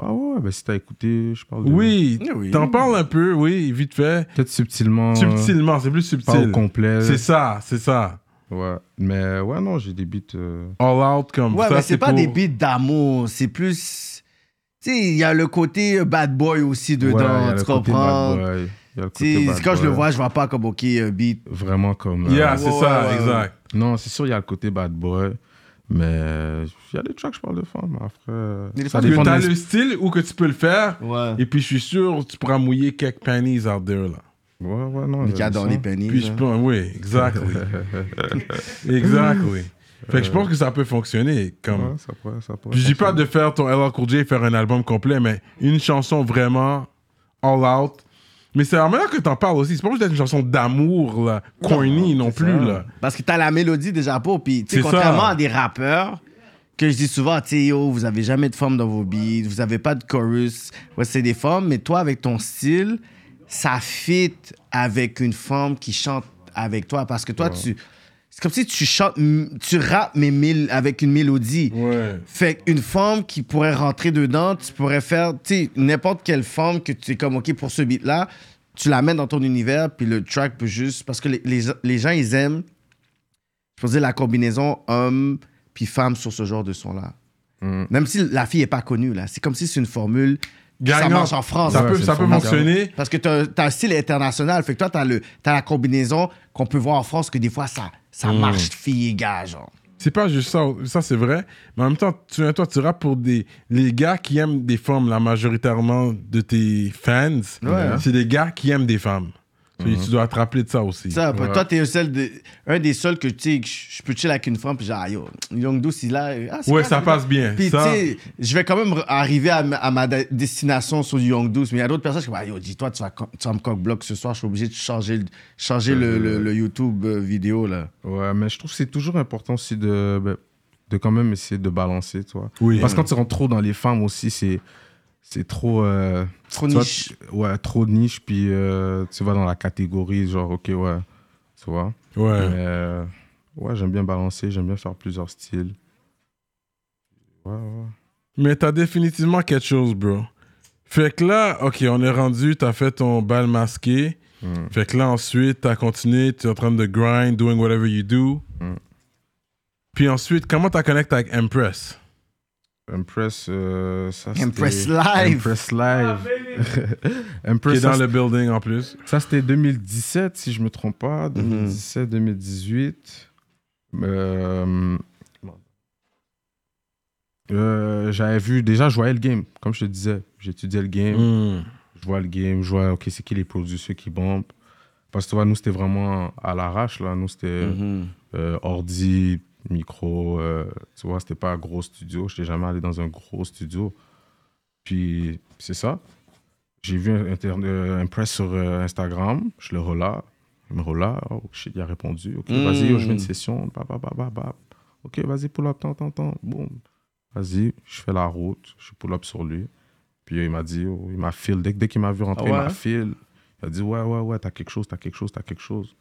[SPEAKER 5] Ah ouais, ben si t'as écouté, je parle de.
[SPEAKER 3] Oui,
[SPEAKER 4] Eh oui.
[SPEAKER 3] t'en parles un peu, oui, vite fait.
[SPEAKER 5] Peut-être subtilement. euh,
[SPEAKER 3] Subtilement, c'est plus
[SPEAKER 5] Pas au
[SPEAKER 3] subtil.
[SPEAKER 5] complet.
[SPEAKER 3] C'est ça, c'est ça.
[SPEAKER 5] Ouais. Mais ouais, non, j'ai des beats. euh,
[SPEAKER 3] All out comme
[SPEAKER 4] Ouais,
[SPEAKER 3] ça.
[SPEAKER 4] mais c'est pas
[SPEAKER 3] pour-
[SPEAKER 4] des beats d'amour, c'est plus. Tu sais, il y a le côté bad boy aussi
[SPEAKER 5] ouais, il y
[SPEAKER 4] dedans,
[SPEAKER 5] a le
[SPEAKER 4] tu
[SPEAKER 5] côté
[SPEAKER 4] comprends?
[SPEAKER 5] bad boy, il y a le côté
[SPEAKER 4] Tu sais,
[SPEAKER 5] bad
[SPEAKER 4] quand je le
[SPEAKER 5] boy.
[SPEAKER 4] vois, je vois pas comme, ok, euh, beat.
[SPEAKER 5] Vraiment comme. euh,
[SPEAKER 3] Yeah, c'est
[SPEAKER 4] Ouais,
[SPEAKER 3] ça,
[SPEAKER 4] ouais, ouais.
[SPEAKER 3] exact.
[SPEAKER 5] Non, c'est sûr, il y a le côté bad boy. Mais il y a des tracks, je parle de femmes. Après, euh,
[SPEAKER 4] Il y a des
[SPEAKER 5] ça
[SPEAKER 4] femmes-
[SPEAKER 5] dépend
[SPEAKER 3] Que
[SPEAKER 5] de
[SPEAKER 3] t'as
[SPEAKER 5] l'ins-
[SPEAKER 3] le style ou que tu peux le faire.
[SPEAKER 4] Ouais.
[SPEAKER 3] Et puis, je suis sûr, tu pourras mouiller quelques pennies out there, là.
[SPEAKER 5] Ouais, ouais, non.
[SPEAKER 4] Il
[SPEAKER 5] y
[SPEAKER 4] y a dans
[SPEAKER 5] des
[SPEAKER 4] les
[SPEAKER 5] sons.
[SPEAKER 4] pennies.
[SPEAKER 3] Puis, je
[SPEAKER 4] là.
[SPEAKER 3] pense, oui, exactly. exactly. Fait que je pense que ça peut fonctionner. Comme...
[SPEAKER 5] Euh. Ouais, ça pourrait, ça pourrait
[SPEAKER 3] Puis, je dis pas
[SPEAKER 5] fonctionner.
[SPEAKER 3] de faire ton LL Cool J et faire un album complet, mais une chanson vraiment all out. Mais c'est la manière que t'en parles aussi. C'est pas juste d'être une chanson d'amour, là, corny non, plus, là.
[SPEAKER 4] Parce que t'as la mélodie déjà pour. Puis, tu sais,
[SPEAKER 3] C'est ça.
[SPEAKER 4] contrairement à des rappeurs, que je dis souvent, tu sais, yo, vous avez jamais de forme dans vos beats, vous avez pas de chorus. Ouais, c'est des formes, mais toi, avec ton style, ça fit avec une forme qui chante avec toi. Parce que toi, tu. C'est comme si tu chantes, m- tu rappes, mais mél- avec une mélodie.
[SPEAKER 3] Ouais.
[SPEAKER 4] Fait qu'une forme qui pourrait rentrer dedans, tu pourrais faire, tu sais, n'importe quelle forme que tu es comme, OK, pour ce beat-là, tu la mets dans ton univers, puis le track peut juste. Parce que les, les- les gens, ils aiment, je peux dire, la combinaison homme puis femme sur ce genre de son-là.
[SPEAKER 5] Mm.
[SPEAKER 4] Même si la fille est pas connue, là. C'est comme si c'est une formule. puis Ça
[SPEAKER 3] Gagnant.
[SPEAKER 4] marche en France.
[SPEAKER 3] Ça
[SPEAKER 4] là.
[SPEAKER 3] peut,
[SPEAKER 5] c'est
[SPEAKER 3] ça peut
[SPEAKER 5] formidable.
[SPEAKER 3] fonctionner.
[SPEAKER 4] Parce que t'as t'as un style international. Fait que toi, t'as le- t'as la combinaison qu'on peut voir en France que des fois, ça, ça marche fille et gars, genre.
[SPEAKER 3] C'est pas juste ça, ça c'est vrai, mais en même temps, tu toi tu rappes pour des les gars qui aiment des femmes, la majoritairement de tes fans, c'est des gars qui aiment des femmes. So, Tu dois te rappeler de ça aussi.
[SPEAKER 4] Ça, après, toi, t'es un, seul de- un des seuls que tu sais, que je je peux chiller avec une femme, puis genre, ah, yo, Young Douce, il a. ah, c'est
[SPEAKER 3] ouais,
[SPEAKER 4] vrai,
[SPEAKER 3] ça
[SPEAKER 4] c'est
[SPEAKER 3] passe bien.
[SPEAKER 4] Puis, tu
[SPEAKER 3] ça,
[SPEAKER 4] sais, je vais quand même r- arriver à, ma- à ma de- destination sur du Young Douce, mais il y a d'autres personnes qui disent, ah, yo, dis-toi, tu vas, co- tu vas me cock-block ce soir, je suis obligé de changer, le- changer le, le- le YouTube euh, vidéo, là.
[SPEAKER 5] Ouais, mais je trouve que c'est toujours important aussi de, ben, de quand même essayer de balancer, tu vois.
[SPEAKER 3] Oui.
[SPEAKER 5] Parce que quand tu rentres trop dans les femmes aussi, c'est, c'est trop. euh,
[SPEAKER 4] Trop
[SPEAKER 5] tu vois,
[SPEAKER 4] niche.
[SPEAKER 5] tu- ouais, trop niche, puis euh, tu vas dans la catégorie, genre, ok, ouais, tu vois.
[SPEAKER 3] ouais.
[SPEAKER 5] Mais, euh, ouais, j'aime bien balancer, j'aime bien faire plusieurs styles. Ouais, ouais.
[SPEAKER 3] Mais t'as définitivement quelque chose, bro. Fait que là, ok, on est rendu, t'as fait ton bal masqué.
[SPEAKER 5] Mm.
[SPEAKER 3] Fait que là, ensuite, t'as continué, tu es en train de grind, doing whatever you do.
[SPEAKER 5] Mm.
[SPEAKER 3] Puis ensuite, comment t'as connecté avec Empress?
[SPEAKER 5] Impress, euh, ça c'était-
[SPEAKER 4] Impress Live.
[SPEAKER 5] Impress Live. Impress,
[SPEAKER 3] Qui est dans
[SPEAKER 5] ça,
[SPEAKER 3] le building en plus.
[SPEAKER 5] Ça, c'était 2017, si je me trompe
[SPEAKER 3] Mhm.
[SPEAKER 5] pas. 2017, 2018. Euh, euh, J'avais vu, déjà, je voyais le game, comme je te disais. J'étudiais le game,
[SPEAKER 3] Mm.
[SPEAKER 5] je vois le game, je vois, OK, c'est qui les producteurs qui bombent. Parce que, tu vois, nous, c'était vraiment à l'arrache, là. Nous, c'était
[SPEAKER 3] Mhm.
[SPEAKER 4] Mhm.
[SPEAKER 5] euh, ordi, micro, euh, tu vois, c'était pas un gros studio. Je n'étais jamais allé dans un gros studio. Puis, c'est ça. J'ai vu un, interne- euh, un press sur euh, Instagram, je le relâche. Il me relâche, oh shit, il a répondu. Ok,
[SPEAKER 4] Hmm.
[SPEAKER 5] vas-y, yo, je veux une session. Bah, bah, bah, bah, bah. Ok, vas-y, pull up, tant, tant, tant. Boum. Vas-y, je fais la route, je pull up sur lui. Puis euh, il m'a dit, oh, il m'a fil. Dès, dès qu'il m'a vu rentrer,
[SPEAKER 4] Ah ouais?
[SPEAKER 5] il m'a fil. Il a dit, ouais, ouais, ouais, t'as quelque chose, t'as quelque chose, t'as quelque chose.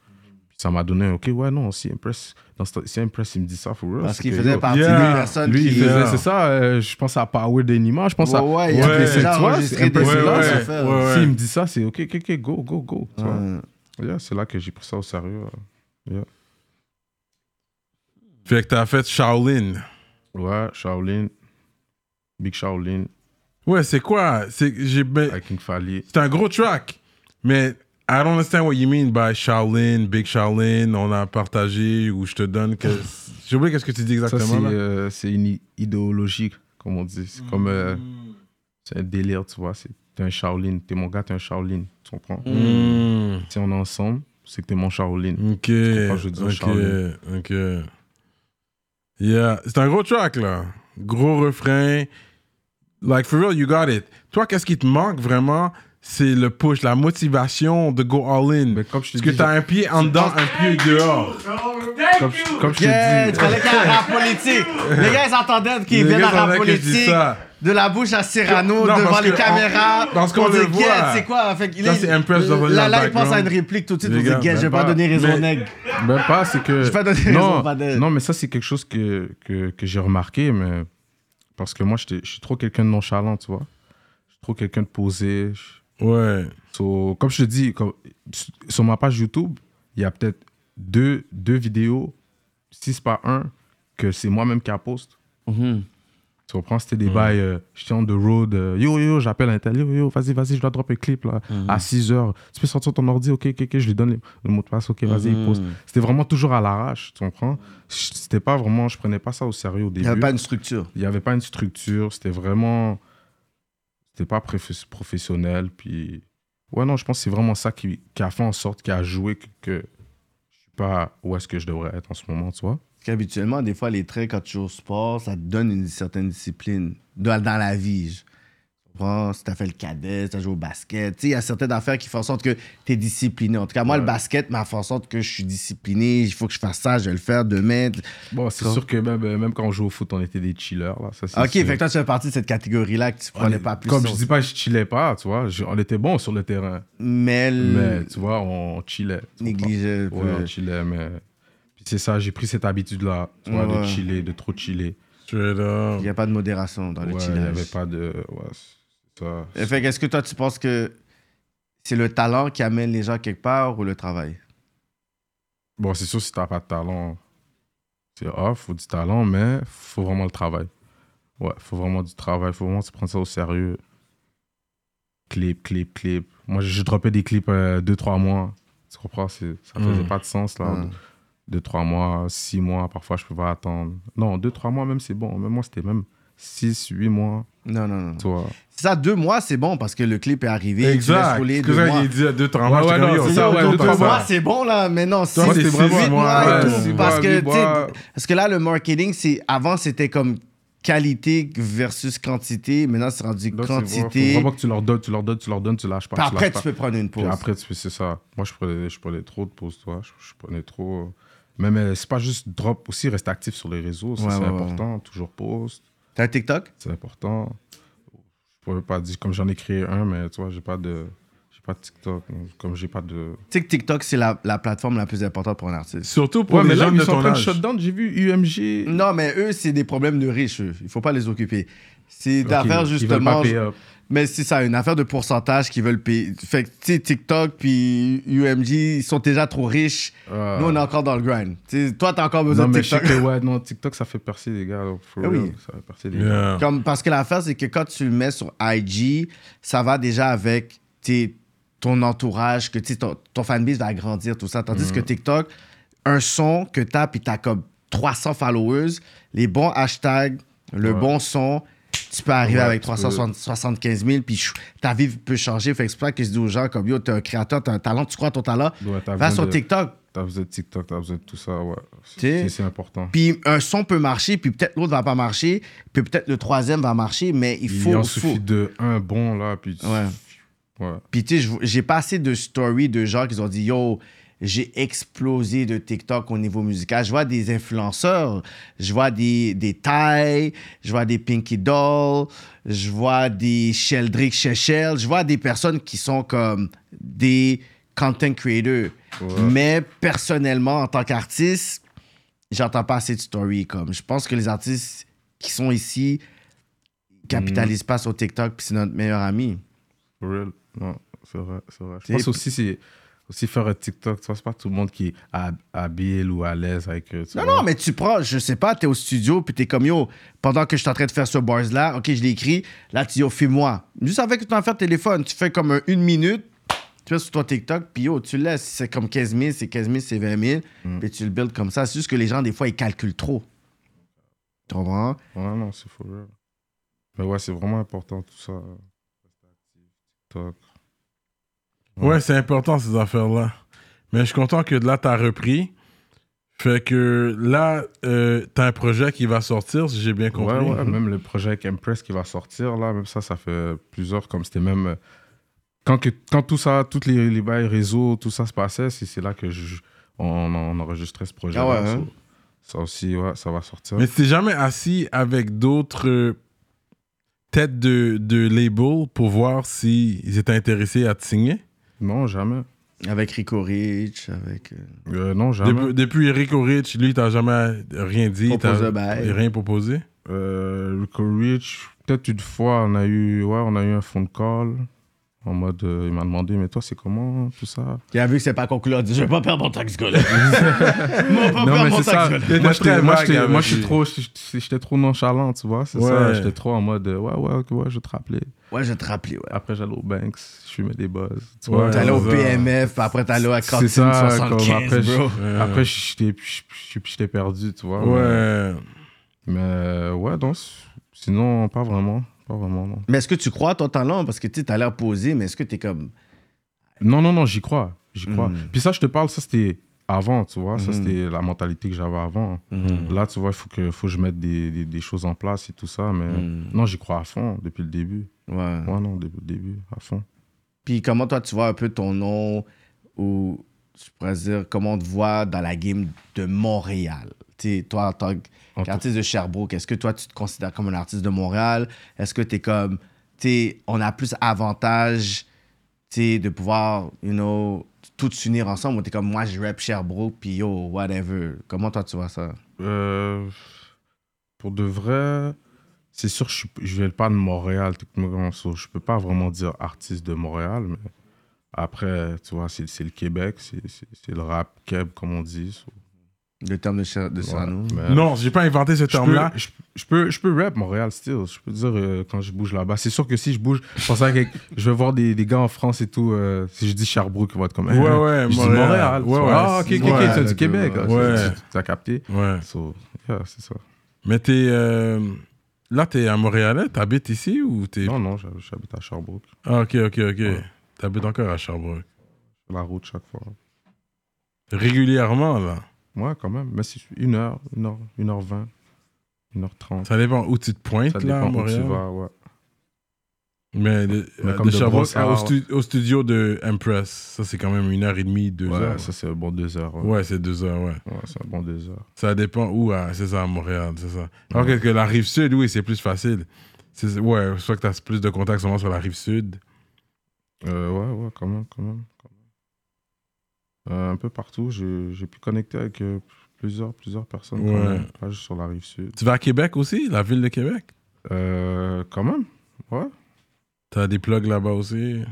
[SPEAKER 5] Puis ça m'a donné, un, ok, ouais, non, si Impress, dans ce- si Impress, il me dit ça, for real.
[SPEAKER 4] Parce
[SPEAKER 5] c'est
[SPEAKER 4] qu'il
[SPEAKER 5] que,
[SPEAKER 4] faisait
[SPEAKER 5] yo,
[SPEAKER 4] partie
[SPEAKER 3] Yeah.
[SPEAKER 4] des personnes
[SPEAKER 5] Lui, il
[SPEAKER 4] qui.
[SPEAKER 5] faisait, c'est ça, euh, je pense à Power Denima, je pense à.
[SPEAKER 4] Ouais, ouais, il a
[SPEAKER 3] Ouais.
[SPEAKER 4] déjà
[SPEAKER 5] Tu vois,
[SPEAKER 4] enregistré
[SPEAKER 5] c'est
[SPEAKER 4] des
[SPEAKER 5] Impress
[SPEAKER 4] singles,
[SPEAKER 5] Live.
[SPEAKER 4] ça fait, euh,
[SPEAKER 3] Ouais, ouais.
[SPEAKER 5] S'il me dit ça, c'est ok, ok, ok, go, go, go. tu vois.
[SPEAKER 4] Ouais.
[SPEAKER 5] Yeah, c'est là que j'ai pris ça au sérieux. euh.
[SPEAKER 3] Fait que t'as fait Shaolin.
[SPEAKER 5] Ouais, Shaolin. Big Shaolin.
[SPEAKER 3] Ouais, c'est quoi? C'est j'ai- ben,
[SPEAKER 5] Avec King Fali.
[SPEAKER 3] c'est un gros track. Mais I don't understand what you mean by Shaolin, Big Shaolin, on a partagé ou je te donne que. J'ai oublié qu'est-ce que tu dis
[SPEAKER 5] Ça, c'est
[SPEAKER 3] exactement. là.
[SPEAKER 5] euh, c'est une i- idéologie, comme on dit. C'est comme. euh,
[SPEAKER 3] Hmm.
[SPEAKER 5] c'est un délire, tu vois. C'est t'es un Shaolin. T'es mon gars, t'es un Shaolin. Tu comprends
[SPEAKER 3] Hmm,
[SPEAKER 5] Si on est ensemble, c'est que t'es mon Shaolin.
[SPEAKER 3] ok.
[SPEAKER 5] comprends, je dis Shaolin.
[SPEAKER 3] Ok. Ok. Yeah. C'est un gros track, là. Gros refrain. Like, for real, you got it. Toi, qu'est-ce qui te manque vraiment C'est le push, la motivation de go all in.
[SPEAKER 5] Mais comme je te
[SPEAKER 3] Parce que
[SPEAKER 5] dis,
[SPEAKER 3] t'as un pied en dedans, un pied dehors.
[SPEAKER 5] comme, je- comme je
[SPEAKER 4] Yeah, tu
[SPEAKER 5] te dis.
[SPEAKER 4] fallait qu'il y ait un rap politique. Les gars, ils attendaient
[SPEAKER 3] Les
[SPEAKER 4] qu'ils viennent
[SPEAKER 3] gars
[SPEAKER 4] un rap
[SPEAKER 3] attendaient que je dise
[SPEAKER 4] politique.
[SPEAKER 3] ça.
[SPEAKER 4] De la bouche à
[SPEAKER 3] Non,
[SPEAKER 4] Cyrano,
[SPEAKER 3] parce
[SPEAKER 4] devant les
[SPEAKER 3] que
[SPEAKER 4] caméras.
[SPEAKER 3] on- parce qu'on
[SPEAKER 4] On dit,
[SPEAKER 3] le voit.
[SPEAKER 4] Guess, c'est quoi? Fait que
[SPEAKER 3] Ça,
[SPEAKER 4] là,
[SPEAKER 3] c'est Impress dans le
[SPEAKER 4] Là, là, il
[SPEAKER 3] background.
[SPEAKER 4] pense à une réplique tout de suite.
[SPEAKER 3] Les
[SPEAKER 4] On
[SPEAKER 3] gars,
[SPEAKER 4] dit, guess, je vais
[SPEAKER 3] même
[SPEAKER 4] pas
[SPEAKER 3] pas.
[SPEAKER 4] donner raison
[SPEAKER 3] Mais-
[SPEAKER 4] au nègre.
[SPEAKER 5] Même ben, pas, c'est que.
[SPEAKER 4] vais pas donner raison,
[SPEAKER 5] non,
[SPEAKER 4] pas de-
[SPEAKER 5] non, mais ça, c'est quelque chose que, que, que j'ai remarqué, mais. Parce que moi, j'étais- je suis trop quelqu'un de nonchalant, tu vois. Je suis trop quelqu'un de posé. je-
[SPEAKER 3] Ouais.
[SPEAKER 5] So, comme je te dis, comme- sur ma page YouTube, il y a peut-être deux, deux vidéos, six par un, que c'est moi-même qui la poste. Tu comprends, c'était des bails, euh, j'étais on the road, euh, yo yo, j'appelle un tel, yo yo, vas-y, vas-y, je dois drop un clip là, à 6 heures. Tu peux sortir ton ordi, ok, ok, ok, je lui donne les- le mot de passe, ok, vas-y, il poste. C'était vraiment toujours à l'arrache, tu comprends? C'était pas vraiment, je prenais pas ça au sérieux au
[SPEAKER 4] Il
[SPEAKER 5] début
[SPEAKER 4] n'y avait pas une structure.
[SPEAKER 5] il n'y avait pas une structure, c'était vraiment. C'était pas préf- professionnel. Puis. Ouais, non, je pense que c'est vraiment ça qui, qui a fait en sorte, qui a joué que, que je suis pas où est-ce que je devrais être en ce moment, tu vois.
[SPEAKER 4] Parce qu'habituellement, des fois, les traits, quand tu joues au sport, ça te donne une certaine discipline dans, dans la vie. je- Tu comprends? Si t'as fait le cadet, si t'as joué au basket, tu sais, il y a certaines affaires qui font en sorte que t'es discipliné. En tout cas, moi, le basket m'a fait en sorte que je suis discipliné. Il faut que je fasse ça, je vais le faire demain.
[SPEAKER 5] Bon, c'est
[SPEAKER 4] Quand-
[SPEAKER 5] sûr que même, euh, même quand on joue au foot, on était des chillers, là. Ça, c'est
[SPEAKER 4] Ah, Ok,
[SPEAKER 5] sûr.
[SPEAKER 4] fait que toi, tu fais partie de cette catégorie-là que tu prenais pas plus.
[SPEAKER 5] Comme
[SPEAKER 4] sur-
[SPEAKER 5] je dis pas, je chillais pas, tu vois. je- on était bons sur le terrain.
[SPEAKER 4] Mais, le-
[SPEAKER 5] Mais tu vois, on chillait. tu comprends?
[SPEAKER 4] Mm. négligé.
[SPEAKER 5] Ouais, on chillait, mais. Puis c'est ça, j'ai pris cette habitude-là, tu vois, de
[SPEAKER 4] Ouais.
[SPEAKER 5] chiller, de trop chiller.
[SPEAKER 3] Straight up.
[SPEAKER 4] Il n'y a pas de modération dans
[SPEAKER 5] Ouais,
[SPEAKER 4] le
[SPEAKER 5] il n'y
[SPEAKER 4] chillage.
[SPEAKER 5] avait pas de. Ouais, c'est ça.
[SPEAKER 4] Euh, Fait qu'est-ce que toi, tu penses que c'est le talent qui amène les gens quelque part ou le travail?
[SPEAKER 5] Bon, c'est sûr, si t'as pas de talent, c'est off, faut du talent, mais faut vraiment le travail. Ouais, faut vraiment du travail, faut vraiment se prendre ça au sérieux. Clip, clip, clip. Moi, je, je dropais des clips 2-3 mois. Tu comprends? c'est- Ça faisait
[SPEAKER 3] Mm.
[SPEAKER 5] pas de sens, là.
[SPEAKER 4] Mm.
[SPEAKER 5] 2-3 mois, 6 mois, parfois, je peux pas attendre. Non, 2-3 mois, même, c'est bon. Même moi, c'était même 6, 8 mois,
[SPEAKER 4] Non, non, non.
[SPEAKER 5] tu vois.
[SPEAKER 4] Ça, deux mois, c'est bon parce que le clip est arrivé. Tu laisses
[SPEAKER 3] Exact.
[SPEAKER 4] rouler
[SPEAKER 3] C'est que
[SPEAKER 4] deux
[SPEAKER 3] ça,
[SPEAKER 4] mois.
[SPEAKER 3] il dit à deux, trois mois.
[SPEAKER 5] Ouais,
[SPEAKER 3] j'étais
[SPEAKER 5] ouais,
[SPEAKER 3] comme,
[SPEAKER 5] non,
[SPEAKER 3] yo,
[SPEAKER 5] c'est
[SPEAKER 3] ça,
[SPEAKER 5] ça,
[SPEAKER 3] ouais,
[SPEAKER 5] ouais,
[SPEAKER 3] deux,
[SPEAKER 5] deux,
[SPEAKER 3] trois
[SPEAKER 5] trois
[SPEAKER 3] mois.
[SPEAKER 4] Moi, c'est bon, là, mais non, six,
[SPEAKER 5] Toi, c'est
[SPEAKER 4] six
[SPEAKER 5] vraiment
[SPEAKER 4] huit
[SPEAKER 5] moi,
[SPEAKER 4] mois et
[SPEAKER 5] ouais,
[SPEAKER 4] tout.
[SPEAKER 5] six
[SPEAKER 4] parce,
[SPEAKER 5] mois,
[SPEAKER 4] que,
[SPEAKER 5] huit
[SPEAKER 4] tu sais,
[SPEAKER 5] mois.
[SPEAKER 4] parce que là, le marketing, c'est avant, c'était comme qualité versus quantité. Maintenant, c'est rendu
[SPEAKER 5] Là, c'est vrai,
[SPEAKER 4] quantité.
[SPEAKER 5] Faut vraiment que tu leur donnes, tu leur donnes, tu leur donnes, tu lâches pas.
[SPEAKER 4] Puis
[SPEAKER 5] tu
[SPEAKER 4] après,
[SPEAKER 5] lâches
[SPEAKER 4] tu
[SPEAKER 5] pas.
[SPEAKER 4] peux prendre une
[SPEAKER 5] Puis
[SPEAKER 4] pause.
[SPEAKER 5] après, tu- c'est ça. Moi, je prenais, je prenais trop de pauses, toi. Je, je prenais trop. euh, Même, euh, c'est pas juste drop aussi, reste actif sur les réseaux. Ça,
[SPEAKER 4] Ouais,
[SPEAKER 5] c'est
[SPEAKER 4] ouais,
[SPEAKER 5] important. Toujours post,
[SPEAKER 4] T'as un TikTok?
[SPEAKER 5] c'est important. Je pourrais pas dire, comme j'en ai créé un, mais tu vois, j'ai pas de. J'ai pas de TikTok. donc, Comme j'ai pas de.
[SPEAKER 4] Tu sais que TikTok, c'est la, la plateforme la plus importante pour un artiste.
[SPEAKER 3] Surtout pour les jeunes de ton âge.
[SPEAKER 5] J'ai vu UMG.
[SPEAKER 4] Non, mais eux, c'est des problèmes de riches. eux. Il faut pas les occuper. C'est
[SPEAKER 5] Ok,
[SPEAKER 4] d'affaires,
[SPEAKER 5] ils veulent pas
[SPEAKER 4] justement.
[SPEAKER 5] payer up.
[SPEAKER 4] Mais c'est ça, une affaire de pourcentage qu'ils veulent payer. Fait que, tu sais, TikTok puis UMG, ils sont déjà trop riches.
[SPEAKER 5] Ah.
[SPEAKER 4] Nous, on est encore dans le grind. Tu sais, toi, t'as encore besoin
[SPEAKER 5] Non,
[SPEAKER 4] de
[SPEAKER 5] mais je sais
[SPEAKER 4] TikTok.
[SPEAKER 5] que ouais, non, TikTok, ça fait percer les gars. donc, for
[SPEAKER 4] Ah oui.
[SPEAKER 5] real, Ça fait percer les gars.
[SPEAKER 3] Yeah.
[SPEAKER 4] Comme, parce que l'affaire, c'est que quand tu le mets sur IG, ça va déjà avec tes- ton entourage, que tu sais, ton, ton fanbase va grandir, tout ça.
[SPEAKER 5] Mm.
[SPEAKER 4] Tandis que TikTok, un son que t'as, puis t'as comme 300 followers, les bons hashtags, le
[SPEAKER 5] Ouais.
[SPEAKER 4] bon son, tu peux arriver
[SPEAKER 5] Ouais,
[SPEAKER 4] avec
[SPEAKER 5] tu peux.
[SPEAKER 4] 375 000, puis chou, ta vie peut changer. Fait que c'est pour ça que je dis aux gens, comme yo, t'es un créateur, t'as un talent, tu crois à ton talent,
[SPEAKER 5] Ouais, t'as
[SPEAKER 4] va
[SPEAKER 5] besoin
[SPEAKER 4] sur
[SPEAKER 5] de-
[SPEAKER 4] TikTok.
[SPEAKER 5] T'as besoin de TikTok, t'as besoin de tout ça, ouais.
[SPEAKER 4] T'sais,
[SPEAKER 5] C'est c'est important.
[SPEAKER 4] Puis un son peut marcher, puis peut-être l'autre va pas marcher, puis peut-être le troisième va marcher, mais il faut.
[SPEAKER 5] il en
[SPEAKER 4] faut-
[SPEAKER 5] suffit de un bon, là, puis... tu-
[SPEAKER 4] Ouais.
[SPEAKER 5] Ouais.
[SPEAKER 4] Puis tu sais, je- j'ai pas assez de stories de gens qui ont dit yo, j'ai explosé de TikTok au niveau musical. Je vois des influenceurs, je vois des, des Ty, je vois des Pinky Doll, je vois des Sheldrick Shechel, je vois des personnes qui sont comme des content creators. Mais personnellement, en tant qu'artiste, j'entends pas assez de stories. Comme je pense que les artistes qui sont ici capitalisent pas sur TikTok, puis c'est notre meilleur ami.
[SPEAKER 5] For real. Non, c'est vrai, c'est vrai. Je
[SPEAKER 4] T'es-
[SPEAKER 5] pense aussi, c'est... Aussi faire un TikTok, tu vois, c'est pas tout le monde qui est hab- habile ou à l'aise avec... euh, tu
[SPEAKER 4] Non,
[SPEAKER 5] vois.
[SPEAKER 4] non, mais tu prends, je sais pas, t'es au studio, puis t'es comme yo, pendant que je suis en train de faire ce bars-là, ok, je l'écris, là, tu dis yo, fais-moi. Juste avec ton affaire de téléphone, tu fais comme un- une euh, minute, Tu vas sur ton TikTok, puis yo, tu le laisses. C'est comme 15 000, c'est 15 000, c'est 20 000, puis tu le builds comme ça. C'est juste que les gens, des fois, ils calculent trop. Tu comprends?
[SPEAKER 5] Ouais, non, c'est faux. Mais ouais, c'est vraiment important tout ça. TikTok.
[SPEAKER 3] Ouais, c'est important ces affaires-là. Mais je suis content que de là, t'as repris. Fait que là, euh, t'as un projet qui va sortir, si j'ai bien
[SPEAKER 5] Ouais,
[SPEAKER 3] compris.
[SPEAKER 5] ouais, même le projet avec Empress qui va sortir, là, même ça, ça fait plusieurs, comme c'était même... euh, Quand, que, quand tout ça, toutes les, les bails réseau, tout ça se passait, c'est c'est là que je- on, on enregistrait ce projet.
[SPEAKER 4] Ah ouais, hein?
[SPEAKER 5] Ça aussi, ouais, ça va sortir.
[SPEAKER 3] Mais tu t'es jamais assis avec d'autres euh, têtes de, de label pour voir s'ils étaient intéressés à te signer?
[SPEAKER 5] Non, jamais.
[SPEAKER 4] Avec Rico Rich, avec. euh,
[SPEAKER 5] Euh, non, jamais.
[SPEAKER 3] Depuis, depuis Rico Rich, lui, t'as jamais rien dit,
[SPEAKER 4] Proposé,
[SPEAKER 3] t'as
[SPEAKER 4] ben.
[SPEAKER 3] rien proposé.
[SPEAKER 5] Euh, Rico Rich, peut-être une fois, on a eu, ouais, on a eu un phone call. En mode, euh, il m'a demandé, mais toi, c'est comment, tout ça
[SPEAKER 4] Il a vu que c'est pas conclu, il a dit Je vais pas perdre mon taxe scolaire. Moi, pas
[SPEAKER 5] Non,
[SPEAKER 4] perdre
[SPEAKER 5] mais
[SPEAKER 4] mon
[SPEAKER 5] c'est
[SPEAKER 4] taxe
[SPEAKER 5] ça.
[SPEAKER 4] scolaire.
[SPEAKER 3] était
[SPEAKER 5] Moi,
[SPEAKER 3] très
[SPEAKER 5] j'étais- moi,
[SPEAKER 3] vague
[SPEAKER 5] j'étais-
[SPEAKER 3] avec
[SPEAKER 5] moi, je suis
[SPEAKER 3] lui.
[SPEAKER 5] trop, j'étais j'étais trop nonchalant, tu vois. C'est ça.
[SPEAKER 3] Ouais.
[SPEAKER 5] J'étais trop en mode, euh, ouais, ouais, ok, ouais, je vais te rappeler.
[SPEAKER 4] Ouais, je vais te rappeler, ouais.
[SPEAKER 5] Après, j'allais au Banks, je fumais des buzz. Tu
[SPEAKER 3] Ouais,
[SPEAKER 5] vois,
[SPEAKER 4] T'allais au
[SPEAKER 3] c'est
[SPEAKER 5] Genre,
[SPEAKER 3] ça.
[SPEAKER 4] PMF, puis après t'allais à Cantine
[SPEAKER 5] C'est ça, comme
[SPEAKER 4] 75,
[SPEAKER 5] après, je-
[SPEAKER 4] bro.
[SPEAKER 3] Euh,
[SPEAKER 5] après j'étais j'étais perdu, tu vois.
[SPEAKER 3] ouais.
[SPEAKER 5] Mais, mais, euh, ouais, donc, sinon, pas vraiment. Pas vraiment, non.
[SPEAKER 4] Mais est-ce que tu crois à ton talent Parce que tu sais, t'as l'air posé, mais est-ce que t'es comme.
[SPEAKER 5] Non, non, non, j'y crois. J'y crois.
[SPEAKER 3] Hmm.
[SPEAKER 4] Mhm.
[SPEAKER 5] Puis ça, je te parle, ça, c'était avant, tu vois. Ça,
[SPEAKER 4] Mhm.
[SPEAKER 5] c'était la mentalité que j'avais avant.
[SPEAKER 3] Hmm.
[SPEAKER 5] Là, tu vois, il faut que, faut que je mette des, des, des choses en place et tout ça. Mais
[SPEAKER 3] Hmm.
[SPEAKER 4] Mhm.
[SPEAKER 5] non, j'y crois à fond depuis le début.
[SPEAKER 4] Ouais.
[SPEAKER 5] Ouais, non, depuis le début, à fond.
[SPEAKER 4] Puis comment toi, tu vois un peu ton nom ou je pourrais dire comment on te voit dans la game de Montréal? Tu sais, toi, en tant
[SPEAKER 5] En
[SPEAKER 4] qu'artiste de Sherbrooke, est-ce que toi, tu te considères comme un artiste de Montréal? Est-ce que tu es comme, tu sais, on a plus avantage, tu sais, de pouvoir, you know, tout s'unir ensemble ou t'es comme, moi, je rap Sherbrooke, puis yo, whatever. Comment toi, tu vois ça?
[SPEAKER 5] Euh, pour de vrai, c'est sûr que je, suis- je viens pas de Montréal, techniquement. so Je peux pas vraiment dire artiste de Montréal, mais après, tu vois, c'est c'est le Québec, c'est- c'est c'est le rap Keb, comme on dit. so,
[SPEAKER 4] Le terme de, Sher- de
[SPEAKER 5] voilà.
[SPEAKER 4] Serrano?
[SPEAKER 5] Mais
[SPEAKER 3] Non, j'ai pas inventé ce
[SPEAKER 5] je peux,
[SPEAKER 3] terme-là.
[SPEAKER 5] je, je peux, je peux rap Montréal, still. Je peux dire euh, quand je bouge là-bas. C'est sûr que si je bouge, je pense à que je vais voir des, des gars en France et tout. euh, si je dis Sherbrooke, ils vont être comme. hein?
[SPEAKER 3] Ouais, ouais,
[SPEAKER 5] Je dis
[SPEAKER 3] Montréal.
[SPEAKER 5] Montréal.
[SPEAKER 3] Ouais, ouais.
[SPEAKER 5] Ah, ok, ok, ok,
[SPEAKER 3] Ouais,
[SPEAKER 5] c'est du
[SPEAKER 3] ok,
[SPEAKER 5] Québec. ah,
[SPEAKER 3] ouais.
[SPEAKER 5] c'est- Tu as capté.
[SPEAKER 3] Ouais.
[SPEAKER 5] So, yeah, c'est ça.
[SPEAKER 3] Mais t'es. euh, là, t'es à Montréal, t'habites ici ou t'es.
[SPEAKER 5] Non, non, j'hab- j'habite à Sherbrooke.
[SPEAKER 3] Ah, ok, ok, ok. T'habites encore à Sherbrooke.
[SPEAKER 5] La route chaque fois.
[SPEAKER 3] Régulièrement, là.
[SPEAKER 5] Moi, quand même. Mais c'est une heure, une heure, une heure vingt, une heure trente.
[SPEAKER 3] Ça dépend où tu te pointes,
[SPEAKER 5] Ça
[SPEAKER 3] là, à
[SPEAKER 5] dépend où tu
[SPEAKER 3] Montréal.
[SPEAKER 5] vas, ouais.
[SPEAKER 3] Mais de,
[SPEAKER 5] Mais
[SPEAKER 3] euh,
[SPEAKER 5] comme
[SPEAKER 3] de
[SPEAKER 5] de
[SPEAKER 3] Sherbrooke
[SPEAKER 5] Brossard,
[SPEAKER 3] à- au, stu- au studio de Empress, ça, c'est quand même une heure et demie, deux
[SPEAKER 5] Ouais,
[SPEAKER 3] heures.
[SPEAKER 5] ça, c'est un bon deux heures. Ouais,
[SPEAKER 3] Ouais, c'est deux heures, ouais.
[SPEAKER 5] Ouais, c'est un bon deux heures.
[SPEAKER 3] Ça dépend où, à- c'est ça, à Montréal, c'est ça. Alors que, que la rive sud, oui, c'est plus facile. C'est- Ouais, soit que t'as plus de contacts seulement sur la rive sud.
[SPEAKER 5] Euh, ouais, ouais, quand même, quand même. quand même. Euh, un peu partout, j'ai j'ai pu connecter avec euh, plusieurs, plusieurs personnes. quand
[SPEAKER 3] Ouais.
[SPEAKER 5] même. Pas juste sur la rive sud.
[SPEAKER 3] Tu vas à Québec aussi, la ville de Québec.
[SPEAKER 5] Euh, quand même, ouais.
[SPEAKER 3] T'as des plugs là-bas aussi.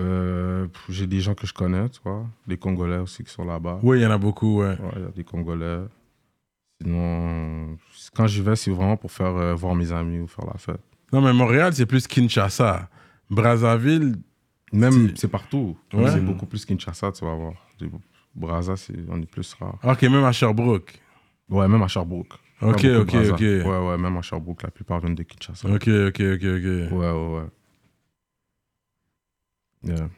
[SPEAKER 5] Euh, pff, j'ai des gens que je connais, tu vois. Des Congolais aussi qui sont là-bas.
[SPEAKER 3] Oui, il y en a beaucoup, ouais.
[SPEAKER 5] Ouais, il y a des Congolais. Sinon, c- quand j'y vais, c'est vraiment pour faire euh, voir mes amis ou faire la fête.
[SPEAKER 3] Non, mais Montréal, c'est plus Kinshasa. Brazzaville,
[SPEAKER 5] Même, c'est partout.
[SPEAKER 3] Ouais.
[SPEAKER 5] C'est beaucoup plus Kinshasa, tu vas voir. Des- Brazza, c'est- on est plus rare.
[SPEAKER 3] ok, même à Sherbrooke.
[SPEAKER 5] Ouais, même à Sherbrooke. Pas
[SPEAKER 3] Ok,
[SPEAKER 5] beaucoup de
[SPEAKER 3] ok,
[SPEAKER 5] Brazza.
[SPEAKER 3] ok.
[SPEAKER 5] Ouais, ouais, même à Sherbrooke, la plupart viennent de Kinshasa.
[SPEAKER 3] Ok, ok, ok, ok.
[SPEAKER 5] Ouais, ouais, ouais. Yeah.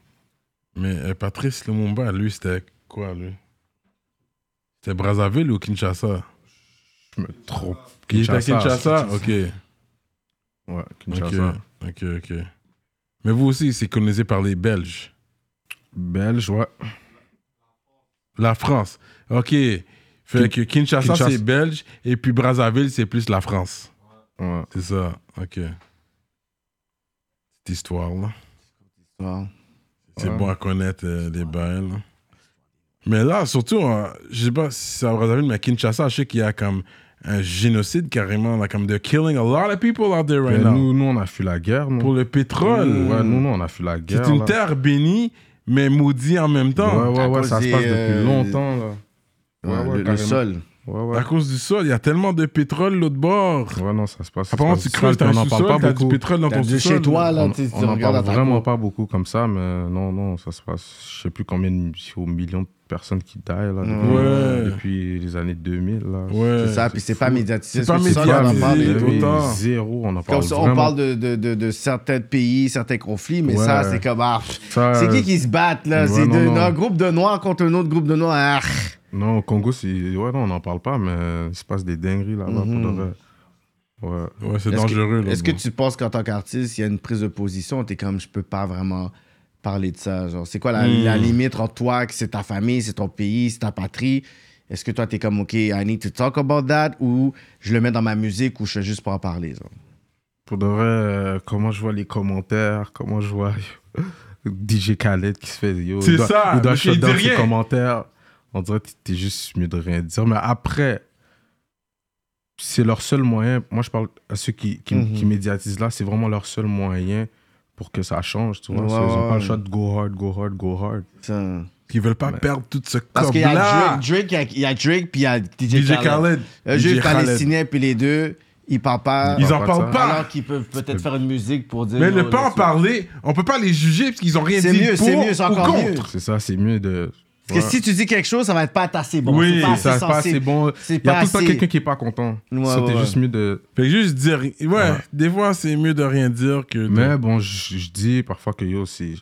[SPEAKER 3] Mais euh, Patrice Lumumba, lui, c'était quoi, lui C'était Brazzaville ou Kinshasa
[SPEAKER 5] Je me trompe.
[SPEAKER 3] Il était à Kinshasa Ok,
[SPEAKER 5] Ouais,
[SPEAKER 3] ok,
[SPEAKER 5] Kinshasa.
[SPEAKER 3] ok, ok. Mais vous aussi, c'est colonisé par les Belges.
[SPEAKER 5] Belge, ouais.
[SPEAKER 3] La France. Ok. Fait
[SPEAKER 5] Kin-
[SPEAKER 3] que Kinshasa,
[SPEAKER 5] Kinshasa.
[SPEAKER 3] c'est belge, et puis Brazzaville, c'est plus la France.
[SPEAKER 5] ouais.
[SPEAKER 3] C'est ça, ok. Cette histoire-là.
[SPEAKER 4] Wow.
[SPEAKER 3] C'est
[SPEAKER 5] Ouais.
[SPEAKER 3] bon à connaître euh, les bails. là. Mais là, surtout, euh, je sais pas si c'est à Brazzaville, mais à Kinshasa, je sais qu'il y a comme un génocide carrément, là, comme they're killing a lot of people out there right
[SPEAKER 5] Mais
[SPEAKER 4] Ben
[SPEAKER 3] now.
[SPEAKER 5] nous, nous, on a fui la guerre. Nous.
[SPEAKER 3] pour le pétrole,
[SPEAKER 5] Ouais, nous, nous, on a fui la
[SPEAKER 3] qui
[SPEAKER 5] guerre.
[SPEAKER 3] est une
[SPEAKER 5] là.
[SPEAKER 3] terre bénie, mais maudite en même temps.
[SPEAKER 5] Ouais, ouais,
[SPEAKER 4] À
[SPEAKER 5] ouais,
[SPEAKER 4] cause
[SPEAKER 5] ça se
[SPEAKER 4] des,
[SPEAKER 5] passe depuis
[SPEAKER 4] euh,
[SPEAKER 5] longtemps, là.
[SPEAKER 4] Ouais,
[SPEAKER 5] Ouais, ouais,
[SPEAKER 4] le- le,
[SPEAKER 5] carrément.
[SPEAKER 4] sol.
[SPEAKER 5] Ouais, ouais.
[SPEAKER 3] À cause du sol, il y a tellement de pétrole l'autre bord.
[SPEAKER 5] Ouais, non, ça se passe. ça se
[SPEAKER 3] Apparemment,
[SPEAKER 5] passe
[SPEAKER 3] tu
[SPEAKER 5] du
[SPEAKER 3] creuses,
[SPEAKER 5] sol,
[SPEAKER 3] t'as
[SPEAKER 5] puis
[SPEAKER 3] un sous-sol, t'as du pétrole dans
[SPEAKER 4] T'as
[SPEAKER 3] ton
[SPEAKER 4] du
[SPEAKER 3] sous-sol.
[SPEAKER 4] chez toi, là,
[SPEAKER 5] on
[SPEAKER 4] tu tu
[SPEAKER 5] on en
[SPEAKER 4] regardes à
[SPEAKER 5] parle
[SPEAKER 4] ta
[SPEAKER 5] vraiment
[SPEAKER 4] cour.
[SPEAKER 5] pas beaucoup comme ça, mais non, non, ça se passe. Je sais plus combien de aux millions de personnes qui die là, depuis,
[SPEAKER 3] Ouais.
[SPEAKER 5] depuis les années 2000. Là.
[SPEAKER 3] Ouais.
[SPEAKER 4] C'est ça, puis c'est pas médiatisé.
[SPEAKER 3] C'est pas
[SPEAKER 4] parce que ça,
[SPEAKER 5] euh, C'est
[SPEAKER 4] on en
[SPEAKER 3] médiatisé,
[SPEAKER 4] parle et
[SPEAKER 5] parlé
[SPEAKER 4] tout.
[SPEAKER 3] oui. autant.
[SPEAKER 5] Zéro, on en parle
[SPEAKER 4] Comme ça,
[SPEAKER 5] vraiment
[SPEAKER 4] on parle de, de, de, de certains pays, certains conflits, mais
[SPEAKER 5] Ouais.
[SPEAKER 4] ça, c'est comme. ah,
[SPEAKER 5] Ça,
[SPEAKER 4] c'est
[SPEAKER 5] euh,
[SPEAKER 4] qui qui se battent, là
[SPEAKER 5] ouais,
[SPEAKER 4] C'est
[SPEAKER 5] non,
[SPEAKER 4] de-
[SPEAKER 5] non.
[SPEAKER 4] un groupe de noirs contre un autre groupe de noirs. Ah,
[SPEAKER 5] Non, au Congo, c'est... Ouais, non, on n'en parle pas, mais il se passe des dingueries là-bas.
[SPEAKER 4] Mhm.
[SPEAKER 5] pour de vrai. Ouais.
[SPEAKER 3] Ouais, c'est
[SPEAKER 4] Est-ce
[SPEAKER 3] dangereux.
[SPEAKER 4] que-
[SPEAKER 3] là,
[SPEAKER 4] Est-ce que
[SPEAKER 3] bon.
[SPEAKER 4] tu penses qu'en tant qu'artiste, il y a une prise de position T'es comme, je peux pas vraiment parler de ça. Genre, c'est quoi la,
[SPEAKER 5] Hmm.
[SPEAKER 4] la limite entre toi, que c'est ta famille, c'est ton pays, c'est ta patrie Est-ce que toi, t'es comme, OK, I need to talk about that Ou je le mets dans ma musique ou je fais juste pour en parler genre?
[SPEAKER 5] Pour de vrai, euh, comment je vois les commentaires, comment je vois DJ Khaled qui se fait. yo,
[SPEAKER 3] C'est
[SPEAKER 5] il doit-
[SPEAKER 3] ça,
[SPEAKER 5] il doit
[SPEAKER 3] monsieur,
[SPEAKER 5] shut
[SPEAKER 3] il dit
[SPEAKER 5] down ses
[SPEAKER 3] rien.
[SPEAKER 5] commentaires. On dirait que t'es juste mieux de rien dire. Mais après, c'est leur seul moyen. Moi, je parle à ceux qui, qui,
[SPEAKER 4] Mhm.
[SPEAKER 5] qui médiatisent là, c'est vraiment leur seul moyen pour que ça change. Tu vois,
[SPEAKER 4] Ouais,
[SPEAKER 5] Ça, ils ont
[SPEAKER 4] ouais.
[SPEAKER 5] pas le choix de go hard, go hard, go hard.
[SPEAKER 4] Ça-
[SPEAKER 3] Ils veulent pas perdre tout ce corps
[SPEAKER 4] Parce qu'il y a Drake, Drake, il y a- il y a Drake, puis il y a DJ,
[SPEAKER 3] DJ
[SPEAKER 4] Khaled. Euh,
[SPEAKER 3] Khaled.
[SPEAKER 4] Le juif
[SPEAKER 3] DJ Khaled.
[SPEAKER 4] palestinien, puis les deux, ils parlent pas.
[SPEAKER 3] Ils en
[SPEAKER 5] parlent
[SPEAKER 3] parlent
[SPEAKER 5] pas.
[SPEAKER 3] pas.
[SPEAKER 4] Alors qu'ils peuvent peut-être faire une musique pour dire.
[SPEAKER 3] Mais
[SPEAKER 4] oh,
[SPEAKER 3] ne pas en
[SPEAKER 4] là,
[SPEAKER 3] parler, on peut pas les juger parce qu'ils ont rien
[SPEAKER 4] C'est
[SPEAKER 3] dit
[SPEAKER 4] mieux,
[SPEAKER 3] pour
[SPEAKER 4] c'est mieux, c'est
[SPEAKER 3] ou
[SPEAKER 4] encore mieux.
[SPEAKER 3] contre.
[SPEAKER 5] C'est ça, c'est mieux de.
[SPEAKER 4] Parce
[SPEAKER 5] Ouais.
[SPEAKER 4] que si tu dis quelque chose, ça va être pas assez bon.
[SPEAKER 3] Oui,
[SPEAKER 4] c'est pas assez
[SPEAKER 5] ça se passe,
[SPEAKER 4] sensé.
[SPEAKER 5] c'est bon.
[SPEAKER 4] C'est
[SPEAKER 5] Il y
[SPEAKER 4] pas
[SPEAKER 5] a tout le temps
[SPEAKER 4] assez.
[SPEAKER 5] quelqu'un qui est pas content.
[SPEAKER 4] Ouais,
[SPEAKER 5] ça, t'es
[SPEAKER 4] ouais,
[SPEAKER 5] juste mieux de.
[SPEAKER 3] Fait que juste dire, ouais, des fois c'est mieux de rien dire que. de-
[SPEAKER 5] Mais bon, je je dis parfois que yo, c'est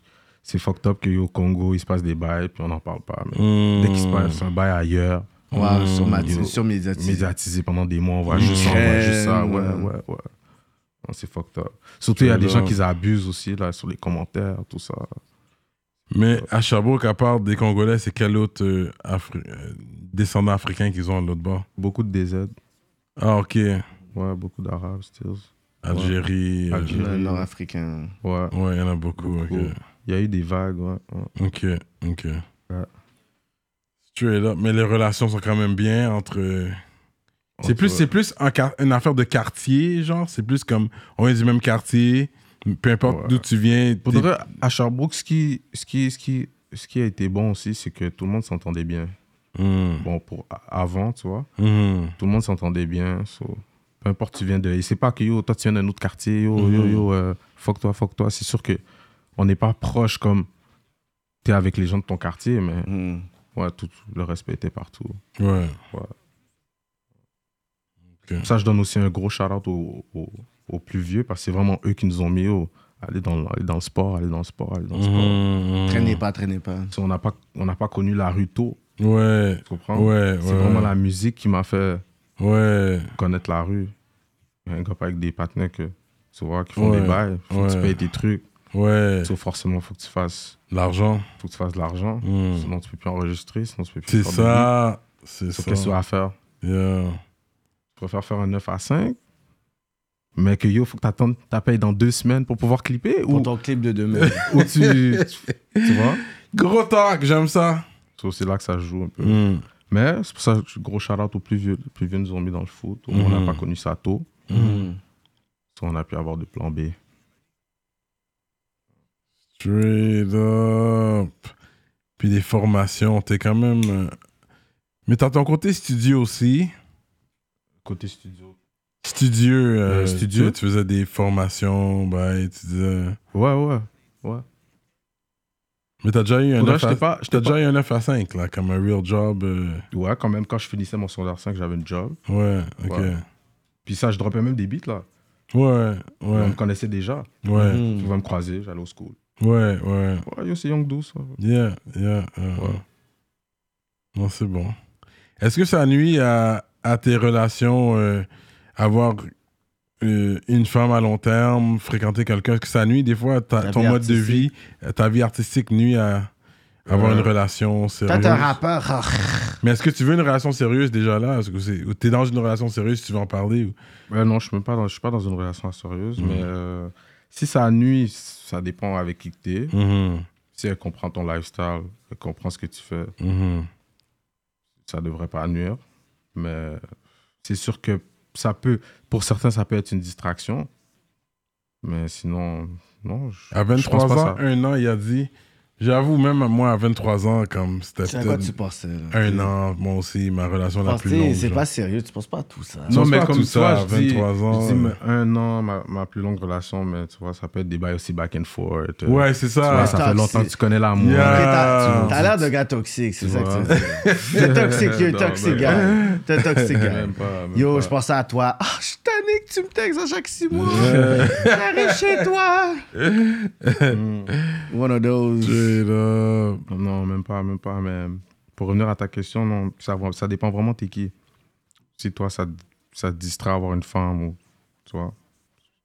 [SPEAKER 5] c'est fucked up que yo, au Congo, il se passe des bails, puis on n'en parle pas. Mais
[SPEAKER 3] Hmm.
[SPEAKER 5] Dès qu'il se passe un bail ailleurs,
[SPEAKER 4] Ouais, sur ma-
[SPEAKER 5] Yo.
[SPEAKER 4] sur médiatisé.
[SPEAKER 5] médiatisé pendant des mois, on voit juste ça, on voit juste ça. Ouais,
[SPEAKER 4] Crème.
[SPEAKER 5] ouais, ouais. Non, C'est fucked up. Surtout, il y a des
[SPEAKER 3] J'adore.
[SPEAKER 5] gens qui abusent aussi, là, sur les commentaires, tout ça.
[SPEAKER 3] Mais à Chabot, à part des Congolais, c'est quel autre euh, Afri- euh, descendant africain qu'ils ont à l'autre bord
[SPEAKER 5] Beaucoup de DZ,
[SPEAKER 3] Ah, ok.
[SPEAKER 5] ouais, beaucoup d'Arabes, Stills.
[SPEAKER 3] Algérie. euh,
[SPEAKER 5] Algérie.
[SPEAKER 4] Le nord-africain.
[SPEAKER 5] Ouais.
[SPEAKER 3] Ouais, il y en a beaucoup. ok.
[SPEAKER 5] Beaucoup. Il y a eu des vagues, ouais. ouais.
[SPEAKER 3] Ok, ok. Straight up. Mais les relations sont quand même bien entre. euh, C'est
[SPEAKER 5] Entre-
[SPEAKER 3] plus, c'est plus un quar- une affaire de quartier, genre. C'est plus comme on est du même quartier, peu importe
[SPEAKER 5] Ouais.
[SPEAKER 3] d'où tu viens.
[SPEAKER 5] Pour
[SPEAKER 3] t'es-
[SPEAKER 5] de vrai, à Sherbrooke, ce qui, ce, qui, ce, qui, ce qui a été bon aussi, c'est que tout le monde s'entendait bien.
[SPEAKER 3] Hmm,
[SPEAKER 5] Bon, pour a- avant, tu vois,
[SPEAKER 3] hmm.
[SPEAKER 5] tout le monde s'entendait bien. so, peu importe, tu viens de. Et c'est pas que yo, toi, tu viens d'un autre quartier, yo, yo,
[SPEAKER 3] Mhm.
[SPEAKER 5] yo, euh, fuck-toi, fuck-toi. C'est sûr que on n'est pas proche comme t'es avec les gens de ton quartier, mais
[SPEAKER 3] Mhm.
[SPEAKER 4] Hmm.
[SPEAKER 5] ouais, tout le respect était partout.
[SPEAKER 3] Ouais.
[SPEAKER 5] Ça, je donne aussi un gros shout-out aux, aux- aux plus vieux parce que c'est vraiment eux qui nous ont mis au. Aller dans, le- aller dans le sport, aller dans le sport, aller dans le sport.
[SPEAKER 3] Hmm, hmm.
[SPEAKER 4] Traînez pas, traînez pas.
[SPEAKER 5] Tu sais, On n'a pas, on n'a pas connu la rue tôt,
[SPEAKER 3] hum. Ouais.
[SPEAKER 5] tu comprends?
[SPEAKER 3] Ouais,
[SPEAKER 5] C'est
[SPEAKER 3] ouais,
[SPEAKER 5] vraiment la musique qui m'a fait
[SPEAKER 3] Ouais.
[SPEAKER 5] connaître la rue. Il y a Un gars avec des partenaires que tu vois, qui font
[SPEAKER 3] Ouais,
[SPEAKER 5] des bails, faut que
[SPEAKER 3] ouais.
[SPEAKER 5] tu payes tes trucs.
[SPEAKER 3] Ouais.
[SPEAKER 5] So, forcément, faut que tu fasses,
[SPEAKER 3] L'argent.
[SPEAKER 5] faut que tu fasses de l'argent.
[SPEAKER 3] Hmm.
[SPEAKER 5] Sinon, tu peux plus enregistrer, sinon tu peux plus.
[SPEAKER 3] C'est
[SPEAKER 5] faire de beat.
[SPEAKER 3] ça. C'est
[SPEAKER 5] So,
[SPEAKER 3] ça.
[SPEAKER 5] qu'est-ce que tu vas faire
[SPEAKER 3] Yeah.
[SPEAKER 5] Tu préfères faire un 9 à 5, mais que yo, faut que tu attendes ta paye dans deux semaines pour pouvoir clipper
[SPEAKER 4] Pour
[SPEAKER 5] ou, Euh,
[SPEAKER 4] ton clip de demain.
[SPEAKER 5] ou tu, tu vois
[SPEAKER 3] Gros talk, j'aime ça.
[SPEAKER 5] So, C'est là que ça joue un peu.
[SPEAKER 3] Hmm,
[SPEAKER 5] Mais c'est pour ça, que gros shout-out aux plus vieux. Les plus vieux nous ont mis dans le foot. Au moins, On
[SPEAKER 3] Mhm.
[SPEAKER 5] n'a pas connu ça tôt.
[SPEAKER 3] hum.
[SPEAKER 5] Hum.
[SPEAKER 4] Hmm.
[SPEAKER 5] So, on a pu avoir des plans B.
[SPEAKER 3] Straight up. Puis des formations, t'es quand même. euh, Mais t'as ton côté studio aussi.
[SPEAKER 5] Côté studio.
[SPEAKER 3] Studio. euh,
[SPEAKER 5] Euh, studio?
[SPEAKER 3] Tu, tu faisais des formations, bah, et tu disais.
[SPEAKER 5] Ouais, ouais. ouais.
[SPEAKER 3] Mais t'as déjà eu un
[SPEAKER 5] Pour de vrai,
[SPEAKER 3] 9 à,
[SPEAKER 5] j'étais pas-
[SPEAKER 3] t'as
[SPEAKER 5] j'étais
[SPEAKER 3] déjà eu un 9 à 5, là, comme un real job. euh,
[SPEAKER 5] Ouais, quand même, quand je finissais mon secondaire 5, j'avais une job.
[SPEAKER 3] Ouais, ok.
[SPEAKER 5] Ouais. Puis ça, je dropais même des beats, là.
[SPEAKER 3] Ouais, ouais,
[SPEAKER 5] On me connaissait déjà.
[SPEAKER 3] ouais,
[SPEAKER 5] Tu pouvais me croiser, j'allais au school.
[SPEAKER 3] ouais, ouais.
[SPEAKER 5] Ouais, yo, c'est Young Douce.
[SPEAKER 3] Yeah, yeah. uh, uh. Non, c'est bon. Est-ce que ça nuit à, à tes relations, euh, avoir euh, une femme à long terme, fréquenter quelqu'un? Est-ce que ça nuit des fois ta-
[SPEAKER 4] Ta
[SPEAKER 3] ton
[SPEAKER 4] vie
[SPEAKER 3] mode de vie,
[SPEAKER 4] artistique.
[SPEAKER 3] euh, ta vie artistique nuit à avoir
[SPEAKER 5] Ouais.
[SPEAKER 3] une relation
[SPEAKER 4] Toi,
[SPEAKER 3] sérieuse?
[SPEAKER 4] t'es un rappeur. Ah,
[SPEAKER 3] Mais est-ce que tu veux une relation sérieuse déjà là? Est-ce que c'est- ou t'es dans une relation sérieuse, tu veux en parler? ou-
[SPEAKER 5] Ouais, non, je suis même pas dans, je suis pas dans une relation sérieuse,
[SPEAKER 3] Mhm.
[SPEAKER 5] mais euh, si ça nuit, ça dépend avec qui que t'es.
[SPEAKER 3] Mhm,
[SPEAKER 5] Si elle comprend ton lifestyle, elle comprend ce que tu fais,
[SPEAKER 3] mhm.
[SPEAKER 5] ça devrait pas nuire. Mais c'est sûr que ça peut, pour certains, ça peut être une distraction. Mais sinon, non. je-
[SPEAKER 3] À
[SPEAKER 5] je pense
[SPEAKER 3] 23
[SPEAKER 5] pas
[SPEAKER 3] ans,
[SPEAKER 5] ça.
[SPEAKER 3] un an, il a dit J'avoue, même à moi, à 23 ans, comme c'était
[SPEAKER 4] C'est à quoi tu
[SPEAKER 3] peut-être
[SPEAKER 4] pensais, là?
[SPEAKER 3] un an, moi aussi, ma relation la
[SPEAKER 4] Parce
[SPEAKER 3] plus
[SPEAKER 4] que
[SPEAKER 3] longue.
[SPEAKER 4] c'est
[SPEAKER 3] genre.
[SPEAKER 4] pas sérieux, tu penses pas à tout ça.
[SPEAKER 3] Non,
[SPEAKER 5] Pense
[SPEAKER 3] mais
[SPEAKER 5] pas à
[SPEAKER 3] comme
[SPEAKER 5] tout
[SPEAKER 3] toi,
[SPEAKER 5] ça,
[SPEAKER 3] à
[SPEAKER 5] je dis-
[SPEAKER 3] 23 ans,
[SPEAKER 5] Je dis,
[SPEAKER 3] euh.
[SPEAKER 5] mais un an, ma, ma plus longue relation, mais tu vois, ça peut être des bails aussi back and forth. euh.
[SPEAKER 3] Ouais, c'est
[SPEAKER 5] Tu
[SPEAKER 3] ça.
[SPEAKER 5] vois, ça fait longtemps que tu connais l'amour. hein,
[SPEAKER 3] Yeah.
[SPEAKER 4] Ok, T'as
[SPEAKER 3] Ah,
[SPEAKER 4] t'as l'air de gars toxique, c'est
[SPEAKER 5] tu
[SPEAKER 4] ça
[SPEAKER 5] vois.
[SPEAKER 4] que tu T'es toxique, you're
[SPEAKER 5] Non,
[SPEAKER 4] toxic
[SPEAKER 5] mais-
[SPEAKER 4] guy. T'es toxic
[SPEAKER 5] Même
[SPEAKER 4] guy.
[SPEAKER 5] pas, même
[SPEAKER 4] Yo,
[SPEAKER 5] pas.
[SPEAKER 4] je pensais à toi. Ah, je suis tanné que tu me textes à chaque six mois. J'arrive chez toi. One of those.
[SPEAKER 3] Straight up.
[SPEAKER 5] Mm. Non, même pas, même pas. Mais pour revenir à ta question, non, ça, va- ça dépend vraiment t'es qui. Si toi, ça, ça te distrait avoir une femme ou. Tu vois,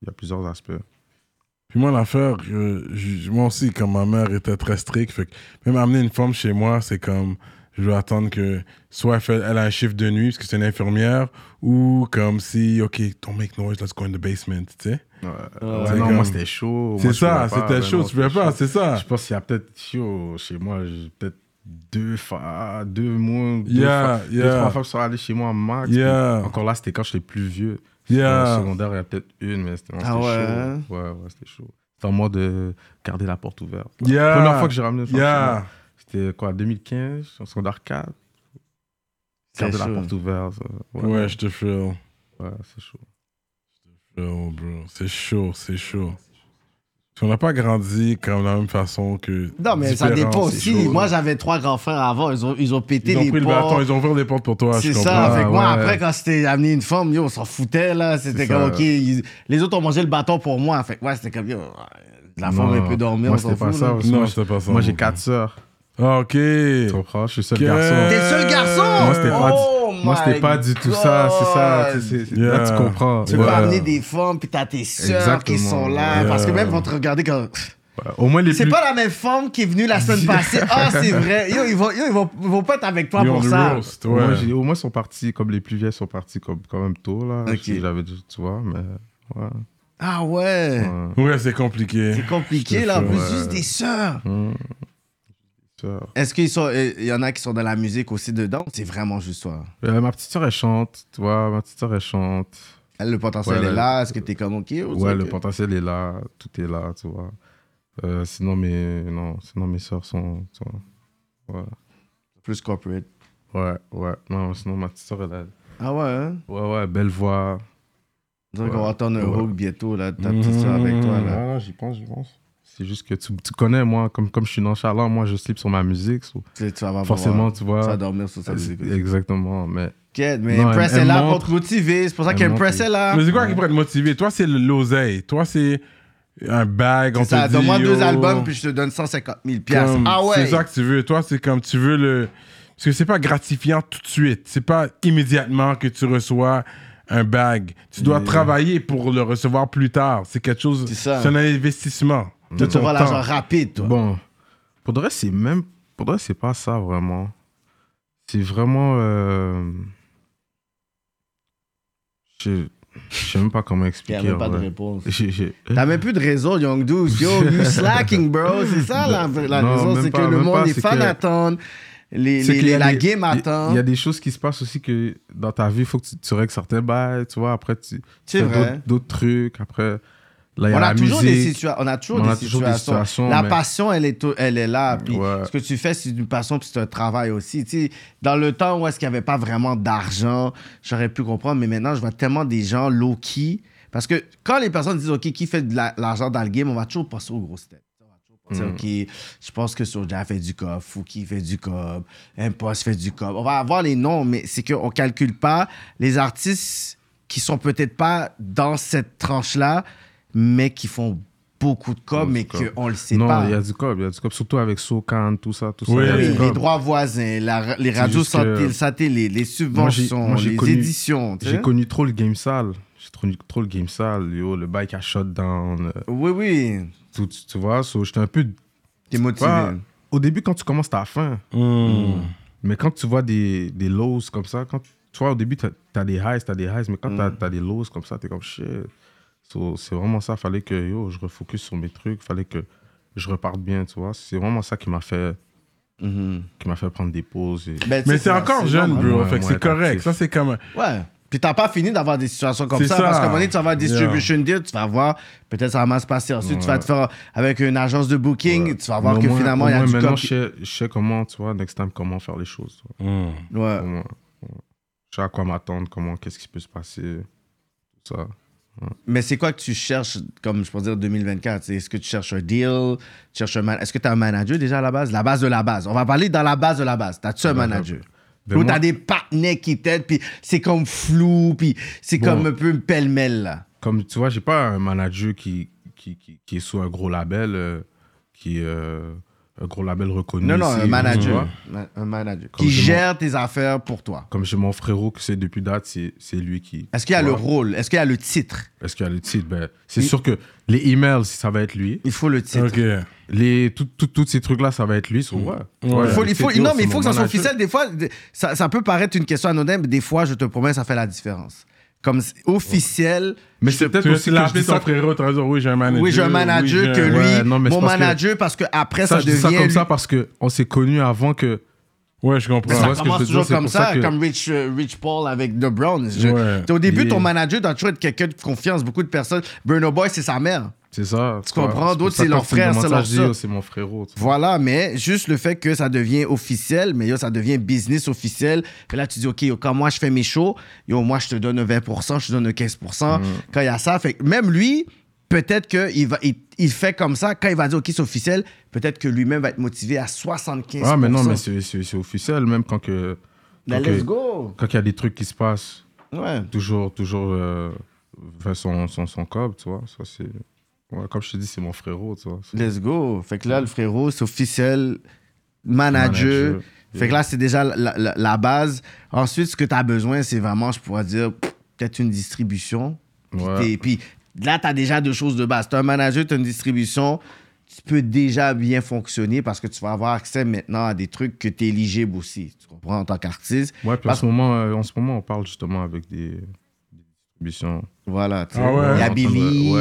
[SPEAKER 5] il y a plusieurs aspects.
[SPEAKER 3] Puis moi, l'affaire, euh, j- moi aussi, comme ma mère était très stricte, fait que même amener une femme chez moi, c'est comme, je vais attendre que soit elle, fait- elle a un chiffre de nuit, parce que c'est une infirmière, ou comme si, OK, don't make noise, let's go in the basement, tu sais.
[SPEAKER 5] Ouais,
[SPEAKER 4] Ah
[SPEAKER 3] c'est
[SPEAKER 5] non,
[SPEAKER 3] comme-
[SPEAKER 5] moi, c'était chaud.
[SPEAKER 3] C'est
[SPEAKER 5] Moi, je
[SPEAKER 3] ça,
[SPEAKER 5] pouvais pas,
[SPEAKER 3] c'était
[SPEAKER 5] ben
[SPEAKER 3] chaud,
[SPEAKER 5] non,
[SPEAKER 3] tu pouvais
[SPEAKER 5] c'était
[SPEAKER 3] pas,
[SPEAKER 5] chaud.
[SPEAKER 3] c'est ça.
[SPEAKER 5] Je pense qu'il y a peut-être chaud chez moi, j'ai peut-être deux fois, deux mois, deux,
[SPEAKER 3] Yeah,
[SPEAKER 5] fois-
[SPEAKER 3] yeah.
[SPEAKER 5] deux, trois fois que je suis allé chez moi max. puis
[SPEAKER 3] Yeah.
[SPEAKER 5] Encore là, c'était quand j'étais plus vieux.
[SPEAKER 3] Yeah.
[SPEAKER 5] En secondaire, il y a peut-être une, mais c'était non,
[SPEAKER 4] Ah
[SPEAKER 5] c'était
[SPEAKER 4] ouais?
[SPEAKER 5] chaud. Ouais, ouais, c'était chaud. C'était en moi de garder la porte ouverte.
[SPEAKER 3] Yeah.
[SPEAKER 5] Première fois que j'ai ramené une femme chez moi,
[SPEAKER 3] Yeah.
[SPEAKER 5] c'était quoi, 2015, en secondaire 4.
[SPEAKER 4] C'est
[SPEAKER 5] Garder la
[SPEAKER 4] chaud.
[SPEAKER 5] porte ouverte. ça.
[SPEAKER 3] Ouais, je te feel.
[SPEAKER 5] Ouais, c'est chaud.
[SPEAKER 3] Yo, bro, c'est chaud, c'est chaud. On n'a pas grandi comme de la même façon que.
[SPEAKER 4] Non, mais ça
[SPEAKER 3] différents,
[SPEAKER 4] dépend
[SPEAKER 3] c'est
[SPEAKER 4] aussi.
[SPEAKER 3] chaud.
[SPEAKER 4] Moi, j'avais trois grands frères avant. Ils ont, ils ont pété
[SPEAKER 3] ils ont
[SPEAKER 4] les
[SPEAKER 3] pris le
[SPEAKER 4] portes.
[SPEAKER 3] bâton, ils ont ouvert les portes pour toi. je
[SPEAKER 4] C'est
[SPEAKER 3] comprends.
[SPEAKER 4] ça. Fait que moi,
[SPEAKER 5] Ah, ouais.
[SPEAKER 4] après, quand c'était amené une femme, yo, on s'en foutait, là. C'était
[SPEAKER 5] C'est
[SPEAKER 4] comme,
[SPEAKER 5] ça.
[SPEAKER 4] OK, ils- les autres ont mangé le bâton pour moi. Fait que, ouais, c'était comme, yo, la femme,
[SPEAKER 5] Non,
[SPEAKER 4] elle peut dormir,
[SPEAKER 5] moi,
[SPEAKER 4] on s'en
[SPEAKER 5] c'était pas
[SPEAKER 4] fout.
[SPEAKER 5] ça,
[SPEAKER 4] là.
[SPEAKER 5] parce que
[SPEAKER 3] Non,
[SPEAKER 5] moi,
[SPEAKER 3] c'était pas ça.
[SPEAKER 5] Moi,
[SPEAKER 3] non.
[SPEAKER 5] j'ai quatre sœurs.
[SPEAKER 3] Ah, ok.
[SPEAKER 5] Tu comprends? Je suis seul
[SPEAKER 3] Que-
[SPEAKER 5] garçon.
[SPEAKER 4] T'es le seul garçon!
[SPEAKER 5] Moi, c'était pas, du-
[SPEAKER 4] Oh
[SPEAKER 5] moi, c'était
[SPEAKER 4] my
[SPEAKER 5] pas du tout ça. C'est ça.
[SPEAKER 4] God.
[SPEAKER 5] tu sais, c'est-
[SPEAKER 3] Yeah.
[SPEAKER 5] Là, tu comprends.
[SPEAKER 4] Tu
[SPEAKER 5] Ouais.
[SPEAKER 4] peux amener des femmes, puis t'as tes sœurs qui
[SPEAKER 5] Exactement.
[SPEAKER 4] sont là.
[SPEAKER 3] Yeah.
[SPEAKER 4] Parce que même, ils vont te regarder comme...
[SPEAKER 5] Ouais. Au moins, les
[SPEAKER 4] C'est
[SPEAKER 5] plus...
[SPEAKER 4] pas la même femme qui est venue la semaine passée. Ah, c'est vrai. Yo, ils vont, yo, ils vont, ils vont pas être avec toi
[SPEAKER 3] Ils ont
[SPEAKER 4] pour
[SPEAKER 3] du
[SPEAKER 4] ça.
[SPEAKER 3] roast,
[SPEAKER 5] Au moins,
[SPEAKER 3] ouais.
[SPEAKER 5] j'ai- au moins, ils sont partis, comme les plus vieilles sont partis comme, quand même tôt, là.
[SPEAKER 4] Ok.
[SPEAKER 5] Je- J'avais dit, tu vois, mais... Ouais.
[SPEAKER 4] Ah ouais.
[SPEAKER 5] ouais.
[SPEAKER 3] Ouais, c'est compliqué.
[SPEAKER 4] C'est compliqué,
[SPEAKER 3] Je
[SPEAKER 4] là. En
[SPEAKER 3] te
[SPEAKER 4] plus,
[SPEAKER 5] jure,
[SPEAKER 4] juste
[SPEAKER 5] ouais.
[SPEAKER 4] des sœurs.
[SPEAKER 5] Mm. Ça.
[SPEAKER 4] Est-ce qu'il sont- euh, y en a qui sont dans la musique aussi dedans? C'est vraiment juste toi.
[SPEAKER 5] Euh, ma petite sœur, elle chante, tu vois. Ma petite sœur, elle chante.
[SPEAKER 4] Elle, Le potentiel
[SPEAKER 5] Ouais,
[SPEAKER 4] est
[SPEAKER 5] là,
[SPEAKER 4] là. Est-ce que t'es comme OK? ou
[SPEAKER 5] Ouais,
[SPEAKER 4] c'est
[SPEAKER 5] le
[SPEAKER 4] que-
[SPEAKER 5] potentiel est là. Tout est là, tu vois. Euh, sinon, mes... Non, sinon, mes sœurs sont... sont- Ouais.
[SPEAKER 4] Plus corporate.
[SPEAKER 5] Ouais, ouais. Non, sinon, ma petite sœur, elle a...
[SPEAKER 4] Ah ouais, hein?
[SPEAKER 5] Ouais, ouais, belle voix.
[SPEAKER 4] Donc,
[SPEAKER 5] Ouais.
[SPEAKER 4] on va entendre un
[SPEAKER 5] Ouais. Mhm.
[SPEAKER 4] hook bientôt, là. Ta petite soeur avec toi, là.
[SPEAKER 5] Non, non, j'y pense, j'y pense. C'est juste que tu, tu connais, moi, comme, comme je suis nonchalant, moi, je slip sur ma musique. so-
[SPEAKER 4] Tu, tu vas avoir-
[SPEAKER 5] forcément, tu
[SPEAKER 4] Tu vas
[SPEAKER 5] vois.
[SPEAKER 4] dormir sur sa
[SPEAKER 5] c'est-
[SPEAKER 4] musique.
[SPEAKER 5] Exactement, mais
[SPEAKER 4] T'inquiète, mais
[SPEAKER 5] Non,
[SPEAKER 4] Impress
[SPEAKER 5] elle-
[SPEAKER 4] est
[SPEAKER 5] elle
[SPEAKER 4] là pour
[SPEAKER 5] montre.
[SPEAKER 4] te motiver. C'est pour ça
[SPEAKER 5] Elle
[SPEAKER 4] qu'Impress
[SPEAKER 5] montre.
[SPEAKER 4] est là.
[SPEAKER 3] Mais c'est quoi qui pourrait te motiver Toi, c'est l'oseille. Toi, c'est un bag. On
[SPEAKER 4] C'est ça,
[SPEAKER 3] te dit,
[SPEAKER 4] donne-moi deux
[SPEAKER 3] yo,
[SPEAKER 4] albums, puis je te donne 150 000 piastres.
[SPEAKER 3] comme,
[SPEAKER 4] Ah ouais.
[SPEAKER 3] C'est ça que tu veux. Toi, c'est comme tu veux le. Parce que c'est pas gratifiant tout de suite. C'est pas immédiatement que tu reçois un bag. Tu dois
[SPEAKER 5] Yeah.
[SPEAKER 3] travailler pour le recevoir plus tard. C'est quelque chose.
[SPEAKER 4] C'est ça.
[SPEAKER 3] un investissement. De
[SPEAKER 4] Tu
[SPEAKER 3] ton
[SPEAKER 4] vas
[SPEAKER 3] temps.
[SPEAKER 4] l'argent rapide, toi.
[SPEAKER 5] bon, pour de vrai, c'est même, pour de vrai, c'est pas ça vraiment. C'est vraiment, euh, je, je sais même pas comment
[SPEAKER 4] Il n'y
[SPEAKER 5] expliquer.
[SPEAKER 4] avait pas
[SPEAKER 5] en
[SPEAKER 4] de
[SPEAKER 5] vrai.
[SPEAKER 4] réponse.
[SPEAKER 5] J'ai- j'ai-
[SPEAKER 4] T'as même plus de réseau, Young Douce. Yo, you slacking, bro. C'est ça, la, la
[SPEAKER 5] Non,
[SPEAKER 4] raison.
[SPEAKER 5] même
[SPEAKER 4] C'est que
[SPEAKER 5] pas,
[SPEAKER 4] le
[SPEAKER 5] même
[SPEAKER 4] monde,
[SPEAKER 5] pas,
[SPEAKER 4] les
[SPEAKER 5] c'est
[SPEAKER 4] fans
[SPEAKER 5] que-
[SPEAKER 4] attendent. Les,
[SPEAKER 5] C'est
[SPEAKER 4] les-
[SPEAKER 5] qu'il y a
[SPEAKER 4] la
[SPEAKER 5] des-
[SPEAKER 4] game
[SPEAKER 5] il- Il
[SPEAKER 4] attend.
[SPEAKER 5] y a des choses qui se passent aussi que dans ta vie, il faut que tu, tu règles certains bails, tu vois. Après, tu,
[SPEAKER 4] C'est
[SPEAKER 5] fais
[SPEAKER 4] vrai.
[SPEAKER 5] d'autres- d'autres trucs. Après, là, il y
[SPEAKER 4] On
[SPEAKER 5] a,
[SPEAKER 4] a,
[SPEAKER 5] la
[SPEAKER 4] toujours des
[SPEAKER 5] musique.
[SPEAKER 4] situa- on a toujours,
[SPEAKER 5] On
[SPEAKER 4] des,
[SPEAKER 5] a
[SPEAKER 4] situations.
[SPEAKER 5] toujours des situations,
[SPEAKER 4] La
[SPEAKER 5] mais-
[SPEAKER 4] passion, elle est, au- elle est là. Puis
[SPEAKER 5] Ouais.
[SPEAKER 4] Ce que tu fais, c'est une passion, puis c'est un travail aussi. Tu sais, dans le temps où est-ce qu'il n'y avait pas vraiment d'argent, j'aurais pu comprendre, mais maintenant, je vois tellement des gens low-key. Parce que quand les personnes disent, OK, qui fait de la- l'argent dans le game, on va toujours passer au gros step. On va toujours penser,
[SPEAKER 5] Mm.
[SPEAKER 4] OK, je pense que Soja fait du cob, Fouki fait du cob, Impost fait du cob. On va avoir les noms, mais c'est qu'on ne calcule pas les artistes qui sont peut-être pas dans cette tranche-là, mais qui font beaucoup de cob,
[SPEAKER 5] Beaucoup de
[SPEAKER 4] mais
[SPEAKER 5] cob.
[SPEAKER 4] qu'on le sait pas.
[SPEAKER 5] Non, il y a du cop, il y a du cop, surtout avec Sokan, tout ça, tout ça.
[SPEAKER 3] Oui,
[SPEAKER 5] il y a
[SPEAKER 4] Oui,
[SPEAKER 5] du
[SPEAKER 4] les
[SPEAKER 5] cop.
[SPEAKER 4] droits voisins, la- les radios
[SPEAKER 5] juste que-
[SPEAKER 4] satel- satellites, les subventions,
[SPEAKER 5] moi, j'ai
[SPEAKER 4] les
[SPEAKER 5] connu-
[SPEAKER 4] éditions. tu sais.
[SPEAKER 5] J'ai connu trop le game sale. J'ai connu trop le game sale. Yo, le bike a shot down. euh,
[SPEAKER 4] Oui, oui,
[SPEAKER 5] tout, tu, tu vois, so, j'étais un peu.
[SPEAKER 4] t'es motivé.
[SPEAKER 5] Ouais, au début, quand tu commences, t'as faim.
[SPEAKER 4] Hmm.
[SPEAKER 5] Mais quand tu vois des, des lows comme ça, quand, tu vois, au début, t'as as des highs, t'as des highs, mais quand t'as
[SPEAKER 4] Mm.
[SPEAKER 5] t'as des lows comme ça, t'es comme shit. So, c'est vraiment ça. Fallait que yo, je refocus sur mes trucs. Fallait que je reparte bien, tu vois. C'est vraiment ça qui m'a fait,
[SPEAKER 4] Mhm.
[SPEAKER 5] qui m'a fait prendre des pauses. et-
[SPEAKER 4] Ben, tu
[SPEAKER 3] Mais
[SPEAKER 4] sais,
[SPEAKER 3] c'est encore jeune,
[SPEAKER 4] normal.
[SPEAKER 3] bro.
[SPEAKER 5] Ouais,
[SPEAKER 3] fait que
[SPEAKER 5] ouais,
[SPEAKER 3] c'est correct.
[SPEAKER 5] actif.
[SPEAKER 3] Ça, c'est comme.
[SPEAKER 4] Ouais. Puis t'as pas fini d'avoir des situations comme
[SPEAKER 3] C'est
[SPEAKER 4] ça,
[SPEAKER 3] ça.
[SPEAKER 4] parce qu'à un moment donné, tu vas avoir un distribution deal, tu vas voir, peut-être ça va mal se passer. Ensuite, tu vas te faire avec une agence de booking, tu vas voir
[SPEAKER 5] Mais au
[SPEAKER 4] que
[SPEAKER 5] moins-
[SPEAKER 4] finalement,
[SPEAKER 5] au
[SPEAKER 4] il y a
[SPEAKER 5] moins,
[SPEAKER 4] du
[SPEAKER 5] maintenant,
[SPEAKER 4] cop.
[SPEAKER 5] je sais, je sais comment, tu vois, next time, comment faire les choses. tu vois.
[SPEAKER 4] Ouais.
[SPEAKER 5] Au moins, ouais. Euh, Je sais à quoi m'attendre, comment, qu'est-ce qui peut se passer, tout ça.
[SPEAKER 4] Mais c'est quoi que tu cherches, comme je peux dire, 2024? C'est Est-ce que tu cherches un deal? Tu cherches un man- Est-ce que tu as un manager déjà à la base? La base de la base. On va parler dans la base de la base. T'as-tu un manager?
[SPEAKER 5] Ben
[SPEAKER 4] Ou
[SPEAKER 5] moi-
[SPEAKER 4] t'as des partenaires qui t'aident, puis c'est comme flou, puis c'est comme un peu pêle-mêle, là.
[SPEAKER 5] Comme tu vois, j'ai pas un manager qui, qui, qui, qui est sous un gros label, euh, qui est euh, un gros label reconnu.
[SPEAKER 4] Non, non,
[SPEAKER 5] ici,
[SPEAKER 4] un
[SPEAKER 5] tu
[SPEAKER 4] manager.
[SPEAKER 5] vois.
[SPEAKER 4] Ma- Un manager.
[SPEAKER 5] Comme
[SPEAKER 4] qui
[SPEAKER 5] chez
[SPEAKER 4] gère tes affaires pour toi.
[SPEAKER 5] Comme j'ai mon frérot que c'est depuis date, c'est c'est lui qui.
[SPEAKER 4] Est-ce qu'il y a
[SPEAKER 5] tu
[SPEAKER 4] le
[SPEAKER 5] vois.
[SPEAKER 4] rôle? Est-ce qu'il y a le titre?
[SPEAKER 5] Est-ce qu'il y a le titre Ben, C'est sûr que les emails, ça va être lui.
[SPEAKER 4] Il faut le titre.
[SPEAKER 3] Ok.
[SPEAKER 5] Les, tout, tout, tous ces trucs-là, ça va être lui. so, ouais. Ouais,
[SPEAKER 4] Il Mm. faut,
[SPEAKER 5] le
[SPEAKER 4] il faut-
[SPEAKER 5] titre,
[SPEAKER 4] non,
[SPEAKER 5] c'est
[SPEAKER 4] mais il faut
[SPEAKER 5] mon
[SPEAKER 4] que ça soit
[SPEAKER 5] manager.
[SPEAKER 4] officiel. Des fois, de- ça, ça peut paraître une question anodine, mais des fois, je te promets, ça fait la différence. Comme c'est officiel,
[SPEAKER 5] Mais c'est peut-être
[SPEAKER 3] Tu veux
[SPEAKER 5] aussi que je
[SPEAKER 3] l'appeler
[SPEAKER 5] dis
[SPEAKER 3] ton
[SPEAKER 5] ça.
[SPEAKER 3] frérot, tu vas dire, oui, j'ai un
[SPEAKER 5] Ah,
[SPEAKER 3] manager.
[SPEAKER 4] oui, j'ai un manager
[SPEAKER 3] j'ai
[SPEAKER 4] que
[SPEAKER 3] un-
[SPEAKER 4] lui,
[SPEAKER 5] ouais, non, mais c'est
[SPEAKER 4] mon
[SPEAKER 5] parce que-
[SPEAKER 4] manager, parce que après, ça,
[SPEAKER 5] Ça, je dis
[SPEAKER 4] devient.
[SPEAKER 5] ça comme
[SPEAKER 4] lui-
[SPEAKER 5] ça parce qu'on s'est connus avant que.
[SPEAKER 3] Ouais, je
[SPEAKER 4] Mais
[SPEAKER 3] comprends.
[SPEAKER 4] ça
[SPEAKER 5] Ouais, ce que je
[SPEAKER 4] commence
[SPEAKER 5] te dis,
[SPEAKER 4] toujours
[SPEAKER 5] c'est
[SPEAKER 4] comme
[SPEAKER 5] pour
[SPEAKER 4] ça,
[SPEAKER 5] ça que-
[SPEAKER 4] comme Rich, euh, Rich Paul avec The Browns. Je-
[SPEAKER 3] Ouais.
[SPEAKER 4] T'sais, Au début,
[SPEAKER 5] Et-
[SPEAKER 4] ton manager doit toujours être quelqu'un de confiance. Beaucoup de personnes. Bruno Boy, c'est sa mère.
[SPEAKER 5] C'est ça.
[SPEAKER 4] Tu comprends, d'autres, c'est leur frère, c'est leur
[SPEAKER 5] frère.
[SPEAKER 4] sœur.
[SPEAKER 5] C'est mon frérot. tu vois.
[SPEAKER 4] Voilà, mais juste le fait que ça devient officiel, mais yo, ça devient business officiel. Et là, tu dis, OK, yo, quand moi je fais mes shows, yo, moi je te donne un 20%, je te donne un 15%.
[SPEAKER 5] Mm.
[SPEAKER 4] Quand il y a ça, fait que même lui, peut-être qu'il va, il, il fait comme ça. Quand il va dire, OK, c'est officiel, peut-être que lui-même va être motivé à 75%.
[SPEAKER 5] Ah, mais non, mais c'est- c'est c'est officiel, même quand que.
[SPEAKER 4] Ben,
[SPEAKER 5] quand que-
[SPEAKER 4] let's go.
[SPEAKER 5] Quand il y a des trucs qui se passent,
[SPEAKER 4] Ouais.
[SPEAKER 5] toujours, toujours euh, vers son, son, son cob, tu vois. Ça, c'est. ouais, comme je te dis, c'est mon frérot, tu vois. C'est-
[SPEAKER 4] Let's go. Fait que là, le frérot, c'est officiel, manager.
[SPEAKER 5] Manager.
[SPEAKER 4] Fait que là, c'est déjà la, la- la base. Ensuite, ce que tu as besoin, c'est vraiment, je pourrais dire, peut-être une distribution. Puis,
[SPEAKER 5] Ouais.
[SPEAKER 4] t'es- puis là, tu as déjà deux choses de base. Tu un manager, tu une distribution. Tu peux déjà bien fonctionner parce que tu vas avoir accès maintenant à des trucs que tu es éligible aussi. Tu comprends, en tant qu'artiste.
[SPEAKER 5] Ouais, puis en
[SPEAKER 4] Parce-
[SPEAKER 5] ce, moment, euh, en ce moment, on parle justement avec des, des distributions.
[SPEAKER 4] Voilà. tu sais.
[SPEAKER 3] Ah ouais.
[SPEAKER 4] Il y a
[SPEAKER 5] On est en train de- ouais,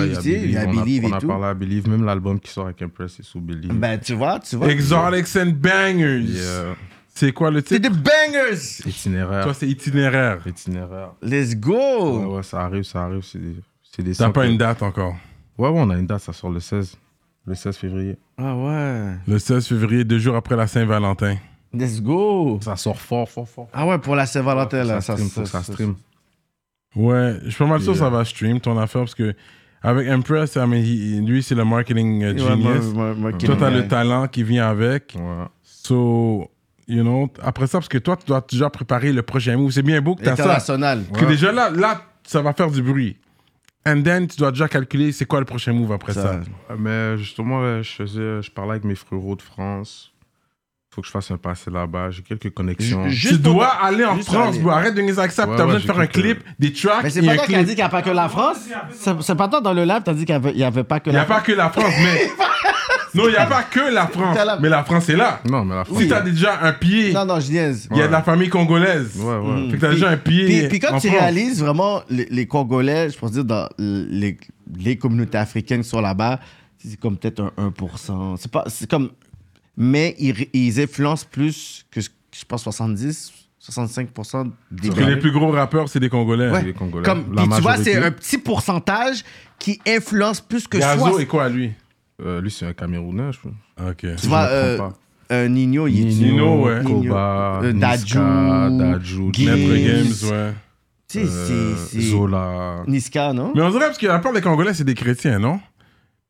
[SPEAKER 4] Believe, tu sais, il y a
[SPEAKER 5] On
[SPEAKER 4] Believe
[SPEAKER 5] on
[SPEAKER 4] et
[SPEAKER 5] a
[SPEAKER 4] tout.
[SPEAKER 5] parlé à Believe, même l'album qui sort avec Impress, c'est sous Believe.
[SPEAKER 4] Ben, tu vois, tu vois.
[SPEAKER 3] Exotics and Bangers.
[SPEAKER 5] Et, euh,
[SPEAKER 3] C'est quoi le
[SPEAKER 4] C'est
[SPEAKER 3] titre
[SPEAKER 4] des bangers!
[SPEAKER 5] itinéraire.
[SPEAKER 3] Toi, c'est itinéraire.
[SPEAKER 5] Itinéraire.
[SPEAKER 4] Let's go!
[SPEAKER 5] Ouais, ouais, ça arrive, ça arrive. C'est des. c'est des
[SPEAKER 3] T'as
[SPEAKER 5] sons
[SPEAKER 3] pas
[SPEAKER 5] que-
[SPEAKER 3] une date encore.
[SPEAKER 5] Ouais, ouais, on a une date, ça sort le 16. Le 16 février.
[SPEAKER 4] Ah ouais.
[SPEAKER 3] Le 16 février, deux jours après la Saint-Valentin.
[SPEAKER 4] Let's go.
[SPEAKER 5] Ça sort fort, fort, fort.
[SPEAKER 4] Ah ouais, pour la Saint-Valentin, là.
[SPEAKER 5] ça, stream, faut que ça stream.
[SPEAKER 3] Ouais, je suis pas mal sûr que
[SPEAKER 4] euh,
[SPEAKER 5] Yeah.
[SPEAKER 3] ça va stream ton affaire parce que avec Impress, I mean, he- lui, c'est le marketing euh,
[SPEAKER 4] Ouais,
[SPEAKER 3] genius.
[SPEAKER 4] moi- moi- moi qui
[SPEAKER 3] Toi, t'as
[SPEAKER 4] l'aime.
[SPEAKER 3] le talent qui vient avec.
[SPEAKER 5] Ouais.
[SPEAKER 3] So, you know, après ça, parce que toi, tu dois déjà préparer le prochain move. C'est bien beau que t'as ça.
[SPEAKER 4] International.
[SPEAKER 3] Que déjà là, là, ça va faire du bruit. And then, tu dois déjà calculer c'est quoi le prochain move après ça.
[SPEAKER 4] Ça.
[SPEAKER 5] Ouais, Mais justement, ouais, je, faisais, je parlais avec mes frérots de France. Faut que je fasse un passé là-bas. J'ai quelques connexions.
[SPEAKER 4] Ju- ju-
[SPEAKER 3] tu
[SPEAKER 4] Juste pour-
[SPEAKER 3] dois aller en
[SPEAKER 4] juste
[SPEAKER 3] France,
[SPEAKER 4] aller.
[SPEAKER 3] bro. Arrête de niaiser avec ça.
[SPEAKER 5] Ouais,
[SPEAKER 3] T'as
[SPEAKER 5] ouais,
[SPEAKER 3] besoin de
[SPEAKER 5] j'ai
[SPEAKER 3] faire un
[SPEAKER 5] compris.
[SPEAKER 3] clip, des tracks
[SPEAKER 4] euh. Mais c'est
[SPEAKER 3] et
[SPEAKER 4] pas
[SPEAKER 3] un
[SPEAKER 4] toi qui as
[SPEAKER 3] clip.
[SPEAKER 4] dit qu'il n'y a pas que la France. C'est c'est pas toi dans le live, t'as dit qu'il n'y avait pas que
[SPEAKER 3] Il n'y
[SPEAKER 4] la
[SPEAKER 3] a pas
[SPEAKER 4] France.
[SPEAKER 3] que la France, mais. non, il n'y a pas que la France.
[SPEAKER 4] T'as la-
[SPEAKER 3] Mais la France est là.
[SPEAKER 5] Non, mais la France.
[SPEAKER 3] Si t'as déjà un pied,
[SPEAKER 4] Non, non, je niaise.
[SPEAKER 3] il y a de la famille congolaise.
[SPEAKER 5] Ouais, ouais.
[SPEAKER 3] Fait que t'as
[SPEAKER 4] Puis-
[SPEAKER 3] déjà un pied.
[SPEAKER 4] Puis, puis quand
[SPEAKER 3] en
[SPEAKER 4] tu
[SPEAKER 3] France.
[SPEAKER 4] réalises vraiment les, les Congolais, je pense dire dans les, les communautés africaines qui sont là-bas, c'est comme peut-être un 1%. C'est pas, c'est comme, mais ils, ils influencent plus que ce- je pense 70, 65% des.
[SPEAKER 3] Parce que les plus gros rappeurs, c'est des Congolais.
[SPEAKER 4] Ouais.
[SPEAKER 5] les Congolais.
[SPEAKER 4] Comme,
[SPEAKER 5] La
[SPEAKER 4] puis tu vois,
[SPEAKER 5] majorité.
[SPEAKER 4] c'est un petit pourcentage qui influence plus que
[SPEAKER 3] Gazo
[SPEAKER 4] soit.
[SPEAKER 3] est quoi, lui
[SPEAKER 5] Euh, lui, c'est un Camerounais, je crois.
[SPEAKER 3] Ok.
[SPEAKER 4] Tu vois,
[SPEAKER 5] je me
[SPEAKER 4] euh,
[SPEAKER 5] trompe
[SPEAKER 4] euh, Nino, il est
[SPEAKER 3] Nino, ouais.
[SPEAKER 5] Koba,
[SPEAKER 4] Euh, Dadju,
[SPEAKER 5] Niska, Dadju,
[SPEAKER 4] Gims,
[SPEAKER 3] Maître
[SPEAKER 4] Games,
[SPEAKER 3] Games, ouais.
[SPEAKER 4] Tu sais,
[SPEAKER 5] euh,
[SPEAKER 4] c'est- c'est.
[SPEAKER 5] Zola.
[SPEAKER 4] Niska, non?
[SPEAKER 3] Mais on dirait, parce que la part des Congolais, c'est des chrétiens, non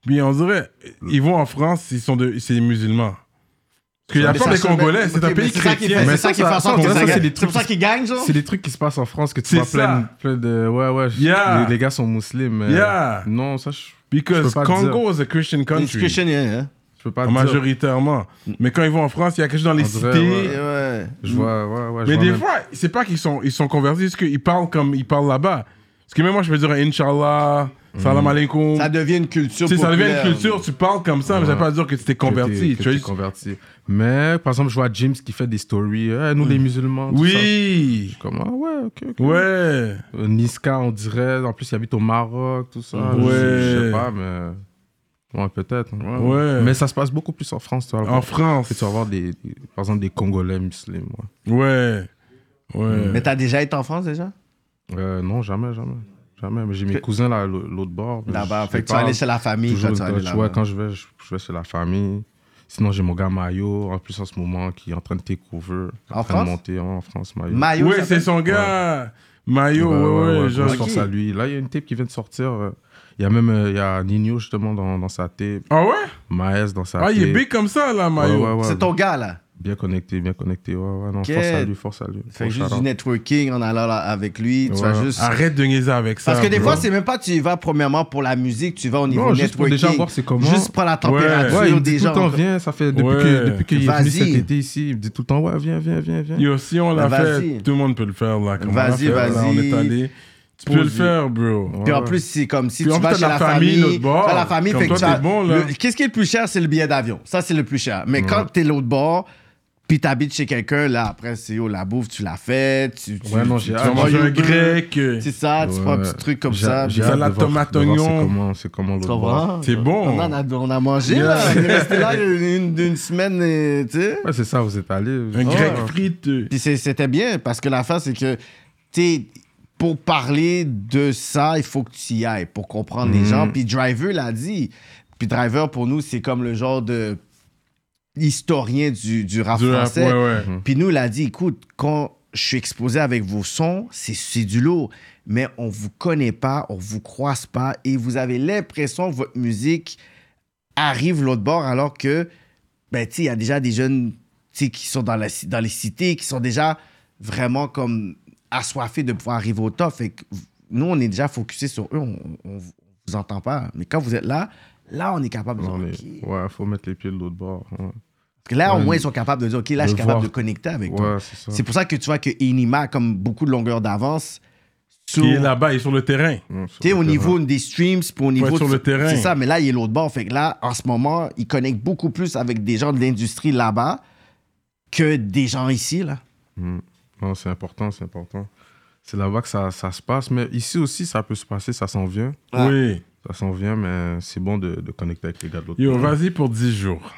[SPEAKER 3] Puis on dirait, ils vont en France, ils sont de, c'est des musulmans. Parce que la
[SPEAKER 4] Mais
[SPEAKER 3] part
[SPEAKER 4] ça
[SPEAKER 3] des
[SPEAKER 4] se-
[SPEAKER 3] Congolais,
[SPEAKER 4] mais-
[SPEAKER 3] c'est un
[SPEAKER 4] mais
[SPEAKER 3] pays
[SPEAKER 4] c'est ça qui fait-
[SPEAKER 3] chrétien.
[SPEAKER 4] C'est
[SPEAKER 5] Mais
[SPEAKER 4] ça
[SPEAKER 5] ça,
[SPEAKER 4] qui fait en
[SPEAKER 5] ça,
[SPEAKER 4] sorte
[SPEAKER 5] ça,
[SPEAKER 4] que
[SPEAKER 5] ça,
[SPEAKER 4] ça
[SPEAKER 5] c'est
[SPEAKER 4] gagne.
[SPEAKER 5] des
[SPEAKER 4] C'est pour ça qu'ils gagnent, genre?
[SPEAKER 5] C'est des trucs qui se passent en France que tu
[SPEAKER 3] C'est
[SPEAKER 5] vois plein,
[SPEAKER 3] ça.
[SPEAKER 5] plein de. Ouais, ouais. je-
[SPEAKER 3] Yeah.
[SPEAKER 5] Les, les gars sont musulmans. mais-
[SPEAKER 3] Yeah.
[SPEAKER 5] Non, ça, je,
[SPEAKER 3] Because
[SPEAKER 5] Je peux pas
[SPEAKER 3] Congo is a Christian
[SPEAKER 4] Les
[SPEAKER 3] country.
[SPEAKER 4] Christians, hein?
[SPEAKER 5] je peux pas dire.
[SPEAKER 3] Majoritairement. Mais quand ils vont en France, il y a quelque chose dans les
[SPEAKER 5] On dirait,
[SPEAKER 3] cités.
[SPEAKER 5] ouais.
[SPEAKER 4] Ouais.
[SPEAKER 5] Je vois, ouais, ouais.
[SPEAKER 3] Mm.
[SPEAKER 5] je
[SPEAKER 3] Mais
[SPEAKER 5] vois
[SPEAKER 3] des
[SPEAKER 5] même-
[SPEAKER 3] fois, c'est pas qu'ils sont, ils sont convertis, c'est qu'ils parlent comme ils parlent là-bas. Parce que même moi, je peux dire Inch'Allah,
[SPEAKER 5] Mhm.
[SPEAKER 3] Salam alaikum.
[SPEAKER 4] Ça devient une culture.
[SPEAKER 3] Tu sais, ça devient une
[SPEAKER 4] populaire.
[SPEAKER 3] culture, tu parles comme ça, mais ça veut pas dire que tu t'es converti.
[SPEAKER 5] que t'es-
[SPEAKER 3] tu
[SPEAKER 5] que t'es
[SPEAKER 3] vois.
[SPEAKER 5] converti. Mais par exemple, je vois James qui fait des stories. Eh, nous, les musulmans. tout ça.
[SPEAKER 3] Mm. Oui,
[SPEAKER 5] Comment ouais, ok. ok.
[SPEAKER 3] ouais.
[SPEAKER 5] Euh, Niska, on dirait. En plus, il habite au Maroc, tout ça. Je- Je,
[SPEAKER 3] Ouais.
[SPEAKER 5] sais pas, mais. Ouais, peut-être. hein, Ouais.
[SPEAKER 3] Ouais.
[SPEAKER 5] Mais ça se passe beaucoup plus en France, tu vois.
[SPEAKER 3] En
[SPEAKER 5] Tu
[SPEAKER 3] France.
[SPEAKER 5] vas voir des, des- par exemple, des Congolais musulmans.
[SPEAKER 3] Ouais. Ouais.
[SPEAKER 5] Mhm.
[SPEAKER 4] Mais t'as déjà été en France déjà?
[SPEAKER 5] Euh, non, jamais, jamais. Jamais. Mais J'ai mes cousins là, l'au- l'autre bord. mais
[SPEAKER 4] Là-bas,
[SPEAKER 5] je
[SPEAKER 4] fait
[SPEAKER 5] les
[SPEAKER 4] que tu vas
[SPEAKER 5] parle
[SPEAKER 4] aller chez la famille
[SPEAKER 5] toujours
[SPEAKER 4] quand tu vas
[SPEAKER 5] dans-
[SPEAKER 4] aller
[SPEAKER 5] tu
[SPEAKER 4] là-bas.
[SPEAKER 5] vois, quand je vais, je, je vais chez la famille. Sinon, j'ai mon gars Mayo, en plus en ce moment, qui est en train de découvrir.
[SPEAKER 4] En
[SPEAKER 5] en train
[SPEAKER 4] France
[SPEAKER 5] de monter en France, Mayo.
[SPEAKER 4] Mayo,
[SPEAKER 3] Oui,
[SPEAKER 4] ça
[SPEAKER 3] c'est
[SPEAKER 4] s'appelle?
[SPEAKER 3] son gars. Mayo,
[SPEAKER 5] Bah,
[SPEAKER 3] ouais, ouais, genre,
[SPEAKER 5] je pense à lui. Là, il y a une tape qui vient de sortir. euh, Il y a même euh, il y a Nino, justement, dans, dans sa tape.
[SPEAKER 3] Ah ouais?
[SPEAKER 5] Maes dans sa tape.
[SPEAKER 3] Ah, il est big comme ça, là,
[SPEAKER 5] Ouais,
[SPEAKER 3] Mayo.
[SPEAKER 5] ouais, ouais.
[SPEAKER 4] C'est ton gars, là.
[SPEAKER 5] Bien connecté, bien connecté. Ouais, ouais, non,
[SPEAKER 4] Ok.
[SPEAKER 5] force à lui, force à lui.
[SPEAKER 4] Fait
[SPEAKER 5] Gros
[SPEAKER 4] juste du
[SPEAKER 5] shout-out.
[SPEAKER 4] networking en allant là avec lui. Tu vas
[SPEAKER 5] Ouais.
[SPEAKER 4] juste.
[SPEAKER 3] Arrête de niaiser avec ça.
[SPEAKER 4] Parce que des
[SPEAKER 3] bro.
[SPEAKER 4] fois, c'est même pas tu y vas premièrement pour la musique, tu vas au niveau
[SPEAKER 5] Non, juste pour
[SPEAKER 4] networking.
[SPEAKER 5] déjà voir c'est comment.
[SPEAKER 4] Juste pour la température
[SPEAKER 5] Ouais, il me dit
[SPEAKER 4] des
[SPEAKER 5] tout
[SPEAKER 4] gens.
[SPEAKER 5] le temps, viens, ça fait depuis
[SPEAKER 3] Ouais.
[SPEAKER 5] que depuis qu'il est venu
[SPEAKER 4] Vas-y.
[SPEAKER 5] cet été ici, il me dit tout le temps, ouais, viens, viens, viens, viens.
[SPEAKER 3] Yo, si on l'a
[SPEAKER 4] Mais
[SPEAKER 3] fait,
[SPEAKER 4] vas-y.
[SPEAKER 3] tout le monde peut le faire, là. comme on l'a
[SPEAKER 4] Vas-y,
[SPEAKER 3] fait, là,
[SPEAKER 4] vas-y.
[SPEAKER 3] On est allé. Tu peux le
[SPEAKER 5] Pose-
[SPEAKER 3] faire, bro.
[SPEAKER 4] Puis en
[SPEAKER 5] Ouais.
[SPEAKER 4] plus, c'est comme si
[SPEAKER 3] Puis en
[SPEAKER 4] tu
[SPEAKER 3] plus,
[SPEAKER 4] vas
[SPEAKER 3] t'as
[SPEAKER 4] chez
[SPEAKER 3] de la
[SPEAKER 4] la
[SPEAKER 3] famille,
[SPEAKER 4] famille.
[SPEAKER 3] l'autre bord.
[SPEAKER 4] t'as la famille,
[SPEAKER 3] Comme
[SPEAKER 4] fait que
[SPEAKER 3] toi,
[SPEAKER 4] tu as-
[SPEAKER 3] t'es bon, là.
[SPEAKER 4] le- Qu'est-ce qui est le plus cher, c'est le billet d'avion. Ça, c'est le plus cher. Mais quand t'es l'autre bord, puis t'habites chez quelqu'un, là, après, c'est yo, la bouffe, tu l'as faite. Tu, tu,
[SPEAKER 5] Ouais, non,
[SPEAKER 4] tu-
[SPEAKER 5] j'ai
[SPEAKER 4] tu
[SPEAKER 5] hâte.
[SPEAKER 3] On
[SPEAKER 4] vas
[SPEAKER 3] mange Ah, un
[SPEAKER 4] Uber,
[SPEAKER 3] grec. euh,
[SPEAKER 4] C'est ça, tu prends un
[SPEAKER 5] Ouais.
[SPEAKER 4] petit truc comme
[SPEAKER 5] J'ai-
[SPEAKER 4] ça.
[SPEAKER 5] j'ai
[SPEAKER 4] puis-
[SPEAKER 5] hâte
[SPEAKER 3] salade
[SPEAKER 5] de voir-
[SPEAKER 3] tomate
[SPEAKER 5] de voir
[SPEAKER 3] oignon.
[SPEAKER 5] C'est comment, c'est comment
[SPEAKER 4] Tu
[SPEAKER 5] l'autre bord.
[SPEAKER 4] comprends?
[SPEAKER 3] C'est bon.
[SPEAKER 4] On en a, on a mangé, là. On est resté là une, une- une semaine, et, tu sais.
[SPEAKER 5] Ouais, c'est ça, vous êtes allés.
[SPEAKER 3] Un
[SPEAKER 5] Ouais.
[SPEAKER 4] Ah.
[SPEAKER 3] grec frite. euh,
[SPEAKER 4] Puis c'est- c'était bien parce que la fin, c'est que, tu sais, pour parler de ça, il faut que tu y ailles pour comprendre les gens.
[SPEAKER 3] Mhm.
[SPEAKER 4] Puis Driver l'a dit. Puis Driver, pour nous, c'est comme le genre de historien du, du rap
[SPEAKER 3] Du rap,
[SPEAKER 4] Ah, français. Mhm.
[SPEAKER 3] ouais, ouais.
[SPEAKER 4] Puis nous, il a dit, écoute, quand je suis exposé avec vos sons, c'est- c'est du lourd. Mais on vous connaît pas, on vous croise pas et vous avez l'impression que votre musique arrive l'autre bord alors que, ben, tu sais, il y a déjà des jeunes tu sais, qui sont dans, la, ci- dans les cités, qui sont déjà vraiment comme assoiffés de pouvoir arriver au top. Fait que v- nous, on est déjà focusés sur eux, on, on, on vous entend pas. Mais quand vous êtes là, là, on est capable de dire,
[SPEAKER 5] Non, mais-
[SPEAKER 4] OK.
[SPEAKER 5] Ouais, faut mettre les pieds de l'autre bord. ouais.
[SPEAKER 4] Parce que là, au
[SPEAKER 5] Ouais,
[SPEAKER 4] moins, ils sont capables de dire, OK, là,
[SPEAKER 5] de
[SPEAKER 4] je suis capable
[SPEAKER 5] voir.
[SPEAKER 4] de connecter avec toi.
[SPEAKER 5] Ouais, c'est ça.
[SPEAKER 4] C'est pour ça que tu vois que Inima a comme beaucoup de longueur d'avance. sur-
[SPEAKER 3] Qui est là-bas, il est sur le terrain.
[SPEAKER 5] Ouais, sur
[SPEAKER 4] Tu sais,
[SPEAKER 5] le
[SPEAKER 4] au
[SPEAKER 5] terrain.
[SPEAKER 4] niveau des streams, puis au niveau.
[SPEAKER 3] être sur
[SPEAKER 4] de-
[SPEAKER 3] le terrain.
[SPEAKER 4] C'est ça, mais là, il est l'autre bord. Fait que là, en ce moment, il connecte beaucoup plus avec des gens de l'industrie là-bas que des gens ici, là.
[SPEAKER 5] Non, c'est important, c'est important. C'est là-bas que ça, ça se passe. Mais ici aussi, ça peut se passer, ça s'en vient.
[SPEAKER 4] Ah.
[SPEAKER 3] Oui.
[SPEAKER 5] Ça s'en vient, mais c'est bon de, de connecter avec les gars de l'autre
[SPEAKER 3] Yo,
[SPEAKER 5] bord.
[SPEAKER 3] vas-y pour 10 jours.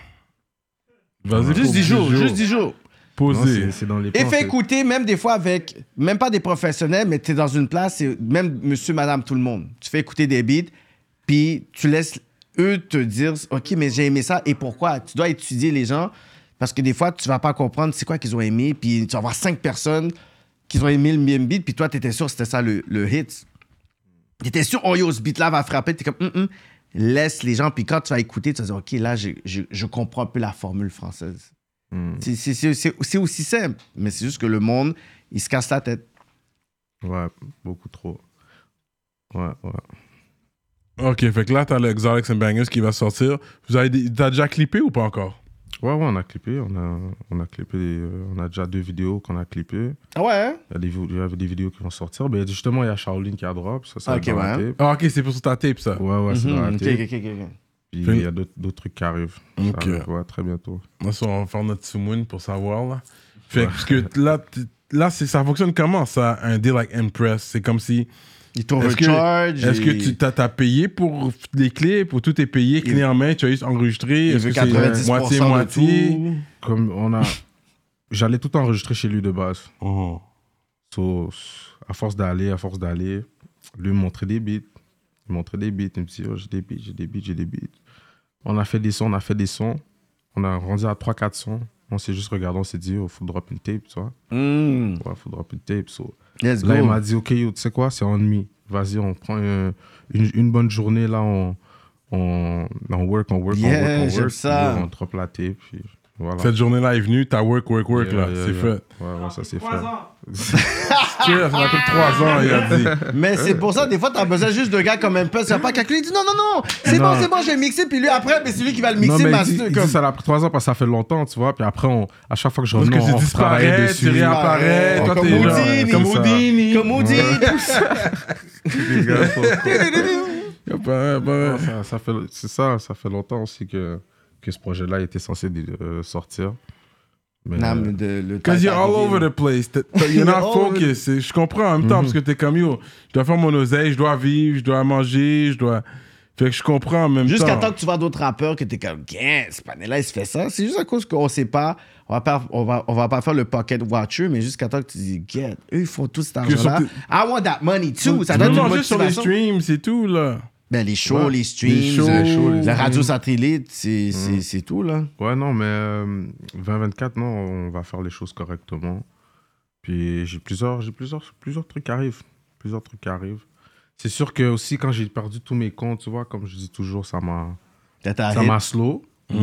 [SPEAKER 3] Vas-y pour
[SPEAKER 4] Mhm. Juste 10 jours, juste 10 jours.
[SPEAKER 5] Non,
[SPEAKER 3] Posé.
[SPEAKER 5] c'est- C'est dans les
[SPEAKER 4] Et
[SPEAKER 5] plans,
[SPEAKER 4] fait
[SPEAKER 5] c'est-
[SPEAKER 4] écouter, même des fois avec, même pas des professionnels, mais t'es dans une place, c'est même monsieur, madame, tout le monde. Tu fais écouter des beats, puis tu laisses eux te dire, OK, mais j'ai aimé ça, et pourquoi? Tu dois étudier les gens, parce que des fois, tu vas pas comprendre c'est quoi qu'ils ont aimé, puis tu vas avoir cinq personnes qui ont aimé le même beat, puis toi, t'étais sûr que c'était ça le, le hit. T'étais sûr, oh yo, ce beat-là va frapper, t'es comme, hum, hum. Laisse les gens, puis quand tu vas écouter, tu vas dire, OK, là, je- je- je comprends un peu la formule française.
[SPEAKER 5] Mm.
[SPEAKER 4] C'est- c'est- C'est c'est- c'est aussi simple, mais c'est juste que le monde, il se casse la tête.
[SPEAKER 5] Ouais, beaucoup trop. Ouais, ouais.
[SPEAKER 3] Ok, fait que là, t'as le Exotics and Bangers qui va sortir. Vous avez des- T'as déjà clippé ou pas encore?
[SPEAKER 5] Ouais, ouais, on a clippé. On a, on a clippé. des- euh, on a déjà deux vidéos qu'on a clippées.
[SPEAKER 4] Ah ouais? hein?
[SPEAKER 5] Il y, a des, vi- il y avait des vidéos qui vont sortir. Mais justement, il y a Shaolin qui a drop. Ça, ça
[SPEAKER 4] Ok,
[SPEAKER 5] dans la
[SPEAKER 4] ouais.
[SPEAKER 5] tape.
[SPEAKER 3] Ah, ok, c'est pour sur ta tape, ça.
[SPEAKER 5] Ouais, ouais, c'est dans la
[SPEAKER 4] Mhm, ok,
[SPEAKER 5] tape.
[SPEAKER 4] ok, ok, ok.
[SPEAKER 5] Puis il y a d'autres d'autres trucs qui arrivent. Ça
[SPEAKER 3] Ok.
[SPEAKER 5] arrive, ouais, très bientôt.
[SPEAKER 3] Là, ça, on va faire notre sous-moon pour savoir, là. Fait que, parce que là, t- là c'est- ça fonctionne comment, ça, un deal like Impress? C'est comme si...
[SPEAKER 4] Il
[SPEAKER 3] Est-ce que,
[SPEAKER 4] t'overcharge.
[SPEAKER 3] est-ce que
[SPEAKER 4] il-
[SPEAKER 3] tu t'as, t'as payé pour les clips, ou tout est payé, clé en main, tu as juste enregistré,
[SPEAKER 4] il
[SPEAKER 3] est-ce
[SPEAKER 4] veut
[SPEAKER 3] que c'est
[SPEAKER 4] 90% de
[SPEAKER 3] moitié-moitié?
[SPEAKER 4] tout?
[SPEAKER 5] Comme on a. J'allais tout enregistrer chez lui de base.
[SPEAKER 3] Oh.
[SPEAKER 5] So, à force d'aller, à force d'aller, lui montrer des beats. Il montrait des beats. Il me dit, oh, j'ai des beats, j'ai des beats, j'ai des beats. On a fait des sons, on a fait des sons. On a rendu à 3-4 sons. On s'est juste regardé, on s'est dit, oh, faut drop une tape, tu vois.
[SPEAKER 4] Hmm,
[SPEAKER 5] Ouais, faut drop une tape. So,
[SPEAKER 4] let's go.
[SPEAKER 5] Là, il m'a dit, OK, yo, tu sais quoi, c'est en demi. Vas-y, on prend euh, une, une bonne journée, là, on, on, on work, on work,
[SPEAKER 4] Yeah,
[SPEAKER 5] on work, on
[SPEAKER 4] j'aime
[SPEAKER 5] work.
[SPEAKER 4] ça.
[SPEAKER 5] Puis, yo, on drop la tape, puis voilà.
[SPEAKER 3] Cette journée-là est venue, t'as work, work, work,
[SPEAKER 5] Yeah,
[SPEAKER 3] là,
[SPEAKER 5] yeah,
[SPEAKER 3] c'est
[SPEAKER 5] yeah.
[SPEAKER 3] fait.
[SPEAKER 5] Ouais, ouais, ça c'est fait.
[SPEAKER 3] Cheers, ça m'a pris trois ans, il a dit.
[SPEAKER 4] Mais c'est pour ça, des fois, t'as besoin juste de gars comme un peu, tu vas pas calculer. Il dit non, non, non, c'est
[SPEAKER 5] Non.
[SPEAKER 4] bon, c'est bon, je vais mixer, puis lui, après, mais c'est lui qui va le mixer,
[SPEAKER 5] non, mais il
[SPEAKER 4] parce
[SPEAKER 5] dit,
[SPEAKER 4] que
[SPEAKER 5] il dit
[SPEAKER 4] comme-
[SPEAKER 5] ça l'a pris trois ans parce que ça fait longtemps, tu vois. Puis après, on, à chaque fois que je
[SPEAKER 3] Parce
[SPEAKER 5] revenais,
[SPEAKER 3] que
[SPEAKER 5] on,
[SPEAKER 3] tu
[SPEAKER 5] on travaillait
[SPEAKER 3] disparais, tu
[SPEAKER 5] dessus.
[SPEAKER 3] réapparais,
[SPEAKER 5] Ouais,
[SPEAKER 3] toi
[SPEAKER 5] comme
[SPEAKER 3] t'es genre-
[SPEAKER 5] Houdini,
[SPEAKER 3] comme
[SPEAKER 5] comme ça.
[SPEAKER 3] Houdini.
[SPEAKER 4] Comme on dit, tout ça.
[SPEAKER 5] Les gars, faut-
[SPEAKER 3] Y'a pas- pas-
[SPEAKER 5] Non,
[SPEAKER 4] Oh,
[SPEAKER 5] ça, ça fait, c'est ça, ça fait longtemps aussi que, que ce projet-là était censé euh, sortir. Mais,
[SPEAKER 4] Non, mais de- le
[SPEAKER 3] Cause you're
[SPEAKER 4] temps
[SPEAKER 3] all
[SPEAKER 4] d'arriver,
[SPEAKER 3] over the place. T'es- t'es- You're
[SPEAKER 4] All
[SPEAKER 3] not
[SPEAKER 4] over the-
[SPEAKER 3] focused.
[SPEAKER 5] Mhm.
[SPEAKER 3] Et Je comprends en même temps parce que t'es comme yo, je dois faire mon oseille, je dois vivre, je dois manger, je dois. Fait que je comprends en même
[SPEAKER 4] Jusqu'à
[SPEAKER 3] temps.
[SPEAKER 4] temps que tu vois d'autres rappeurs que t'es comme, yeah, ce panel-là, il se fait ça. C'est juste à cause qu'on sait pas, on va pas, on va, on va pas faire le pocket watcher, mais jusqu'à temps que tu dis, yeah, eux, ils font tout cet argent-là.
[SPEAKER 3] sont-
[SPEAKER 4] I want that money too. Ça
[SPEAKER 3] Tu
[SPEAKER 4] donne
[SPEAKER 3] peux
[SPEAKER 4] une
[SPEAKER 3] manger sur les
[SPEAKER 4] motivation.
[SPEAKER 3] streams, c'est tout, là.
[SPEAKER 4] Ben, les shows,
[SPEAKER 5] Ouais.
[SPEAKER 4] les streams,
[SPEAKER 3] Les Mm. shows,
[SPEAKER 5] les shows, les
[SPEAKER 4] la radio
[SPEAKER 5] streams.
[SPEAKER 4] satellite, c'est, c'est, c'est tout, là.
[SPEAKER 5] Ouais, non, mais euh, 2024, non, on va faire les choses correctement. Puis j'ai plusieurs, j'ai plusieurs, plusieurs trucs qui arrivent. Plusieurs trucs qui arrivent. C'est sûr que aussi, quand j'ai perdu tous mes comptes, tu vois, comme je dis toujours, ça m'a,
[SPEAKER 4] T'as
[SPEAKER 5] ça
[SPEAKER 4] ta
[SPEAKER 5] m'a slow.
[SPEAKER 3] Mm.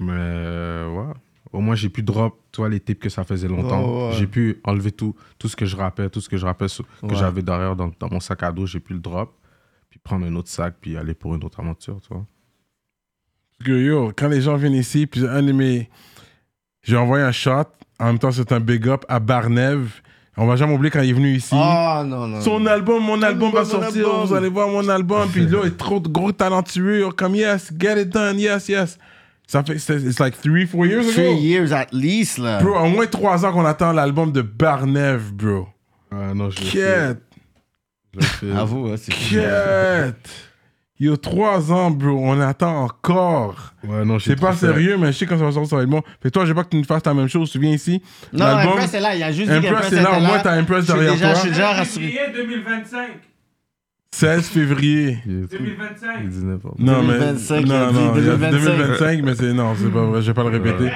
[SPEAKER 5] Mais euh, ouais. Au moins, j'ai pu drop, tu vois, les tapes que ça faisait longtemps.
[SPEAKER 3] Oh,
[SPEAKER 4] Ouais, ouais.
[SPEAKER 5] J'ai pu enlever tout, tout ce que je rappais, tout ce que je rappais, ce- que
[SPEAKER 4] Ouais.
[SPEAKER 5] j'avais derrière dans, dans mon sac à dos, j'ai pu le drop. Puis prendre un autre sac, puis aller pour une autre aventure, tu vois.
[SPEAKER 3] Parce que, yo, quand les gens viennent ici, puis un de mes. J'ai envoyé un shot. En même temps, c'est un big up à Barnev. On va jamais oublier quand il est venu ici.
[SPEAKER 4] Oh, non, non.
[SPEAKER 3] Son album, mon album va
[SPEAKER 4] mon
[SPEAKER 3] sortir.
[SPEAKER 4] album.
[SPEAKER 3] Vous allez voir mon album. Puis là, il est trop de gros talentueux. Yo, Comme yes, get it done, yes, yes. Ça fait, c'est it's like three, four years ago.
[SPEAKER 4] Three years at least, là.
[SPEAKER 3] Bro, au moins trois ans qu'on attend l'album de Barnev, bro.
[SPEAKER 5] Ah non, je l'ai fait.
[SPEAKER 3] Quête,
[SPEAKER 5] Je l'ai fait.
[SPEAKER 3] Ah,
[SPEAKER 4] Avoue, hein, c'est
[SPEAKER 3] quête. Yo, trois ans, bro. On attend encore.
[SPEAKER 5] Ouais, non, j'ai
[SPEAKER 3] C'est pas
[SPEAKER 5] trop fait.
[SPEAKER 3] sérieux, mais je sais quand ça va sortir, ça va être bon. Fait que toi, j'ai pas que tu nous fasses la même chose. Tu viens ici.
[SPEAKER 4] Non,
[SPEAKER 3] l'album-
[SPEAKER 4] Impress est là, il y a juste dit
[SPEAKER 3] Impress
[SPEAKER 4] qu'Impress
[SPEAKER 3] est là,
[SPEAKER 4] était
[SPEAKER 3] au moins, t'as Impress
[SPEAKER 4] Je suis
[SPEAKER 3] derrière
[SPEAKER 4] déjà-
[SPEAKER 3] toi.
[SPEAKER 4] Je suis déjà rassuré.
[SPEAKER 2] Février 2025.
[SPEAKER 3] 16 février.
[SPEAKER 5] Il est-
[SPEAKER 2] 2025.
[SPEAKER 5] il dit n'importe
[SPEAKER 3] Non,
[SPEAKER 4] 2025,
[SPEAKER 3] mais.
[SPEAKER 4] il a
[SPEAKER 3] Non,
[SPEAKER 4] dit
[SPEAKER 3] non, il a dit
[SPEAKER 4] 2025.
[SPEAKER 3] 2025, mais c'est. Non, c'est pas vrai, je vais pas le répéter.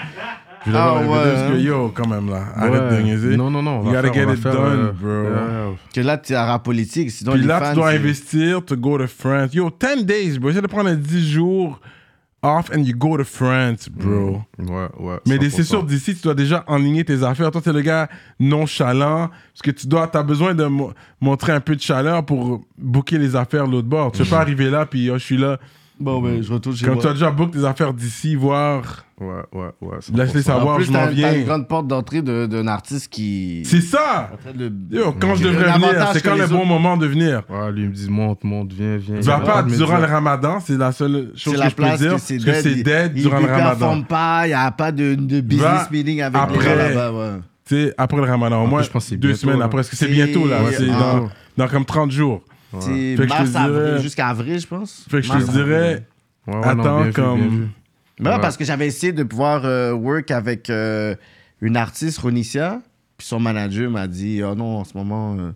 [SPEAKER 3] Je vais pas
[SPEAKER 4] Ah,
[SPEAKER 3] le
[SPEAKER 4] ouais,
[SPEAKER 3] répéter parce que
[SPEAKER 4] hein.
[SPEAKER 3] yo, quand même, là. Arrête
[SPEAKER 5] Ouais.
[SPEAKER 3] de niaiser.
[SPEAKER 5] Non, non, non. on
[SPEAKER 3] You
[SPEAKER 5] va
[SPEAKER 3] gotta
[SPEAKER 5] faire- on
[SPEAKER 3] get
[SPEAKER 5] va
[SPEAKER 3] it
[SPEAKER 5] faire,
[SPEAKER 3] done,
[SPEAKER 5] euh, ouais.
[SPEAKER 4] Que là, tu es à rap politique, sinon
[SPEAKER 3] Puis
[SPEAKER 4] les
[SPEAKER 3] là,
[SPEAKER 4] fans...
[SPEAKER 3] tu dois
[SPEAKER 4] c'est-
[SPEAKER 3] investir to go to France. Yo, 10 days, bro. Essaye de prendre 10 jours off and you go to France, bro.
[SPEAKER 5] Ouais, ouais.
[SPEAKER 3] Mais des- c'est
[SPEAKER 5] 100%.
[SPEAKER 3] sûr, d'ici, tu dois déjà enligner tes affaires. Toi, t'es le gars nonchalant, parce que tu dois, t'as besoin de mo- montrer un peu de chaleur pour booker les affaires de l'autre bord. Tu peux pas arriver là, puis oh, je suis là.
[SPEAKER 4] Bon, ben, je retourne chez
[SPEAKER 3] Quand
[SPEAKER 4] moi.
[SPEAKER 3] tu as déjà booké tes affaires d'ici, voir,
[SPEAKER 5] Ouais, ouais, ouais. 100%.
[SPEAKER 3] laisse-les
[SPEAKER 4] en
[SPEAKER 3] savoir,
[SPEAKER 4] plus,
[SPEAKER 3] je m'en
[SPEAKER 4] t'as, t'as une
[SPEAKER 3] viens.
[SPEAKER 4] grande porte d'entrée de- d'un artiste qui...
[SPEAKER 3] C'est ça!
[SPEAKER 4] en train de-
[SPEAKER 3] Yo, quand je
[SPEAKER 4] Il y a
[SPEAKER 3] devrais
[SPEAKER 4] un
[SPEAKER 3] venir,
[SPEAKER 4] avantage
[SPEAKER 3] c'est
[SPEAKER 4] que
[SPEAKER 3] quand
[SPEAKER 4] les
[SPEAKER 3] le bon
[SPEAKER 4] autres-
[SPEAKER 3] moment de venir.
[SPEAKER 5] Ouais, lui, il me dit monte, monte, viens, viens.
[SPEAKER 3] Tu vas
[SPEAKER 5] Ouais,
[SPEAKER 3] pas
[SPEAKER 5] mais
[SPEAKER 3] durant
[SPEAKER 5] dis-
[SPEAKER 3] le ramadan, c'est la seule chose
[SPEAKER 4] C'est
[SPEAKER 3] que
[SPEAKER 4] la
[SPEAKER 3] je peux
[SPEAKER 4] place
[SPEAKER 3] dire.
[SPEAKER 4] que
[SPEAKER 3] Parce
[SPEAKER 4] c'est
[SPEAKER 3] que
[SPEAKER 4] dead.
[SPEAKER 3] c'est dead
[SPEAKER 4] il,
[SPEAKER 3] durant
[SPEAKER 4] il
[SPEAKER 3] le ramadan.
[SPEAKER 4] performe pas, il n'y a pas de, de
[SPEAKER 3] Va
[SPEAKER 4] business meeting avec les gens
[SPEAKER 3] après.
[SPEAKER 4] là-bas. ouais.
[SPEAKER 3] Tu sais, après le ramadan, au
[SPEAKER 5] plus,
[SPEAKER 3] moins
[SPEAKER 5] je pense que c'est
[SPEAKER 3] deux
[SPEAKER 5] bientôt,
[SPEAKER 3] semaines
[SPEAKER 5] là.
[SPEAKER 3] après. Parce que c'est
[SPEAKER 4] C'est-
[SPEAKER 3] bientôt, là.
[SPEAKER 4] Ouais,
[SPEAKER 3] C'est
[SPEAKER 4] ah.
[SPEAKER 3] dans- dans comme 30 jours.
[SPEAKER 4] C'est
[SPEAKER 3] Fait que je te
[SPEAKER 4] mars, avril,
[SPEAKER 3] dirais-
[SPEAKER 4] jusqu'à avril, je pense.
[SPEAKER 3] Fait que je
[SPEAKER 4] Mars,
[SPEAKER 3] te dirais,
[SPEAKER 5] Ouais, ouais, non, bien
[SPEAKER 3] attends
[SPEAKER 5] vu, bien vu.
[SPEAKER 3] comme...
[SPEAKER 4] Mais ouais,
[SPEAKER 5] Ouais.
[SPEAKER 4] parce que j'avais essayé de pouvoir euh, work avec euh, une artiste, Ronicia, puis son manager m'a dit Oh non, en ce moment, euh,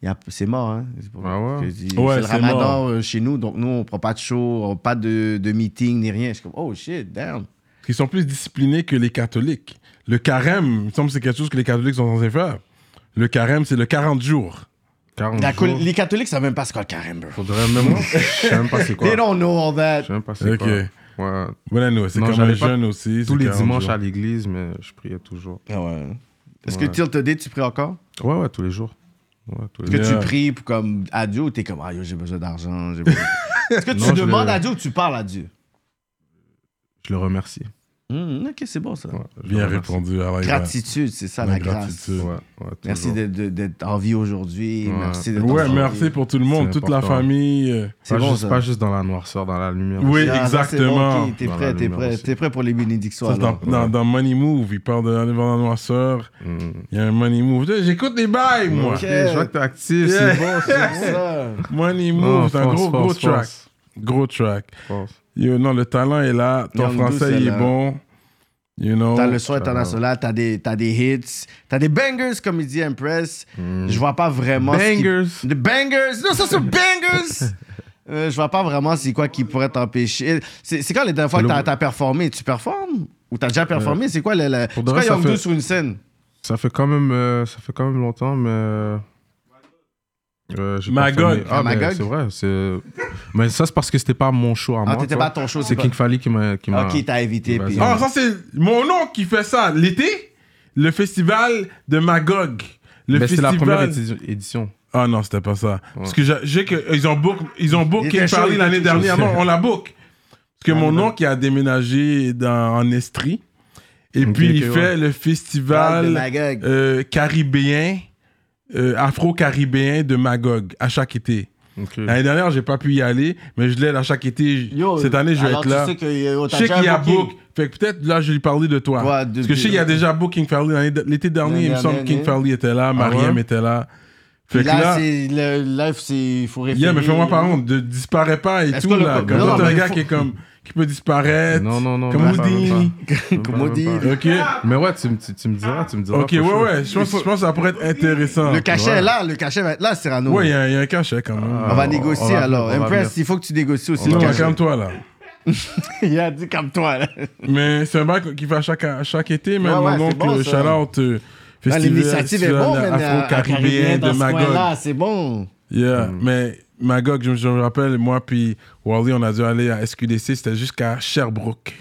[SPEAKER 4] y a- c'est mort. Hein. C'est pour-
[SPEAKER 5] Ah ouais?
[SPEAKER 4] parce que j'ai dit,
[SPEAKER 3] Ouais,
[SPEAKER 4] c'est le
[SPEAKER 3] c'est
[SPEAKER 4] ramadan
[SPEAKER 3] mort.
[SPEAKER 4] euh, chez nous, donc nous, on prend pas de show, on pas de, de meeting, ni rien. Je suis comme Oh shit, damn.
[SPEAKER 3] Ils sont plus disciplinés que les catholiques. Le carême, il me semble que c'est quelque chose que les catholiques sont censés faire. Le carême, c'est le 40 jours.
[SPEAKER 5] 40
[SPEAKER 4] La
[SPEAKER 5] jours.
[SPEAKER 4] col- les catholiques savent même pas ce qu'est le carême, bro.
[SPEAKER 5] Faudrait même. Je sais même pas c'est quoi.
[SPEAKER 4] They don't know all that.
[SPEAKER 5] Je sais même pas c'est
[SPEAKER 3] Ok.
[SPEAKER 5] quoi. Ouais.
[SPEAKER 3] Voilà, nous, c'est
[SPEAKER 5] Non,
[SPEAKER 3] comme
[SPEAKER 5] j'avais
[SPEAKER 3] un
[SPEAKER 5] pas-
[SPEAKER 3] jeûne aussi.
[SPEAKER 5] Tous
[SPEAKER 3] c'est
[SPEAKER 5] les
[SPEAKER 3] 40
[SPEAKER 5] dimanches
[SPEAKER 3] jours.
[SPEAKER 5] à l'église, mais je priais toujours.
[SPEAKER 4] Ah ouais. Est-ce
[SPEAKER 5] Ouais.
[SPEAKER 4] que Till Today, tu pries encore
[SPEAKER 5] Ouais, ouais, tous les jours. Ouais, tous les
[SPEAKER 4] Est-ce que
[SPEAKER 3] Yeah.
[SPEAKER 4] tu pries pour, comme à Dieu ou t'es comme Ah yo, j'ai besoin d'argent j'ai besoin- Est-ce que tu
[SPEAKER 5] Non, je le-
[SPEAKER 4] demandes à Dieu ou tu parles à Dieu
[SPEAKER 5] Je le remercie.
[SPEAKER 4] Hmm, Ok, c'est bon ça.
[SPEAKER 5] Ouais, je le
[SPEAKER 3] Bien
[SPEAKER 5] remercie.
[SPEAKER 3] répondu. ah à la grâce.
[SPEAKER 4] Gratitude, c'est ça
[SPEAKER 3] La
[SPEAKER 4] la,
[SPEAKER 3] ben, gratitude.
[SPEAKER 4] grâce.
[SPEAKER 5] Ouais, ouais,
[SPEAKER 4] Merci
[SPEAKER 5] toujours.
[SPEAKER 4] d'être- de- d'être en vie aujourd'hui.
[SPEAKER 5] Ouais.
[SPEAKER 4] Merci d'être en
[SPEAKER 3] Ouais,
[SPEAKER 4] santé.
[SPEAKER 3] merci pour tout le monde,
[SPEAKER 5] C'est
[SPEAKER 3] toute la
[SPEAKER 5] important.
[SPEAKER 3] famille. euh,
[SPEAKER 4] C'est
[SPEAKER 5] Pas
[SPEAKER 4] bon
[SPEAKER 5] juste-
[SPEAKER 4] ça.
[SPEAKER 5] pas juste dans la noirceur, dans la lumière.
[SPEAKER 3] Oui,
[SPEAKER 4] Ah, ça, c'est bon,
[SPEAKER 3] exactement.
[SPEAKER 4] ok, T'es
[SPEAKER 5] Dans la
[SPEAKER 4] prêt, t'es
[SPEAKER 5] lumière
[SPEAKER 4] prêt,
[SPEAKER 5] aussi.
[SPEAKER 4] t'es prêt pour les bénédictions.
[SPEAKER 3] ça, dans,
[SPEAKER 4] alors.
[SPEAKER 3] dans- dans Money Move, il parle de aller voir la noirceur.
[SPEAKER 5] Mm.
[SPEAKER 3] Il y a un Money Move. Putain, J'écoute les bails, moi.
[SPEAKER 5] Ok, Je vois que t'es actif,
[SPEAKER 3] Yeah.
[SPEAKER 5] c'est bon.
[SPEAKER 4] C'est bon, ça.
[SPEAKER 3] Money
[SPEAKER 5] Non,
[SPEAKER 3] Move, c'est un
[SPEAKER 5] Oh, force,
[SPEAKER 3] gros, gros
[SPEAKER 5] force,
[SPEAKER 3] track.
[SPEAKER 5] force,
[SPEAKER 3] Gros track.
[SPEAKER 5] force.
[SPEAKER 3] Yo, non, le talent est là. Ton
[SPEAKER 4] Young Douce
[SPEAKER 3] français,
[SPEAKER 4] est
[SPEAKER 3] il est
[SPEAKER 4] là.
[SPEAKER 3] bon. You know.
[SPEAKER 4] T'as le son international, t'as des, t'as des hits, t'as des bangers, comme il dit Impress.
[SPEAKER 5] Mm.
[SPEAKER 4] Je vois pas vraiment. ce qui-
[SPEAKER 5] Bangers.
[SPEAKER 4] Des bangers. Non, ça, c'est bangers. Euh, je vois pas vraiment c'est quoi qui pourrait t'empêcher. C'est c'est quand la dernière fois que t'as t'as performé Tu performes Ou t'as déjà performé C'est quoi le. le- C'est
[SPEAKER 5] Euh, de
[SPEAKER 4] quoi
[SPEAKER 5] vrai, ça
[SPEAKER 4] Young Douce
[SPEAKER 5] fait-
[SPEAKER 4] sur une scène
[SPEAKER 5] Ça fait quand même, euh, ça fait quand même longtemps, mais. euh, euh, j'ai pas
[SPEAKER 3] Magog.
[SPEAKER 5] fermé. Ah,
[SPEAKER 4] Ah,
[SPEAKER 5] mais
[SPEAKER 4] Magog.
[SPEAKER 5] C'est vrai. c'est- Mais ça, c'est parce que c'était pas mon show à moi.
[SPEAKER 4] Ah, t'étais
[SPEAKER 5] tu
[SPEAKER 4] pas à
[SPEAKER 5] vois.
[SPEAKER 4] ton show,
[SPEAKER 5] C'est King Fally qui m'a. qui m'a-
[SPEAKER 4] Ok, t'as évité.
[SPEAKER 5] Vas-y.
[SPEAKER 4] Puis...
[SPEAKER 3] Ah, ça, c'est mon oncle qui fait ça. L'été, le festival de Magog. Le
[SPEAKER 5] Mais c'est
[SPEAKER 3] festival...
[SPEAKER 5] la première édi- édition.
[SPEAKER 3] Ah non, c'était pas ça. Parce que j'ai- j'ai que ils ont book, ils ont book
[SPEAKER 4] Il
[SPEAKER 3] King
[SPEAKER 4] était chaud,
[SPEAKER 3] Charlie
[SPEAKER 4] il
[SPEAKER 3] l'année
[SPEAKER 4] était chaud.
[SPEAKER 3] dernière. Non, on l'a book. Parce que mon oncle il a déménagé dans, en Estrie. Et
[SPEAKER 5] Ok,
[SPEAKER 3] puis
[SPEAKER 5] ok,
[SPEAKER 3] il
[SPEAKER 5] ouais.
[SPEAKER 3] fait le
[SPEAKER 4] Parle de
[SPEAKER 3] festival
[SPEAKER 4] Magog.
[SPEAKER 3] euh, caribéen, euh, afro-caribéen de Magog à chaque été.
[SPEAKER 5] Ok.
[SPEAKER 3] L'année dernière, j'ai pas pu y aller, mais je l'aide à chaque été. Je-
[SPEAKER 4] Yo,
[SPEAKER 3] Cette année, je vais
[SPEAKER 4] alors
[SPEAKER 3] être là.
[SPEAKER 4] Tu sais que, euh,
[SPEAKER 3] Je
[SPEAKER 4] t'as
[SPEAKER 3] sais
[SPEAKER 4] déjà
[SPEAKER 3] qu'il y a
[SPEAKER 4] booké.
[SPEAKER 3] Book. Fait que peut-être là, je vais lui parler de toi.
[SPEAKER 4] Ouais, de-
[SPEAKER 3] Parce que je sais qu'il y a déjà Book King Farley. L'année- L'été dernier, il me
[SPEAKER 4] L'année
[SPEAKER 3] semble que King
[SPEAKER 4] dernière.
[SPEAKER 3] Farley était là, Mariam
[SPEAKER 5] ouais?
[SPEAKER 3] était là. Fait que
[SPEAKER 4] Là,
[SPEAKER 3] là,
[SPEAKER 4] c'est. le- Là, c'est. Il faut réfléchir.
[SPEAKER 3] yeah, mais fais-moi par contre, de disparaît pas et
[SPEAKER 4] Est-ce
[SPEAKER 3] tout,
[SPEAKER 4] que le-
[SPEAKER 3] là.
[SPEAKER 4] non,
[SPEAKER 3] Comme
[SPEAKER 4] non,
[SPEAKER 3] toi, t'es
[SPEAKER 4] mais
[SPEAKER 3] un
[SPEAKER 4] il
[SPEAKER 3] gars
[SPEAKER 4] faut-
[SPEAKER 3] qui est comme, qui peut disparaître.
[SPEAKER 5] Non, non, non.
[SPEAKER 3] Comme
[SPEAKER 5] même pas,
[SPEAKER 3] Houdini.
[SPEAKER 5] même pas. Même
[SPEAKER 4] Comme
[SPEAKER 5] pas, même
[SPEAKER 4] Houdini.
[SPEAKER 5] pas.
[SPEAKER 3] Ok.
[SPEAKER 5] Mais ouais, tu, me- tu, tu me diras, tu me diras.
[SPEAKER 3] Ok, ouais,
[SPEAKER 5] for sure.
[SPEAKER 3] ouais. Je pense, je pense que ça pourrait être intéressant.
[SPEAKER 4] Le cachet
[SPEAKER 5] Ouais.
[SPEAKER 4] est là, le cachet va être là, Cyrano.
[SPEAKER 3] Ouais, il y, a- il y a un cachet quand même.
[SPEAKER 4] on va
[SPEAKER 5] on-
[SPEAKER 4] négocier
[SPEAKER 5] on va- on
[SPEAKER 4] alors.
[SPEAKER 5] va
[SPEAKER 4] Impress,
[SPEAKER 5] venir.
[SPEAKER 4] il faut que tu négocies aussi
[SPEAKER 3] non,
[SPEAKER 4] le
[SPEAKER 3] mais
[SPEAKER 4] cachet.
[SPEAKER 3] calme-toi, là.
[SPEAKER 4] il a dit comme toi, là.
[SPEAKER 3] Mais c'est un bac qui va à chaque, à chaque été, man.
[SPEAKER 4] Ouais,
[SPEAKER 3] Mon
[SPEAKER 4] ouais, c'est
[SPEAKER 3] oncle,
[SPEAKER 4] bon,
[SPEAKER 3] euh,
[SPEAKER 4] ça.
[SPEAKER 3] shout-out, euh,
[SPEAKER 4] Ah,
[SPEAKER 3] festival-
[SPEAKER 4] L'initiative est bonne,
[SPEAKER 3] festival
[SPEAKER 4] mais à- à
[SPEAKER 3] afro-caribéen
[SPEAKER 4] dans
[SPEAKER 3] de
[SPEAKER 4] ce
[SPEAKER 3] Magog.
[SPEAKER 4] coin-là, C'est bon.
[SPEAKER 3] Yeah,
[SPEAKER 5] Mm.
[SPEAKER 3] mais Magog, je, je me rappelle, moi puis Wally, on a dû aller à SQDC, c'était jusqu'à Sherbrooke.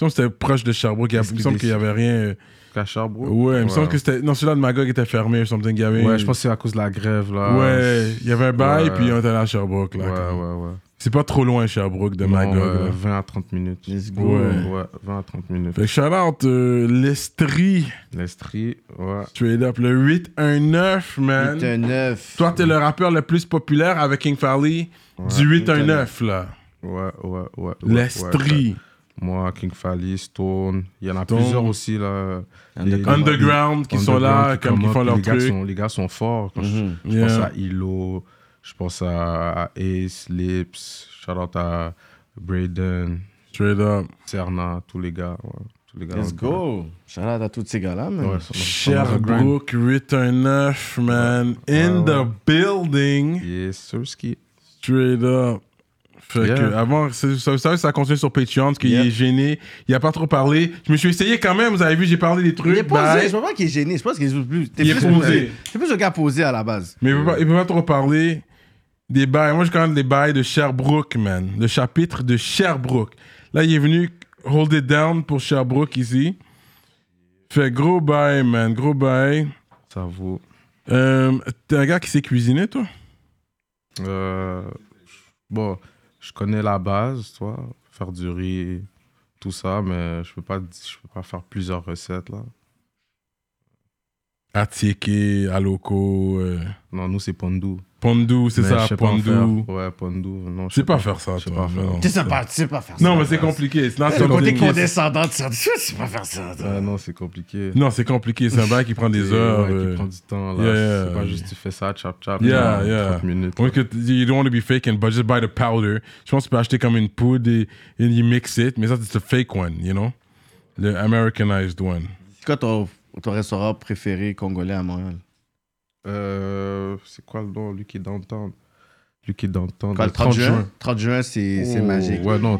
[SPEAKER 3] Il me semble que c'était proche de Sherbrooke, il y a- il me semble
[SPEAKER 5] SQDC.
[SPEAKER 3] qu'il y avait rien. euh,
[SPEAKER 5] Cachard, bro.
[SPEAKER 3] Ouais, il me semble que c'était. Non, celui-là de Magog était fermé ou something. Il y avait...
[SPEAKER 5] Ouais, je pense que c'est à cause de la grève, là.
[SPEAKER 3] Ouais, il y avait un bail,
[SPEAKER 5] Ouais.
[SPEAKER 3] puis on était allé à Sherbrooke, là.
[SPEAKER 5] Ouais,
[SPEAKER 3] quand même.
[SPEAKER 5] ouais, ouais.
[SPEAKER 3] C'est pas trop loin, Sherbrooke, de
[SPEAKER 5] Non,
[SPEAKER 3] Magog.
[SPEAKER 5] euh,
[SPEAKER 3] là.
[SPEAKER 5] 20 à 30 minutes.
[SPEAKER 3] go.
[SPEAKER 5] Ouais, ouais, 20 à 30 minutes.
[SPEAKER 3] Fait que shout out euh, l'Estrie,
[SPEAKER 5] L'Estrie, ouais.
[SPEAKER 3] straight up, le 819, man.
[SPEAKER 4] C'est un neuf.
[SPEAKER 3] Toi, t'es le rappeur le plus populaire avec King Farley du 819, là.
[SPEAKER 5] Ouais, ouais, ouais. ouais, ouais, ouais.
[SPEAKER 3] L'Estrie.
[SPEAKER 5] Moi, King Fally, Stone. Il y en a
[SPEAKER 3] Stone.
[SPEAKER 5] plusieurs aussi, là. Les-
[SPEAKER 3] Underground qui sont là,
[SPEAKER 5] Underground
[SPEAKER 3] comme qui
[SPEAKER 5] come
[SPEAKER 3] font
[SPEAKER 5] up.
[SPEAKER 3] leur
[SPEAKER 5] les Gars
[SPEAKER 3] truc.
[SPEAKER 5] sont, les gars sont forts. Quand
[SPEAKER 4] Mm-hmm.
[SPEAKER 5] je-
[SPEAKER 4] Mhm.
[SPEAKER 5] je,
[SPEAKER 3] Yeah.
[SPEAKER 5] pense à Ilo, je pense à Ace, Lips, shout out à Braden,
[SPEAKER 3] Straight up.
[SPEAKER 5] Serna, tous les gars. ouais, tous les gars
[SPEAKER 4] Let's
[SPEAKER 5] ouais.
[SPEAKER 4] go. Shout out à tous ces gars-là, man.
[SPEAKER 5] Ouais, ça- ça-
[SPEAKER 3] Sherbrooke 819, man. In the building.
[SPEAKER 5] Yes, Surski.
[SPEAKER 3] Straight up. Fait
[SPEAKER 5] Yeah.
[SPEAKER 3] que avant, c'est- ça, ça, ça continue sur Patreon parce qu'il
[SPEAKER 4] Yeah.
[SPEAKER 3] est gêné. Il a pas trop parlé. Je me suis essayé quand même. Vous avez vu, j'ai parlé des
[SPEAKER 4] Il
[SPEAKER 3] trucs.
[SPEAKER 4] est posé,
[SPEAKER 3] bye.
[SPEAKER 4] je pense pas qu'il est gêné, je pense qu'il est plus. t'es
[SPEAKER 3] Il est
[SPEAKER 4] plus-
[SPEAKER 3] posé.
[SPEAKER 4] T'es plus un gars posé à la base.
[SPEAKER 3] Mais il
[SPEAKER 5] Euh.
[SPEAKER 3] peut, pas, il peut pas trop parler des bails. Moi, je connais des bails de Sherbrooke, man. Le chapitre de Sherbrooke. Là, il est venu hold it down pour Sherbrooke ici. Fait gros bail, man. Gros bail.
[SPEAKER 5] Ça vaut.
[SPEAKER 3] Euh, T'es un gars qui sait cuisiner, toi?
[SPEAKER 5] Euh, bon, je connais la base, toi, faire du riz, tout ça, mais je peux pas, je peux pas faire plusieurs recettes là.
[SPEAKER 3] Atiéké, Aloko, euh,
[SPEAKER 5] Non, nous c'est Pondou.
[SPEAKER 3] Pondou, c'est
[SPEAKER 5] Mais je
[SPEAKER 3] ça,
[SPEAKER 5] sais pas en
[SPEAKER 3] Pondou.
[SPEAKER 5] faire. Ouais, Pondou. Non,
[SPEAKER 3] Je sais pas faire ça,
[SPEAKER 5] Je sais
[SPEAKER 3] toi.
[SPEAKER 5] pas faire.
[SPEAKER 3] non.
[SPEAKER 4] Tu sais pas, tu sais pas faire ça.
[SPEAKER 3] Non, mais c'est compliqué. C'est not
[SPEAKER 4] Le côté
[SPEAKER 3] something-
[SPEAKER 4] condescendant de ça, tu sais pas faire ça. toi.
[SPEAKER 5] Ah non, c'est compliqué.
[SPEAKER 3] Non, c'est compliqué. C'est un bail qui prend des
[SPEAKER 5] C'est-
[SPEAKER 3] heures.
[SPEAKER 5] ouais,
[SPEAKER 3] euh.
[SPEAKER 5] qui prend du temps là.
[SPEAKER 3] yeah, yeah.
[SPEAKER 5] c'est pas juste tu fais ça, chap chap.
[SPEAKER 3] Yeah,
[SPEAKER 5] non,
[SPEAKER 3] yeah.
[SPEAKER 5] 30 minutes.
[SPEAKER 3] Parce que t- you don't want to be faking, but just buy the powder. Je pense que tu peux acheter comme une poudre et, et you mix it. Mais ça, c'est le fake one, you know? Le Americanized one.
[SPEAKER 4] C'est quoi ton, ton restaurant préféré congolais à Montréal
[SPEAKER 5] Euh, c'est quoi le nom, lui qui est d'entendre, lui qui est d'entendre.
[SPEAKER 4] Quoi, le 30 juin 30 juin, c'est c'est magique.
[SPEAKER 5] Oh, Ouais, non.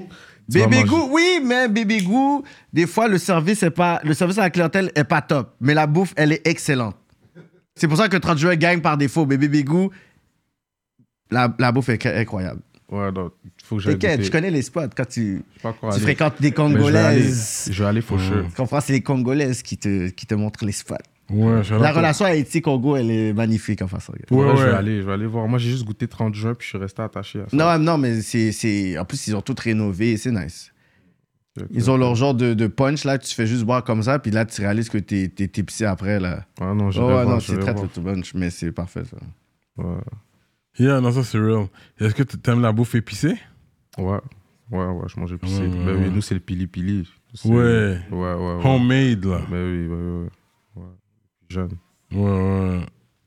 [SPEAKER 5] Tu vas
[SPEAKER 4] Bébé
[SPEAKER 5] manger-
[SPEAKER 4] goût, oui, mais bébé goût, des fois le service est pas, le service à la clientèle est pas top, mais la bouffe elle est excellente. C'est pour ça que 30 juin gagne par défaut. Mais bébé goût, la, la bouffe est incroyable.
[SPEAKER 5] Ouais, non. Faut que j'aille
[SPEAKER 4] T'inquiète,
[SPEAKER 5] goûter.
[SPEAKER 4] je connais les spots quand tu,
[SPEAKER 5] Je sais pas quoi
[SPEAKER 4] tu
[SPEAKER 5] aller.
[SPEAKER 4] fréquentes des
[SPEAKER 5] Mais je vais aller-
[SPEAKER 4] Congolaises.
[SPEAKER 5] Je vais aller for sure.
[SPEAKER 4] Tu comprends, c'est les Congolaises qui te, qui te montrent les spots.
[SPEAKER 3] Ouais, je
[SPEAKER 4] La relation Haïti-Congo, elle est magnifique en façon.
[SPEAKER 3] Ouais,
[SPEAKER 5] Ouais, Je
[SPEAKER 3] ouais.
[SPEAKER 5] vais aller, je vais aller voir. Moi, j'ai juste goûté 30 juin, puis je suis resté attaché à ça.
[SPEAKER 4] Non, non, mais c'est- c'est. En plus, ils ont tout rénové, c'est nice.
[SPEAKER 5] Donc,
[SPEAKER 4] Ils ont leur genre de, de punch, là, tu fais juste boire comme ça, puis là, tu réalises que t'es t'es tipsy après, là.
[SPEAKER 5] Ah non, je
[SPEAKER 4] Oh,
[SPEAKER 5] vais
[SPEAKER 4] ouais,
[SPEAKER 5] voir,
[SPEAKER 4] non,
[SPEAKER 5] je
[SPEAKER 4] c'est
[SPEAKER 5] vais
[SPEAKER 4] très, très
[SPEAKER 5] voir.
[SPEAKER 4] tout punch, mais c'est parfait, ça.
[SPEAKER 5] Ouais.
[SPEAKER 3] Yeah, non, ça, c'est real. Est-ce que t- t'aimes la bouffe épicée?
[SPEAKER 5] ouais, ouais, ouais, je mangeais plus.
[SPEAKER 3] Ouais, ouais,
[SPEAKER 5] ben
[SPEAKER 3] ouais.
[SPEAKER 5] oui, nous, c'est le pili-pili. C'est-
[SPEAKER 3] Ouais.
[SPEAKER 5] Ouais, ouais, ouais.
[SPEAKER 3] Homemade, là.
[SPEAKER 5] Ben oui, ben oui, ouais. ouais. Jeune.
[SPEAKER 3] Ouais, ouais.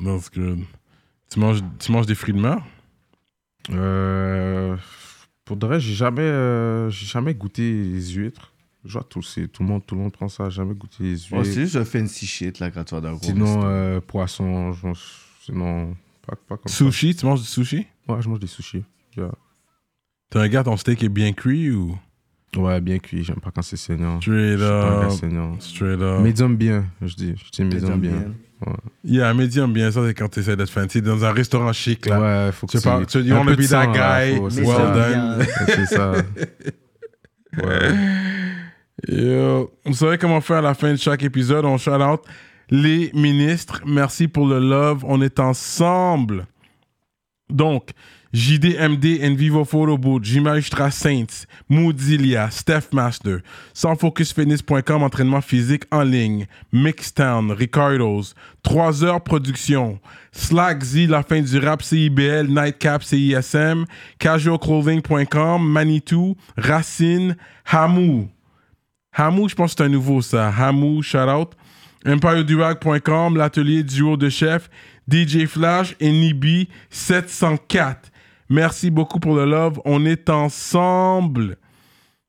[SPEAKER 3] That's good. Tu manges, tu manges des fruits de mer?
[SPEAKER 5] Euh, pour de vrai, j'ai jamais, euh, j'ai jamais goûté les huîtres. Je vois tout, c'est- tout, le monde, tout le monde prend ça, jamais goûté les
[SPEAKER 3] Ah,
[SPEAKER 5] huîtres.
[SPEAKER 4] Oh, c'est juste un fancy shit, là, quand tu vas dans le gros
[SPEAKER 5] sinon,
[SPEAKER 4] resto.
[SPEAKER 5] euh, poisson, je mange- sinon, pas, pas comme ça.
[SPEAKER 3] Sushi? Tu manges du sushi?
[SPEAKER 5] Ouais, je mange des sushis. Yeah.
[SPEAKER 3] T'es un gars, ton steak est bien cuit ou?
[SPEAKER 5] Ouais, bien cuit, j'aime pas quand c'est saignant.
[SPEAKER 3] Straight
[SPEAKER 5] Je suis pas un gars
[SPEAKER 3] up.
[SPEAKER 5] saignant.
[SPEAKER 3] Straight up.
[SPEAKER 5] Médium bien, je dis. Je dis
[SPEAKER 4] Médium
[SPEAKER 5] médium bien.
[SPEAKER 4] bien.
[SPEAKER 3] Yeah, médium, bien ça, c'est quand t'essaies d'être fancy dans un restaurant chic, là.
[SPEAKER 5] Ouais, faut que
[SPEAKER 3] Tu
[SPEAKER 5] tu
[SPEAKER 3] parles, tu dis,
[SPEAKER 5] un
[SPEAKER 3] on
[SPEAKER 5] peu
[SPEAKER 3] a
[SPEAKER 5] de
[SPEAKER 3] be that
[SPEAKER 5] sang, là,
[SPEAKER 3] guy.
[SPEAKER 5] faut- c'est
[SPEAKER 3] well
[SPEAKER 5] ça.
[SPEAKER 3] done.
[SPEAKER 5] C'est ça. Ouais.
[SPEAKER 3] Yo, vous savez comment faire à la fin de chaque épisode. On shout out les ministres. Merci pour le love. On est ensemble. Donc, JDMD, Envivo Photo Boot, J Magistra Saints, Moodilia, Steph Master, sansfocusfitness.com, entraînement physique en ligne, Mixtown, Ricardo's, 3 heures production, Slack Z, la fin du rap, CIBL, Nightcap, CISM, casualclothing.com, Manitou, Racine, Hamou. Hamou, je pense que c'est un nouveau ça. Hamou, shout out. EmpireDurag.com, l'atelier duo de chef, DJ Flash et Nibi 704. Merci beaucoup pour le love. On est ensemble.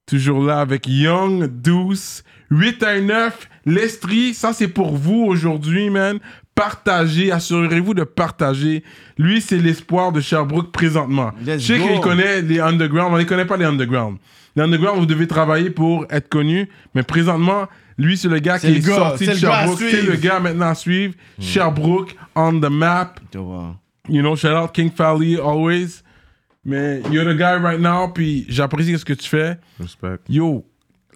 [SPEAKER 3] Toujours là avec Young, Douce, 819, Lestri. Ça, c'est pour vous aujourd'hui, man. Partagez, assurez-vous de partager. Lui, c'est l'espoir de Sherbrooke présentement.
[SPEAKER 4] Let's
[SPEAKER 3] Je sais
[SPEAKER 4] go.
[SPEAKER 3] qu'il connaît les underground, on les connaît pas les underground. Les underground, vous devez travailler pour être connu, mais présentement, lui, c'est le gars qui
[SPEAKER 4] C'est
[SPEAKER 3] est
[SPEAKER 4] le gars,
[SPEAKER 3] sorti
[SPEAKER 4] c'est
[SPEAKER 3] de
[SPEAKER 4] le gars à
[SPEAKER 3] Sherbrooke. C'est le
[SPEAKER 4] suivre. Hmm.
[SPEAKER 3] gars maintenant à suivre. Sherbrooke on the map.
[SPEAKER 4] Tu vois.
[SPEAKER 3] You know, shout out King Fally always. Mais you're the guy right now, puis j'apprécie ce que tu fais.
[SPEAKER 5] Respect.
[SPEAKER 3] Yo,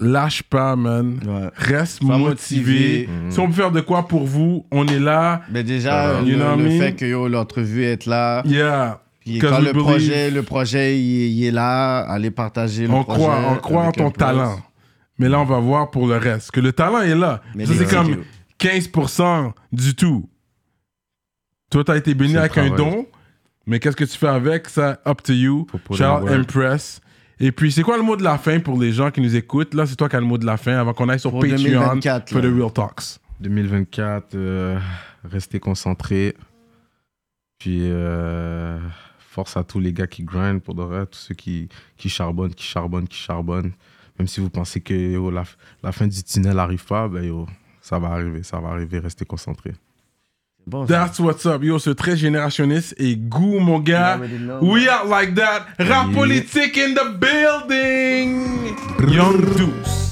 [SPEAKER 3] lâche pas, man.
[SPEAKER 4] Ouais.
[SPEAKER 3] Reste
[SPEAKER 4] Sois
[SPEAKER 3] motivé. Mm.
[SPEAKER 4] motivé.
[SPEAKER 3] Si on peut faire de quoi pour vous, on est là.
[SPEAKER 4] Mais déjà,
[SPEAKER 3] You
[SPEAKER 4] le,
[SPEAKER 3] know what
[SPEAKER 4] le
[SPEAKER 3] I mean?
[SPEAKER 4] fait que yo, l'entrevue est là,
[SPEAKER 3] Yeah.
[SPEAKER 4] puis
[SPEAKER 3] 'Cause
[SPEAKER 4] quand
[SPEAKER 3] we
[SPEAKER 4] le
[SPEAKER 3] believe.
[SPEAKER 4] projet, le projet il, est- il est là, allez partager le
[SPEAKER 3] on
[SPEAKER 4] projet.
[SPEAKER 3] croit, on croit en
[SPEAKER 4] avec un
[SPEAKER 3] ton
[SPEAKER 4] plus.
[SPEAKER 3] talent. Mais là, on va voir pour le reste. Que le talent est là.
[SPEAKER 4] Mais
[SPEAKER 3] ça,
[SPEAKER 4] les
[SPEAKER 3] c'est comme
[SPEAKER 4] vidéos.
[SPEAKER 3] 15% du tout. Toi, t'as été béni
[SPEAKER 5] C'est le
[SPEAKER 3] avec un
[SPEAKER 5] travail.
[SPEAKER 3] don, mais qu'est-ce que tu fais avec, ça, up to you.
[SPEAKER 5] Faut put in
[SPEAKER 3] Shout out
[SPEAKER 5] work.
[SPEAKER 3] Impress. Et puis, c'est quoi le mot de la fin pour les gens qui nous écoutent? Là, c'est toi qui as le mot de la fin avant qu'on aille sur
[SPEAKER 4] Pour
[SPEAKER 3] Patreon
[SPEAKER 4] 2024,
[SPEAKER 3] for the
[SPEAKER 4] là.
[SPEAKER 3] Real Talks.
[SPEAKER 5] 2024, euh, restez concentrés. Puis euh, force à tous les gars qui grind pour de vrai, tous ceux qui, qui charbonnent, qui charbonnent, qui charbonnent. Même si vous pensez que yo, la, la fin du tunnel n'arrive pas, ben, yo, ça va arriver, ça va arriver, restez concentrés.
[SPEAKER 4] Bon, ça.
[SPEAKER 3] That's what's up. Yo, ce très générationniste et goût, e mon gars.
[SPEAKER 4] You already know.
[SPEAKER 3] We out like that. Rap
[SPEAKER 5] Yeah.
[SPEAKER 3] politique in the building. Young Deuce.